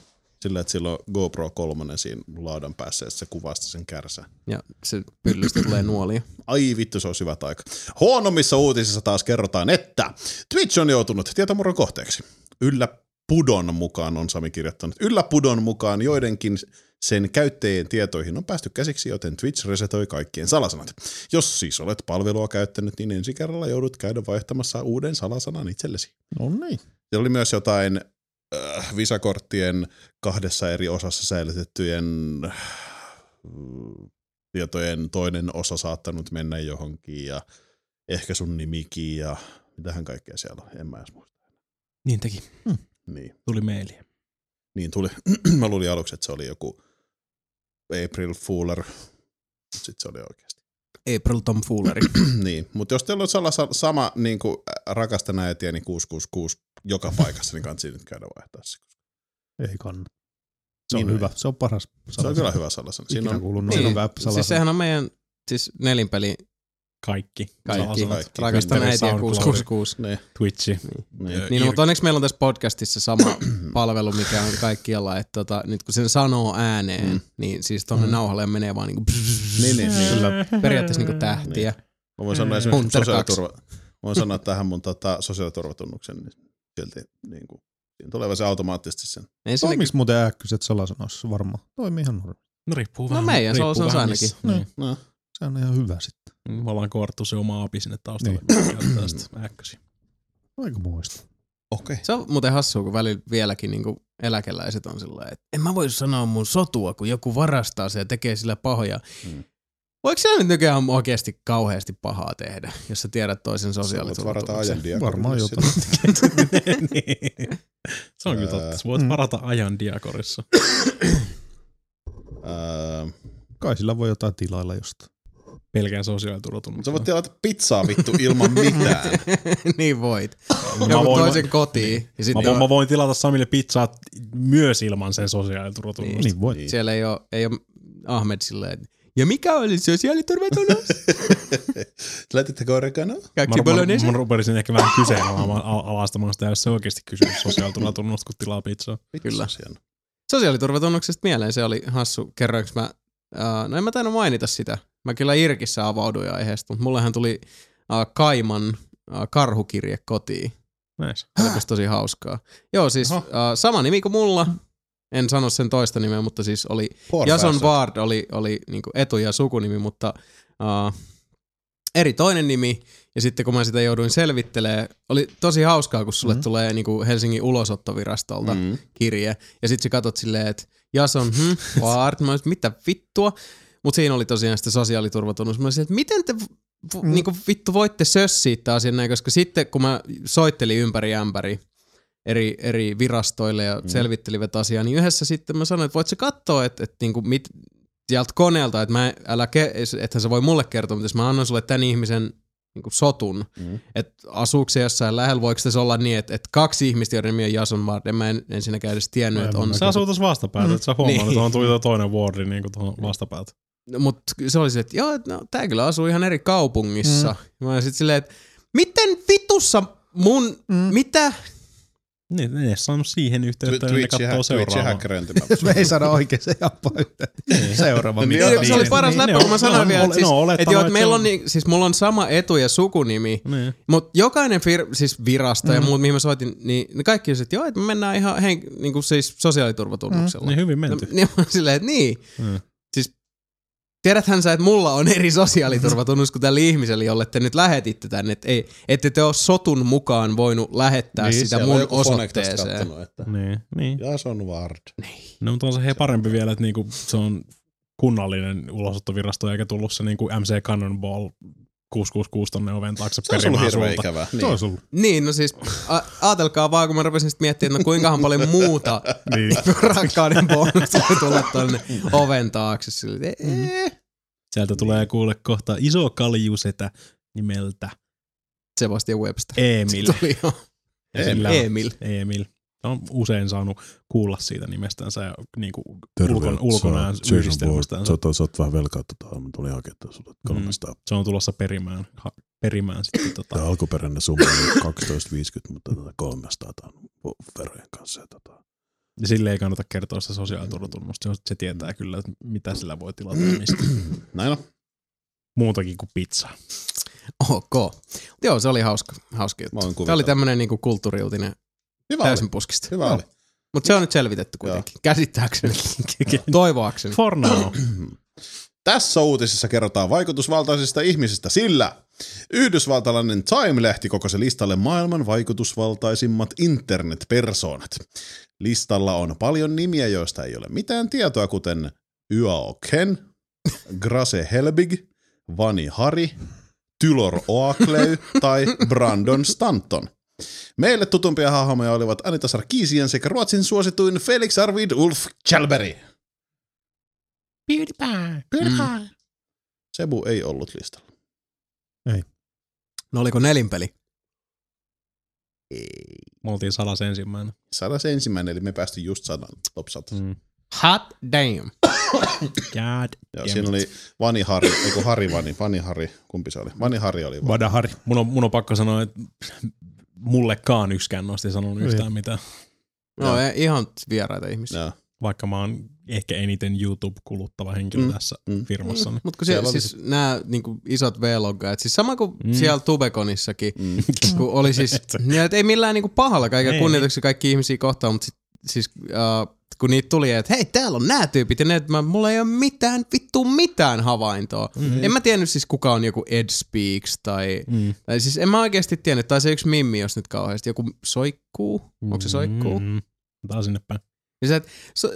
S3: Sillä, että sillä on GoPro 3 siinä laudan päässä, että se kuvasta sen kärsää.
S1: Ja se pyllystä tulee nuolia.
S3: Ai vittu, se olisi hyvä taika. Huonommissa uutisissa taas kerrotaan, että Twitch on joutunut tietomurron kohteeksi. Yllä Pudon mukaan on Sami kirjoittanut. Yllä Pudon mukaan joidenkin sen käyttäjien tietoihin on päästy käsiksi, joten Twitch resetoi kaikkien salasanat. Jos siis olet palvelua käyttänyt, niin ensi kerralla joudut käydä vaihtamassa uuden salasanan itsellesi.
S4: No niin.
S3: Ja oli myös jotain äh, visakorttien kahdessa eri osassa säilytettyjen äh, tietojen toinen osa saattanut mennä johonkin ja ehkä sun nimikin ja mitähän kaikkea siellä on, en mä edes muista.
S2: Niin teki.
S3: Niin,
S2: Tuli meiliä.
S3: niin tuli. mä luulin aluksi, että se oli joku April Fooler, mutta sitten se oli oikeasti.
S1: April Tom Fooleri.
S3: niin, mutta jos teillä on salasa, sama niin kuin rakasta näetiä, niin 666 joka paikassa, niin kannattaa nyt käydä vaihtaa se.
S4: Ei kannata. Se on
S3: Niin
S4: hyvä.
S3: ei.
S4: Se on paras.
S3: Se on kyllä hyvä salasana. Siinä on
S4: kuullut
S1: Niin.
S4: noin hyvä
S1: siis
S4: salasana.
S1: sehän on meidän siis nelinpeli
S2: Kaikki.
S1: kaikki.
S2: Salasanat.
S3: kaikki.
S1: Rakastan
S2: Internet,
S1: äitiä
S2: SoundCloud.
S1: 666.
S3: ne,
S2: Twitchi.
S3: ne,
S1: Niin, mutta onneksi meillä on tässä podcastissa sama palvelu, mikä on kaikkialla, että tota, nyt kun sen sanoo ääneen,
S3: Mm.
S1: mm. niin siis tuonne mm. nauhalle menee vaan niinku
S3: Niin, niin, niin.
S1: Kyllä. periaatteessa niinku tähtiä. Niin.
S3: Mä voin sanoa esimerkiksi
S1: Hunter
S3: sosiaaliturva, voin sanoa tähän mun tota, sosiaaliturvatunnuksen, niin silti niin kuin, siinä tulee vaan se automaattisesti sen.
S1: Ensinnäkin,
S4: Toimiks muuten ääkkyset salasanoissa varmaan? Toimii ihan normaali.
S2: No riippuu
S1: No
S2: vähän.
S1: meidän
S2: riippuu
S1: salasanat
S2: vähän
S1: ainakin.
S2: missä. Niin.
S3: No.
S4: Se on ihan hyvä sitten.
S2: Mm, Me ollaan koottu se oma api sinne taustalle. Niin. Sitten äkkösi.
S4: Aika muista.
S3: Okei. Okay.
S1: se on muuten hassua, kun välillä vieläkin niinku eläkeläiset on sillä lailla, että en mä voi sanoa mun sotua, kun joku varastaa se ja tekee sillä pahoja.
S3: Mm.
S1: Mm. Voiko se nyt nykyään oikeasti kauheasti pahaa tehdä, jos sä tiedät toisen
S3: varata
S1: sosiaalisuuden?
S3: ajan diakonille
S4: Varmaan
S3: sinne.
S4: jotain.
S2: Se on kyllä totta. Sä voit
S4: Mm.
S2: varata ajan diakorissa.
S3: Öö,
S4: Kai sillä voi jotain tilailla jostain.
S2: Pelkään sosiaaliturvatunnuksen.
S3: sä voit tilata pizzaa vittu ilman mitään.
S1: niin voit.
S2: No mä
S1: Joku
S2: voin- Niin.
S1: toisen kotiin. Ja sit
S2: Mä,
S1: joo,
S2: voin, mä voin tilata Samille pizzaa myös ilman sen sosiaaliturvatunnusta.
S4: Niin voi.
S3: Niin.
S1: Siellä ei ole, ei ole Ahmed silleen, että ja mikä oli sosiaaliturvatunnus?
S3: Laititteko oregano?
S1: Kaksi
S2: Mä, mä,
S1: bolognese?
S2: mä ruperisin ehkä vähän kyseenalaamaan al- alastamaan sitä, jos se oikeasti kysyy sosiaaliturvatunnusta, kun tilaa pizzaa.
S3: Vittu,
S1: Kyllä.
S3: se on hieno.
S1: Sosiaaliturvatunnuksesta mieleen se oli hassu. Kerroinko mä, uh, no en mä tainnut mainita sitä. Mä kyllä Irkissä avauduin aiheesta, mutta mullehan tuli uh, Kaiman uh, karhukirje kotiin.
S2: Näis.
S1: Olipas tosi hauskaa. Joo, siis uh,
S3: Aha.
S1: sama nimi kuin mulla. En sano sen toista nimeä, mutta siis oli
S3: Porn
S1: Jason
S3: päässä.
S1: Ward oli, oli niin etu- ja sukunimi, mutta uh, eri toinen nimi. Ja sitten kun mä sitä jouduin selvittelemään, oli tosi hauskaa, kun sulle
S4: Mhm.
S1: mm. tulee niin kuin Helsingin ulosottovirastolta mm.
S3: Mm.
S1: kirje. Ja sitten sä katot silleen, että Jason hmm, Ward, mä olin, mitä vittua. Mutta siinä oli tosiaan sitä sosiaaliturvatunnus. Mä olisin, että miten te v-
S4: Mm.
S1: mm. niin kuin vittu voitte sössiä tämän asian näin, koska sitten kun mä soittelin ympäri ämpäri, eri, eri virastoille ja
S3: Mm.
S1: mm. selvittelivät asiaa, niin yhdessä sitten mä sanoin, että voit sä katsoa, että, että niin kuin mit, sieltä koneelta, että mä, en- älä ke, ethän sä voi mulle kertoa, mutta jos mä annan sulle tämän ihmisen niin kuin sotun,
S3: Mm.
S1: mm. että asuuko se jossain lähellä, voiko se olla niin, että, että kaksi ihmistä, joiden nimi on Jason Ward, en mä en, ensinnäkään edes tiennyt,
S4: No,
S1: että
S4: en
S1: on
S4: mä
S1: se.
S2: Sä asuu tuossa Mm. vastapäätä, että sä
S4: Mm.
S2: huomaat,
S1: Niin.
S2: että on tuli toinen vuori niin kuin tuohon vastapäätä.
S1: Mutta se oli se, että joo, no, tää kyllä asuu ihan eri kaupungissa. Mm. Mä olin sit silleen, että miten vitussa mun, mm. mitä?
S2: Niin, ne ei saanut siihen yhteyttä,
S3: Twi-
S2: että ne
S3: Twitch
S2: katsoo
S3: Twitch
S2: seuraavaa.
S3: häkkäröinti.
S4: Me ei saada oikein se jappaa yhteen. Seuraava.
S3: Niin,
S4: mitä
S3: joo,
S1: se oli
S4: tahansa.
S1: paras
S2: niin,
S1: läppä,
S2: ne
S1: kun
S2: on-
S1: mä
S2: ne
S1: sanoin
S2: on-
S1: vielä, että
S2: ne
S1: siis,
S2: on olettanut,
S1: että joo, että
S2: että
S1: meillä
S2: se
S1: on,
S2: on-
S1: niin, siis mulla on sama etu- ja sukunimi,
S2: Niin.
S1: Mutta jokainen fir- siis virasto mm. ja muut, mihin mä soitin, niin ne kaikki olivat, että joo, että me mennään ihan hen- niin kuin siis sosiaaliturvatunnuksella.
S2: Niin hyvin
S1: No,
S2: menty.
S1: niin mä olin silleen, että niin.
S2: Mm.
S1: Mm. Siis tiedäthän sä, että mulla on eri sosiaaliturvatunnus kuin tällä ihmisellä, jolle te nyt lähetitte tänne. Että ei, ette te ole sotun mukaan voinut lähettää niin, sitä mun osoitteeseen.
S3: Että.
S2: Niin, niin.
S3: Jason Ward.
S2: No, mutta on se he parempi vielä, että niinku, se on kunnallinen ulosottovirasto, eikä tullut se niinku MC Cannonball 666 tonne oven taakse
S3: Se on ollut
S2: perimään
S3: hirveän
S2: sulta.
S3: ikävää.
S4: Se
S3: Niin.
S4: olisi ollut.
S1: Niin, no siis a- ajatelkaa vaan, kun mä rupesin sitten miettimään, että no kuinkahan paljon muuta niin. rakkauden bonus voi tulla tuonne oven taakse. Sille, että
S4: Mm.
S1: eh,
S2: Sieltä tulee kuule kohta iso kaljusetä nimeltä
S1: Sebastian Webster.
S2: Emil.
S1: Tuli jo.
S2: Ja sillä-
S1: Emil.
S2: Emil. On usein saanut kuulla siitä nimestänsä ja niinku ulkon, ulkonaan yhdistelmästänsä.
S6: Sä, sä oot vähän velkaa tota, mä tulin hakemaan sulle 300. Mm.
S2: Se on tulossa perimään, ha, perimään sitten
S6: Tämä
S2: tota.
S6: alkuperäinen summa oli 12,50, mutta tota 300 tämän verojen kanssa. Ja tota,
S2: Ja sille ei kannata kertoa sitä sosiaaliturvatunnusta, se, on- se tietää kyllä, että mitä sillä voi tilata ja mistä.
S3: Näin on.
S2: Muutakin kuin pizza.
S1: Ok. Mut Joo, se oli hauska, hauska
S3: Mä voin
S1: juttu. Tämä
S3: kuvitella.
S1: oli tämmöinen niinku kulttuuriutinen
S3: Hyvä oli.
S1: täysin puskista.
S3: Hyvä oli.
S1: Mutta se on nyt selvitetty kuitenkin. Käsittääkseni. Toivoakseni.
S2: For now.
S3: Tässä uutisessa kerrotaan vaikutusvaltaisista ihmisistä, sillä yhdysvaltalainen Time-lehti kokosi listalle maailman vaikutusvaltaisimmat internetpersoonat. Listalla on paljon nimiä, joista ei ole mitään tietoa, kuten Yao Ken, Grace Helbig, Vani Hari, Tylor Oakley tai Brandon Stanton. Meille tutumpia hahmoja olivat Anita Sarkisian sekä Ruotsin suosituin Felix Arvid Ulf Kjellberg.
S1: Mm.
S3: Sebu ei ollut listalla.
S1: No oliko nelinpeli?
S2: Me oltiin salas ensimmäinen.
S3: Sadas ensimmäinen, eli me päästiin just sadan top 100. Mm.
S2: Mm.
S1: Hot damn.
S2: God.
S3: Ja
S2: Jep.
S3: siinä oli Vani Hari, eiku Hari Vani, niin Vani Hari, kumpi se oli? Vani Hari oli. Va-
S4: Vadahari.
S2: Mun on, mun on pakko sanoa, että mullekaan yksikään noista ei sanonut
S6: Niin.
S2: yhtään mitään.
S1: No ei, ihan vieraita ihmisiä.
S3: no.
S2: Vaikka mä oon ehkä eniten YouTube-kuluttava henkilö
S3: Mm,
S2: mm. tässä
S3: mm.
S2: mm. firmassa. Niin.
S1: Mutta kun se,
S3: Siellä oli
S1: siis nämä niinku, isot V-loggaajat, siis sama kuin
S2: Mm.
S1: siellä Tubekonissakin,
S3: mm.
S1: kun oli siis, niin, et ei millään niinku pahalla kaiken
S2: Ei.
S1: kunnioituksen kaikki ihmisiä kohtaan, mutta sit, siis äh, kun niitä tuli, että hei täällä on nämä tyypit ja ne, että mä, mulla ei ole mitään, vittu mitään havaintoa. Mm. En mä tiennyt siis kuka on joku Ed Speaks tai,
S2: Mm.
S1: tai siis en mä oikeasti tiennyt, tai se yksi mimmi, jos nyt kauheasti, joku soikkuu, onko se soikkuu? Mm.
S2: Mm. Tää on sinne päin.
S1: Ja sä, et, so,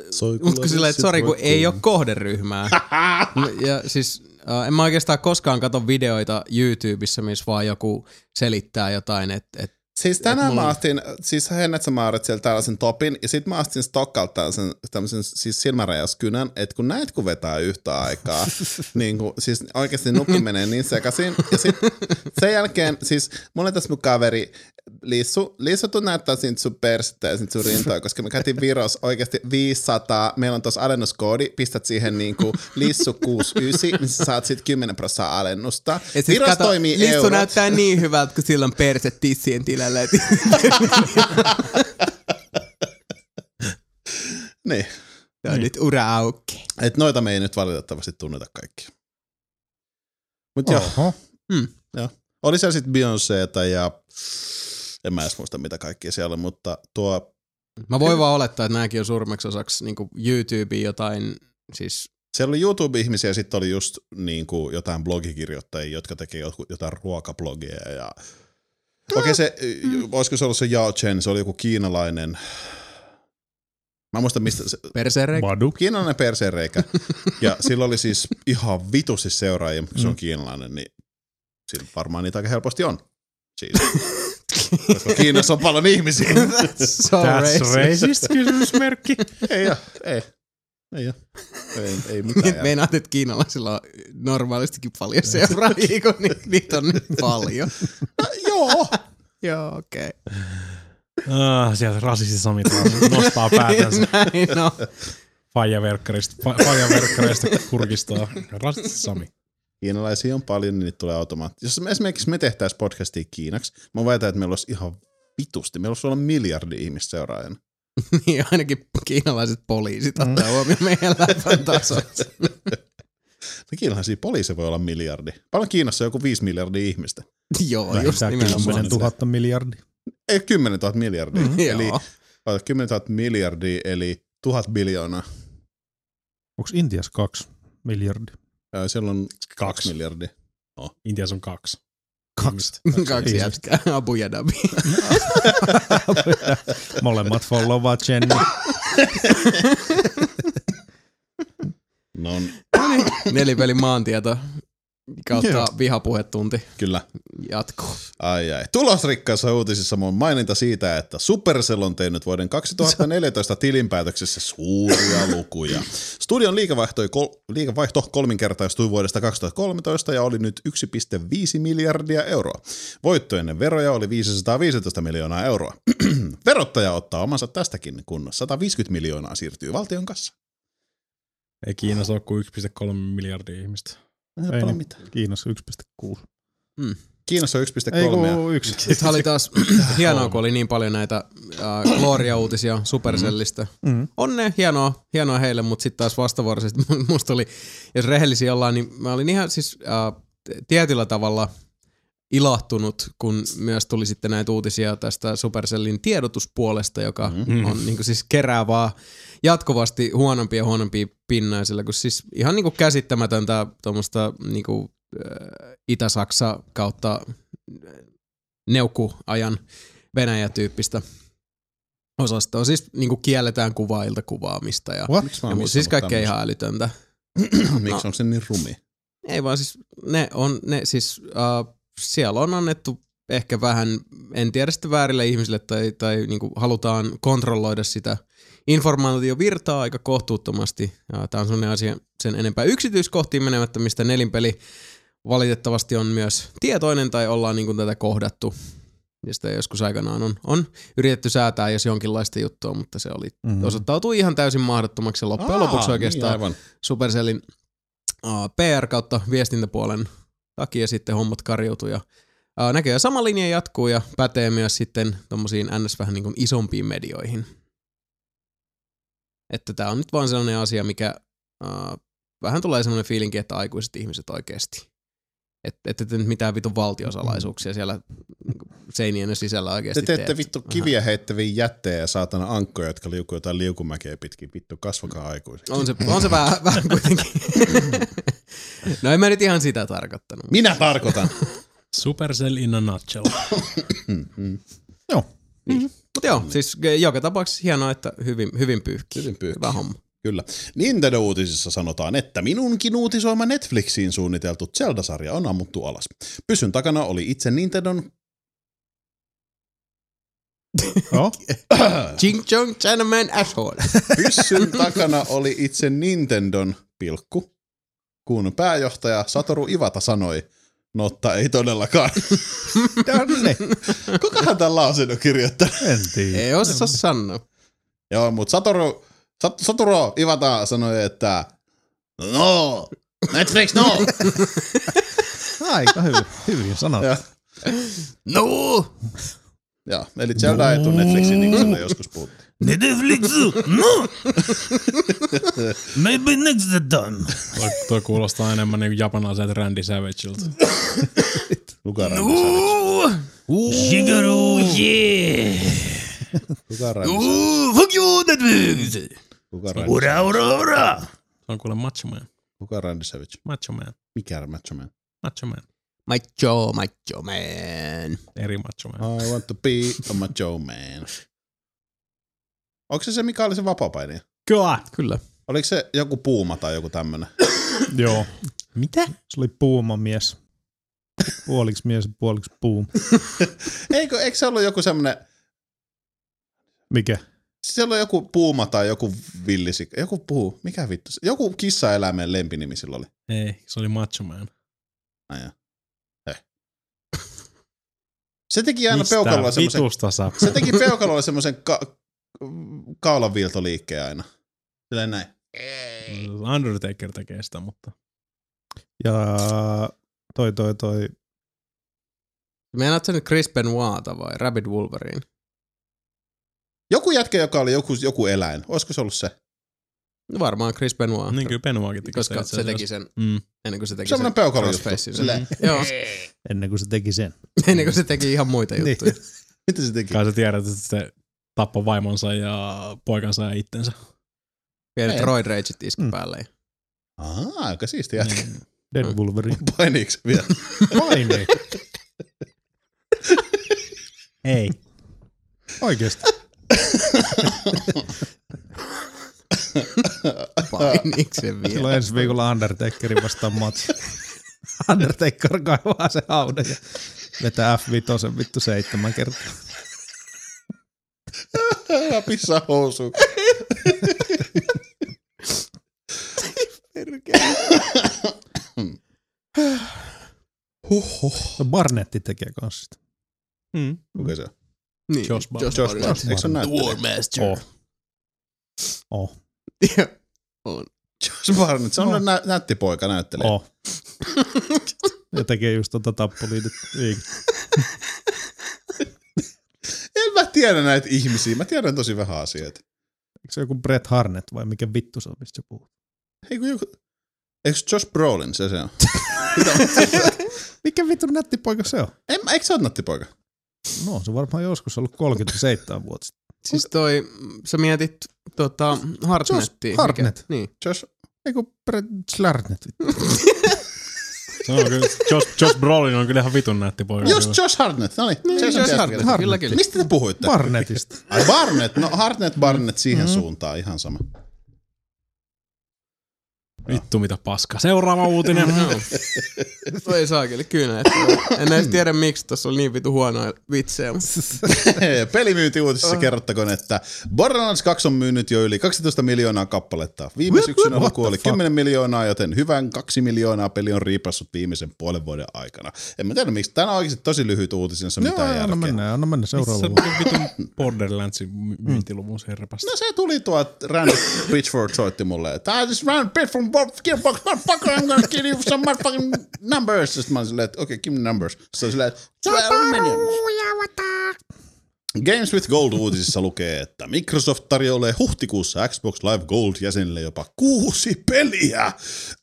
S1: Mutta kun sillä, että sori, kun ei ole kohderyhmää. M- ja siis äh, en mä oikeastaan koskaan katso videoita YouTubessa, missä vaan joku selittää jotain, että et,
S3: Siis
S1: Et
S3: tänään
S1: mulla-
S3: mä astin, siis Hennet, mä olet siellä tällaisen topin, ja sit mä astin Stokkalta tällaisen, tämmöisen siis silmäräjäskynän, että kun näet kun vetää yhtä aikaa, niin kun, siis oikeasti nuppi menee niin sekaisin, ja sit sen jälkeen, siis mulla on tässä mun kaveri, Lissu, Lissu tuu näyttää siitä sun persettä ja siitä sun rintoja, koska me käytiin Viros oikeasti 500, meillä on tuossa alennuskoodi, pistät siihen niinku Lissu 69, niin sä saat sit 10 prosenttia alennusta.
S1: et siis
S3: Viros toimii
S1: Lissu
S3: euro.
S1: näyttää niin hyvältä, kun sillä on perse tissien tilalla. Et,
S3: Niin.
S1: ja nyt ura auki.
S3: Et noita me ei nyt valitettavasti tunneta kaikki. Mut joo,
S4: Oh.
S1: Mm.
S3: joo. Oli siellä sitten Beyoncéta ja en mä edes muista mitä kaikkia siellä, oli, mutta tuo
S1: Mä voin vaan olettaa, että nämäkin on suurimmaksi osaksi niin YouTubeen jotain, siis
S3: siellä oli YouTube-ihmisiä ja sitten oli just niin kuin jotain blogikirjoittajia, jotka tekee jotku- jotain ruokablogia ja Okei okay, se, mm. olisiko se ollut se Yao Chen, se oli joku kiinalainen, mä en muista mistä se,
S1: persereikki.
S2: Badu.
S3: kiinalainen perseenreikä. ja sillä oli siis ihan vitusti seuraajia, kun se on kiinalainen, niin sillä varmaan niitä aika helposti on. Siis. Koska Kiinassa on paljon ihmisiä.
S1: That's so racist.
S2: racist kysymysmerkki.
S3: ei, oo, ei. Ei, oo. Niin, ei, ei mitään.
S1: Nyt
S3: järkeä.
S1: meinaat, että kiinalaisilla on normaalistikin paljon seuraajia, kun ni, niitä on nyt paljon.
S3: Joo.
S1: Joo, okei. Okay.
S2: Ah, sieltä rasistisamit vaan nostaa päätänsä.
S1: Näin on.
S2: Fajaverkkareista, fa- fajaverkkareista kurkistaa. Rasistisami.
S3: Kiinalaisia on paljon, niin niitä tulee automaattisesti. Jos me esimerkiksi me tehtäisiin podcastia kiinaksi, mä väitän, että meillä olisi ihan vitusti. Meillä olisi olla miljardi ihmistä seuraajana.
S1: Niin, ainakin kiinalaiset poliisit ottaa huomioon meidän läpän tasot.
S3: No kiinalaisia poliisi voi olla miljardi. Paljon Kiinassa on joku 5 miljardia ihmistä.
S1: Joo, just
S4: Tää
S1: nimenomaan.
S4: 10 tuhatta miljardia.
S3: Ei 10 000 miljardia.
S1: Mm,
S3: Eli
S1: Joo.
S3: Ota 10 000 miljardia, eli 1000 biljoonaa.
S4: Onko Intias kaksi miljardia?
S3: Ää, Siellä on
S2: Kaksi.
S3: 2 miljardia.
S2: Intiassa on kaksi.
S4: Kaksi.
S1: Kaksi
S4: ihmistä.
S1: jätkää, Abu ja Dhabi.
S4: Molemmat followaa Jenny.
S3: No on,
S1: Nelipelin maantieto kautta
S4: Joo.
S1: vihapuhetunti
S3: kyllä.
S1: jatkuu.
S3: Ai ai. Tulosrikkaissa uutisissa on maininta siitä, että Supercell on tehnyt vuoden 2014 tilinpäätöksessä suuria lukuja. Studion liikevaihto, kol, liikevaihto kolminkertaistui vuodesta 2013 ja oli nyt 1,5 miljardia euroa. Voitto ennen veroja oli 515 miljoonaa euroa. Verottaja ottaa omansa tästäkin, kun 150 miljoonaa siirtyy valtion kassa.
S2: Ei Kiinassa ole kuin 1,3 miljardia ihmistä.
S3: Ei,
S4: Ei
S3: paljon
S4: niin.
S3: mitään.
S4: Kiinassa 1,6.
S3: Kiinassa on 1,3.
S4: Ei
S3: ja-
S4: kun yksi.
S1: Nyt Siis oli taas
S4: Siis-
S1: hienoa, kun oli niin paljon näitä äh, Gloria-uutisia Supercellistä.
S4: Mm.
S1: On ne, hienoa, hienoa heille, mutta sitten taas vastavuoroisesti mun- musta oli, jos rehellisiä ollaan, niin mä olin ihan siis äh, t- tietyllä tavalla ilahtunut, kun myös tuli sitten näitä uutisia tästä Supercellin tiedotuspuolesta, joka
S3: Mm.
S1: mm-hmm. on niin siis kerää vaan jatkuvasti huonompia ja huonompia pinnaisilla, kun siis ihan niin kuin käsittämätöntä tuommoista niin kuin, äh, Itä-Saksa kautta neukuajan Venäjä-tyyppistä osastoa. Siis niin kuin kielletään kuvailta kuvaamista ja,
S3: Miksi mä
S1: ja
S3: oon
S1: mu- siis
S3: muistanut
S1: kaikkea
S3: tämmöistä?
S1: ihan älytöntä.
S3: Miksi on se niin rumi?
S1: Ei vaan siis, ne on, ne siis, äh, siellä on annettu ehkä vähän, en tiedä sitten väärille ihmisille tai, tai niin kuin halutaan kontrolloida sitä informaatiovirtaa aika kohtuuttomasti. Ja Tämä on sellainen asia sen enempää yksityiskohtiin menemättä, mistä nelinpeli valitettavasti on myös tietoinen tai ollaan niin kuin tätä kohdattu. Ja sitä joskus aikanaan on, on yritetty säätää jos jonkinlaista juttua, mutta se oli,
S4: Mm.
S1: mm-hmm. osoittautui ihan täysin mahdottomaksi ja loppujen lopuksi oikeastaan
S3: Mm. Niin, aivan.
S1: Supercellin äh, PR kautta viestintäpuolen takia sitten hommat karjoutuu ja äh, näköjään sama linja jatkuu ja pätee myös sitten tommosiin ns. vähän niin kuin isompiin medioihin. Että tämä on nyt vaan sellainen asia, mikä äh, vähän tulee sellainen fiilinki, että aikuiset ihmiset oikeasti. Että et, et nyt mitään vitun valtiosalaisuuksia siellä niinku seinien sisällä
S3: Te
S1: oikeasti
S3: teette
S1: teet.
S3: vittu kiviä heittäviä jättejä ja saatana ankkoja, jotka liukuu jotain liukumäkeä pitkin. Vittu, kasvakaa aikuisiksi.
S1: On se, on se vähän, vähän kuitenkin. no en mä nyt ihan sitä tarkoittanut.
S3: Minä tarkoitan.
S2: Supercell in a nutshell.
S1: Mutta joo, siis joka tapauksessa hienoa, että hyvin, hyvin pyyhkii.
S3: Hyvin pyyhkii.
S1: Hyvä homma.
S3: Kyllä. Nintendo-uutisissa sanotaan, että minunkin uutisoima Netflixiin suunniteltu Zelda-sarja on ammuttu alas. Pysyn takana oli itse Nintendon...
S4: Joo.
S1: Ching chong Chinaman asshole.
S3: Pysyn takana oli itse Nintendon pilkku, kun pääjohtaja Satoru Ivata sanoi, Notta ei todellakaan.
S7: niin.
S4: Tänne.
S3: Kukahan tämän lausen on kirjoittanut?
S4: En tiedä.
S1: Ei osaa sanoa.
S3: Joo, mutta Satoru, Sat, Satoru Ivata sanoi, että no, Netflix no.
S4: Aika hyvin. Hyvin sanottu.
S3: ja,
S1: No!
S3: ja, eli Zelda ei
S7: No.
S3: tule Netflixiin, niin kuin sitä joskus puhuttiin.
S7: Netflix, no! Maybe next time.
S2: Toi, toi kuulostaa enemmän niin japanilaiselta Randy Savageilta.
S3: Kuka no.
S7: Shigeru, Oh, yeah!
S3: Kuka Randy
S7: Ooh, No. fuck you, Netflix!
S3: Kuka Randy,
S7: Ura, ura, ura!
S2: Se on kuule macho man.
S3: kuka Randy Savage?
S2: Macho man.
S3: Mikä Macho Man?
S2: Macho man.
S1: Macho, macho man.
S2: Eri macho man.
S3: I want to be a macho man. Onko se se, mikä oli se vapaapainija?
S1: Kyllä. Kyllä.
S3: Oliko se joku puuma tai joku tämmönen?
S4: Joo.
S1: Mitä?
S4: Se oli puuma mies. Puoliksi mies, puoliksi puum.
S3: Eikö, eikö se ollut joku semmonen, siis
S4: Mikä?
S3: se oli joku puuma tai joku villisik, joku puu, mikä vittu, se- joku kissaeläimen lempinimi sillä oli.
S2: Ei, se oli macho man.
S3: Ai jaa. Eh. Se teki aina
S2: Mistä
S3: peukalolla semmoisen,
S2: vitusta sä?
S3: se teki peukalolla semmoisen ka- kaulanviiltoliikkeen aina. Silleen näin.
S2: Undertaker tekee sitä, mutta
S4: Ja toi toi toi.
S1: Meinaatko nyt Chris Benoita vai Rabbit Wolverine?
S3: Joku jätkä, joka oli joku, joku eläin. Olisiko se ollut se?
S1: No varmaan Chris Benoit.
S2: niin kyllä Benoitkin tekee
S1: Koska
S2: sitä itse
S1: se teki
S2: asiassa.
S1: sen,
S2: Mm.
S1: ennen kuin se teki
S3: Semmoinen
S1: sen
S3: peukalo juttu.
S1: crossfacein.
S3: Silleen,
S1: Joo,
S4: Ennen kuin se teki sen.
S1: ennen kuin se teki ihan muita
S4: Niin.
S1: juttuja.
S3: Mitä se teki?
S2: Kai sä tiedät, että se tappoi vaimonsa ja poikansa ja itsensä.
S1: Pienet
S3: Ei.
S1: roid rageit iski
S4: Mm.
S1: päälle.
S3: Ahaa, aika siisti jätkä.
S2: Niin.
S4: Dead Wolverine.
S3: Painiiks vielä?
S4: Paini.
S2: Ei.
S4: Oikeesti.
S1: Painiksen vielä.
S4: Silloin ensi viikolla Undertakerin vastaan matsi. Undertaker kaivaa se haudan ja vetää F5 vittu seitsemän kertaa.
S3: Mä pissaan housuun.
S4: No Barnetti tekee kans sitä.
S2: Mm.
S3: Kuka se on?
S1: Niin.
S2: Josh Bar-
S1: Josh
S3: Josh
S1: Bar-
S3: Barnes. Eikö se ole näyttelijä?
S1: Warmaster.
S4: Oh. Oh.
S3: Josh Barnett. Se on
S4: Oh.
S3: nä- näytti poika näyttelijä.
S4: Oh. Ja oh. tekee just tota tappoliitit. Ei.
S3: En mä tiedä näitä ihmisiä, mä tiedän tosi vähän asioita.
S4: Eikö se joku Brett Harnett vai mikä vittu se on, mistä se puhuu?
S3: Hei kun joku... Eikö Josh Brolin se se on?
S4: Mikä vittu nätti poika se on?
S3: En, mä- eikö sä oot nattipoika?
S4: No, se on varmaan joskus ollut 37 vuotta sitten.
S1: Siis toi, sä mietit tota, Hartnettia. mikä-
S4: Hartnett.
S1: Niin.
S3: Josh...
S4: Eiku Brett Slarnet.
S2: Se on kyllä, Josh, Josh Brolin on kyllä ihan vitun nätti poika.
S3: Just Josh Hartnett, no niin. se
S1: Niin,
S3: se
S1: Josh
S3: tiedät
S1: Hartnett,
S3: kyllä.
S1: kyllä, kyllä.
S3: Mistä te puhuitte?
S4: Barnetista.
S3: Ai Barnett, no Hartnett, Barnett siihen suuntaan, ihan sama.
S2: Vittu mitä paska. Seuraava uutinen.
S1: No. Toi saakeli kynä. En edes tiedä miksi tässä oli niin vitu huonoja vitsejä. mutta-
S4: Ah.
S3: Pelimyyntiuutisissa kerrottakoon, että Borderlands 2 on myynyt jo yli 12 miljoonaa kappaletta. Viime syksynä
S4: what
S3: luku
S4: the
S3: oli
S4: fuck?
S3: 10 miljoonaa, joten hyvän 2 miljoonaa peli on riipassut viimeisen puolen vuoden aikana. En mä tiedä miksi. Tämä on oikeasti tosi lyhyt uutinen, se on
S4: Joo,
S3: mitään
S4: anna
S3: järkeä.
S4: mennä, anna mennä
S2: Missä
S4: seuraavaan.
S2: on vitun Borderlandsin my- myyntiluvun serpästä?
S3: No se tuli tuo Randy Pitchford soitti mulle, että I just ran Pitchford bo- Gearbox, motherfucker, I'm gonna give you some motherfucking numbers. Sitten mä olin silleen, että okei, okay, give me numbers. Se oli silleen, että 12 millions. Games with Gold uutisissa lukee, että Microsoft tarjoilee huhtikuussa Xbox Live Gold jäsenille jopa kuusi peliä.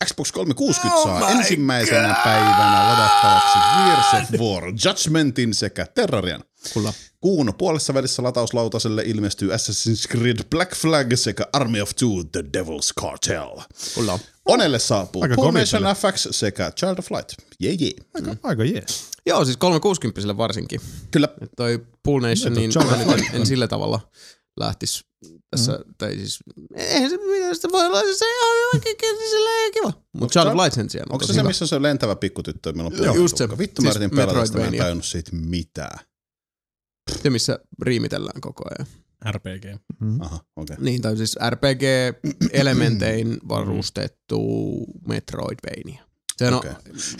S3: Xbox 360 saa ensimmäisenä päivänä ladattavaksi Gears of War, Judgmentin sekä Terrarian. Kyllä. Kuun puolessa välissä latauslautaselle ilmestyy Assassin's Creed Black Flag sekä Army of Two The Devil's Cartel. Kyllä. Onelle saapuu
S4: Aika
S3: Pulmation FX sekä Child of Light. Jee jee.
S4: Aika, aika jees.
S1: Joo, siis 360 varsinkin.
S3: Kyllä.
S1: Et toi Pool Nation, niin
S4: John
S1: en, en, en sillä tavalla lähtis tässä, mm. tai siis, eihän se, mitä sitä voi olla, se on oikein sillä ei ole kiva. Mut Child of Light sen sijaan on
S3: Onko se
S1: tosi
S3: se,
S1: hyvä.
S3: missä on se lentävä pikkutyttö, milloin
S1: Joo, just se.
S3: Vittu, mä
S1: Siis
S3: yritin pelata sitä, mä en
S1: Metroidvania.
S3: tajunnut siitä mitään.
S1: Se, missä riimitellään koko ajan.
S2: RPG.
S3: Aha, okei. Okay.
S1: Niin, tai siis RPG-elementein varustettu Metroidvania. Se on,
S3: Mm. Okei.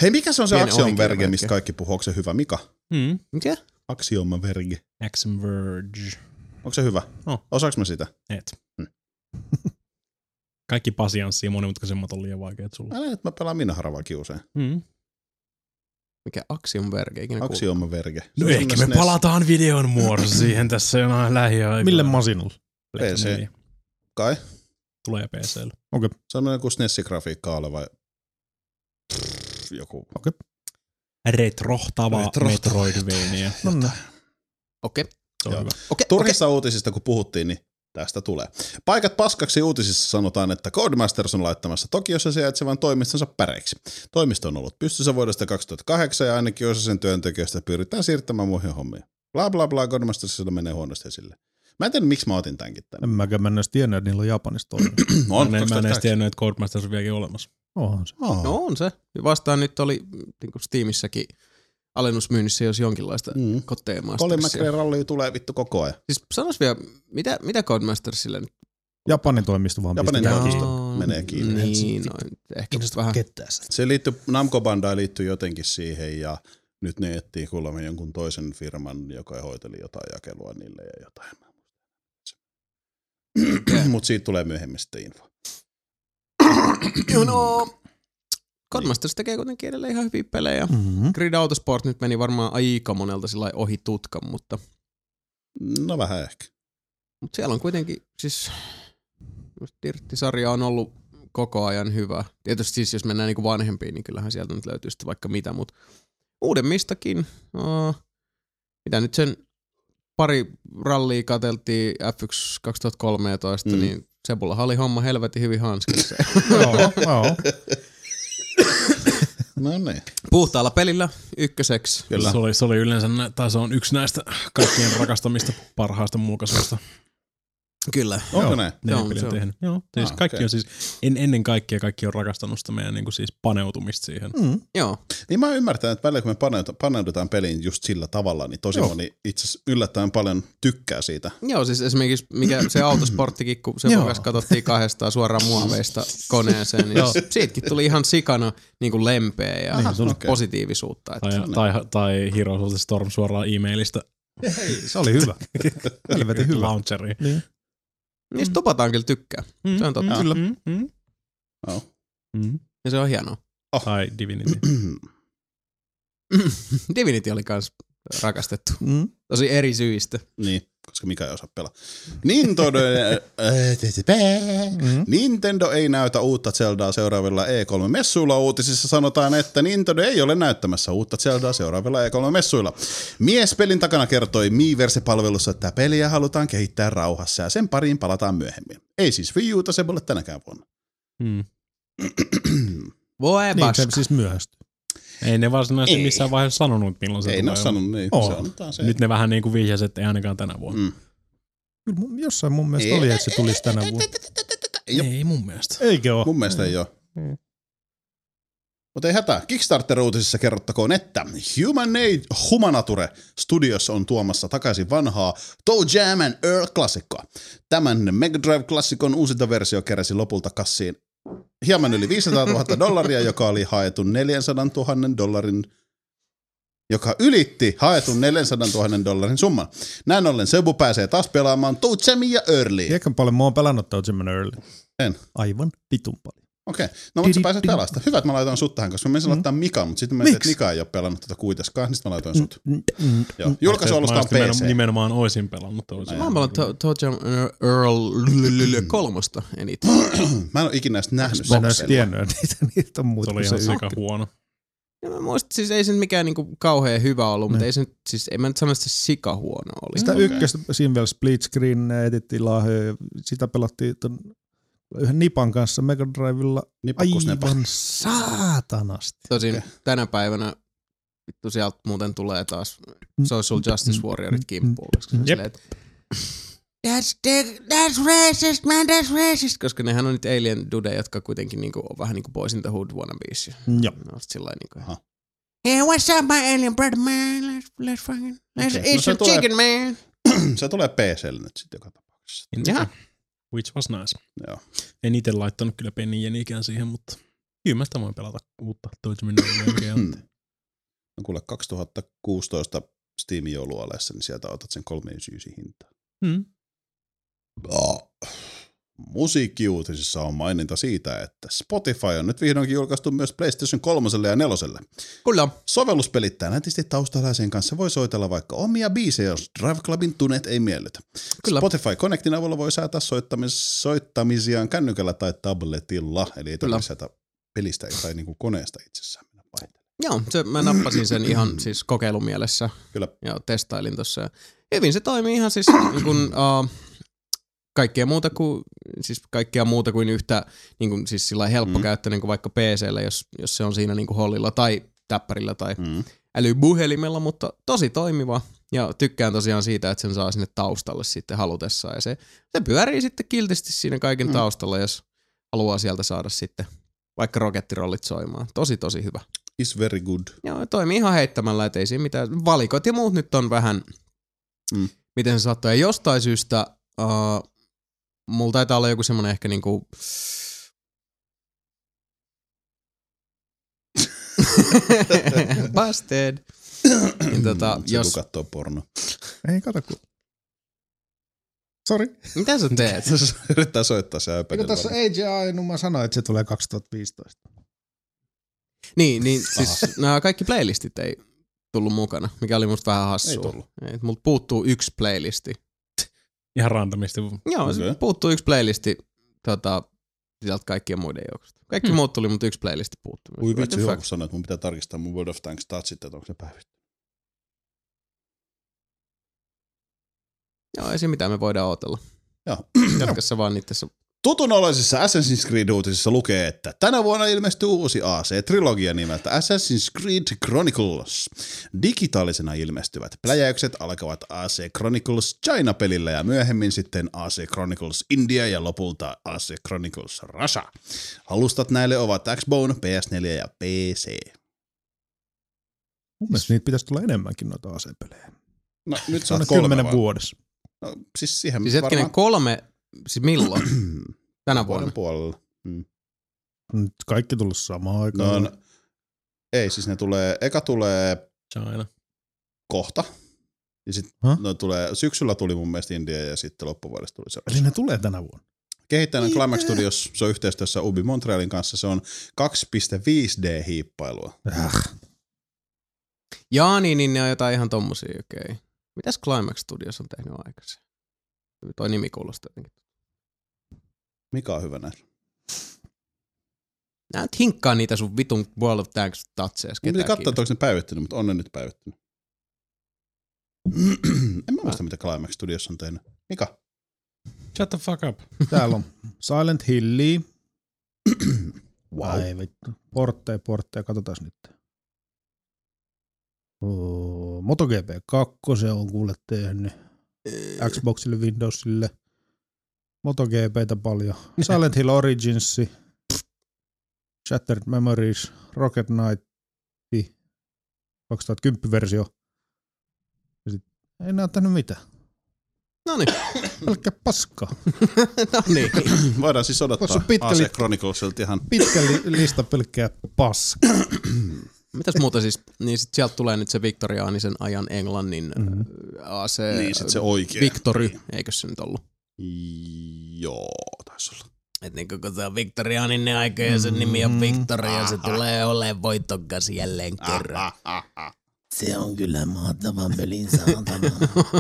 S3: Hei, mikä se on se
S1: Pieni
S3: aksionverge,
S1: ohikielmerkki.
S3: mistä kaikki puhuu? Onko se hyvä? Mika?
S2: Mm.
S1: mikä?
S3: Aksiomaverge.
S2: Action Verge.
S3: Onko se hyvä?
S2: No.
S3: Osaaks mä sitä?
S2: Et.
S3: Mm.
S2: Kaikki pasianssi ja monimutkaisemmat on liian vaikeet sulla.
S3: Älä nyt, mä pelaan minä harvaa
S1: No
S3: kiuseen.
S1: Hmm.
S2: Mm.
S1: Mikä Axiom Verge ikinä kuullut.
S3: Aksiomaverge.
S2: No ehkä me palataan videon muodossa siihen tässä jonain lähiaikoina.
S4: Mille masinulla?
S3: PC.
S2: Niin,
S3: Kai.
S2: Tulee PClle.
S3: Sellainen kuin SNES-grafiikka oleva. Pff, Joku.
S2: Retrohtava
S3: Retrohtava.
S2: Metroidvania.
S4: No, no.
S1: Okei, okay.
S2: Se on
S3: Joo.
S2: hyvä.
S1: okei, okay.
S3: Turhissa uutisista, kun puhuttiin, niin tästä tulee. Paikat paskaksi uutisissa sanotaan, että Codemasters on laittamassa Tokiossa sijaitsevan toimistonsa päreiksi. Toimisto on ollut pystyssä vuodesta 2008 ja ainakin osa sen työntekijöistä pyritään siirtämään muihin hommiin. Bla bla bla, Codemastersilla menee huonosti esille. Mä en tiedä, miksi mä otin tämänkin tänne.
S4: En mäkään mä en edes tiennyt, että niillä on Japanissa toiminut.
S2: Mä
S3: On,
S2: Mm, en- mä en edes
S3: 2008.
S2: tiennyt, että Codemasters on vieläkin olemassa.
S4: Onhan se.
S3: Oh.
S1: No on se. Vastaan nyt oli niin kuin Steamissäkin alennusmyynnissä jos jonkinlaista
S3: Mm. Colin
S1: koteemastersia.
S3: McRae ralli tulee vittu koko ajan.
S1: Siis sanois vielä, mitä, mitä Codemastersille nyt
S4: Japanin toimisto vaan
S3: Japanin
S4: pistetään
S3: toimisto.
S4: kiinni.
S3: menee kiinni.
S1: Niin, noin. Ehkä just vähän.
S4: Kettää se.
S3: Se liittyy, Namco Bandai liittyy jotenkin siihen ja nyt ne etsii kuulemma jonkun toisen firman, joka hoiteli jotain jakelua niille ja jotain. Mutta siitä tulee myöhemmin sitten info.
S1: You know. No, Codemasters tekee kuitenkin edelleen ihan hyviä pelejä.
S4: Mm-hmm.
S1: Grid Autosport nyt meni varmaan aika monelta sillä lailla ohi tutkan, mutta,
S3: No vähän ehkä.
S1: mutta siellä on kuitenkin, siis just Dirtti-sarja on ollut koko ajan hyvä. Tietysti siis jos mennään niinku vanhempiin, niin kyllähän sieltä nyt löytyy sitten vaikka mitä, mutta uudemmistakin. Uh, mitä nyt sen pari rallia katseltiin F1 2013,
S3: Mm.
S1: mm. niin Sebulla oli homma helvetin hyvin hanskissa.
S4: joo, joo.
S3: No niin.
S1: Puhtaalla pelillä ykköseksi.
S3: Kyllä.
S2: Se oli, se oli yleensä, nä- tai se on yksi näistä kaikkien rakastamista parhaista mulkaisuista.
S1: Kyllä.
S3: Onko
S4: Joo.
S3: näin?
S1: Joo,
S2: Neljän
S1: se
S2: pelin
S1: on.
S2: tehnyt. Joo, siis
S3: Ah,
S2: kaikki
S3: okei.
S2: on siis, en, ennen kaikkea kaikki on rakastanut sitä meidän niin kuin siis paneutumista siihen.
S4: Mm.
S1: Joo.
S3: Niin mä ymmärtän, että välillä kun me paneudutaan, paneudutaan peliin just sillä tavalla, niin tosi
S4: Joo.
S3: moni itse asiassa yllättäen paljon tykkää siitä.
S1: Joo, siis esimerkiksi mikä se autosporttikin, kun se
S4: Joo.
S1: kanssa katsottiin kahdestaan suoraan muoveista koneeseen, niin
S4: Joo.
S1: siitäkin tuli ihan sikana niin kuin lempeä ja
S4: Niin, se oli-
S1: okay. positiivisuutta. Että,
S2: Tai, tai, tai Heroes of the Storm suoraan e-mailista
S4: Se oli hyvä. Helvetin hyvä.
S2: launcheriin.
S1: niistä tupataan kyllä tykkää,
S2: Mm,
S1: Se on totta.
S2: Mm,
S1: Kyllä.
S2: mm, mm,
S3: Oh.
S2: mm.
S1: ja se on hienoa.
S2: Tai Divinity.
S1: Mm, Divinity oli kans rakastettu.
S4: Mm.
S1: Tosi eri syistä.
S3: Niin, koska mikä ei osaa pelaa. Niin Äh, Nintendo,
S4: Mm.
S3: Nintendo ei näytä uutta Zeldaa seuraavilla E3-messuilla. Uutisissa sanotaan, että Nintendo ei ole näyttämässä uutta Zeldaa seuraavilla E3-messuilla. Mies pelin takana kertoi Miiverse-palvelussa, että peliä halutaan kehittää rauhassa ja sen pariin palataan myöhemmin. Ei siis Wii Uta se voi olla tänäkään vuonna.
S2: Mm.
S1: Voi
S4: Niin,
S1: paska.
S4: se siis myöhästyy.
S2: Ei ne varsinaisesti
S3: Ei.
S2: missään vaiheessa sanonut, milloin se
S3: ei ne
S2: tulee. Oh,
S3: ole sanonut niin.
S4: Oo.
S3: Se annetaan se.
S2: Nyt ne vähän niin kuin vihjasi, että ei ainakaan tänä vuonna.
S3: Mm.
S4: Kyllä mun, jossain mun mielestä oli, että se tulisi tänä vuonna.
S3: Ei oo.
S2: Ei mun mielestä.
S4: Eikö ole?
S3: Mun mielestä ei ole.
S4: Mm.
S3: Mutta ei hätää. Kickstarter-uutisissa kerrottakoon, että Human Aid Humanature Studios on tuomassa takaisin vanhaa Toe Jam and Earl klassikkoa. Tämän Mega Drive-klassikon uusinta versio keräsi lopulta kassiin hieman yli 500 000 dollaria, joka oli haettu 400 000 dollarin joka ylitti haetun 400 000 dollarin summan. Näin ollen Sebu pääsee taas pelaamaan Toe Jamia ja Earlyä.
S4: Tiedätkö paljon mä oon pelannut Toad Jam and Early?
S3: En.
S4: Aivan vitun paljon.
S3: Okei, no mutta sä
S4: Didi-
S3: pääset
S4: didi-
S3: pelasta. Hyvä, että mä laitoin sut tähän, koska mä menisin
S4: Mm.
S3: laittaa Mika, mutta sitten mä mietin, että
S4: Miksi?
S3: Mika ei ole pelannut tätä kuitenkaan, niin sitten mä laitoin sut.
S4: Mm, mm,
S3: Joo.
S4: mm.
S3: Julkaisu alustaan
S2: Mä just
S3: PC.
S2: nimen- Nimenomaan oisin pelannut. toisin.
S1: Mä oon pelannut To- Toe Jam Earl lylylyly kolmosta
S4: Mm.
S1: eniten.
S3: Mä en ole ikinä edes nähnyt
S4: Mä en edes
S3: sen.
S4: tiennyt, että niitä, niitä on muuta
S2: Se oli
S4: kuin
S2: ihan
S4: se
S2: sika huono.
S1: Ja mä muistan, siis ei se nyt mikään niinku kauhean hyvä ollut, mutta
S4: Ne.
S1: ei se nyt, siis ei mä nyt sano, että se sika huono oli.
S4: Niin. Sitä
S3: Mm, Okei.
S4: okay. ykköstä Sinvel Split Screen etittiin lahjoja, sitä pelattiin ton yhden Nipan kanssa Mega Drivella
S3: Niin Nipakkusnepa.
S4: aivan saatanasti.
S1: Tosin tänä päivänä vittu sieltä muuten tulee taas
S3: Mm.
S1: Social Justice Warriorit kimppuun, koska se on
S4: Jep.
S1: silleen, että That's, the- that's racist, man, that's racist. Koska nehän on nyt alien dude, jotka kuitenkin niinku on vähän niinku Boys in the Hood wannabes. Ja
S3: Mm,
S4: Joo.
S1: ne on sit sillä lailla niinku,
S3: Aha.
S1: Hey, what's up, my alien brother, man? Let's, let's fucking, let's
S3: Okei,
S1: eat
S3: no se
S1: some
S3: tulee-
S1: chicken, man.
S3: Se tulee PClle nyt sitten joka tapauksessa.
S1: Jaha.
S2: Which was nice.
S3: Joo.
S2: En itse laittanut kyllä penniä ikään siihen, mutta kyllä mä sitä voin pelata uutta
S3: Hmm.
S2: Dodgemin
S3: No kuule, 2016 Steam joulualeessa, niin sieltä otat sen 39 hintaa.
S2: mm.
S3: Oh. Musiikkiuutisissa on maininta siitä, että Spotify on nyt vihdoinkin julkaistu myös PlayStation 3 ja 4.
S1: Kyllä.
S3: Sovellus pelittää nätisti taustalaisen kanssa voi soitella vaikka omia biisejä, jos Drive Clubin tunet ei miellytä.
S1: Kyllä.
S3: Spotify Connectin avulla voi säätää soittamis- soittamisiaan kännykällä tai tabletilla, eli ei
S1: Kyllä.
S3: tarvitse säätää pelistä tai niinku koneesta itsessään. mennä painamaan.
S1: Joo, se, mä nappasin sen ihan siis kokeilumielessä.
S3: Kyllä.
S1: Ja testailin tossa. Ja Hyvin se toimii ihan siis niin kun, uh, kaikkea muuta kuin, siis kaikkea muuta kuin yhtä niin kun, siis sillä lailla helppokäyttöinen kuin vaikka PCllä, jos, jos se on siinä niin kuin hollilla tai täppärillä tai
S3: Mm.
S1: älypuhelimella, mutta tosi toimiva. Ja tykkään tosiaan siitä, että sen saa sinne taustalle sitten halutessaan. Ja se, se pyörii sitten kiltisti siinä kaiken
S3: Mm.
S1: taustalla, jos haluaa sieltä saada sitten vaikka rokettirollit soimaan. Tosi, tosi hyvä.
S3: Is very good.
S1: Joo, toimii ihan heittämällä, ettei siinä mitään. Valikot ja muut nyt on vähän,
S3: Mm.
S1: mm. miten se saattaa. Ja jostain syystä, uh, mulla taitaa olla joku semmonen ehkä niinku... Busted. Niin tota,
S3: Mm, se
S1: jos,
S3: kun katsoo porno.
S4: Ei kato kun. Sori.
S1: mitä sä teet?
S3: Se Yrittää soittaa
S1: Niin,
S3: se
S4: Eikö
S3: äpäinen.
S4: tässä AGI, no mä sanoin, että se tulee 2015.
S1: niin, niin siis nämä kaikki playlistit ei tullut mukana, mikä oli musta vähän hassua.
S3: Ei tullut.
S1: Ei, et multa puuttuu yksi playlisti.
S2: Ihan randomisti.
S1: Joo, okay.
S3: Okei.
S1: se puuttuu yksi playlisti tota, sieltä kaikkien muiden joukosta. Kaikki
S2: Hmm.
S1: hmm. muut tuli, mutta yksi playlisti puuttuu.
S3: Ui
S1: What the
S3: vitsi,
S1: fuck?
S3: joku sanoi, että mun pitää tarkistaa mun World of Tanks tatsit, että onko ne päivitty.
S1: Joo, ei se mitään, me voidaan odotella.
S3: Joo.
S1: Jatka sä vaan Siis niitä
S3: Tutun oloisissa Assassin's Creed-uutisissa lukee, että tänä vuonna ilmestyy uusi AC-trilogia nimeltä Assassin's Creed Chronicles. Digitaalisena ilmestyvät pläjäykset alkavat AC Chronicles China-pelillä ja myöhemmin sitten AC Chronicles India ja lopulta AC Chronicles Russia. Alustat näille ovat Xbone, PS4 ja PC.
S4: Mun mielestä niitä pitäisi tulla enemmänkin noita asepelejä.
S3: No nyt
S4: Se
S3: sä
S4: on
S3: oot
S4: ne
S3: kolme
S4: kymmenen
S3: vai?
S4: vuodessa.
S3: No, siis siihen
S1: Siis hetkinen
S3: varmaan
S1: kolme, siis milloin? Tänä vuonna.
S3: vuoden puolella.
S4: Nyt kaikki tullut samaan
S3: No,
S4: aikaan.
S3: no, ei, siis ne tulee, eka tulee
S2: China.
S3: kohta. Ja sit
S4: Häh?
S3: no tulee, syksyllä tuli mun mielestä India ja sitten loppuvuodesta tuli se.
S4: Eli ne tulee tänä vuonna.
S3: Kehittäjänä Climax Studios, se on yhteistyössä Ubi Äh. Montrealin kanssa, se on 2.5D-hiippailua.
S4: Äh.
S1: Jaa, niin, niin ne on jotain ihan tommosia, okei. Okay. Mitäs Climax Studios on tehnyt aikaisemmin? Toi nimi kuulostaa jotenkin.
S3: Mikä on hyvä näissä?
S1: Nää nyt hinkkaa niitä sun vitun World of Tanks tatsees
S3: Mun piti
S1: ketään
S3: katsoa, että
S1: kiinnostaa.
S3: onko ne päivittynyt, mutta on ne nyt päivittynyt. en mä muista, mitä Climax Studios on tehnyt. Mika?
S2: Shut the fuck up.
S4: Täällä on Silent Hilli.
S3: Wow.
S4: Ai vittu. Portteja, portteja. Katsotaan nyt. Oo, MotoGP 2 se on kuule tehnyt. Xboxille, Windowsille. MotoGPtä paljon. Silent Hill Origins. Shattered Memories. Rocket Knight. 2010-versio. Ja sit, ei näyttänyt mitään.
S1: Noniin,
S4: Pelkkä paskaa.
S1: No noniin.
S3: Voidaan siis
S4: Tuossa
S3: odottaa
S4: on pitkä
S3: Ase
S4: lista.
S3: Chroniclesilta ihan
S4: pitkä li- lista pelkkää paska.
S1: Mitäs muuta siis? Niin sit sieltä tulee nyt se viktoriaanisen ajan englannin
S4: Mhm.
S1: mm-hmm. ase...
S3: Mm. niin sit se oikein.
S1: Victory, eikö se nyt ollut?
S3: Joo, taisi olla.
S1: Et niin kun se on viktoriaaninen aika ja sen nimi on Victory ja se tulee olemaan voittokas jälleen kerran.
S3: Ah, ah, ah.
S7: Se on kyllä mahtavan pelin saatana.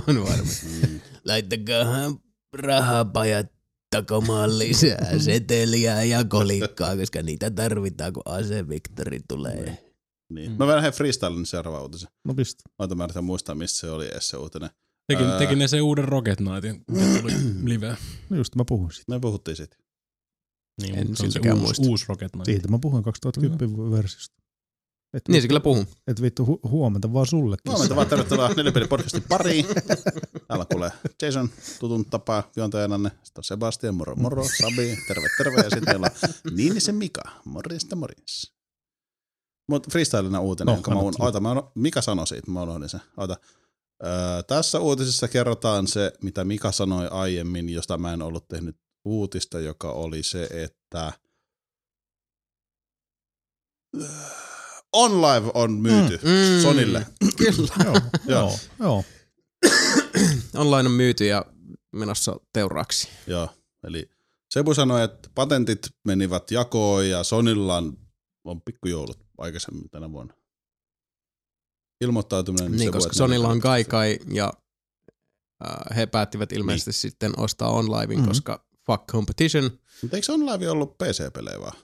S1: On varmasti.
S3: Mm,
S1: Laittakaa rahapajat takomaan lisää seteliä ja kolikkaa, koska niitä tarvitaan, kun ase Victory tulee.
S3: Niin. Mä vähän freestylin seuraava uutisen.
S4: No pistä.
S3: Oota, mä yritän muistaa, mistä se oli edes se uutinen.
S2: Tekin,
S3: Ää.
S2: tekin ne se uuden Rocket Knightin, mikä tuli liveä.
S4: No just mä puhuin siitä.
S3: Me puhuttiin siitä.
S2: Niin,
S1: En
S2: mutta se on se
S1: siltäkään
S2: uusi,
S1: muista.
S2: uusi Rocket Knight.
S4: Siitä mä puhuin 2010 versiosta. Et,
S1: Niin se kyllä puhuu.
S4: et vittu hu- huomenta vaan sullekin.
S3: Huomenta vaan tervetuloa Nelipeli-podcastin pariin. Täällä kuulee Jason tutun tapaa juontajananne. Sitten on Sebastian, moro moro, Sabi, terve terve. Ja sitten meillä on Niinisen Mika, morjesta morjens. Mutta freestylina uutinen,
S4: No,
S3: no, jonka mä
S4: anna
S3: un...
S4: tulla.
S3: Oota, mä uno- Mika sanoi siitä, mä unohdin sen. Oota. Öö, tässä uutisessa kerrotaan se, mitä Mika sanoi aiemmin, josta mä en ollut tehnyt uutista, joka oli se, että Öö, On Live on myyty mm, mm. Sonille.
S1: Kyllä.
S4: Joo, joo, joo.
S1: Online on myyty ja menossa teuraaksi.
S3: Joo, eli Sebu sanoi, että patentit menivät jakoon ja Sonilla on, on pikkujoulut aikaisemmin tänä vuonna. Ilmoittautuminen.
S1: Niin,
S3: Sebu,
S1: koska
S3: että
S1: Sonilla on
S3: ne-
S1: Kai Kai ja äh, he päättivät ilmeisesti niin. sitten ostaa OnLivein,
S4: Mhm.
S1: mm-hmm. koska fuck competition.
S3: Mutta eikö Sonlive ollut PC-pelejä vaan?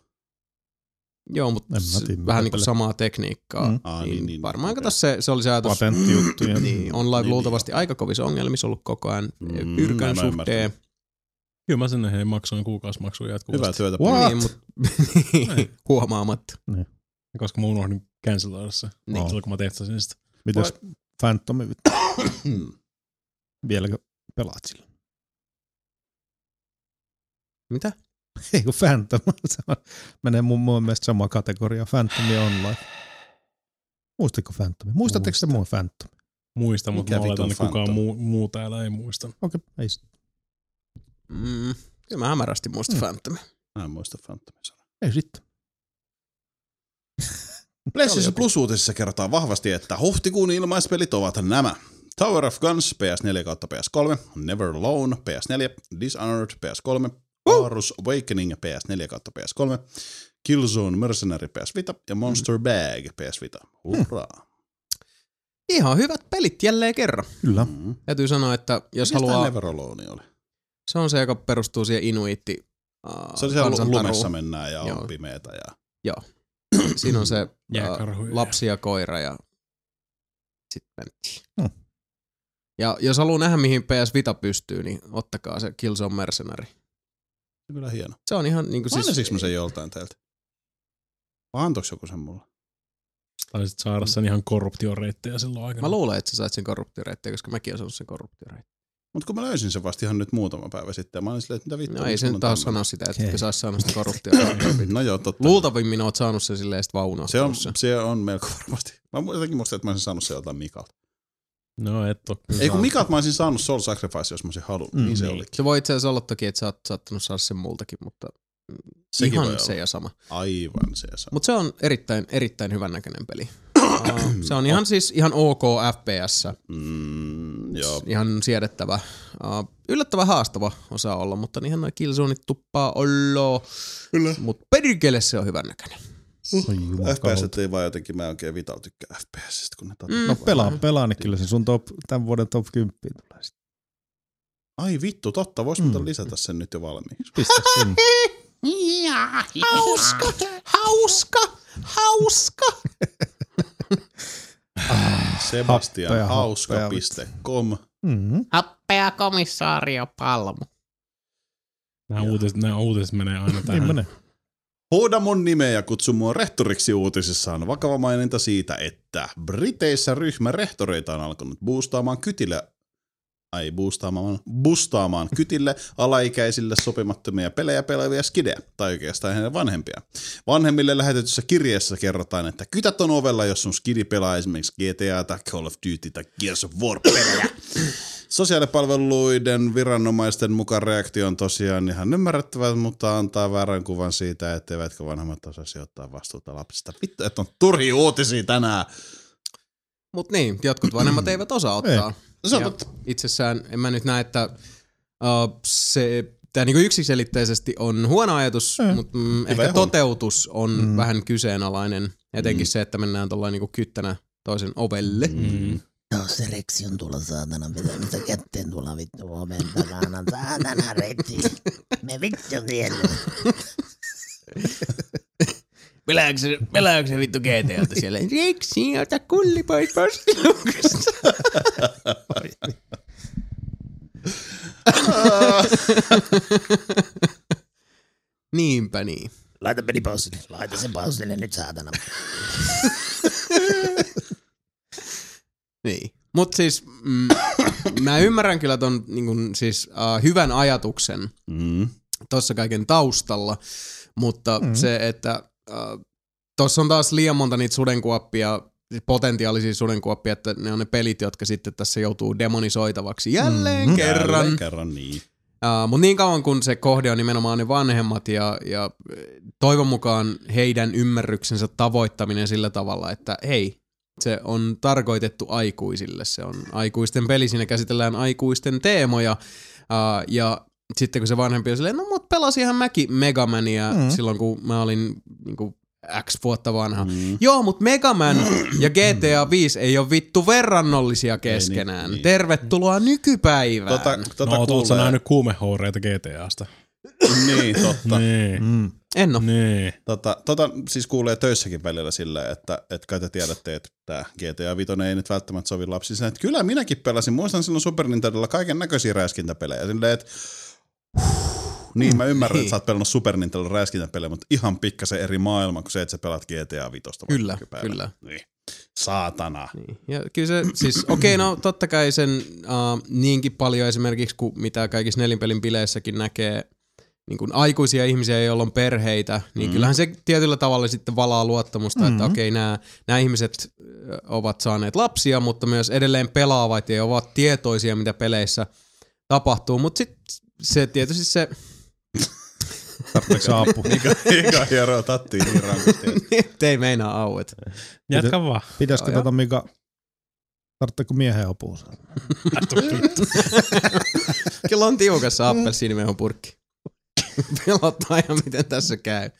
S1: Joo, mutta
S4: En mä tiedä, mitä
S1: vähän niin kuin
S4: pele-
S1: samaa tekniikkaa.
S4: Mm.
S1: Mm.
S3: Ah,
S1: Niin, niin, niin, varmaan
S3: okei.
S1: kato se, se oli se ajatus.
S4: Patenttijuttuja.
S1: Niin, OnLive
S3: Niin,
S1: niin, luultavasti
S3: niin.
S1: aika kovissa ongelmissa ollut koko ajan
S3: Mm,
S1: mm,
S3: näin
S1: pyrkän
S3: mä
S1: suhteen.
S2: Kyllä mä sinne hei maksoin kuukausimaksuja jatkuvasti.
S3: Hyvää työtä.
S4: What?
S1: Niin, mutta huomaamatta.
S2: Ja Koska mä unohdin canceloida se.
S1: Niin.
S2: Silloin kun mä testasin sitä.
S4: Mitäs Phantomi vittu?
S3: Hmm.
S4: Vieläkö pelaat sillä?
S1: Mitä?
S4: Ei kun Phantom. se on- Menee mun, mun mielestä samaa kategoriaa. Phantomi online. Muistatko Phantomi? Muistatteko se mun Phantom?
S2: Muista, mutta
S3: Mikä
S2: mä oletan,
S3: vitun
S2: että kukaan
S3: Phantom?
S2: muu, muu täällä ei muista.
S4: Okei, okay, ei sit,
S1: Mm, kyllä mä hämärästi muistan
S4: Mm.
S1: mm. Phantomia.
S3: Mä en muista Phantomin sanaa.
S4: ei sitten.
S3: PlayStation Plus-uutisissa kerrotaan vahvasti, että huhtikuun ilmaispelit ovat nämä. Tower of Guns PS4 kautta PS3, Never Alone PS4, Dishonored PS3, Horus Awakening PS4 kautta PS3, Killzone Mercenary PS Vita ja Monster Bag PS Vita. Hurraa.
S1: Ihan hyvät pelit jälleen kerran.
S4: Kyllä.
S3: Mm.
S1: Täytyy sanoa, että jos
S3: Mikäs tää
S1: Hmm. haluaa...
S3: Never Alone oli?
S1: Se on se, joka perustuu siihen inuitti uh,
S3: Se oli siellä lumessa mennään ja on
S1: Joo.
S3: pimeetä. Ja...
S1: Siinä on se uh,
S2: Jääkarhuja.
S1: lapsi ja koira ja sitten mentiin.
S3: Mm.
S4: Hmm.
S1: Ja jos haluaa nähdä, mihin PS Vita pystyy, niin ottakaa se Killzone Mercenary.
S3: Se on Kyllä hieno.
S1: Se on ihan niinku
S3: Siis...
S1: siis...
S3: Aina mä sen joltain teiltä. Vai antoiko joku sen mulle?
S2: Taisit saada sen ihan korruptioreittejä silloin aikana.
S1: Mä luulen, että sä sait sen korruptioreitteen, koska mäkin olen saanut sen korruptioreitteen.
S3: Mutta kun mä löysin sen vasta ihan nyt muutama päivä sitten, ja mä olin silleen, että mitä vittua.
S1: No ei
S3: miksi
S1: se
S3: mulla
S1: nyt
S3: on
S1: taas
S3: tämmönen?
S1: sanoa sitä, että
S4: Hei.
S1: etkö saa saanut sitä korruptioreitteen.
S3: No joo, totta.
S1: Luultavimmin oot saanut sen silleen sit vaan
S3: Se on, se on melko varmasti. Mä mu- jotenkin muistan, että mä olisin saanut se joltain Mikalta.
S2: No et oo kyllä
S3: Ei kun
S2: saanut.
S3: Mikalta mä olisin saanut Soul Sacrifice, jos mä olisin halunnut. Mm,
S4: Mm,
S3: niin se
S2: niin.
S3: olikin.
S1: Se voi itse asiassa olla toki, että sä oot saattanut saada sen multakin, mutta
S3: Sekin voi
S1: ihan
S3: olla.
S1: se ja sama.
S3: Aivan se saa.
S1: Mutta se on erittäin, erittäin hyvännäköinen peli. Aa, se on ihan siis ihan ok FPS,
S3: Mm, joo.
S1: ihan siedettävä. Aa, Yllättävän haastava osa olla, mutta niinhän noi killzoneit tuppaa olla. Mutta perkele se on hyvännäköinen.
S4: Oi jumakauta.
S3: FPS ei vaan jotenkin, mä en oikein vitalla tykkää FPSistä, kun ne tatit
S1: Mm.
S4: No
S3: on
S4: pelaa,
S3: vähän-
S4: pelaa, niin kyllä se sun top, tämän vuoden top 10 tulee sitten.
S3: Ai vittu, totta, vois mm.
S4: Mm.
S3: lisätä sen nyt jo valmiiksi.
S4: Pistä sinne.
S5: Hauska,
S1: Hauska! Hauska!
S4: happoja,
S3: Sebastianhauska.com
S4: Mm-hmm.
S5: happea komissaario Palmu.
S2: Nämä uutiset, nämä uutiset menee aina
S4: Niin
S2: tähän.
S4: menee.
S3: Hooda mun nimeä ja kutsu mua rehtoriksi uutisissa on vakava maininta siitä, että Briteissä ryhmä rehtoreita on alkanut boostaamaan kytille ai boostaamaan, boostaamaan kytille alaikäisille sopimattomia pelejä pelaavia skidejä, tai oikeastaan heidän vanhempia. Vanhemmille lähetetyssä kirjeessä kerrotaan, että kytät on ovella, jos sun skidi pelaa esimerkiksi GTA tai Call of Duty tai Gears of War pelejä. Sosiaalipalveluiden viranomaisten mukaan reaktio on tosiaan ihan ymmärrettävä, mutta antaa väärän kuvan siitä, etteivätkö vanhemmat osaisi ottaa vastuuta lapsista. Vittu, että on turhi uutisia tänään.
S1: Mut niin, jotkut vanhemmat eivät osaa ottaa.
S3: No Se on
S1: Ja
S3: totta.
S1: itsessään en mä nyt näe, että uh, se, tämä niinku yksiselitteisesti on huono ajatus,
S4: Mm.
S1: mutta mm,
S3: ja
S1: ehkä
S3: huono.
S1: toteutus on
S4: Mm.
S1: mm. vähän kyseenalainen. Etenkin
S3: Mm.
S1: mm. se, että mennään tuollain niinku kyttänä toisen ovelle. Mm.
S2: Mm.
S7: Jos se reksi on tulla saatana, mitä, mitä kätteen tulla vittu oven takana, saatana reksi. Me vittu siellä.
S5: Pelääkö se, pelääkö se vittu GTLtä siellä?
S1: Reksi, ota kulli pois postiluukusta. Niinpä niin.
S7: Laita peli paussille, laita sen paussille nyt saatana.
S1: Niin. Mut siis mm, mä ymmärrän kyllä ton niin kun, siis, uh, hyvän ajatuksen
S3: Mm.
S1: tuossa kaiken taustalla, mutta
S4: Mm.
S1: mm. se, että äh, tuossa on taas liian monta niitä sudenkuoppia, potentiaalisia sudenkuoppia, että ne on ne pelit, jotka sitten tässä joutuu demonisoitavaksi jälleen
S4: Mm.
S1: mm. kerran.
S3: Jälleen kerran, niin.
S1: Äh, Mutta niin kauan kun se kohde on nimenomaan ne vanhemmat ja, ja äh, toivon mukaan heidän ymmärryksensä tavoittaminen sillä tavalla, että hei, se on tarkoitettu aikuisille. Se on aikuisten peli, siinä käsitellään aikuisten teemoja. Äh, ja sitten kun se vanhempi on silleen, no mut pelasinhan mäkin Megamania
S4: Mm.
S1: mm. silloin kun mä olin niin kuin X vuotta vanha. Mm.
S3: Mm.
S1: Joo, mutta Megaman ja GTA 5 ei ole vittu verrannollisia keskenään.
S3: niin, niin.
S1: Tervetuloa nykypäivään.
S3: Tota, tota
S2: No, oot sä
S3: kuulee.
S2: nähnyt kuumehoureita GTAsta?
S3: Niin, totta.
S2: Niin.
S4: Mm.
S1: en oo.
S2: Niin.
S3: Tota, tota, siis kuulee töissäkin välillä sillä, että et kai te tiedätte, että tämä GTA 5 ei nyt välttämättä sovi lapsille. Että kyllä minäkin pelasin, muistan silloin Super Nintendolla kaiken näköisiä räiskintäpelejä. Silleen, että niin, mä ymmärrän, että sä oot pelannut Super Nintendo räiskintäpelejä, mutta ihan pikkasen eri maailma kuin se, että sä pelaat GTA 5.
S1: Kyllä, kyllä.
S3: Niin. Saatana.
S1: Niin. Ja kyllä se, siis okei, okay, no totta kai sen uh, niinkin paljon esimerkiksi kuin mitä kaikissa nelinpelin bileissäkin näkee niin kuin aikuisia ihmisiä, joilla on perheitä, niin
S3: Mm.
S1: mm. kyllähän se tietyllä tavalla sitten valaa luottamusta, mm-hmm. että
S4: Mhm.
S1: okei, okay, nämä ihmiset ö, ovat saaneet lapsia, mutta myös edelleen pelaavat ja ovat tietoisia, mitä peleissä tapahtuu, mutta sitten se tietysti se,
S4: Tarpeeksi apu.
S3: Mikä, mikä hieroo tattiin niin rankasti. että-
S1: ei meinaa auet.
S2: Jatka vaan.
S4: Pitäisikö
S1: Joo,
S4: tota Mika, tarvitseeko miehen apua? saada?
S1: Kyllä on tiukassa appelsiinimehun purkki. Pelottaa ihan miten tässä käy.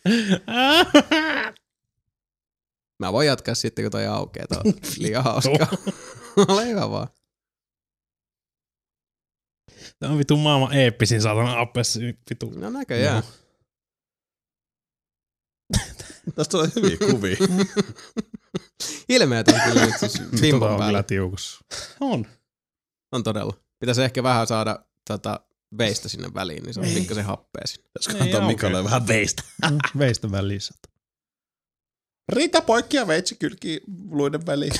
S1: Mä voin jatkaa sitten, kun toi aukeaa. Tää on liian hauskaa. Ole hyvä vaan.
S2: Tämä on vittu maailman eeppisin saatana appes. Vittu.
S1: No näköjään.
S3: Tästä tulee hyviä kuvia.
S1: Ilmeet on kyllä nyt siis
S4: Tota
S1: vimpon
S4: on
S1: päällä.
S4: kyllä tiukussa.
S2: On.
S1: On todella. Pitäisi ehkä vähän saada tota, veistä sinne väliin, niin se on pikkasen happea sinne.
S3: Pitäisikö
S2: Ei
S3: antaa
S2: auke.
S3: Mikalle vähän veistä?
S4: Mm, Veistä väliin saata.
S3: Riitä poikki ja veitsi kylki luiden väliin.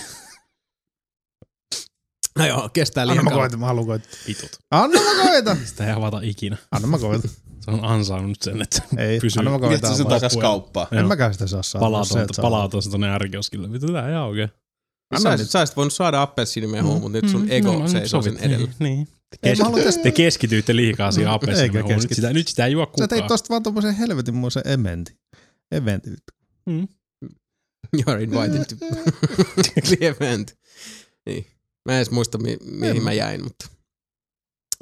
S1: No joo, kestää
S4: Anna
S1: liian
S4: mä
S1: kauan.
S4: koitan, mä haluan koittaa.
S2: Vitut.
S4: Anna mä koitan!
S2: Sitä ei avata ikinä.
S4: Anna mä koitan.
S2: Se on ansainnut sen, että se
S4: Ei,
S2: pysyy.
S4: anna mä
S3: Vietsi
S4: koitan.
S3: sen
S4: vaan.
S3: takas kauppaan.
S4: En
S2: Joo.
S4: mäkään sitä saa saada.
S2: Palaa
S4: jos sä et
S2: tuosta-
S4: saa.
S2: palaa tuosta tonne äärikioskille. Vittu, tää ei aukea.
S4: Anna
S1: Sä,
S4: nyt. Mm.
S1: sä olisit voinut saada appelsiinimehuun, mutta nyt sun ego
S2: no,
S1: seisoo sen
S2: sovit.
S1: edellä.
S2: Niin. niin.
S4: Ei,
S2: Kes-
S4: mä haluan tästä- No,
S2: Te keskityitte liikaa siihen
S4: Eikä
S2: appesiin. Nyt
S4: keskity.
S2: sitä, nyt sitä ei juo
S4: Sä
S2: kukaan.
S4: teit tosta vaan tommosen helvetin muisen ementi. Eventi.
S1: You're invited to the event. Niin. Mä en edes muista, mi- mihin mä jäin, mutta...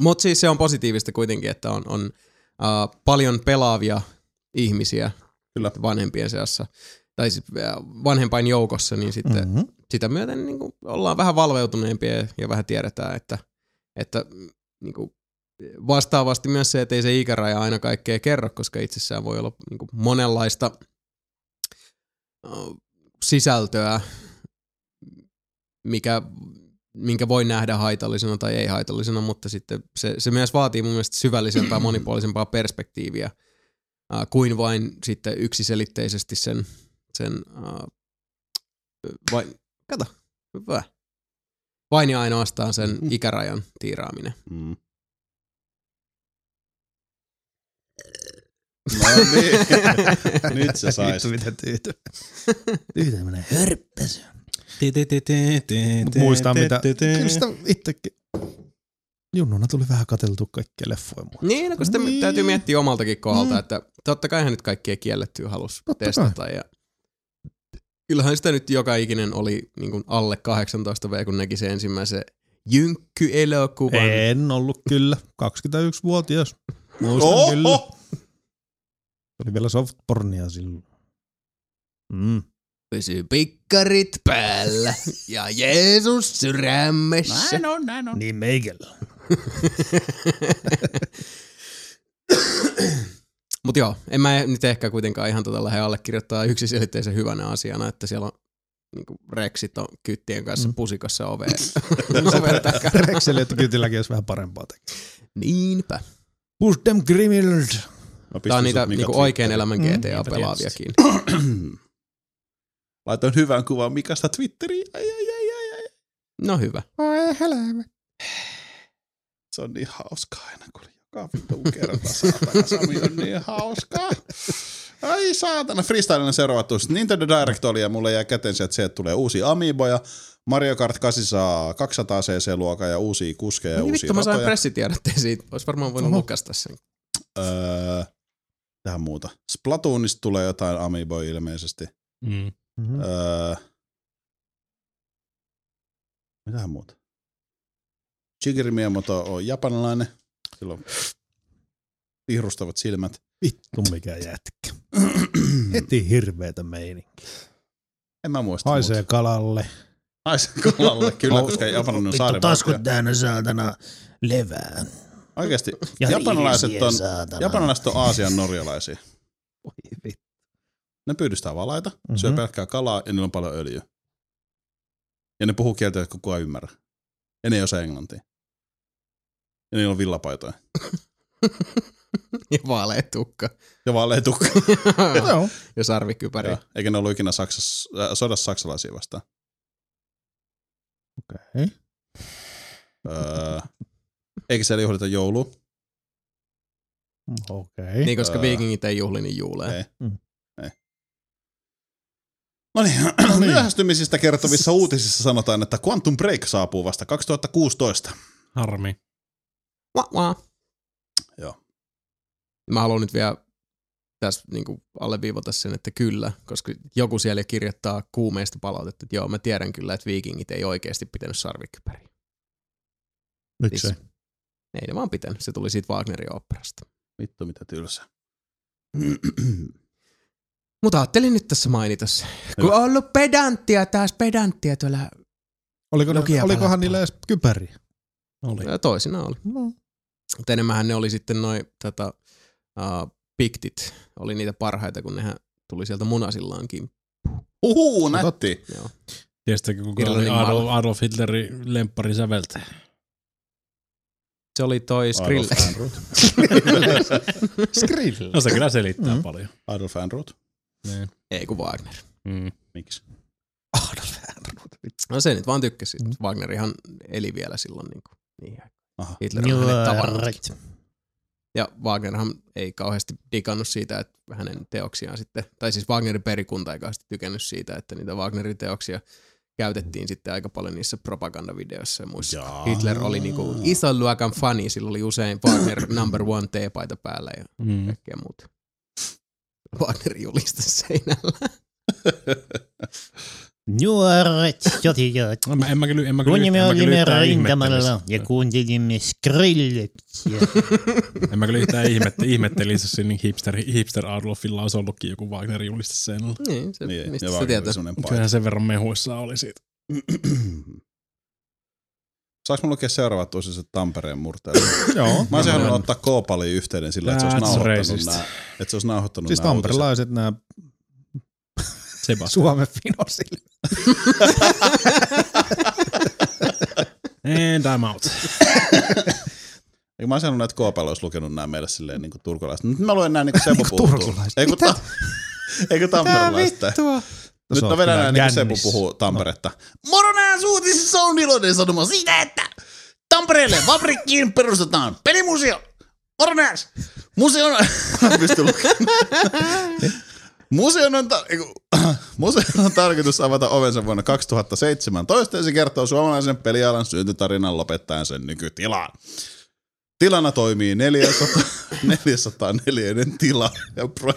S1: Mut siis se on positiivista kuitenkin, että on, on uh, paljon pelaavia ihmisiä
S3: Kyllä.
S1: vanhempien seassa. tai sit vanhempain joukossa, niin sitten mm-hmm.
S4: Mm-hmm.
S1: sitä myöten niin kuin ollaan vähän valveutuneempia ja vähän tiedetään, että, että niin kuin vastaavasti myös se, että ei se ikäraja aina kaikkea kerro, koska itsessään voi olla niin kuin monenlaista ö, sisältöä, mikä, minkä voi nähdä haitallisena tai ei haitallisena, mutta sitten se, se myös vaatii mun mielestä syvällisempää, monipuolisempaa perspektiiviä ää, kuin vain sitten yksiselitteisesti sen, sen ää, vai, kato, hyvä. Vain ja ainoastaan sen ikärajan tiiraaminen.
S3: Mm. No niin, nyt se sais.
S4: Vittu, mitä tyytyy.
S7: Yhtä tämmönen hörppäsy.
S2: No,
S4: Mut muistaa mitä. Kyllä sitä itsekin. Junnuna tuli vähän kateltu kaikkia leffoja mulle.
S1: Niin, no kun sitä
S4: Niin.
S1: täytyy miettiä omaltakin kohdalta,
S4: Mm.
S1: että totta kaihan nyt kaikkea kiellettyä halusi
S4: Totta
S1: testata. Ja kyllähän sitä nyt joka ikinen oli niin kuin alle 18 V, kun näki se ensimmäisen jynkkyelokuvan.
S4: En ollut kyllä. 21-vuotias. Muistan
S3: Oho!
S4: kyllä. Oli vielä softpornia silloin. Mm.
S1: Pysyy pikkarit päällä ja Jeesus sydämessä.
S2: on, näin on.
S4: Niin meikällä.
S1: Mutta joo, en mä nyt ehkä kuitenkaan ihan tota lähde allekirjoittaa yksiselitteisen hyvänä asiana, että siellä on niinku reksit on kyttien kanssa
S4: Mm.
S1: pusikassa oveen. oven takana.
S4: Rekseli, että kytilläkin olisi vähän parempaa tekemistä.
S1: Niinpä.
S4: Push them grimild.
S3: Mä
S1: Tää
S3: pistän
S1: on niitä
S3: sut, Mika,
S1: niinku oikean
S3: Twitteriin.
S1: elämän
S4: Mm,
S1: GTA-pelaaviakin.
S3: Laitoin hyvän kuvan Mikasta Twitteriin. Ai, ai, ai, ai, ai.
S1: No hyvä.
S4: Ai helemme.
S3: Se on niin hauskaa aina, kun joka vittu kerta saatana. Sami on niin hauskaa. Ai saatana, freestylina seuraavat tuossa. Nintendo Direct oli ja mulle jäi käteen se, että sieltä tulee uusi Amiibo ja Mario Kart 8 saa 200 cc-luokaa ja uusia kuskeja ja
S1: Niin
S3: uusia
S1: vittu, mä sain
S3: ratoja.
S1: pressitiedotteen siitä. Ois varmaan voinut
S4: Oho.
S1: lukasta sen.
S3: Öö, tähän muuta. Splatoonista tulee jotain Amiibo ilmeisesti.
S2: Mm.
S4: Mm-hmm.
S3: Öö, mitähän muuta? Shigeru Miyamoto on japanilainen. Sillä on tihrustavat silmät.
S4: Vittu mikä jätkä. Heti hirveetä meininkiä.
S3: En mä muista
S4: Haisee
S3: muuta.
S4: kalalle.
S3: Haisee kalalle, kyllä, koska japanilainen on
S7: Vittu taskut
S3: saarivaltio.
S7: täynnä saatana levää.
S3: Oikeasti,
S7: Ja
S3: Japanilaiset
S7: irisiä,
S3: on-
S7: saatana.
S3: japanilaiset on Aasian norjalaisia.
S4: Voi vittu.
S3: Ne pyydystää valaita, mm-hmm.
S4: Mhm.
S3: syö pelkkää kalaa ja niillä on paljon öljyä. Ja ne puhuu kieltä, jotka kukaan ei ymmärrä. Ja ne ei osaa englantia. Ja niillä on villapaitoja.
S1: Ja vaalea tukka.
S3: Ja vaalea tukka.
S4: No Joo.
S1: ja sarvikypäri.
S3: Joo, eikä ne ollut ikinä Saksassa, äh, sodassa saksalaisia vastaan.
S4: Okei.
S3: Öö, eikä siellä juhlita joulua.
S4: Mm, Okei.
S1: Niin, koska
S3: Ää.
S1: viikingit ei juhli, niin juulee.
S3: Ei.
S4: Mm.
S3: Ei. No niin, myöhästymisistä kertovissa uutisissa sanotaan, että Quantum Break saapuu vasta 2016.
S2: Harmi.
S1: Wah, wah.
S3: Joo.
S1: Mä haluan nyt vielä tässä niin kuin alleviivata sen, että kyllä, koska joku siellä kirjoittaa kuumeista palautetta, että joo, mä tiedän kyllä, että viikingit ei oikeasti pitänyt sarvikypäriä.
S6: Miksei?
S1: Ei ne vaan pitänyt. Se tuli siitä Wagnerin operasta.
S3: Vittu mitä tylsä.
S1: Mutta ajattelin nyt tässä mainita se. Kun
S3: Hyvä.
S1: on ollut pedanttia, taas pedanttia tuolla
S4: Oliko ne,
S1: Nokia
S4: olikohan
S1: palauttaa.
S4: niillä edes kypäriä?
S2: Oli.
S4: Niin.
S1: Ja toisinaan oli.
S4: No.
S1: Mutta enemmänhän ne oli sitten noin tota, uh, piktit, oli niitä parhaita, kun nehän tuli sieltä munasillaankin.
S3: Uhu, nätti.
S1: Joo.
S2: Tiedättekö, kuka oli
S1: Irlannin
S2: Adolf,
S1: malli.
S2: Adolf Hitlerin lemppari säveltä?
S1: Se oli toi Skrillex.
S3: Adolf Androth.
S4: Skrill.
S2: No se kyllä selittää
S4: Mm.
S2: paljon.
S3: Adolf Androth.
S2: Niin.
S1: Ei kun Wagner.
S2: Mm.
S3: Miksi?
S4: Adolf Ehrnrooth.
S1: No se nyt vaan tykkäsi.
S4: Mm.
S1: Mm. Wagner ihan eli vielä silloin. Niin kuin, niin.
S3: Aha.
S1: Hitler on hänet tavannut.
S7: Right.
S1: Ja Wagnerhan ei kauheasti digannut siitä, että hänen teoksiaan sitten, tai siis Wagnerin perikunta ei kauheasti tykännyt siitä, että niitä Wagnerin teoksia käytettiin sitten aika paljon niissä propagandavideoissa ja muissa.
S3: Jaa.
S1: Hitler oli niinku ison luokan fani, sillä oli usein Wagner number one teepaita päällä ja
S2: Mm.
S1: kaikkea muuta. Wagner julista seinällä.
S7: Nuoret sotilaat.
S2: No, mä, en mä kyllä, en mä kyllä,
S7: Kun
S2: yhtään-
S7: me
S2: en mä kyllä
S7: olimme
S2: yhtään ihmettelisi.
S7: rintamalla ja kuuntelimme Skrilleksiä.
S2: En mä kyllä yhtään ihmettä, ihmettelisi, jos siinä niin hipster, hipster Adolfilla olisi ollutkin joku Wagnerin juliste seinällä.
S1: Niin, se,
S3: Niin,
S1: niin, mistä
S3: ja
S1: sä
S3: vaan
S1: tietää?
S3: semmonen paita.
S2: Kyllähän sen verran mehuissa oli siitä.
S3: Saanko mulla lukea seuraavat osin se Tampereen murteella?
S2: Joo.
S3: Mä olisin halunnut ottaa K-palin yhteyden sillä, että se olisi
S2: That's
S3: nauhoittanut
S2: racist.
S3: nää, että se olisi nauhoittanut
S4: Siis
S3: nää uutiset.
S4: tamperelaiset nämä
S2: Sebastian.
S4: Suomen finosille.
S2: And I'm out.
S3: Eikö mä olisin halunnut, että KPL olisi lukenut nämä meille silleen niin turkulaiset. Nyt mä luen nämä niin kuin Sebu puhuu.
S4: turkulaiset.
S3: Eikö ta- Eikö tamperelaiset? Nyt
S4: No Sä
S3: mä
S4: oot
S3: vedän
S4: kyllä
S3: näin, niin kuin Sebu
S4: kännissä. No.
S3: puhuu Tamperetta. Moro nää suutisissa on iloinen sanoma siitä, että Tampereelle fabrikkiin perustetaan pelimuseo. Moro nääs. Museo on... Mä en pysty lukemaan. Museon on, ta- eiku, museon on tarkoitus avata ovensa vuonna 2017 ja se kertoo suomalaisen pelialan syntytarinan lopettaen sen nykytilaan. Tilana toimii 400, 404 tila ja pro-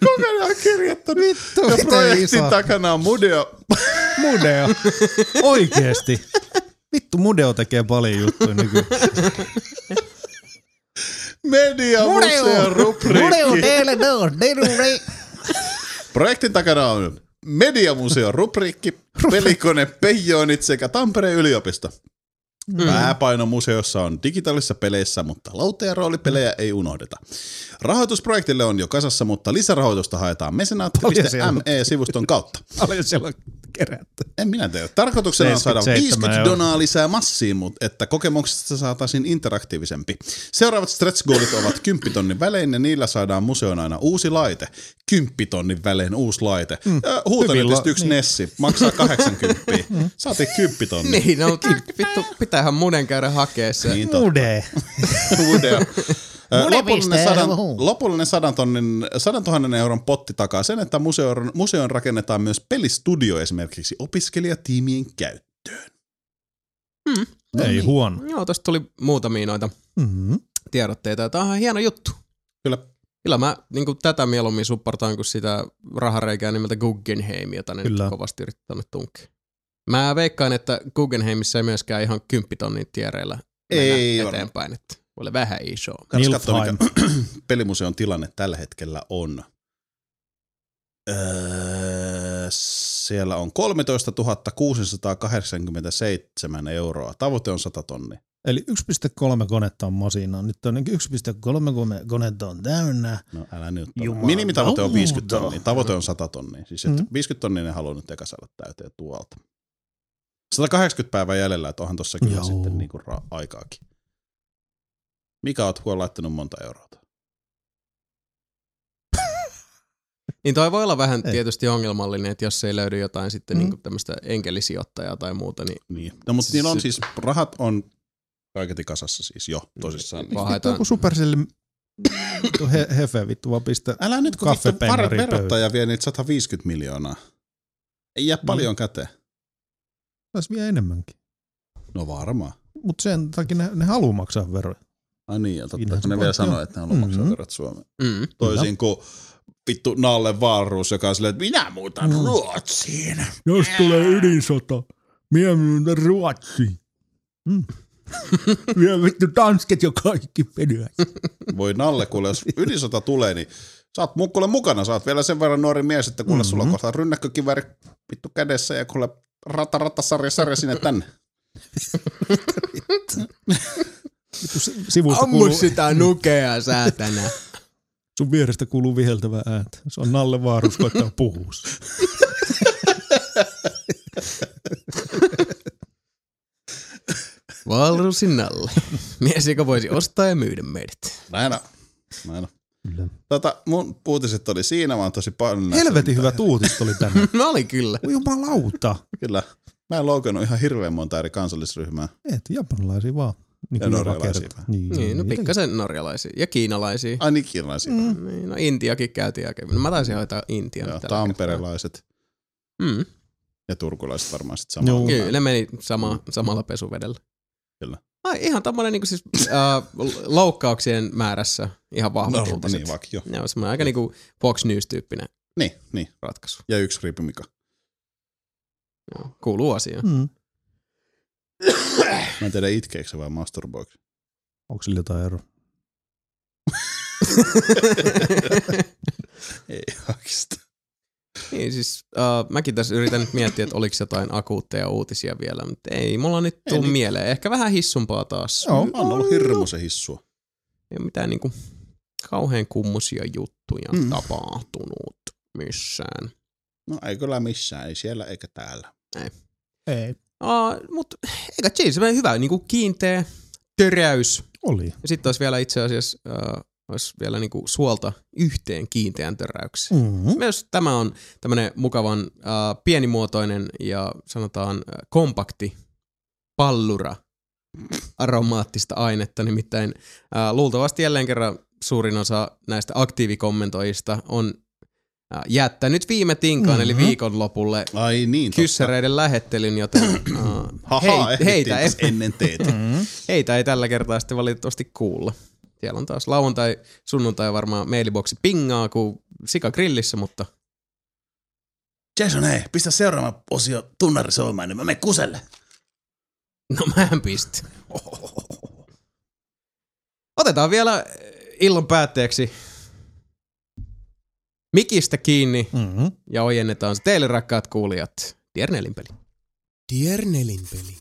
S3: Kuka ne on kirjoittanut?
S4: Vittu,
S3: Ja
S4: miten
S3: projektin
S4: iso.
S3: takana on mudeo.
S4: Mudeo. Oikeesti. Vittu, Mudeo tekee paljon juttuja nykyään.
S3: Media museon rubriikki.
S7: teille dos, delure.
S3: Projektin takana on Mediamuseon rubriikki, pelikone Peijonit sekä Tampereen yliopisto. Pääpaino museossa on digitaalisissa peleissä, mutta lauta- ja roolipelejä ei unohdeta. Rahoitusprojektille on jo kasassa, mutta lisärahoitusta haetaan
S4: siellä on?
S3: mesenaatti.me-sivuston kautta.
S4: Paljon siellä on kerätty.
S3: En minä tiedä. Tarkoituksena on saada
S4: 77
S3: 50
S4: euroa.
S3: donaa lisää massiin, mutta että kokemuksesta saataisiin interaktiivisempi. Seuraavat stretch goalit ovat 10 tonnin välein ja niillä saadaan museoon aina uusi laite. 10 tonnin välein uusi laite. Mm.
S4: Hyvillä-
S3: Huutonetistä yksi
S4: niin.
S3: Nessi maksaa 80. Saatiin 10 tonnia.
S1: Niin, no vittu, pitäähän muden käydä hakee se.
S3: Niin totta.
S4: Mude.
S3: Video. Ö,
S7: Mulle
S3: Lopullinen
S7: pistää
S3: sadan,
S7: ruuhun.
S3: lopullinen sadan, tonnin, sadan tuhannen euron potti takaa sen, että museoon, museoon rakennetaan myös pelistudio esimerkiksi opiskelijatiimien käyttöön.
S4: Ei huono.
S1: Joo, tosta tuli muutamia noita
S4: No niin. Mm-hmm.
S1: tiedotteita. ja Tämä on ihan hieno juttu.
S3: Kyllä.
S1: Kyllä mä niin kuin tätä mieluummin supportaan kuin sitä rahareikää nimeltä Guggenheim, jota ne
S4: Kyllä.
S1: nyt kovasti yrittää tonne tunkea. Mä veikkaan, että Guggenheimissa ei myöskään ihan kymppitonnin tiereillä
S3: Ei
S1: mennä
S3: varmaan.
S1: eteenpäin. Että voi olla vähän iso.
S3: Kannattaa katsoa,
S4: Nilfheim.
S3: mikä pelimuseon tilanne tällä hetkellä on. Öö, siellä on 13 687 euroa. Tavoite on 100 tonnia.
S4: Eli 1,3 konetta on masinaa. Nyt on niin 1,3 kone- konetta on täynnä.
S3: No älä nyt. ole.
S7: Jumala.
S3: Minimitavoite on 50
S7: Jumala.
S3: tonnia. Tavoite on 100 tonnia. Siis että
S4: Mhm.
S3: 50 tonnia ne haluaa nyt eka saada täyteen tuolta. 180 päivää jäljellä, että onhan tossa kyllä
S4: Joo.
S3: sitten niinku ra- aikaakin. Mikä oot huon laittanut monta euroa? tuohon?
S1: Niin toi voi olla vähän
S4: Ei.
S1: ei. tietysti ongelmallinen, että jos ei löydy jotain sitten
S4: Mm.
S1: mm. niin tämmöistä enkelisijoittajaa tai muuta, niin
S3: Niin. No mutta niillä on
S1: Se-
S3: siis, rahat on kaiketi kasassa siis jo, tosissaan. Niin.
S1: vaan
S4: Vittu
S1: haetaan
S4: niinku joku superselle vittu he, hefe vittu vaan pistää.
S3: Älä nyt kun vittu
S4: Kahvipennari
S3: par-
S4: pöytä.
S3: verottaja vie niitä 150 miljoonaa. Ei jää paljon
S4: Niin.
S3: käteen.
S4: Taisi vielä enemmänkin.
S3: No varmaan.
S4: Mutta sen takia ne, ne haluaa maksaa veroja.
S3: Ai niin, ja totta.
S4: Siinähän
S3: kun
S4: se
S3: Ne vielä
S4: pointti on.
S3: sanoo, että ne haluaa maksaa
S4: Mhm.
S3: verot Suomeen.
S1: mm.
S3: Toisin kuin vittu Nalle Vaarus, joka on silleen, että minä muutan
S4: Mm.
S3: Ruotsiin.
S2: Jos tulee ydinsota, minä myyn Ruotsiin.
S4: Mm.
S2: Minä vittu tansket ja kaikki peliä.
S3: Voi Nalle, kuule, jos ydinsota tulee, niin sä oot mu- kuule mukana. Sä oot vielä sen verran nuori mies, että kuule, sulla on
S4: Mhm.
S3: kohta rynnäkkökiväri vittu kädessä ja kuule rata, rata, sarja, sarja sinne tänne.
S4: Vittu si- sivusta
S1: Ammu
S4: kuuluu,
S1: sitä nukea, säätänä.
S4: sun vierestä kuuluu viheltävä ääntä. Se on Nalle Vaarus koittaa puhua.
S1: Valrusin alle. Mies, joka voisi ostaa ja myydä meidät.
S3: Näin on. Näin on.
S4: Kyllä.
S3: Tota, mun uutiset oli siinä, mä oon tosi paljon. näistä-
S4: Helvetin hyvät uutiset oli tänne.
S1: No oli kyllä.
S4: Voi jumalauta.
S3: Kyllä. Mä en loukannut ihan hirveän monta eri kansallisryhmää.
S4: Et, japanilaisia vaan. Niin
S3: Ja
S4: kuin joka
S3: norjalaisia
S4: kerta.
S3: vähän.
S4: Niin,
S1: Niin, no
S4: niitäkin.
S1: pikkasen norjalaisia ja kiinalaisia.
S3: Ai niin, kiinalaisia. Mm.
S1: Niin, no Intiakin käytiin aika. No, mä taisin hoitaa Intian
S3: Joo,
S1: tällä
S3: tamperelaiset
S1: kertaa. Mm.
S3: ja turkulaiset varmaan sitten samalla.
S4: Joo.
S1: Kyllä, ne meni sama, samalla pesuvedellä.
S3: Kyllä.
S1: Ai, ihan tämmöinen niin siis, äh, loukkauksien määrässä ihan vahva.
S3: No, niin, vaikka jo.
S1: Ne on semmoinen aika niinku Fox News-tyyppinen
S3: Niin, niin.
S1: ratkaisu.
S3: Ja yksi ripimika.
S1: Joo, kuuluu asiaan.
S4: Mm.
S3: Mä en tiedä itkeekö se vai masturboiksi.
S4: Onko sillä jotain eroa?
S3: Ei oikeastaan.
S1: niin siis, uh, mäkin tässä yritän nyt miettiä, että oliko jotain akuutteja uutisia vielä, mutta ei, mulla nyt tuu
S3: niin.
S1: mieleen. Ehkä vähän hissumpaa taas.
S3: Joo, on ollut hirmuisen hissua.
S1: Ei ole mitään niinku kauhean kummosia juttuja
S3: Mm.
S1: mm. tapahtunut missään.
S3: No ei kyllä missään, ei siellä eikä täällä.
S4: Ei.
S1: Uh, mutta eikä Jay, se on hyvä niinku kiinteä töräys.
S4: Oli.
S1: Ja sitten olisi vielä itse asiassa uh, olisi vielä niinku suolta yhteen kiinteän töräyksen.
S4: Mm-hmm.
S1: Myös tämä on tämmöinen mukavan äh, pienimuotoinen ja sanotaan äh, kompakti pallura aromaattista ainetta. Nimittäin äh, luultavasti jälleen kerran suurin osa näistä aktiivikommentoijista on äh, jättänyt viime tinkaan, mm-hmm. eli
S4: Mhm.
S1: viikonlopulle
S3: Ai niin, totta.
S1: kyssäreiden lähettelyn, joten äh,
S3: Haha,
S1: hei, heitä, ei,
S3: ehdittiin ennen teitä.
S4: Mm-hmm.
S1: heitä ei tällä kertaa sitten valitettavasti kuulla. Siellä on taas lauantai, sunnuntai varmaan mailiboksi pingaa kuin sika grillissä, mutta
S3: Jason, hei, pistä seuraava osio tunnari soimaan, niin mä menen kuselle.
S1: No mä en pistä. Otetaan vielä illan päätteeksi mikistä kiinni
S4: Mm-hmm.
S1: ja ojennetaan se teille rakkaat kuulijat. Diernelin peli.
S6: Diernelin peli.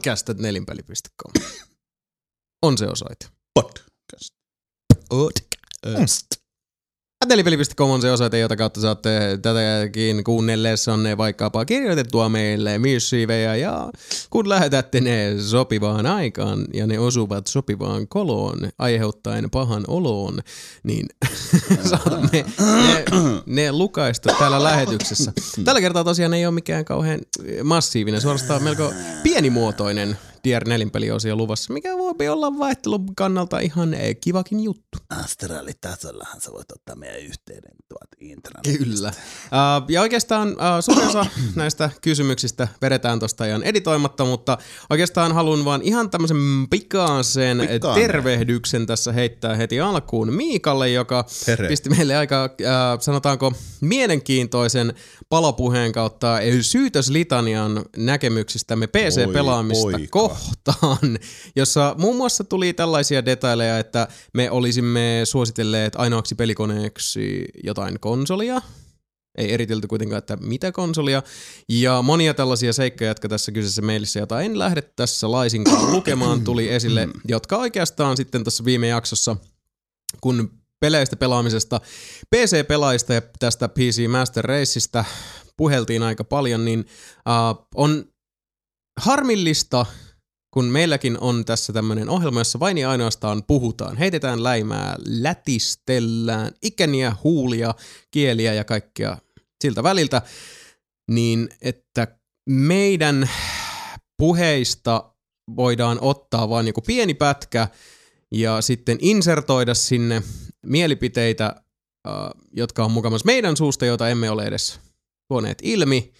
S1: Podcast.nelinpeli.com On se osoite.
S3: Podcast.
S1: Podcast. Nelinpeli.com on se osoite, jota kautta saatte tätäkin kuunnellessanne vaikkapa kirjoitettua meille missiivejä ja kun lähetätte ne sopivaan aikaan ja ne osuvat sopivaan koloon aiheuttaen pahan oloon, niin saatamme ne, ne lukaista täällä lähetyksessä. Tällä kertaa tosiaan ei ole mikään kauhean massiivinen, suorastaan melko pienimuotoinen Tier 4 peliosio luvassa, mikä voi olla vaihtelun kannalta ihan eh, kivakin juttu.
S3: Astraalitasollahan sä voit ottaa meidän yhteyden tuot intran.
S1: Kyllä. Uh, ja oikeastaan uh, suurin osa näistä kysymyksistä vedetään tuosta ihan editoimatta, mutta oikeastaan haluan vaan ihan tämmöisen pikaisen
S3: Pikainen.
S1: Pikainen. tervehdyksen tässä heittää heti alkuun Miikalle, joka
S3: Tere.
S1: pisti meille aika, äh, sanotaanko, mielenkiintoisen palopuheen kautta syytöslitanian näkemyksistämme
S3: Voi
S1: PC-pelaamista
S3: poika.
S1: kohtaan, jossa muun muassa tuli tällaisia detaileja, että me olisimme suositelleet ainoaksi pelikoneeksi jotain konsolia, ei eritelty kuitenkaan, että mitä konsolia. Ja monia tällaisia seikkoja, jotka tässä kyseisessä mailissa, jota en lähde tässä laisinkaan lukemaan, tuli esille, jotka oikeastaan sitten tässä viime jaksossa, kun peleistä pelaamisesta, PC-pelaajista ja tästä PC Master Raceista puheltiin aika paljon, niin äh, on harmillista, kun meilläkin on tässä tämmöinen ohjelma, jossa vain ja ainoastaan puhutaan, heitetään läimää, lätistellään ikäniä, huulia, kieliä ja kaikkea siltä väliltä, niin että meidän puheista voidaan ottaa vain joku pieni pätkä ja sitten insertoida sinne mielipiteitä, äh, jotka on mukamas meidän suusta, joita emme ole edes tuoneet ilmi.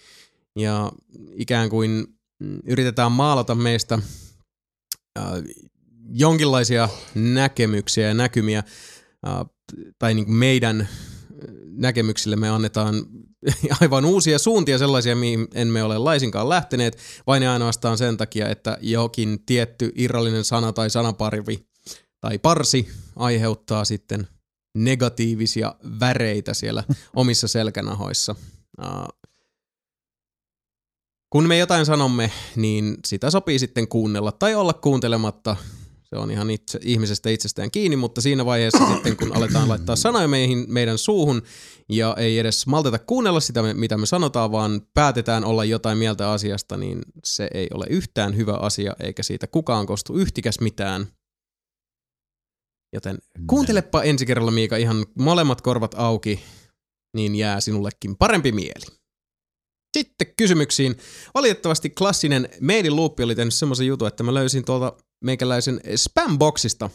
S1: Ja ikään kuin mm, yritetään maalata meistä äh, jonkinlaisia näkemyksiä ja näkymiä, äh, tai niin kuin meidän näkemyksille me annetaan aivan uusia suuntia, sellaisia, mihin emme ole laisinkaan lähteneet, vain ja ainoastaan sen takia, että jokin tietty irrallinen sana tai sanaparvi tai parsi aiheuttaa sitten negatiivisia väreitä siellä omissa Äh, selkänahoissa. Ää, Kun me jotain sanomme, niin sitä sopii sitten kuunnella tai olla kuuntelematta. Se on ihan itse, ihmisestä itsestään kiinni, mutta siinä vaiheessa sitten, kun aletaan laittaa sanoja meihin, meidän suuhun ja ei edes malteta kuunnella sitä, me- mitä me sanotaan, vaan päätetään olla jotain mieltä asiasta, niin se ei ole yhtään hyvä asia, eikä siitä kukaan kostu yhtikäs mitään. Joten kuuntelepa ensi kerralla, Miika, ihan molemmat korvat auki, niin jää sinullekin parempi mieli. Sitten kysymyksiin. Valitettavasti klassinen meidän luuppi oli tehnyt semmoisen jutun, että mä löysin tuolta meikäläisen spamboxista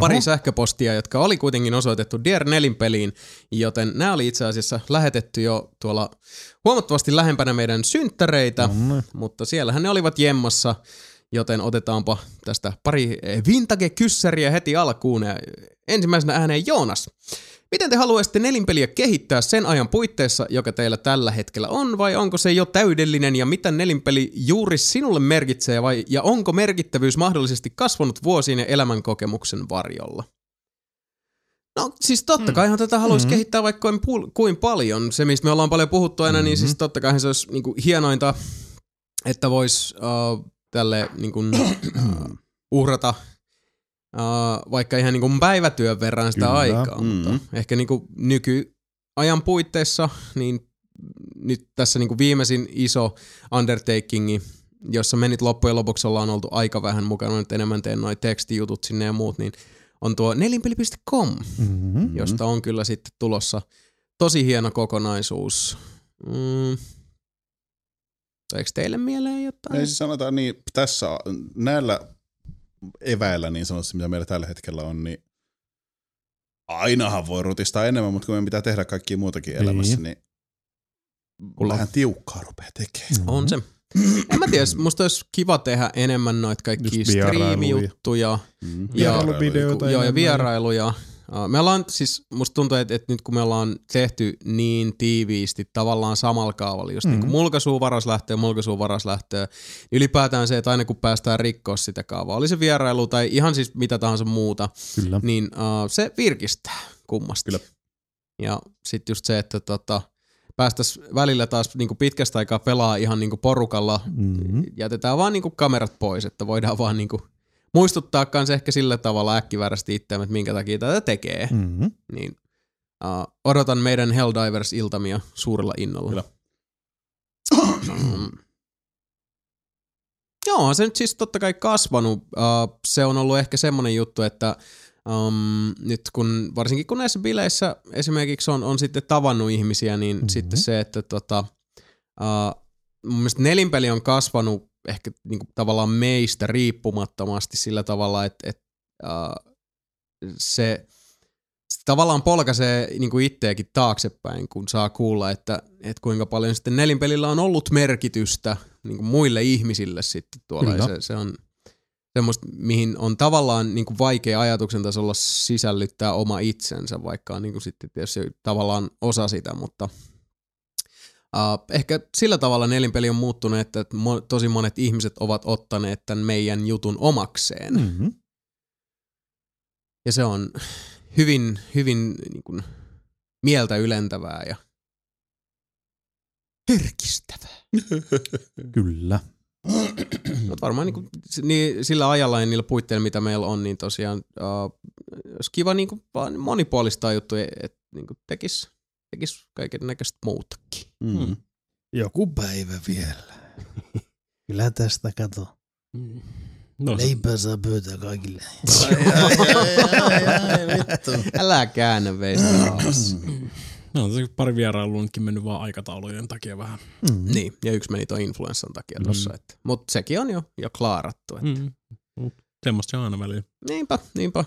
S1: pari
S4: Oho.
S1: sähköpostia, jotka oli kuitenkin osoitettu Dear Nelin peliin, joten nämä oli itse asiassa lähetetty jo tuolla huomattavasti lähempänä meidän synttäreitä,
S4: Mm.
S1: mutta siellähän ne olivat jemmassa, joten otetaanpa tästä pari eh, vintage-kyssäriä heti alkuun. Ja Ensimmäisenä ääneen Joonas. Miten te haluaisitte nelinpeliä kehittää sen ajan puitteissa, joka teillä tällä hetkellä on, vai onko se jo täydellinen ja mitä nelinpeli juuri sinulle merkitsee, vai ja onko merkittävyys mahdollisesti kasvanut vuosien ja elämänkokemuksen varjolla? No siis totta kaihan tätä haluaisi
S4: Mm.
S1: kehittää vaikka kuin, pul- kuin paljon. Se, mistä me ollaan paljon puhuttu aina, niin siis totta kaihan se olisi niin kuin, hienointa, että voisi uh, tälle niin kuin, uh, uhrata uh, vaikka ihan niin kuin päivätyön verran sitä
S4: Kyllä.
S1: aikaa. Mutta
S3: Mm.
S1: ehkä niin kuin nykyajan puitteissa, niin nyt tässä niin kuin viimeisin iso undertakingi, jossa me nyt loppujen lopuksi ollaan oltu aika vähän mukana, nyt enemmän teen noin tekstijutut sinne ja muut, niin on tuo nelinpeli.com,
S4: Mm-hmm.
S1: josta on kyllä sitten tulossa tosi hieno kokonaisuus. Mm. Eikö teille mieleen jotain?
S3: Ei siis sanotaan niin, tässä näillä eväillä niin sanotusti, mitä meillä tällä hetkellä on, niin ainahan voi rutistaa enemmän, mutta kun meidän pitää tehdä kaikkia muutakin
S4: Niin.
S3: elämässä, niin vähän tiukkaa rupeaa tekemään.
S1: On se. En mä tiedä, musta olisi kiva teä enemmän noit kaikki
S4: Just vierailuja.
S1: striimijuttuja
S3: Mm.
S4: Vierailuvideoita.
S1: joo, ja
S4: enemmän.
S1: vierailuja. Äh, Me ollaan siis, musta tuntuu, että, että nyt kun me ollaan tehty niin tiiviisti tavallaan samalla kaavalla, just mm. niin kuin
S4: Mhm.
S1: mulkaisuun varas lähtee, mulkaisuun varas lähtee, niin ylipäätään se, että aina kun päästään rikkoa sitä kaavaa, oli se vierailu tai ihan siis mitä tahansa muuta,
S4: Kyllä.
S1: niin äh, se virkistää kummasti.
S3: Kyllä.
S1: Ja sitten just se, että tota, päästäisiin välillä taas niin kuin pitkästä aikaa pelaa ihan niin kuin porukalla
S4: Mm-hmm.
S1: jätetään vaan niinku kamerat pois, että voidaan vaan niinku muistuttaa kans ehkä sillä tavalla äkkivärästi itseämme, että minkä takia tätä tekee. Mm.
S4: Mm-hmm.
S1: Niin, uh, odotan meidän Helldivers-iltamia suurella innolla.
S3: Kyllä.
S1: Mm. Joo, on se nyt siis totta kai kasvanut. Uh, se on ollut ehkä semmoinen juttu, että um, nyt kun, varsinkin kun näissä bileissä esimerkiksi on, on sitten tavannut ihmisiä, niin mm-hmm.
S4: Mhm.
S1: sitten se, että tota, uh, mun mielestä nelinpeli on kasvanut ehkä niin kuin, tavallaan meistä riippumattomasti sillä tavalla, että et, uh, se, se tavallaan polkaisee niin kuin itseäkin taaksepäin, kun saa kuulla, että, että kuinka paljon sitten nelinpelillä on ollut merkitystä niin kuin muille ihmisille sitten tuolla. Ja
S4: Kyllä.
S1: se, se on semmoista, mihin on tavallaan niin kuin vaikea ajatuksen tasolla sisällyttää oma itsensä, vaikka on niin kuin sitten tietysti tavallaan osa sitä, mutta Uh, ehkä sillä tavalla nelinpeli on muuttunut, että mo- tosi monet ihmiset ovat ottaneet tämän meidän jutun omakseen. Mm.
S4: Mm-hmm.
S1: Ja se on hyvin, hyvin niin kuin, mieltä ylentävää ja herkistävää.
S4: Kyllä.
S1: Mutta varmaan niin kuin, niin, sillä ajalla ja niillä puitteilla, mitä meillä on, niin tosiaan uh, olisi kiva niin kuin, vaan monipuolistaa juttuja, että niin tekisi tekis kaiken näköistä muutakin.
S3: Mm.
S4: Joku päivä vielä.
S7: Kyllä tästä kato.
S2: No,
S7: Leipää saa pöytää kaikille.
S1: Älä käännä veistä alas.
S2: no, se pari vierailua nytkin mennyt vaan aikataulujen takia vähän.
S4: Mm-hmm.
S1: Niin, ja yksi meni tuon influenssan takia tossa. että Mutta sekin on jo, jo klaarattu. Et.
S2: Mm. Mut Semmoista se on aina välillä.
S1: Niinpä, niinpä.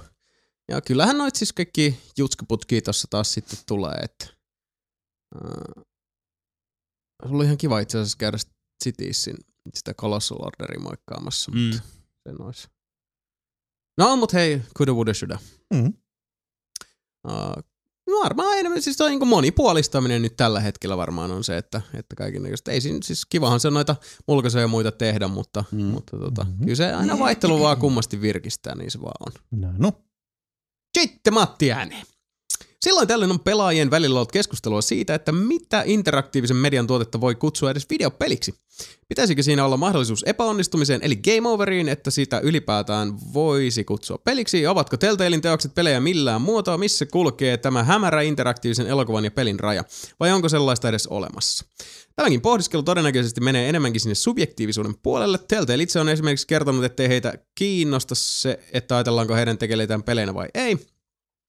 S1: Ja kyllähän noit siis kaikki jutskaputkia tossa taas sitten tulee. Että, äh, olisi ollut ihan kiva itse asiassa käydä sit Citysin sitä Colossal Orderia moikkaamassa, mm.
S2: Mm.
S1: mutta sen olisi. No, mut hei, kuda woulda shoulda.
S4: Mm.
S1: Uh, no varmaan enemmän, siis toi niinku monipuolistaminen nyt tällä hetkellä varmaan on se, että, että kaiken näköistä. Ei siinä, siis kivahan se on noita mulkaisuja ja muita tehdä, mutta, mm.
S3: Mm.
S1: mutta tota,
S4: Mhm.
S1: kyllä se aina vaihtelu vaan kummasti virkistää, niin se vaan on.
S4: No, no.
S1: Sitten Matti ääneen. Silloin tällöin on pelaajien välillä ollut keskustelua siitä, että mitä interaktiivisen median tuotetta voi kutsua edes videopeliksi. Pitäisikö siinä olla mahdollisuus epäonnistumiseen, eli game overiin, että sitä ylipäätään voisi kutsua peliksi? Ovatko Telltalein teokset pelejä millään muotoa? Missä kulkee tämä hämärä interaktiivisen elokuvan ja pelin raja? Vai onko sellaista edes olemassa? Tämäkin pohdiskelu todennäköisesti menee enemmänkin sinne subjektiivisuuden puolelle. Telltale itse on esimerkiksi kertonut, ettei heitä kiinnosta se, että ajatellaanko heidän tekeleitään peleinä vai ei.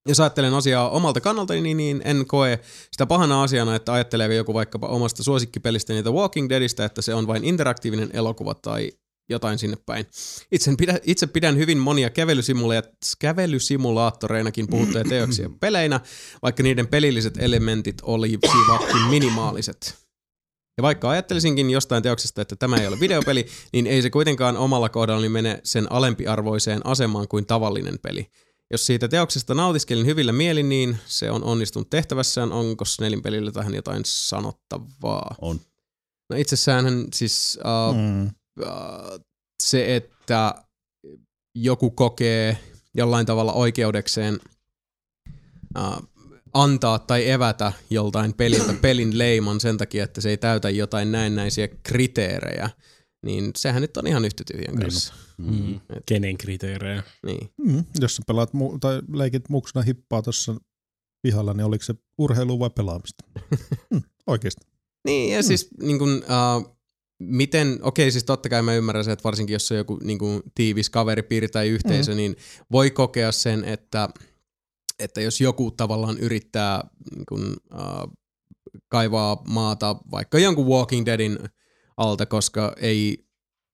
S1: Jos ajattelen asiaa omalta kannaltani, niin- niin en koe sitä pahana asiana, että ajatteleeko joku vaikkapa omasta suosikkipelistäni The Walking Deadistä, että se on vain interaktiivinen elokuva tai jotain sinne päin. Itse pidän, itse pidän hyvin monia kävelysimula- kävelysimulaattoreinakin puhuttuja teoksia peleinä, vaikka niiden pelilliset elementit olisivatkin minimaaliset. Ja vaikka ajattelisinkin jostain teoksesta, että tämä ei ole videopeli, niin ei se kuitenkaan omalla kohdallani mene sen alempiarvoiseen asemaan kuin tavallinen peli. Jos siitä teoksesta nautiskelin hyvillä mielin, niin se on onnistunut tehtävässään. Onko nelinpelillä tähän jotain sanottavaa?
S3: On.
S1: No itsessäänhän siis uh,
S4: Mm.
S1: äh, se, että joku kokee jollain tavalla oikeudekseen äh, antaa tai evätä joltain peliltä pelin leiman sen takia, että se ei täytä jotain näennäisiä kriteerejä, niin sehän nyt on ihan yhtä tyhjän kanssa.
S2: Mm. Kenen kriteerejä?
S1: Niin.
S4: Mm. Jos sä pelaat mu- tai leikit muksuna hippaa tuossa pihalla, niin oliko se urheilu vai pelaamista? mm. Oikeasti.
S1: Niin, ja siis niin kun, äh, miten, okei siis totta kai mä ymmärrän sen, että varsinkin jos on joku niin kun, tiivis kaveripiiri tai yhteisö, mm. niin voi kokea sen, että, että jos joku tavallaan yrittää niin kun, äh, kaivaa maata vaikka jonkun Walking Deadin alta, koska ei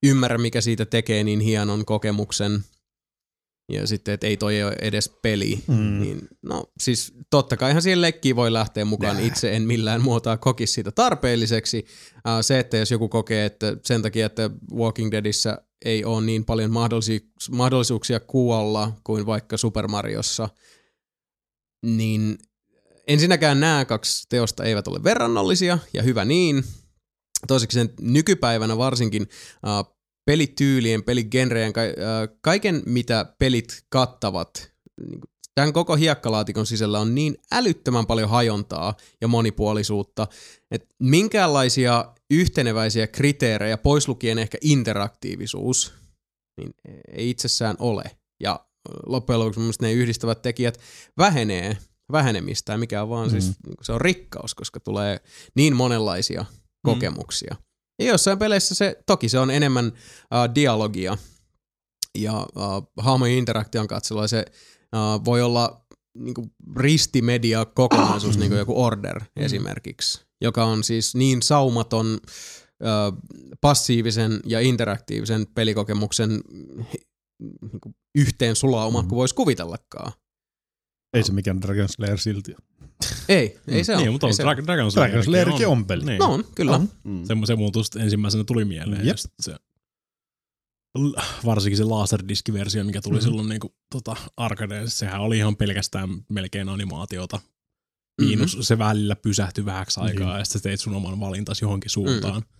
S1: ymmärrä, mikä siitä tekee niin hienon kokemuksen, ja sitten, että ei toi ole edes peli,
S4: Mm.
S1: niin no siis totta kaihan siihen leikkiin voi lähteä mukaan. Itse en millään muotoa kokisi siitä tarpeelliseksi. Äh, se, että jos joku kokee, että sen takia, että Walking Deadissä ei ole niin paljon mahdollisu- mahdollisuuksia kuolla kuin vaikka Super Mariossa, niin ensinnäkään nämä kaksi teosta eivät ole verrannollisia, ja hyvä niin. Toiseksi nykypäivänä varsinkin äh, pelityylien, peligenreen, ka- äh, kaiken mitä pelit kattavat, niin kuin tämän koko hiekkalaatikon sisällä on niin älyttömän paljon hajontaa ja monipuolisuutta, että minkäänlaisia yhteneväisiä kriteerejä, pois lukien ehkä interaktiivisuus, niin ei itsessään ole. Ja loppujen lopuksi mun mielestä ne yhdistävät tekijät vähenee vähenemistä, mikä on vaan mm. siis, niin kuin se on rikkaus, koska tulee niin monenlaisia kokemuksia. Ja jossain peleissä se, toki se on enemmän äh, dialogia ja äh, hahmojen interaktion katselua. Se äh, voi olla niin kuin ristimedia kokonaisuus, niin kuin joku Order mm. esimerkiksi, joka on siis niin saumaton äh, passiivisen ja interaktiivisen pelikokemuksen niin kuin yhteen sulauma mm. kuin voisi kuvitellakaan.
S4: Ei se mikään Dragon Slayer silti. ole.
S1: Ei, ei se ole.
S2: Niin, mutta on
S1: ei se
S2: Dra- Dragon
S4: Dragon Slayerkin on,
S2: on.
S4: on peli.
S2: Niin.
S1: No on, kyllä.
S4: On.
S3: Mm.
S2: Se, se mun tuosta ensimmäisenä tuli mieleen.
S4: Jep.
S2: Jep. Se, l- varsinkin se laserdiskiversio, mikä tuli mm-hmm. silloin niinku, tota, arcadeissa, sehän oli ihan pelkästään melkein animaatiota.
S1: Mhm.
S2: Miinus mm-hmm. se välillä pysähtyi vähäksi aikaa ja sitten sä teit sun oman valintasi johonkin suuntaan. Mm-hmm.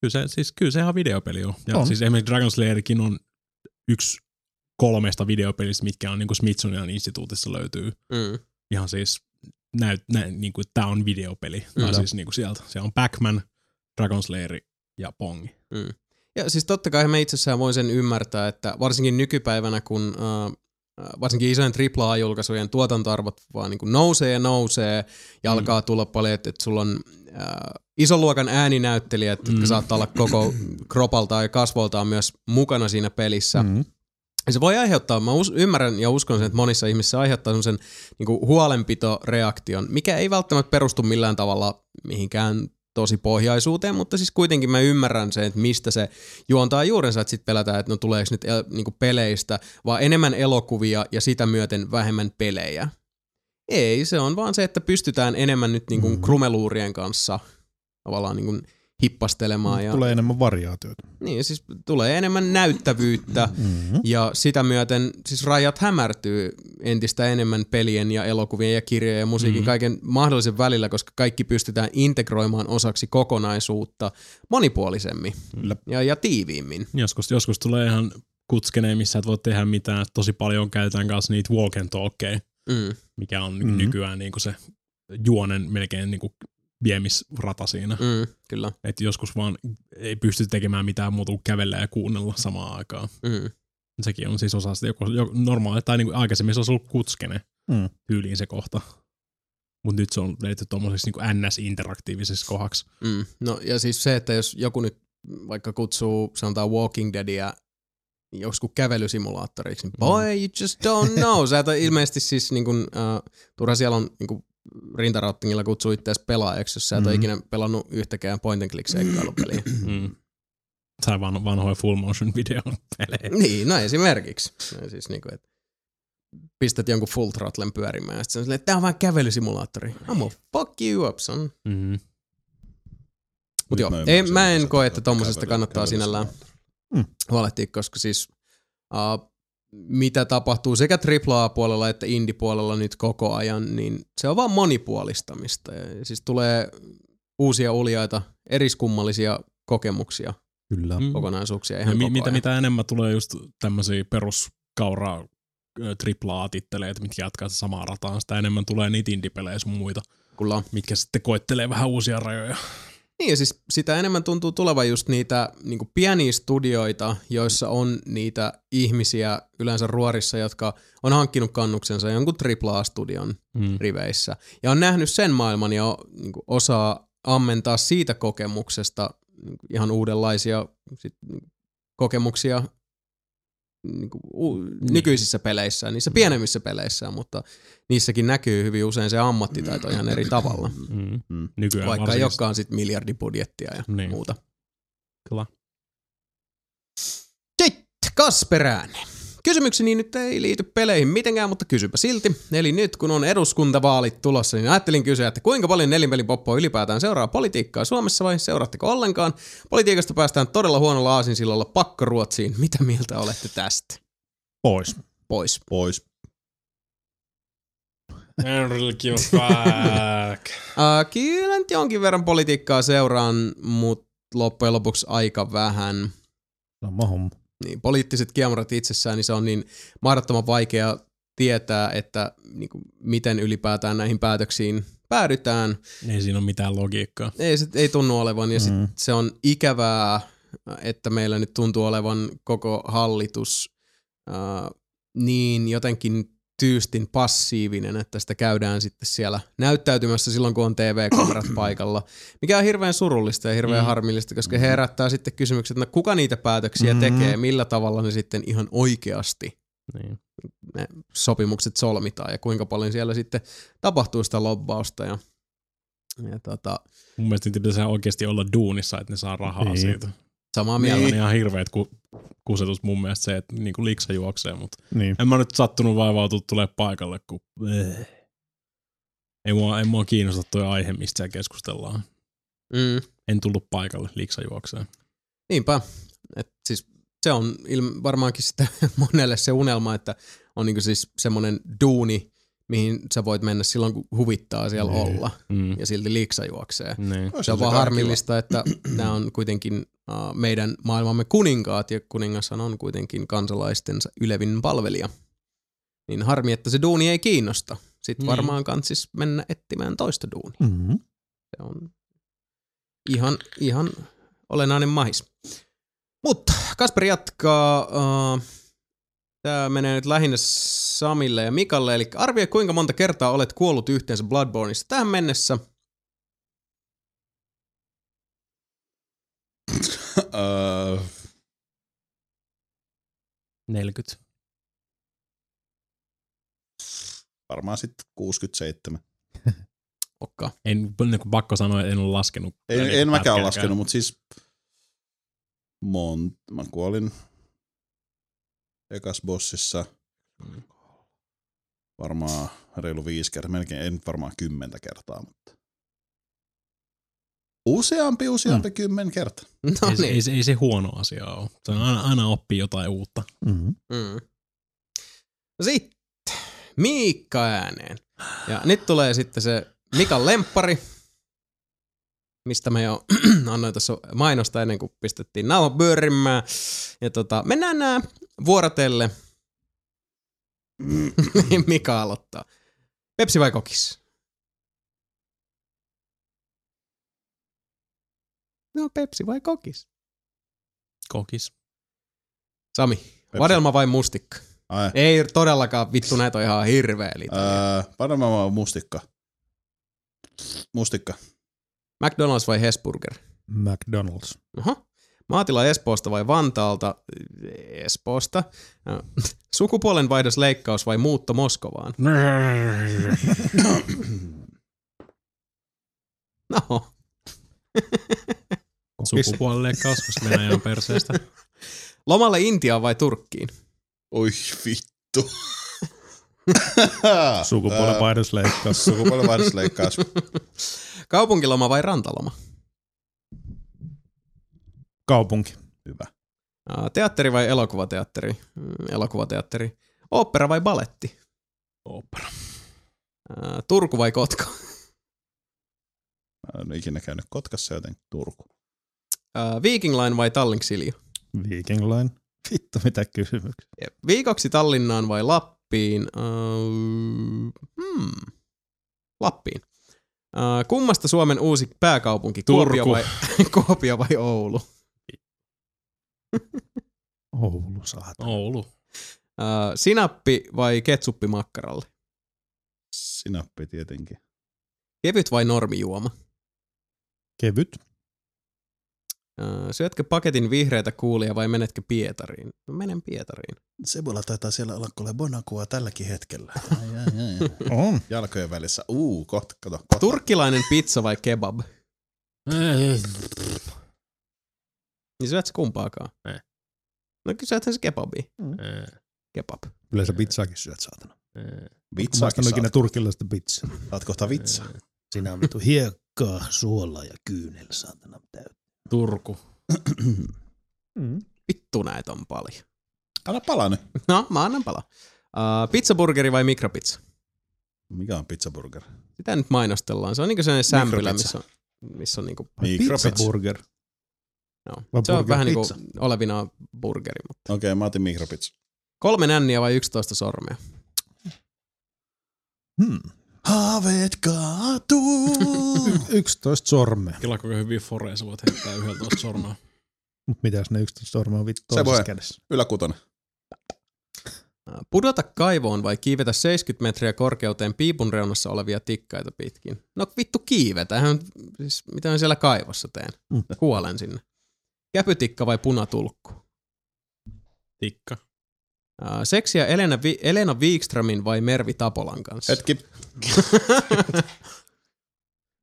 S2: Kyllä, se, siis, kyllä se ihan videopeli on. Ja
S4: On.
S2: on. siis esimerkiksi Dragon Slayerkin on yksi kolmesta videopelistä, mitkä on niin kuin Smithsonian instituutissa löytyy
S1: Mm.
S2: ihan siis näyt, nä, niin kuin, tää on videopeli.
S1: Kyllä.
S2: Tai siis niin kuin sieltä. Siellä on Pac-Man, Dragon Slayer ja Pong.
S1: Ja siis totta kai mä itsessään voin sen ymmärtää, että varsinkin nykypäivänä, kun äh, varsinkin isojen AAA-julkaisujen tuotantoarvot vaan niin kuin nousee ja nousee, ja mm. alkaa tulla paljon, että, että sulla on äh, ison luokan ääninäyttelijät, mm. jotka saattaa olla koko kropaltaan ja kasvoltaan myös mukana siinä pelissä,
S4: Mm.
S1: ja Se voi aiheuttaa, mä us, ymmärrän ja uskon sen, että monissa ihmisissä aiheuttaa semmoisen niin huolenpitoreaktion, mikä ei välttämättä perustu millään tavalla mihinkään tosi pohjaisuuteen, mutta siis kuitenkin mä ymmärrän sen, että mistä se juontaa juurensa, että sit pelätään, että no tuleeko nyt el, niin peleistä, vaan enemmän elokuvia ja sitä myöten vähemmän pelejä. Ei, se on vaan se, että pystytään enemmän nyt niin kuin krumeluurien kanssa tavallaan niin kuin hippastelemaan. Ja,
S4: Tulee enemmän variaatioita.
S1: Niin, siis tulee enemmän näyttävyyttä,
S4: Mm-hmm.
S1: ja sitä myöten siis rajat hämärtyy entistä enemmän pelien ja elokuvien ja kirjojen ja musiikin mm. kaiken mahdollisen välillä, koska kaikki pystytään integroimaan osaksi kokonaisuutta monipuolisemmin
S2: Kyllä.
S1: ja, ja tiiviimmin.
S2: Joskus, joskus tulee ihan kutskeneen, missä et voi tehdä mitään. Tosi paljon käytetään kanssa niitä walk and talkkeja,
S1: Mm.
S2: mikä on
S4: Mhm.
S2: mm-hmm. nykyään niin kuin se juonen melkein niin kuin viemisrata siinä. Mm.
S1: Mm, kyllä.
S2: Että joskus vaan ei pysty tekemään mitään muuta kuin kävellä ja kuunnella samaan aikaan.
S1: Mm.
S2: Sekin on siis osa sitä joko, joko normaali, tai niin kuin aikaisemmin se olisi ollut kutskene
S4: Mm.
S2: mm. tyyliin se kohta. Mutta nyt se on vedetty tuommoiseksi niin NS-interaktiiviseksi kohdaksi.
S1: Mm. No ja siis se, että jos joku nyt vaikka kutsuu sanotaan Walking Deadia joskus kävelysimulaattoriksi, niin boy, you just don't know. Sä et ole ilmeisesti siis niin kun, äh, turha siellä on niin kun, rintarouttingilla kutsuu itseäsi pelaajaksi, jos sä et mm. ole
S4: Mhm.
S1: ikinä pelannut yhtäkään point and click seikkailupeliä.
S2: Mm. Tai van, vanhoja full motion videon pelejä.
S1: niin, no esimerkiksi. No, siis niin kuin, että pistät jonkun full throttlen pyörimään ja sitten silleen, että tää on vaan kävelysimulaattori. Amo, fuck you up, son.
S2: Mm-hmm.
S1: Mut
S3: Nyt
S1: joo,
S3: mä
S1: mä,
S3: ymmärrän
S1: ei,
S3: sen,
S1: mä
S3: miksi
S1: en
S3: sä
S1: koe,
S3: tätä
S1: että tommosesta
S3: kävely-
S1: kannattaa
S3: kävelyssä
S1: sinällään
S3: maata.
S1: huolehtia, koska siis uh, mitä tapahtuu sekä AAA-puolella että indie-puolella nyt koko ajan, niin se on vaan monipuolistamista. Ja siis tulee uusia uljaita, eriskummallisia kokemuksia,
S6: Kyllä.
S2: Mm.
S1: kokonaisuuksia
S2: Ja
S1: ihan
S2: mi-
S1: koko
S2: mitä,
S1: ajan.
S2: mitä enemmän tulee just tämmöisiä peruskauraa triplaa-titteleitä, mitkä jatkaa sitä samaa rataa, sitä enemmän tulee niitä indie-pelejä sun muita,
S1: Kyllä on.
S2: mitkä sitten koettelee vähän uusia rajoja.
S1: Niin ja siis sitä enemmän tuntuu tulevan just niitä niin pieniä studioita, joissa on niitä ihmisiä yleensä ruorissa, jotka on hankkinut kannuksensa jonkun AAA-studion
S2: Mm.
S1: riveissä. Ja on nähnyt sen maailman ja niin kuin osaa ammentaa siitä kokemuksesta niin kuin ihan uudenlaisia sit, niin kuin kokemuksia niin kuin, u- nykyisissä peleissä, niissä pienemmissä peleissä, mutta niissäkin näkyy hyvin usein se ammattitaito ihan eri tavalla,
S2: Mm.
S3: Mm.
S2: Nykyään
S1: vaikka ei
S2: varsinkin-
S1: olekaan sit miljardibudjettia ja
S2: Niin.
S1: niin. muuta.
S2: Kyllä.
S1: Sitten Kasperäinen. Kysymykseni nyt ei liity peleihin mitenkään, mutta kysypä silti. Eli nyt kun on eduskuntavaalit tulossa, niin ajattelin kysyä, että kuinka paljon nelinpelin poppoa ylipäätään seuraa politiikkaa Suomessa vai seuraatteko ollenkaan? Politiikasta päästään todella huonolla aasinsillalla pakkoruotsiin. Mitä mieltä olette tästä?
S4: Pois.
S1: Pois.
S3: Pois.
S2: En really give a fuck.
S1: Äh, kyllä nyt jonkin verran politiikkaa seuraan, mutta loppujen lopuksi aika vähän.
S4: Sama homma.
S1: niin poliittiset kiemurat itsessään, niin se on niin mahdottoman vaikea tietää, että niin kuin, miten ylipäätään näihin päätöksiin päädytään.
S2: ei siinä ole mitään logiikkaa.
S1: Ei, se, ei tunnu olevan, ja sit
S4: Mm.
S1: se on ikävää, että meillä nyt tuntuu olevan koko hallitus äh, niin jotenkin tyystin passiivinen, että sitä käydään sitten siellä näyttäytymässä silloin, kun on TV-kamerat paikalla, mikä on hirveän surullista ja hirveän
S2: Mm.
S1: mm. harmillista, koska he herättää sitten kysymykset, että no kuka niitä päätöksiä
S4: Mm.
S1: mm. tekee, millä tavalla ne sitten ihan oikeasti
S2: Niin.
S1: ne sopimukset solmitaan ja kuinka paljon siellä sitten tapahtuu sitä lobbausta ja, ja tota,
S2: Mun mielestä niitä pitäisi ihan oikeasti olla duunissa, että ne saa rahaa
S4: Niin.
S2: siitä.
S1: samaa
S2: Niin.
S1: mieltä.
S2: On ihan hirveet ku, kusetus mun mielestä se, että niinku liksa juoksee, mutta
S4: Niin.
S2: en mä nyt sattunut vaivautua tulee paikalle, kun Äh. ei mua, ei mua kiinnosta toi aihe, mistä siellä keskustellaan.
S1: Mm.
S2: En tullut paikalle liksa juokseen.
S1: Niinpä. Et siis se on ilm- varmaankin sitä monelle se unelma, että on niinku siis semmoinen duuni, mihin sä voit mennä silloin, kun huvittaa siellä
S2: Niin.
S1: olla
S2: Mm.
S1: ja silti liiksa juoksee.
S2: Niin.
S1: Se on vaan harmillista, että nämä on kuitenkin äh, meidän maailmamme kuninkaat ja kuningashan on kuitenkin kansalaistensa ylevin palvelija. Niin harmi, että se duuni ei kiinnosta. Sitten
S2: Niin.
S1: niin. varmaan kantsis mennä etsimään toista duunia.
S4: Mm-hmm.
S1: Se on ihan, ihan olennainen mahis. Mutta Kasper jatkaa. Uh, Tämä menee nyt lähinnä Samille ja Mikalle. Eli arvioi, kuinka monta kertaa olet kuollut yhteensä Bloodborneissa tähän mennessä.
S3: Öö,
S2: 40.
S3: varmaan sitten 67.
S1: Okka.
S2: En, niinku pakko sanoa, että en ole laskenut.
S3: Ei, en,
S2: niinku
S3: en mäkään ole
S2: pätkääkään.
S3: laskenut, mutta siis mon, mä kuolin ekas bossissa varmaan reilu viisi kertaa, melkein en varmaan kymmentä kertaa, mutta useampi, useampi mm. kymmen kertaa.
S1: No
S2: Ei, se- ei,
S1: niin.
S2: se- ei, se huono asia ole. Se on aina, aina oppii jotain uutta.
S4: Mm-hmm.
S1: Mm. Sitten No Miikka ääneen. Ja nyt tulee sitten se Mikan lemppari, mistä me jo annoin tuossa mainosta ennen kuin pistettiin nauha pyörimään. Ja tota, mennään nää vuorotelle. Mika aloittaa. Pepsi vai kokis? No Pepsi vai kokis?
S2: Kokis.
S1: Sami, vadelma vai mustikka?
S3: Ai,
S1: Ei todellakaan, vittu näitä on ihan hirveä liitoja.
S3: öö, varmaan vaan mustikka. Mustikka.
S1: McDonald's vai Hesburger?
S4: McDonald's.
S1: Oho. Maatila Espoosta vai Vantaalta? Espoosta. Ö, Sukupuolen vaihdosleikkaus vai muutto Moskovaan? No,
S2: Sukupuolileikkaus, koska Venäjä on perseestä.
S1: lomalle Intiaan vai Turkkiin?
S3: Oi vittu. Öö,
S4: Sukupuolenvaihdosleikkaus.
S3: Sukupuolenvaihdosleikkaus.
S1: Kaupunkiloma vai rantaloma?
S4: Kaupunki.
S3: Hyvä.
S1: Aa, Teatteri vai elokuvateatteri? Mm, Elokuvateatteri. Opera vai baletti?
S2: Opera.
S1: Ää, Turku vai Kotka?
S3: Mä en ole ikinä käynyt Kotkassa, joten Turku.
S1: Ää, Viking Line vai Tallinksilja?
S4: Viking Line. Vittu, mitä kysymyksiä.
S1: Jep. Viikoksi Tallinnaan vai Lappiin? Uh, hmm. Lappiin. Uh, kummasta Suomen uusi pääkaupunki? Kuopio
S2: Turku.
S1: vai, Kuopio vai Oulu? Uh,
S4: Oulu saat.
S2: Oulu.
S1: Öö, sinappi vai ketsuppi makkaralle?
S3: Sinappi tietenkin.
S1: Kevyt vai normijuoma?
S4: Kevyt.
S1: Uh, syötkö paketin vihreitä kuulia vai menetkö Pietariin? No, menen Pietariin.
S3: Sebola taitaa siellä olla kuule bonakua tälläkin hetkellä.
S4: On.
S3: Jalkojen välissä. Uu, kot, kato. Kot.
S1: Turkkilainen pizza vai kebab? Niin syötkö kumpaakaan?
S2: Ei.
S1: No kyllä syöthän se kebabi. Kebab.
S4: Yleensä pizzaakin syöt, saatana. Mä
S3: Vitsaakin
S4: oon
S3: saat.
S4: ikinä turkilaista pizzaa.
S3: saat kohta vitsaa.
S7: Siinä on vittu hiekkaa, suolaa ja kyynel, saatana täyttä.
S2: Turku.
S4: Mm.
S1: Vittu näitä on paljon.
S3: Älä palaa nyt.
S1: No, mä annan pala. Uh, pizzaburgeri vai mikropizza?
S3: Mikä on pizzaburger?
S1: Sitä nyt mainostellaan. Se on niinku sellainen sämpylä, missä
S3: Mikropizza.
S1: on, missä on niinku,
S3: Mikropizza.
S4: Pizzaburger.
S1: no.
S4: Vai
S1: Se on
S4: burger
S1: vähän niinku
S4: pizza?
S1: olevina burgeri. Mutta.
S3: Okei, okay, mä otin mikropizza.
S1: Kolme nänniä vai 11 sormea?
S4: Hmm.
S3: Haaveet kaatuu.
S4: 11 sormea.
S2: Kelako hyvin foreja, sä voit heittää yhdeltä sormaa.
S4: Mut mitäs ne 11 sormea on vittu
S3: Se
S4: toisessa
S3: voi.
S4: kädessä?
S3: Yläkutonen.
S1: Uh, pudota kaivoon vai kiivetä 70 metriä korkeuteen piipun reunassa olevia tikkaita pitkin? No vittu kiivetähän. Siis, mitä mä siellä kaivossa teen?
S4: Mm.
S1: Kuolen sinne. Käpytikka vai punatulkku?
S2: Tikka.
S1: Uh, seksiä Elena, Vi- Elena Wikströmin vai Mervi Tapolan kanssa?
S3: Hetki.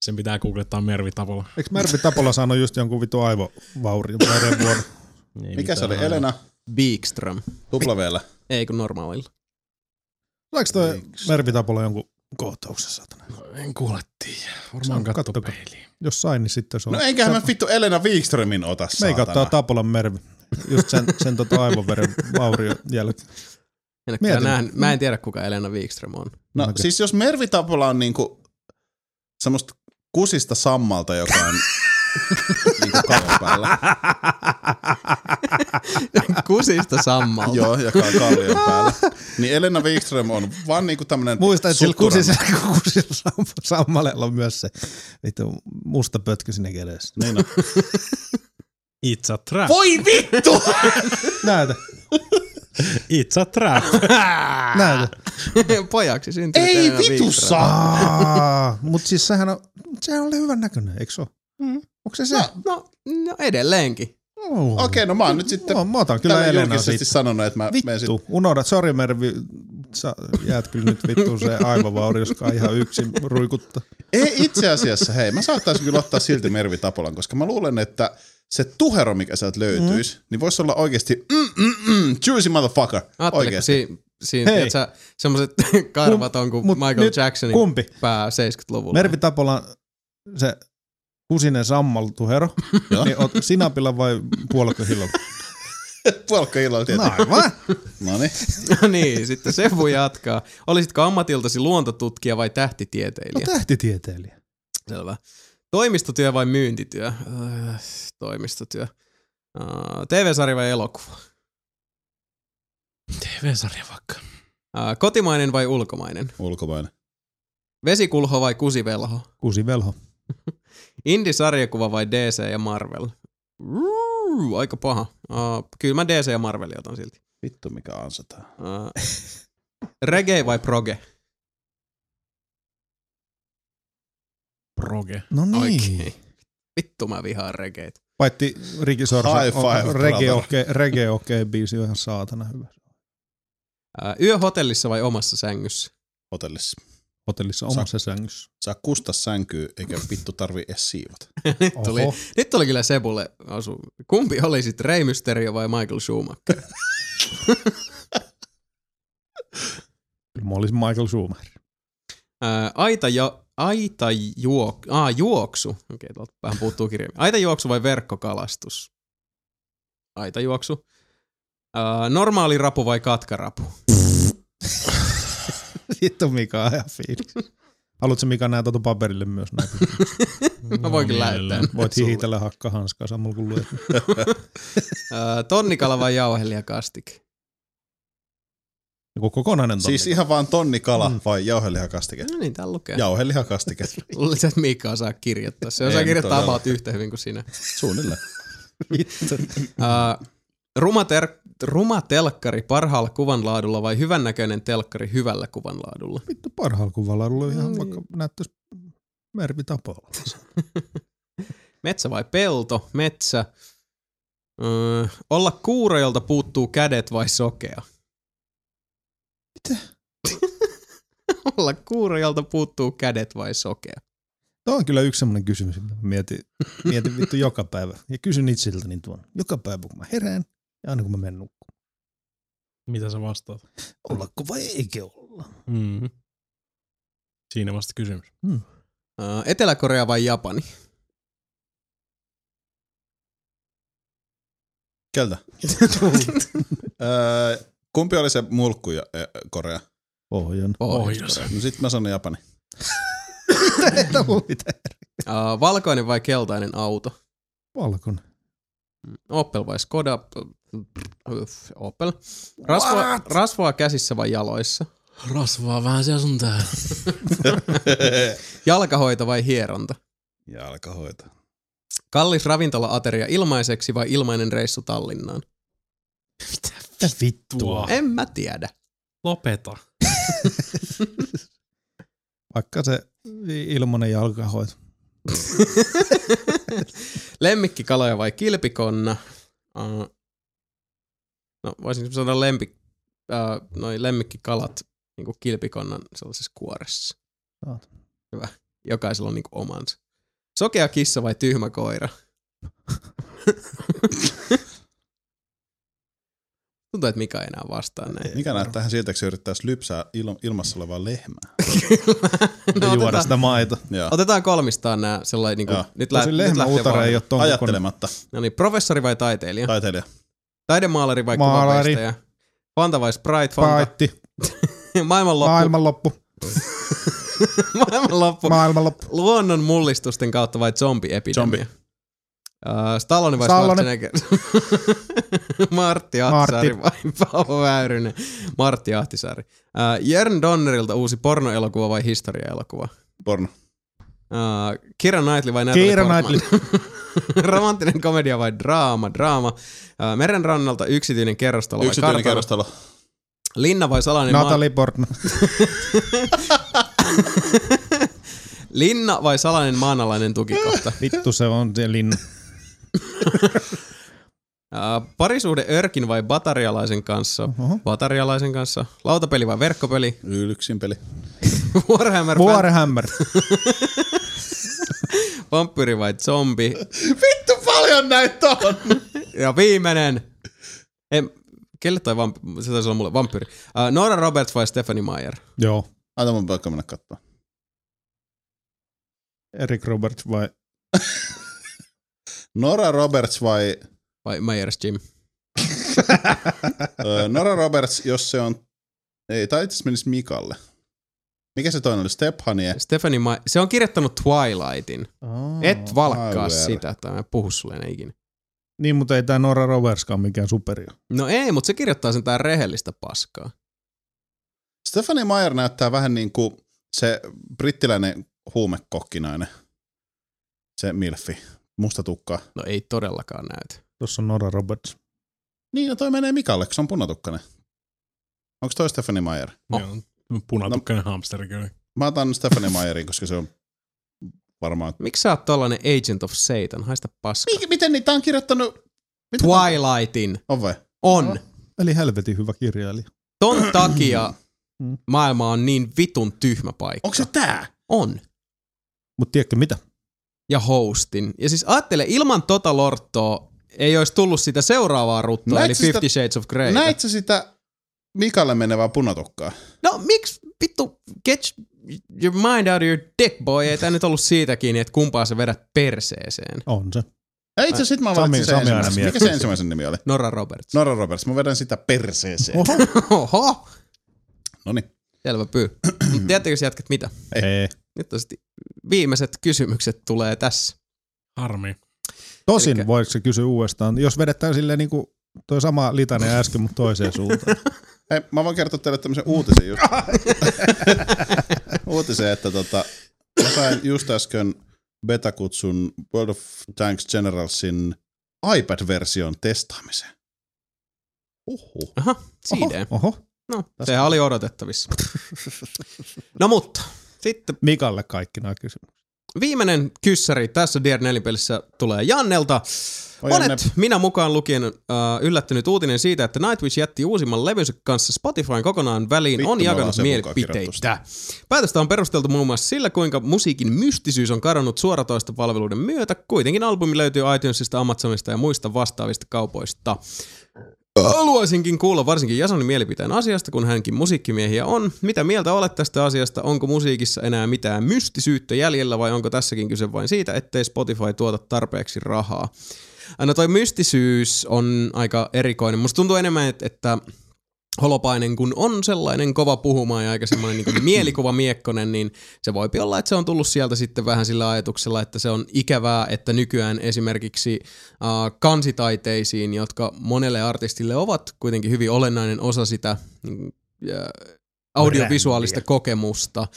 S2: Sen pitää googlettaa Mervi Tapola.
S4: Eikö Mervi Tapola saanut just jonkun vitu aivovaurion verenvuodon?
S2: Niin.
S3: Mikä se oli? Elena?
S1: Wikström.
S3: Tuplaveellä.
S1: Ei kun normaalilla.
S4: Saiko toi
S3: Miksi?
S4: Mervi Tapola jonkun kohtauksessa, satana?
S2: En kuule tiiä.
S4: Sano,
S2: Varmaan katso
S4: kattoko.
S2: peiliin.
S4: Jos sain, niin sitten se on.
S3: No eiköhän
S4: se-
S3: mä vittu Elena Wikströmin ota,
S4: Meikä ottaa
S3: saatana.
S4: Tapolan Mervi. Just sen, sen tota aivoveren vaurion jälkeen.
S1: En ole kyllä
S4: Mietin. Mm.
S1: nähnyt, mä en tiedä kuka Elena Wikström on.
S3: No
S4: Okei.
S3: siis jos Mervi Tapola on niinku semmoista kusista sammalta, joka on niinku kaupan päällä.
S1: Kusista sammalta.
S3: Joo, joka on kallion päällä. Niin Elena Wikström on vaan niinku tämmönen
S4: Muista, että sillä
S3: sukkuran-
S4: kusilla, kusilla sam- sammalella on myös se vittu musta pötkö sinne kädessä.
S3: Niin on.
S2: It's a trap.
S3: Voi vittu!
S4: Näytä,
S2: It's a trap.
S4: näytä.
S1: Pojaksi syntynyt
S3: Ei
S1: Elena
S3: vitu
S1: Wikström.
S3: saa!
S4: Aa, mut siis sehän on, mut sehän oli hyvän näköinen, eikö se ole?
S3: Mm.
S4: Onko se se? No,
S1: No, no edelleenkin.
S4: Okei,
S3: Okei, no mä oon nyt sitten
S4: Mä otan kyllä
S3: kyllä
S4: Elena
S3: julkisesti
S4: siitä.
S3: sanonut, että mä menen sitten.
S4: Vittu, unohdat. Sori Mervi, sä jäät kyllä nyt vittuun se aivovaurioskaan ihan yksin ruikutta.
S3: Ei itse asiassa, hei, mä saattaisin kyllä ottaa silti Mervi Tapolan, koska mä luulen, että se tuhero, mikä sieltä löytyisi, mm. niin voisi olla oikeasti mm, mm, mm, juicy motherfucker.
S1: Ajatteliko
S3: Oikeasti.
S1: siinä, siinä
S4: Hei.
S1: tiedätkö, semmoset karvat on kuin
S4: mut
S1: Michael
S4: nyt
S3: Niin.
S1: Jacksonin
S4: Kumpi?
S1: pää 70-luvulla.
S4: Mervi Tapolan se kusinen sammaltuhero,
S3: Joo.
S4: niin oot sinapilla vai puolakkohillolla?
S3: Puolukka illalla
S4: No
S3: tietenkin.
S4: aivan.
S3: No niin.
S1: No niin, sitten se voi jatkaa. Olisitko ammatiltasi luontotutkija vai
S4: No
S1: tähtitieteilijä?
S4: tähtitieteilijä.
S1: Selvä. Toimistotyö vai myyntityö? Äh, toimistotyö. Äh, TV-sarja vai elokuva?
S2: TV-sarja vaikka.
S1: Äh, kotimainen vai ulkomainen?
S3: Ulkomainen.
S1: Vesikulho vai kusivelho?
S4: Kusi velho.
S1: Indie-sarjakuva vai DC ja Marvel? Ruu, aika paha. Uh, kyllä mä DC ja Marvel otan silti.
S3: Vittu mikä ansataan.
S1: Uh, reggae vai proge?
S2: Proge.
S4: No niin.
S1: Oikein. Vittu mä vihaan reggaet.
S4: Paitsi Riki Sorsa.
S3: High five,
S4: on- Reggae
S3: brother.
S4: okei, reggae okei biisi on ihan saatana hyvä.
S1: Uh, yöhotellissa vai omassa sängyssä?
S3: Hotellissa.
S4: Hotellissa omassa sängyssä.
S3: Saa kusta sänkyy, eikä vittu tarvi edes siivota.
S1: nyt, tuli,
S4: Oho.
S1: nyt tuli kyllä Sebulle osu. Kumpi olisit, Rey Mysterio vai Michael Schumacher?
S4: Kyllä mä olisin Michael Schumacher.
S1: Uh, aita ja Aita juok, ah, juoksu. Okei, okay, tuolta vähän puuttuu kirjaimia. Aita juoksu vai verkkokalastus? Aita juoksu. Uh, normaali rapu vai katkarapu?
S4: Sitten on Mika ja fiilis. Haluatko Mika näitä tuota paperille myös näin?
S1: Mä voinkin lähettää.
S2: mielellään.
S4: Voit hihitellä hakkahanskaa samalla kun luet.
S1: Uh, tonnikala vai jauhelijakastike?
S4: Joku Niin kokonainen tonni.
S3: Siis ihan vaan tonnikala mm. vai jauhelihakastike?
S1: No niin, tää lukee.
S3: Jauhelihakastike.
S1: Luulisin, että Miikka osaa kirjoittaa. Se osaa
S3: En
S1: kirjoittaa
S3: todella.
S1: about yhtä hyvin kuin sinä.
S3: Suunnilleen.
S1: Uh, ruma, ter- ruma telkkari parhaalla kuvanlaadulla vai hyvännäköinen telkkari hyvällä kuvanlaadulla?
S4: Vittu parhaalla kuvalla ollut ihan
S1: Niin.
S4: vaikka näyttäisi Mervi Tapola.
S1: Metsä vai pelto? Metsä. Öö, olla kuuro, jolta puuttuu kädet vai sokea?
S4: Mitä?
S1: olla kuuro, jolta puuttuu kädet vai sokea?
S4: Tuo on kyllä yksi semmoinen kysymys, mitä mä mietin, mietin vittu joka päivä. Ja kysyn itseltäni niin tuon. Joka päivä kun mä herään ja aina kun mä menen nukkumaan.
S2: Mitä sä vastaat?
S4: Ollako vai eikö olla?
S2: Mm. Siinä vasta kysymys.
S1: Öö, Etelä-Korea vai Japani?
S3: Keltä? Öö, kumpi oli se mulkku ja äh, Korea?
S4: Pohjan.
S1: Oh,
S2: Pohjois.
S3: No sit mä sanon Japani.
S4: Ei ollut mitään.
S1: Öö, valkoinen vai keltainen auto?
S4: Valkon.
S1: Opel vai Skoda? Öf, Opel. Rasvaa, rasvaa käsissä vai jaloissa?
S6: Rasvaa vähän siellä sun täällä.
S1: Jalkahoito vai hieronta?
S3: ja alkaa hoitaa.
S1: Kallis ravintola-ateria ilmaiseksi vai ilmainen reissu Tallinnaan?
S4: Mitä vittua?
S2: Tuo.
S1: En mä tiedä.
S2: Lopeta.
S4: Vaikka se ilmanen jalkahoito.
S1: Lemmikkikaloja vai kilpikonna? Uh, no voisinko sanoa lempi, uh, noi lemmikkikalat niin kuin kilpikonnan sellaisessa kuoressa.
S4: Saat.
S1: Hyvä. Jokaisella on niin kuin omansa. Sokea kissa vai tyhmä koira? Tuntuu, että Mika ei enää vastaa näin.
S3: Mikä näyttäähän siltä, että se yrittäisi lypsää il- ilmassa olevaa lehmää?
S1: No,
S4: No, juoda
S1: otetaan,
S4: sitä maita.
S3: Joo.
S1: otetaan kolmistaan nämä sellainen, niin kuin,
S3: Joo. No,
S1: nyt, lä-
S4: Tosin
S1: nyt
S4: lehmä
S1: lähtee
S4: utare ei
S1: vaan.
S4: ole ton kokoinen.
S3: Ajattelematta.
S1: No niin, professori vai taiteilija?
S3: Taiteilija.
S1: Taidemaalari vai
S4: Maalari.
S1: kuvanveistäjä? Fanta vai Sprite? Fanta.
S4: Paitti.
S1: Maailmanloppu.
S4: Maailmanloppu.
S1: Maailmanloppu.
S4: Maailmanloppu.
S1: Luonnon mullistusten kautta vai zombiepidemia?
S3: Zombi.
S1: Uh, Stallone vai
S4: Stallone.
S1: Schwarzenegger? Martti Ahtisaari vai Paavo Väyrynen? Martti Ahtisaari. Uh, Jörn Donnerilta uusi pornoelokuva vai historiaelokuva?
S3: Porno.
S1: Uh, Kira Knightley vai Natalie
S4: Kiira
S1: Portman?
S4: Knightley.
S1: Romanttinen komedia vai draama? Draama. Uh, merenrannalta yksityinen kerrostalo vai
S3: Yksityinen
S1: kartano?
S3: kerrostalo.
S1: Linna vai salainen Niin, maa?
S4: Natalie Portman.
S1: Linna vai salainen maanalainen tukikohta?
S4: Vittu se on se linna.
S1: Ää, parisuhde örkin vai batarialaisen kanssa?
S4: Oho.
S1: Batarialaisen kanssa. Lautapeli vai verkkopeli?
S3: Yksin peli.
S1: Warhammer, War-
S4: Vuorehämmär.
S1: vampyyri vai zombi?
S3: Vittu paljon näitä on!
S1: Ja viimeinen. En, kelle tai vamp- se taisi olla mulle vampyyri. Ää, Nora Roberts vai Stephanie Meyer?
S4: Joo.
S3: Aita mun pakko mennä katsomaan.
S4: Eric Roberts vai
S3: Nora Roberts vai...
S1: Vai Meyers Jim?
S3: Ö, Nora Roberts, jos se on... Ei, tai itse asiassa menisi Mikalle. Mikä se toinen oli? Stephanie.
S1: Stephanie Ma- se on kirjoittanut Twilightin.
S4: Oh.
S1: Et valkkaa
S3: aivan.
S1: sitä, tai mä en puhu sulle enää ikinä.
S4: Niin, mutta ei tämä Nora Roverskaan mikään superi ole.
S1: No ei, mutta se kirjoittaa sen tää rehellistä paskaa.
S3: Stephanie Meyer näyttää vähän niin kuin se brittiläinen huumekokkinainen. Se Milfi. Musta tukka.
S1: No ei todellakaan näytä.
S4: Tuossa on Nora Roberts.
S3: Niin, no toi menee Mikalle, kun se on punatukkainen. Onko toi Stephanie Meyer?
S1: Oh.
S2: Oh. Punatukkainen no. hamsteri kyllä.
S3: Mä otan Stephanie Meyerin, koska se on varmaan...
S1: Miksi sä oot tollanen Agent of Satan? Haista paskaa.
S3: Mik, miten niitä on kirjoittanut? Miten
S1: Twilightin.
S3: On vai? No.
S1: On.
S4: Eli helvetin hyvä kirjailija.
S1: Ton takia
S4: Mm.
S1: maailma on niin vitun tyhmä paikka.
S3: Onko se tää?
S1: On.
S4: Mutta tiedätkö mitä?
S1: Ja hostin. Ja siis ajattele, ilman tota lorttoa ei olisi tullut sitä seuraavaa ruttua,
S3: Näit
S1: eli
S3: sä sitä-
S1: Fifty Shades of Grey.
S3: Näit sä sitä Mikalle menevää punatukkaa?
S1: No miksi vittu, get your mind out of your dick boy, ei tää nyt ollut siitäkin, että kumpaa sä vedät perseeseen.
S4: On se.
S3: Ei itse sit mä
S8: Sami-
S3: valitsin sen
S8: Sami aina
S3: ensimmäisen. Mikä
S8: miettii
S3: se
S8: sitä.
S3: ensimmäisen nimi oli?
S1: Nora Roberts.
S3: Nora Roberts, mä vedän sitä perseeseen.
S8: Oho.
S1: Oho!
S3: Noniin.
S1: Selvä pyy. Mut Tiedättekö jätkät mitä?
S8: Ei.
S1: Nyt on sitten viimeiset kysymykset tulee tässä.
S2: Harmi.
S8: Tosin
S1: Elikkä-
S8: Elikkä... voiko se kysyä uudestaan, jos vedetään silleen niin
S4: niinku
S8: kuin toi sama litainen äsken, mutta toiseen suuntaan.
S3: Hei, mä voin kertoa teille tämmöisen uutisen just. uutisen, että tota, mä sain just äsken betakutsun World of Tanks Generalsin iPad-version testaamiseen. Uhu.
S1: Aha, siinä.
S8: Oho.
S1: No, sehän oli odotettavissa. No mutta, sitten
S8: Mikalle kaikki nämä kysymykset.
S1: viimeinen kyssäri tässä Dear 4 pelissä tulee Jannelta.
S3: Oi,
S1: Olet,
S3: Janne.
S1: minä mukaan lukien, äh, yllättynyt uutinen siitä, että Nightwish jätti uusimman levynsä kanssa Spotifyn kokonaan väliin,
S3: Vittu,
S1: on
S3: me ollaan
S1: jakanut
S3: sen mukaan kirjoitettu
S1: mielipiteitä. Päätöstä on perusteltu muun muassa sillä, kuinka musiikin mystisyys on kadonnut suoratoista palveluiden myötä. Kuitenkin albumi löytyy iTunesista, Amazonista ja muista vastaavista kaupoista. Haluaisinkin kuulla varsinkin Jasonin mielipiteen asiasta, kun hänkin musiikkimiehiä on. Mitä mieltä olet tästä asiasta? Onko musiikissa enää mitään mystisyyttä jäljellä vai onko tässäkin kyse vain siitä, ettei Spotify tuota tarpeeksi rahaa? No toi mystisyys on aika erikoinen. Musta tuntuu enemmän, että, että Holopainen, kun on sellainen kova puhumaan ja aika semmoinen niin mielikuva miekkonen, niin se voi olla, että se on tullut sieltä sitten vähän sillä ajatuksella, että se on ikävää, että nykyään esimerkiksi äh, kansitaiteisiin, jotka monelle artistille ovat kuitenkin hyvin olennainen osa sitä mm, äh, audiovisuaalista kokemusta,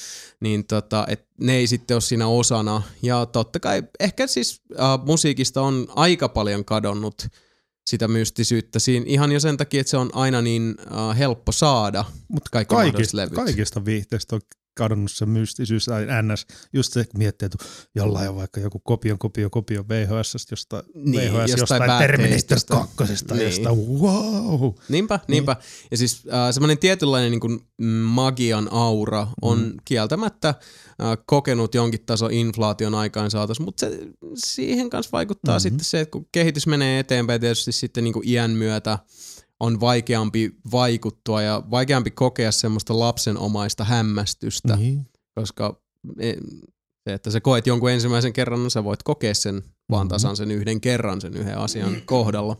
S1: niin tota, et ne ei sitten ole siinä osana. Ja totta kai ehkä siis äh, musiikista on aika paljon kadonnut sitä mystisyyttä siinä, ihan jo sen takia, että se on aina niin äh, helppo saada
S8: Mut
S1: kaikki mahdolliset
S8: Kaikista,
S1: levyt.
S8: kaikista viihteistä on kadonnut se mystisyys, tai ns. Just se miettii, että jollain on vaikka joku kopion, kopion, kopion VHS jostain,
S1: Niin,
S8: VHS
S1: jostain
S8: jostain,
S1: päätteistä.
S8: Terminator 2
S1: Niin.
S8: niin. jostain, wow.
S1: Niinpä, niinpä. Ja siis äh, semmoinen tietynlainen niin kuin, mm, magian aura on mm. kieltämättä äh, kokenut jonkin taso inflaation aikaansaatossa, mutta se, siihen kanssa vaikuttaa mm-hmm. sitten se, että kun kehitys menee eteenpäin tietysti sitten niin kuin iän myötä on vaikeampi vaikuttua ja vaikeampi kokea semmoista lapsenomaista hämmästystä, mm-hmm.
S8: Niin.
S1: koska e, se, että sä koet jonkun ensimmäisen kerran, no sä voit kokea sen vaan
S8: Mhm.
S1: tasan sen yhden kerran sen yhden asian kohdalla.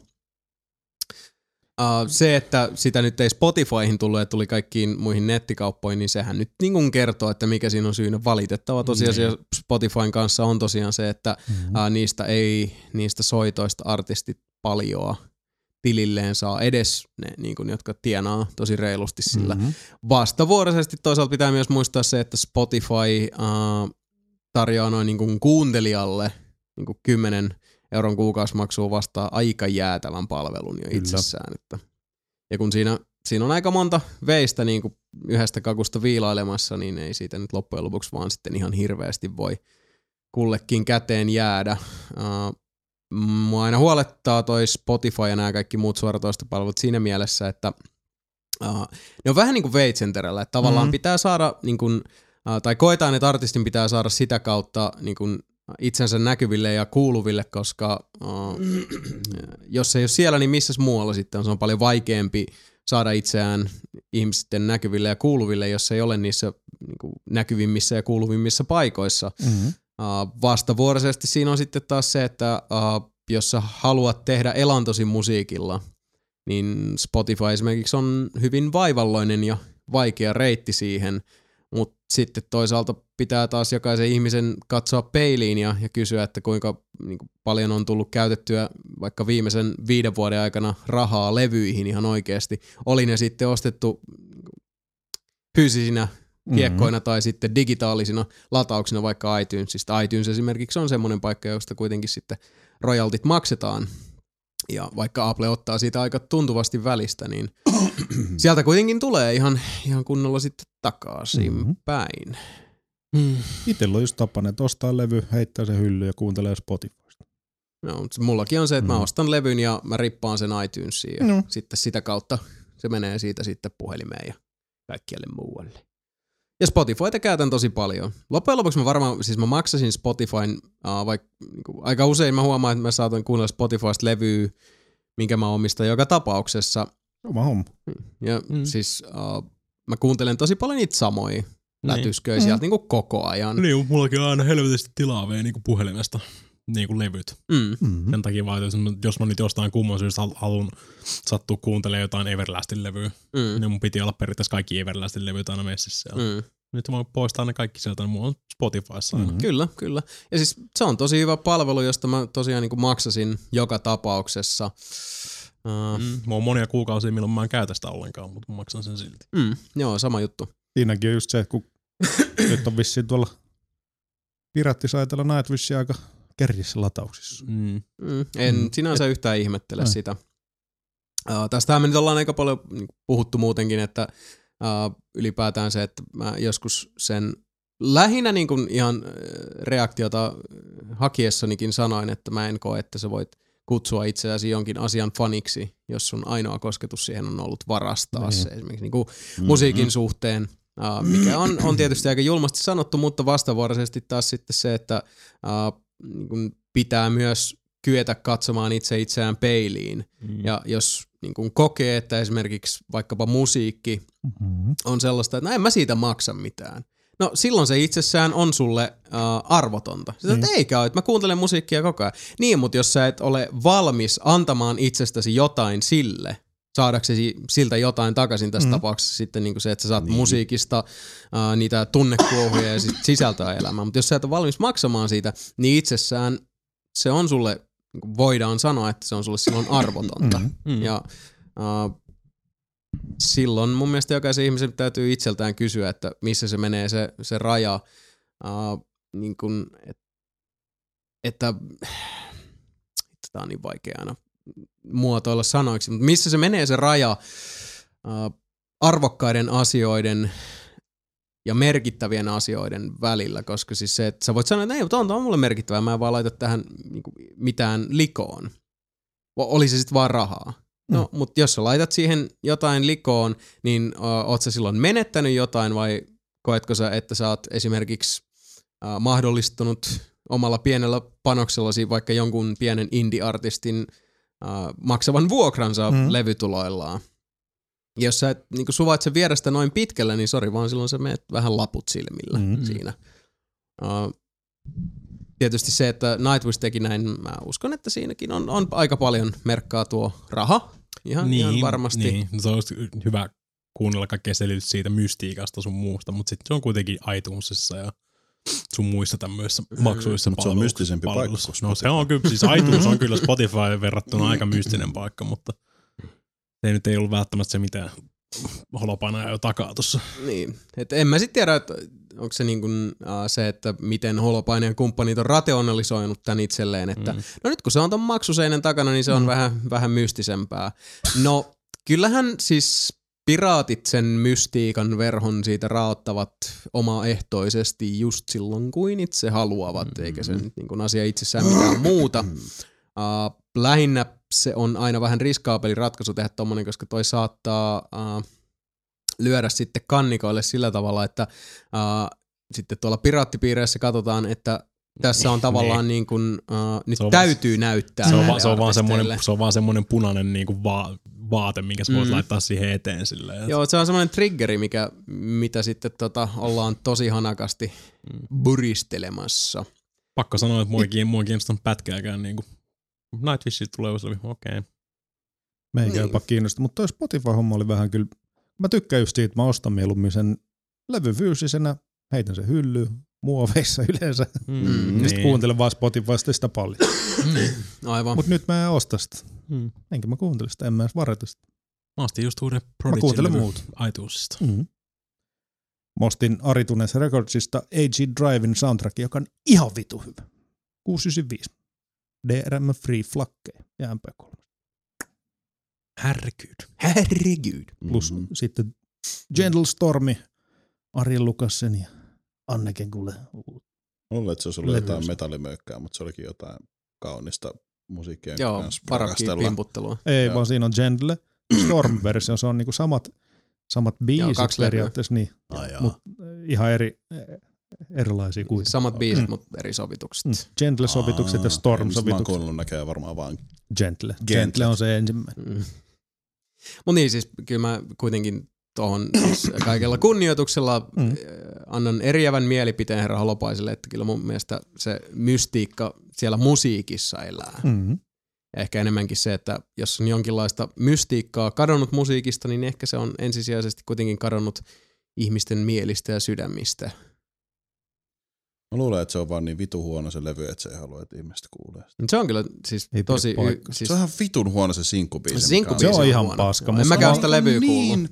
S1: Uh, se, että sitä nyt ei Spotifyhin tullut ja tuli kaikkiin muihin nettikauppoihin, niin sehän nyt niin kuin kertoo, että mikä siinä on syynä. Valitettava tosiasia Spotifyn kanssa on tosiaan se, että
S8: Mm-hmm.
S1: uh, niistä ei, niistä soitoista artistit paljoa tililleen saa edes ne, niin kuin, jotka tienaa tosi reilusti sillä
S4: Mm.
S8: Mm-hmm.
S1: vastavuoroisesti toisaalta pitää myös muistaa se, että Spotify äh, tarjoaa noin niin kuin kuuntelijalle niin kuin 10 euron kuukausimaksua vastaa aika jäätävän palvelun jo
S8: Kyllä.
S1: itsessään. Että. Ja kun siinä, siinä on aika monta veistä niin kuin yhdestä kakusta viilailemassa, niin ei siitä nyt loppujen lopuksi vaan sitten ihan hirveästi voi kullekin käteen jäädä. Äh, mua aina huolettaa toi Spotify ja nämä kaikki muut suoratoistopalvelut siinä mielessä, että äh, ne on vähän niin kuin veitsenterällä, että tavallaan mm-hmm.
S8: Mhm.
S1: pitää saada, niin kuin, äh, tai koetaan, että artistin pitää saada sitä kautta niin kuin, itsensä näkyville ja kuuluville, koska äh, jos ei ole siellä, niin missäs muualla sitten on? Se on paljon vaikeampi saada itseään ihmisten näkyville ja kuuluville, jos ei ole niissä niin kuin, näkyvimmissä ja kuuluvimmissa paikoissa.
S8: Mm-hmm.
S1: Uh, vastavuoroisesti siinä on sitten taas se, että uh, jos sä haluat tehdä elantosi musiikilla, niin Spotify esimerkiksi on hyvin vaivalloinen ja vaikea reitti siihen, mutta sitten toisaalta pitää taas jokaisen ihmisen katsoa peiliin ja, ja kysyä, että kuinka niin kuin paljon on tullut käytettyä vaikka viimeisen viiden vuoden aikana rahaa levyihin ihan oikeasti. Oli ne sitten ostettu niin kuin fyysisinä kiekkoina mm-hmm. tai sitten digitaalisina latauksina vaikka iTunesista. iTunes esimerkiksi on semmoinen paikka, josta kuitenkin sitten royaltit maksetaan. Ja vaikka Apple ottaa siitä aika tuntuvasti välistä, niin sieltä kuitenkin tulee ihan, ihan kunnolla sitten
S8: Mhm.
S1: takaisinpäin.
S8: Itellä on just tapana, että ostaa levy, heittää se hylly ja kuuntelee Spotifysta.
S1: No, mut mullakin on se, että mä
S8: Mm.
S1: ostan levyn ja mä rippaan sen iTunesiin ja
S8: No.
S1: sitten sitä kautta se menee siitä sitten puhelimeen ja kaikkialle muualle. Ja Spotifyta käytän tosi paljon. Loppujen lopuksi mä varmaan, siis mä maksasin Spotifyn, äh, vaikka niinku, aika usein mä huomaan, että mä saatan kuunnella Spotifysta levyä, minkä mä omistan joka tapauksessa.
S8: Oma homma.
S1: Ja mm.
S2: Mm.
S1: siis äh, mä kuuntelen tosi paljon niitä samoja lätysköjä
S8: Mm.
S1: sieltä niinku koko ajan.
S2: Niin, mullakin on aina helvetisti tilaa vei niinku puhelimesta. niin kuin levyt.
S1: Mm.
S8: Mm-hmm.
S2: Sen takia vaan, että jos mä- jos mä nyt jostain kumman syystä hal- haluan sattua kuuntelemaan jotain Everlastin levyä,
S1: Mm.
S2: niin mun piti olla periaatteessa kaikki Everlastin levyt aina messissä. Mm.
S1: Mm.
S2: Nyt mä voin poistaa ne kaikki sieltä, niin mulla on Spotifyssa
S8: Mm-hmm.
S2: aina. Mm.
S1: Kyllä, kyllä. Ja siis se on tosi hyvä palvelu, josta mä tosiaan niin maksasin joka tapauksessa.
S3: Mm-hmm.
S1: Uh,
S2: Mm. Mä oon monia kuukausia, milloin mä en käytä sitä ollenkaan, mutta mä maksan sen silti.
S1: mm, joo, sama juttu.
S8: Siinäkin on just se, kun nyt on vissiin tuolla piraattisaitella Nightwish aika kärjissä latauksissa.
S2: Mm.
S1: Mm, en
S8: Mm.
S1: mm. sinänsä yhtään ihmettele
S8: Ei.
S1: sitä. Uh, tästähän me nyt ollaan aika paljon niinku puhuttu muutenkin, että uh, ylipäätään se, että mä joskus sen lähinnä niin kuin ihan äh, reaktiota äh, hakiessanikin sanoin, että mä en koe, että sä voit kutsua itseäsi jonkin asian faniksi, jos sun ainoa kosketus siihen on ollut varastaa
S8: Niin.
S1: niin. se esimerkiksi niin kuin musiikin mm-hmm. suhteen, äh, mikä on, on tietysti aika julmasti sanottu, mutta vastavuoroisesti taas sitten se, että äh, niin kun pitää myös kyetä katsomaan itse itseään peiliin.
S2: Mm.
S1: Ja jos niin kun kokee, että esimerkiksi vaikkapa musiikki
S8: Mm-hmm.
S1: on sellaista, että no en mä siitä maksa mitään. No silloin se itsessään on sulle äh, arvotonta. Sitä, että eikä ole, että mä kuuntelen musiikkia koko ajan. Niin, mutta jos sä et ole valmis antamaan itsestäsi jotain sille, saadaksesi siltä jotain takaisin tässä mm. tapauksessa sitten niin kuin se, että sä saat niin. musiikista äh, niitä tunnekuohuja ja sit sisältöä elämään. Mutta jos sä et ole valmis maksamaan siitä, niin itsessään se on sulle, niin kuin voidaan sanoa, että se on sulle silloin arvotonta.
S8: Mm-hmm.
S1: Mm. Ja uh, silloin mun mielestä jokaisen ihmisen täytyy itseltään kysyä, että missä se menee se, se raja. Uh, niin kun, et, että tämä on niin vaikea aina muotoilla sanoiksi, mutta missä se menee se raja uh, arvokkaiden asioiden ja merkittävien asioiden välillä, koska siis se, että sä voit sanoa, että ei, mutta on, tää on mulle merkittävää, mä en vaan laita tähän niin kuin, mitään likoon. O- Oli se sitten vaan rahaa. No, mm. mutta jos sä laitat siihen jotain likoon, niin ö, oot sä silloin menettänyt jotain vai koetko sä, että sä oot esimerkiksi ö, mahdollistunut omalla pienellä panoksellasi vaikka jonkun pienen indie-artistin ö, maksavan vuokransa
S8: Mm.
S1: mm. levytuloillaan? Ja Jos sä et niin suvaitse vierestä noin pitkälle, niin sori vaan silloin sä menet vähän laput silmillä
S8: Mm.
S1: mm. siinä. Ö, tietysti se, että Nightwish teki näin, mä uskon, että siinäkin on, on aika paljon merkkaa tuo raha. Ihan, niin, ihan varmasti. Niin.
S2: Niin. No, se olisi hyvä kuunnella kaikkea selitystä siitä mystiikasta sun muusta, mutta sitten se on kuitenkin iTunesissa ja sun muissa tämmöisissä maksuissa
S3: Mut se on
S2: palveluissa-
S3: mystisempi paikka
S2: palveluissa.
S3: kuin Mm.
S2: No se on kyllä, siis iTunes on kyllä Spotify verrattuna aika mystinen paikka, mutta se nyt ei ollut välttämättä se mitään holopana jo takaa tuossa.
S1: Niin. Et en mä sitten tiedä, että onko se, niin kun, äh, se, että miten Holopainen ja kumppanit on rationalisoinut tämän itselleen, että mm. no nyt kun se on ton maksuseinen takana, niin se on mm. vähän, vähän mystisempää. No kyllähän siis piraatit sen mystiikan verhon siitä raottavat omaehtoisesti just silloin, kuin itse haluavat, mm. eikä se nyt niin kun asia itsessään mitään muuta. Uh, lähinnä se on aina vähän riskaapeli ratkaisu tehdä tommonen, koska toi saattaa uh, lyödä sitten kannikoille sillä tavalla, että uh, sitten tuolla piraattipiireissä katsotaan, että tässä on tavallaan niin kuin, uh, nyt
S2: Se on
S1: täytyy näyttää
S2: Se on, va-
S1: näille
S2: se, on vaan semmoinen,
S1: artisteille.
S2: se on vaan semmoinen punainen niinku va- vaate, minkä sä voit
S1: Mm.
S2: laittaa siihen eteen silleen. että-
S1: Joo, se on semmoinen triggeri, mikä, mitä sitten tota, ollaan tosi hanakasti buristelemassa.
S2: pakko sanoa, että mua ei kiin- mua ei kiinnostanut pätkääkään niinku. Nightwishit tulee uusi levy, okei. Okay.
S8: Meikä
S1: Niin.
S8: jopa kiinnosta, mutta toi Spotify-homma oli vähän kyllä, mä tykkään just siitä, mä ostan mieluummin sen levy fyysisenä, heitän sen hyllyyn, muoveissa yleensä,
S1: Mm.
S3: Mm-hmm.
S8: niin. sitten kuuntelen vaan Spotifysta sitä paljon.
S1: Aivan.
S8: Mutta nyt mä en osta sitä,
S2: Mm.
S8: enkä mä kuuntele sitä, en mä edes varata sitä.
S2: Mä ostin just uuden
S8: Mä kuuntelen
S2: Prodigy-levy
S8: muut.
S2: iTunesista.
S8: Mm. Mä ostin Aritunes Recordsista AG Driven soundtrack, joka on ihan vitu hyvä. 695. DRM Free Flakke ja MP3.
S2: Härkyyd.
S1: Herregud.
S8: Plus mm-hmm. sitten Gentle Stormi, Ari Lukassen ja Anneken kuule.
S3: Mulle, että se olisi ollut
S8: Levyys.
S3: jotain metallimöykkää, mutta se olikin jotain kaunista musiikkia. jonka
S1: Joo,
S3: kanssa
S1: parakkiin
S3: rakastella.
S1: pimputtelua.
S8: Ei,
S3: Joo.
S8: Joo. vaan siinä on Gentle Storm-versio. Se on niinku samat, samat biisit
S1: kaksi levyä.
S8: periaatteessa, niin,
S3: Ai jaa.
S8: mutta ihan eri, erilaisia kuitenkin.
S1: Samat biisit,
S8: Mm.
S1: mutta eri sovitukset.
S8: Mm. Gentle-sovitukset ja
S3: Aa, Mä oon
S8: Storm-sovitukset.
S3: kuullut näköjään varmaan vaan.
S8: Gentle.
S3: Gentle.
S8: Gentle on se ensimmäinen.
S1: Mm. Mut niin, siis kyllä mä kuitenkin tohon siis kaikella kunnioituksella
S8: Mm.
S1: mm. annan eriävän mielipiteen herra Holopaiselle, että kyllä mun mielestä se mystiikka siellä musiikissa elää.
S8: Mm-hmm.
S1: Ja ehkä enemmänkin se, että jos on jonkinlaista mystiikkaa kadonnut musiikista, niin ehkä se on ensisijaisesti kuitenkin kadonnut ihmisten mielistä ja sydämistä.
S3: Mä luulen, että se on vaan niin vitu huono se levy, että se ei halua, että ihmiset kuulee sitä.
S1: Mut Se on kyllä siis
S8: Ei pidä
S1: tosi... Y,
S8: paikkaansa.
S1: siis,
S3: Se on ihan vitun huono se sinkkubiisi.
S1: Sinkkubiisi
S8: Se on ihan
S1: huono.
S8: paska,
S1: Joo,
S8: mutta
S1: En
S8: se
S1: mäkään
S8: on-
S1: ole sitä levyä kuullut.
S3: Niin,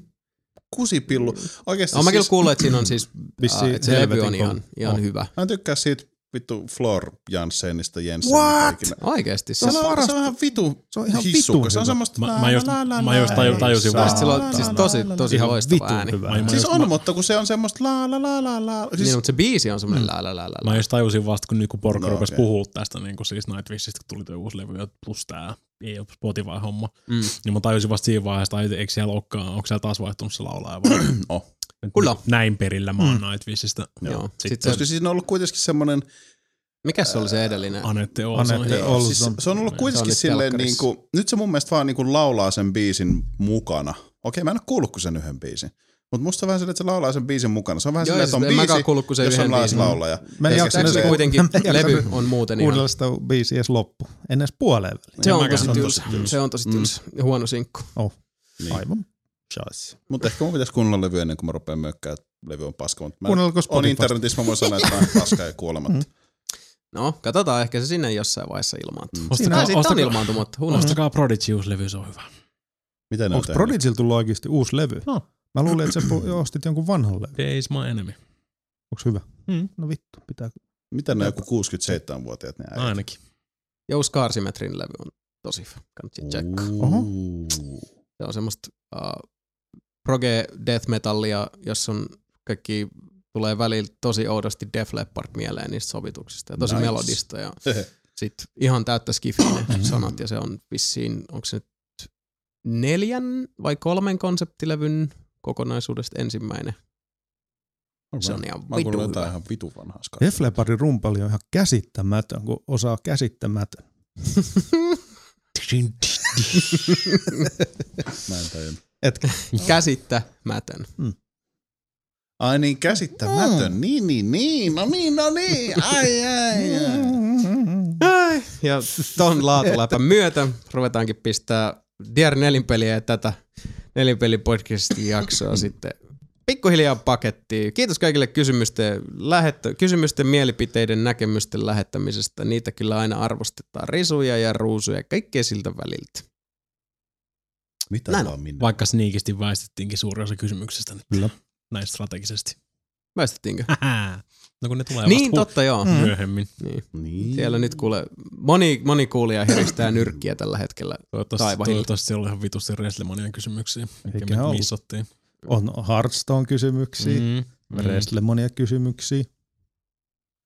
S3: kusipillu. Oikeasti
S1: Olen mä kyllä
S3: siis,
S1: kuullut, että siinä on siis,
S8: Vissiin
S1: äh, että se levy
S8: helvetin
S1: on ihan,
S8: kova.
S1: ihan
S8: On.
S1: hyvä.
S3: mä en tykkää siitä vittu Flor Janssenista Jensenistä.
S8: What?
S3: ikinä.
S1: Oikeesti.
S3: Se on,
S1: Siis,
S3: se on ihan vitu
S8: Se on ihan
S3: hissukka.
S8: vitun
S3: Se on
S8: hyvä.
S3: semmoista...
S2: Mä- mä just- mä just taju- tajusin
S3: saa-
S1: Just silloin- siis tosi- tosi
S8: Ihan
S1: loistava
S8: vitun
S1: ääni.
S8: hyvä
S2: Ai mä-
S8: ääni.
S3: Siis
S2: just-
S3: on, mutta kun se on semmoista la la la la la. Siis
S1: niin, mutta se biisi on
S8: Mm.
S1: semmoinen lää lää lää lää.
S2: Mä just tajusin vasta, kun niinku Porko
S3: No,
S2: no, rupesi
S3: okei.
S2: okay. puhua tästä niinku siis Nightwishista, kun tuli tuo uusi levy ja plus tää ei ole Spotify-homma.
S1: Mm.
S2: Niin mä tajusin vasta siinä vaiheessa, että eikö siellä olekaan, onko siellä taas vaihtunut se laulaja vai?
S3: On.
S2: Nyt
S1: Kyllä. Mm.
S2: Näin perillä mä oon Nightwishista.
S1: Joo.
S2: Sitten
S1: Sitten
S3: Koska siinä on ollut kuitenkin semmoinen,
S1: Mikä se oli se edellinen?
S2: Anette Olsen.
S8: Anette
S2: Joo.
S8: Olsen.
S3: siis se on ollut
S1: Se
S3: kuitenkin
S1: oli
S3: silleen niin
S1: telkkarissa.
S3: kuin, nyt se mun mielestä vaan niin kuin laulaa sen biisin mukana. Okei, mä en ole kuullut kuin sen yhden biisin. Mutta musta on vähän silleen, että se laulaa sen biisin mukana. Se on vähän
S1: Joo,
S3: silleen,
S1: ja
S3: että on
S1: sitten en mäkään
S3: biisi,
S1: kuullut kuin se
S3: jos on
S1: yhden biisin. Siis
S3: laulaja.
S8: Mä en
S3: Ja
S8: jaksanut
S1: Se
S3: se-
S1: kuitenkin
S8: Mä en jaksanut
S1: levy on muuten ihan...
S8: Kuunnella sitä biisiä edes loppu. En edes puoleen väliin.
S1: Se on
S2: mäkään.
S1: tosi
S2: Se on
S1: tylsä. Se on
S8: Mm.
S1: tosi tylsä. Ja Huono sinkku.
S3: Niin.
S8: Oh. Aivan. Chas.
S3: Mutta ehkä mun pitäisi kuunnella levy ennen kuin mä rupean mökkää, että levy on paska. Mutta mä
S8: Kuunnelko
S3: on
S8: Spotify?
S3: internetissä, mä voin sanoa, että mä oon paska ja
S1: Mm-hmm.
S3: kuolematta.
S1: No, katsotaan ehkä se sinne jossain vaiheessa ilmaantuu.
S2: Mm.
S1: Siinä tai
S2: Ostakaa-
S1: sitten on Mm.
S2: ostakaa-
S1: ilmaantumatta. Who knows?
S2: Ostakaa Prodigy uusi levy, se on hyvä.
S3: Mitä ne on
S8: Onko
S3: tehnyt?
S8: Prodigil tullut oikeasti uusi levy? No. Mä luulin, että sä pu- ostit jonkun vanhan levy.
S2: Days My Enemy.
S8: Onko hyvä?
S2: Mm.
S8: No vittu, pitää.
S3: Mitä ne on joku 67-vuotiaat ne äijät?
S2: Ainakin.
S1: Jous Karsimetrin levy on tosi hyvä. Kannattaa tsekkaa.
S8: Oho.
S3: Ooh.
S1: Se on semmoista uh, proge death metallia, jossa on kaikki tulee välillä tosi oudosti Def Leppard mieleen niistä sovituksista ja tosi
S3: Nice. Mm.
S1: nice. melodista ja sit ihan täyttä skifiä ne sanat ja se on vissiin, onko se nyt neljän vai kolmen konseptilevyn kokonaisuudesta ensimmäinen. Se on ihan
S3: Mä oon
S1: vitu
S3: kuullut jotain
S1: hyvä.
S3: ihan vitu vanhaa skaa.
S8: Def Leppardin rumpali on ihan käsittämätön, kun osaa käsittämätön.
S3: Mä en tajunnut.
S1: Käsittämätön.
S3: Ai niin, käsittämätön. Mm. Niin, niin, niin. No niin, no niin. Ai, ai, ai.
S1: Mm. Ai, Ja ton laatuläpän myötä ruvetaankin pistää Diar nelinpeliä ja tätä nelinpelipodcastin jaksoa sitten pikkuhiljaa pakettiin. Kiitos kaikille kysymysten, lähettä, kysymysten, mielipiteiden, näkemysten lähettämisestä. Niitä kyllä aina arvostetaan risuja ja ruusuja ja kaikkea siltä väliltä.
S3: Mitä
S1: Näin
S3: vaan minne?
S2: Vaikka sniikisti väistettiinkin suurin osa kysymyksistä nyt. Kyllä. Siis Näin strategisesti.
S1: Väistettiinkö?
S2: Hähää. No kun ne tulee
S1: Niin,
S2: vasta
S1: totta joo.
S2: hu- myöhemmin.
S3: Niin.
S1: Siellä nyt kuule, moni, moni kuulija heristää nyrkkiä tällä hetkellä.
S2: Toivottavasti,
S1: Taivahilta.
S2: toivottavasti siellä oli ihan vitusti Wrestlemanian kysymyksiä, mitkä
S8: Eiköhän
S2: me
S8: ollut.
S2: missattiin.
S8: On Hearthstone-kysymyksiä, mm.
S2: Mm.
S8: Wrestlemonia-kysymyksiä,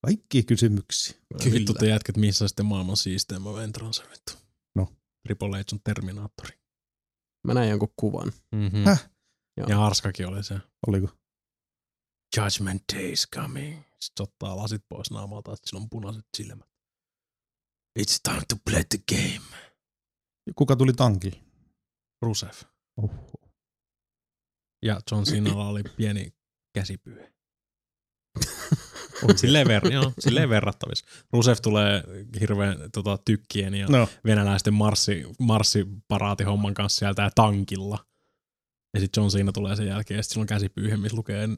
S8: kaikki kysymyksiä.
S1: Kyllä.
S2: Vittu te jätkät missä sitten maailman siisteimmä ventransa vittu.
S8: No.
S2: Triple H on Terminaattori.
S1: Mä näin jonkun kuvan.
S2: Mm-hmm.
S8: Häh?
S2: Ja Harskakin oli se.
S8: Oliko?
S2: Judgment Day is coming. Sitten se ottaa lasit pois naamalta, että sillä on punaiset silmät. It's time to play the game.
S8: Kuka tuli tankille?
S2: Rusev.
S8: Oho.
S2: Ja John Cenalla oli pieni käsipyhe. Silleen, ver- joo, silleen verrattavissa. Rusev tulee hirveän tota, tykkien ja
S8: No,
S2: venäläisten marssi, marssiparaatihomman kanssa sieltä tankilla. Ja sitten John siinä tulee sen jälkeen, ja sitten sillä on käsipyyhe, missä lukee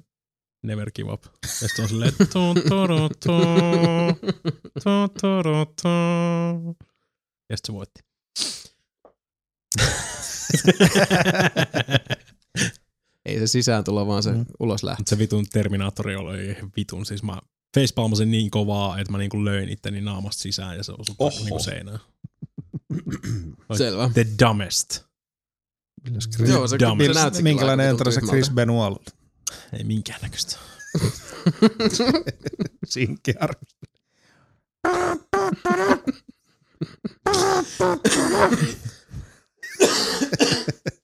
S2: Never give up. Ja sitten on silleen tun, turu, tun, tun, turu, tun. Ja sitten se voitti.
S1: Ei se sisään tulla, vaan se
S8: Mm.
S1: mm. ulos lähtee.
S2: Mut se vitun Terminaattori oli ihan vitun. Siis mä facepalmasin niin kovaa, että mä niinku löin itteni naamasta sisään ja se osui taas
S3: Oho.
S2: niinku seinään.
S1: Selvä.
S2: The dumbest.
S8: milläs Chris-
S4: Niin.
S1: Joo, se,
S2: Dumb.
S1: se näytti
S8: minkälainen
S1: kyllä aika
S8: entro se
S1: tyhmältä.
S8: Chris Benoit oli?
S2: Ei minkäännäköistä.
S8: Sinkki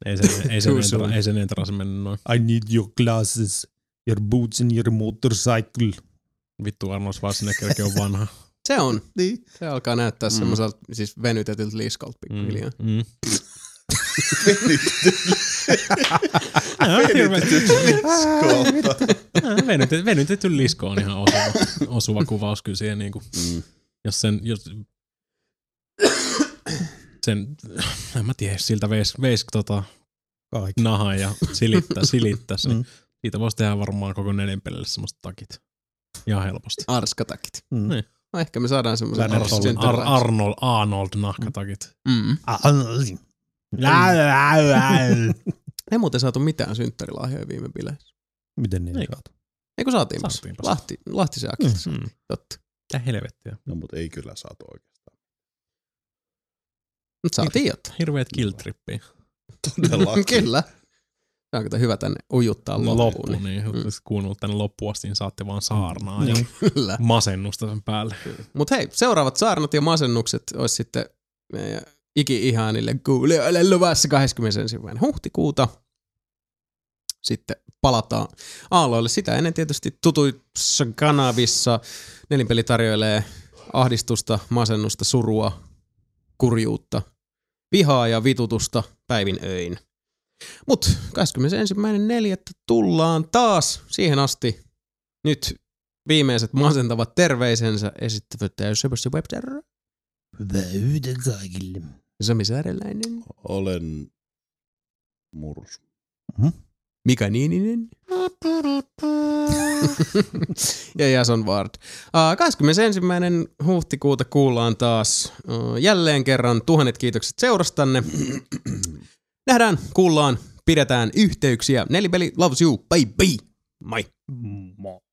S2: Ei sen, ei sen,
S1: Too
S2: entra,
S1: soon.
S2: ei sen entra, se mennyt noin.
S8: I need your glasses, your boots and your motorcycle.
S2: Vittu Arnold Schwarzeneggerkin on vanha.
S1: Se on.
S8: Niin.
S1: Se alkaa näyttää mm. semmoiselta siis venytetyltä liskolta pikkuhiljaa.
S2: Mm. Mm. Venytetty, Äh, venytetty lisko on ihan osuva, osuva kuvaus kyllä siihen. Niin kuin,
S3: Mm.
S2: jos sen, jos, sen, en mä tiedä, siltä veis, veis tota,
S8: Kaikki.
S2: nahan ja silittää, silittää sen.
S8: Mm.
S2: Mm. Siitä voisi tehdä varmaan koko nelinpelille semmoista takit. Ihan helposti.
S1: Arskatakit.
S8: Mm.
S2: Niin.
S1: No ehkä me saadaan semmoisen
S8: Lähdet
S1: Arnold
S8: tolleen.
S2: Ar-
S1: Center-
S2: Arnold, Arnold nahkatakit.
S1: Mm.
S8: Lä, lä, lä.
S1: Ei muuten saatu mitään synttärilahjoja viime bileissä.
S8: Miten niin?
S2: Eikö?
S1: Eikö saatiin? vasta?
S2: Saatiin vasta.
S1: Lahti, Lahti se akilta.
S2: Mm.
S1: Totta.
S2: Mitä helvettiä.
S3: No mut ei kyllä saatu oikeastaan.
S1: Mut saatiin jotain.
S2: Hirveet killtrippiä.
S3: Todellakin.
S1: Kyllä. Saanko tämä hyvä tänne ujuttaa
S2: Loppuun,
S1: loppuun?
S2: loppuun niin
S1: Mm. Niin.
S2: mm. jos kuunnellut tänne loppuun asti, niin saatte vaan saarnaa ja
S1: Kyllä.
S2: masennusta sen päälle.
S1: Mut hei, seuraavat saarnat ja masennukset olisi sitten meidän iki-ihanille kuulijoille luvassa 21. huhtikuuta. Sitten palataan aalloille. Sitä ennen tietysti tutuissa kanavissa nelinpeli tarjoilee ahdistusta, masennusta, surua, kurjuutta, vihaa ja vitutusta päivin öin. Mut 21.4. tullaan taas siihen asti. Nyt viimeiset masentavat terveisensä esittävät Sebastian Webster,
S7: Väyden kaikille.
S1: Sami Sääreläinen,
S3: Olen murs.
S1: Mika Niininen ja Jason Ward. Ää, 21. huhtikuuta kuullaan taas ää, jälleen kerran. Tuhannet kiitokset seurastanne. Nähdään, kuullaan, pidetään yhteyksiä. Nelipeli loves you, bye bye. Moi.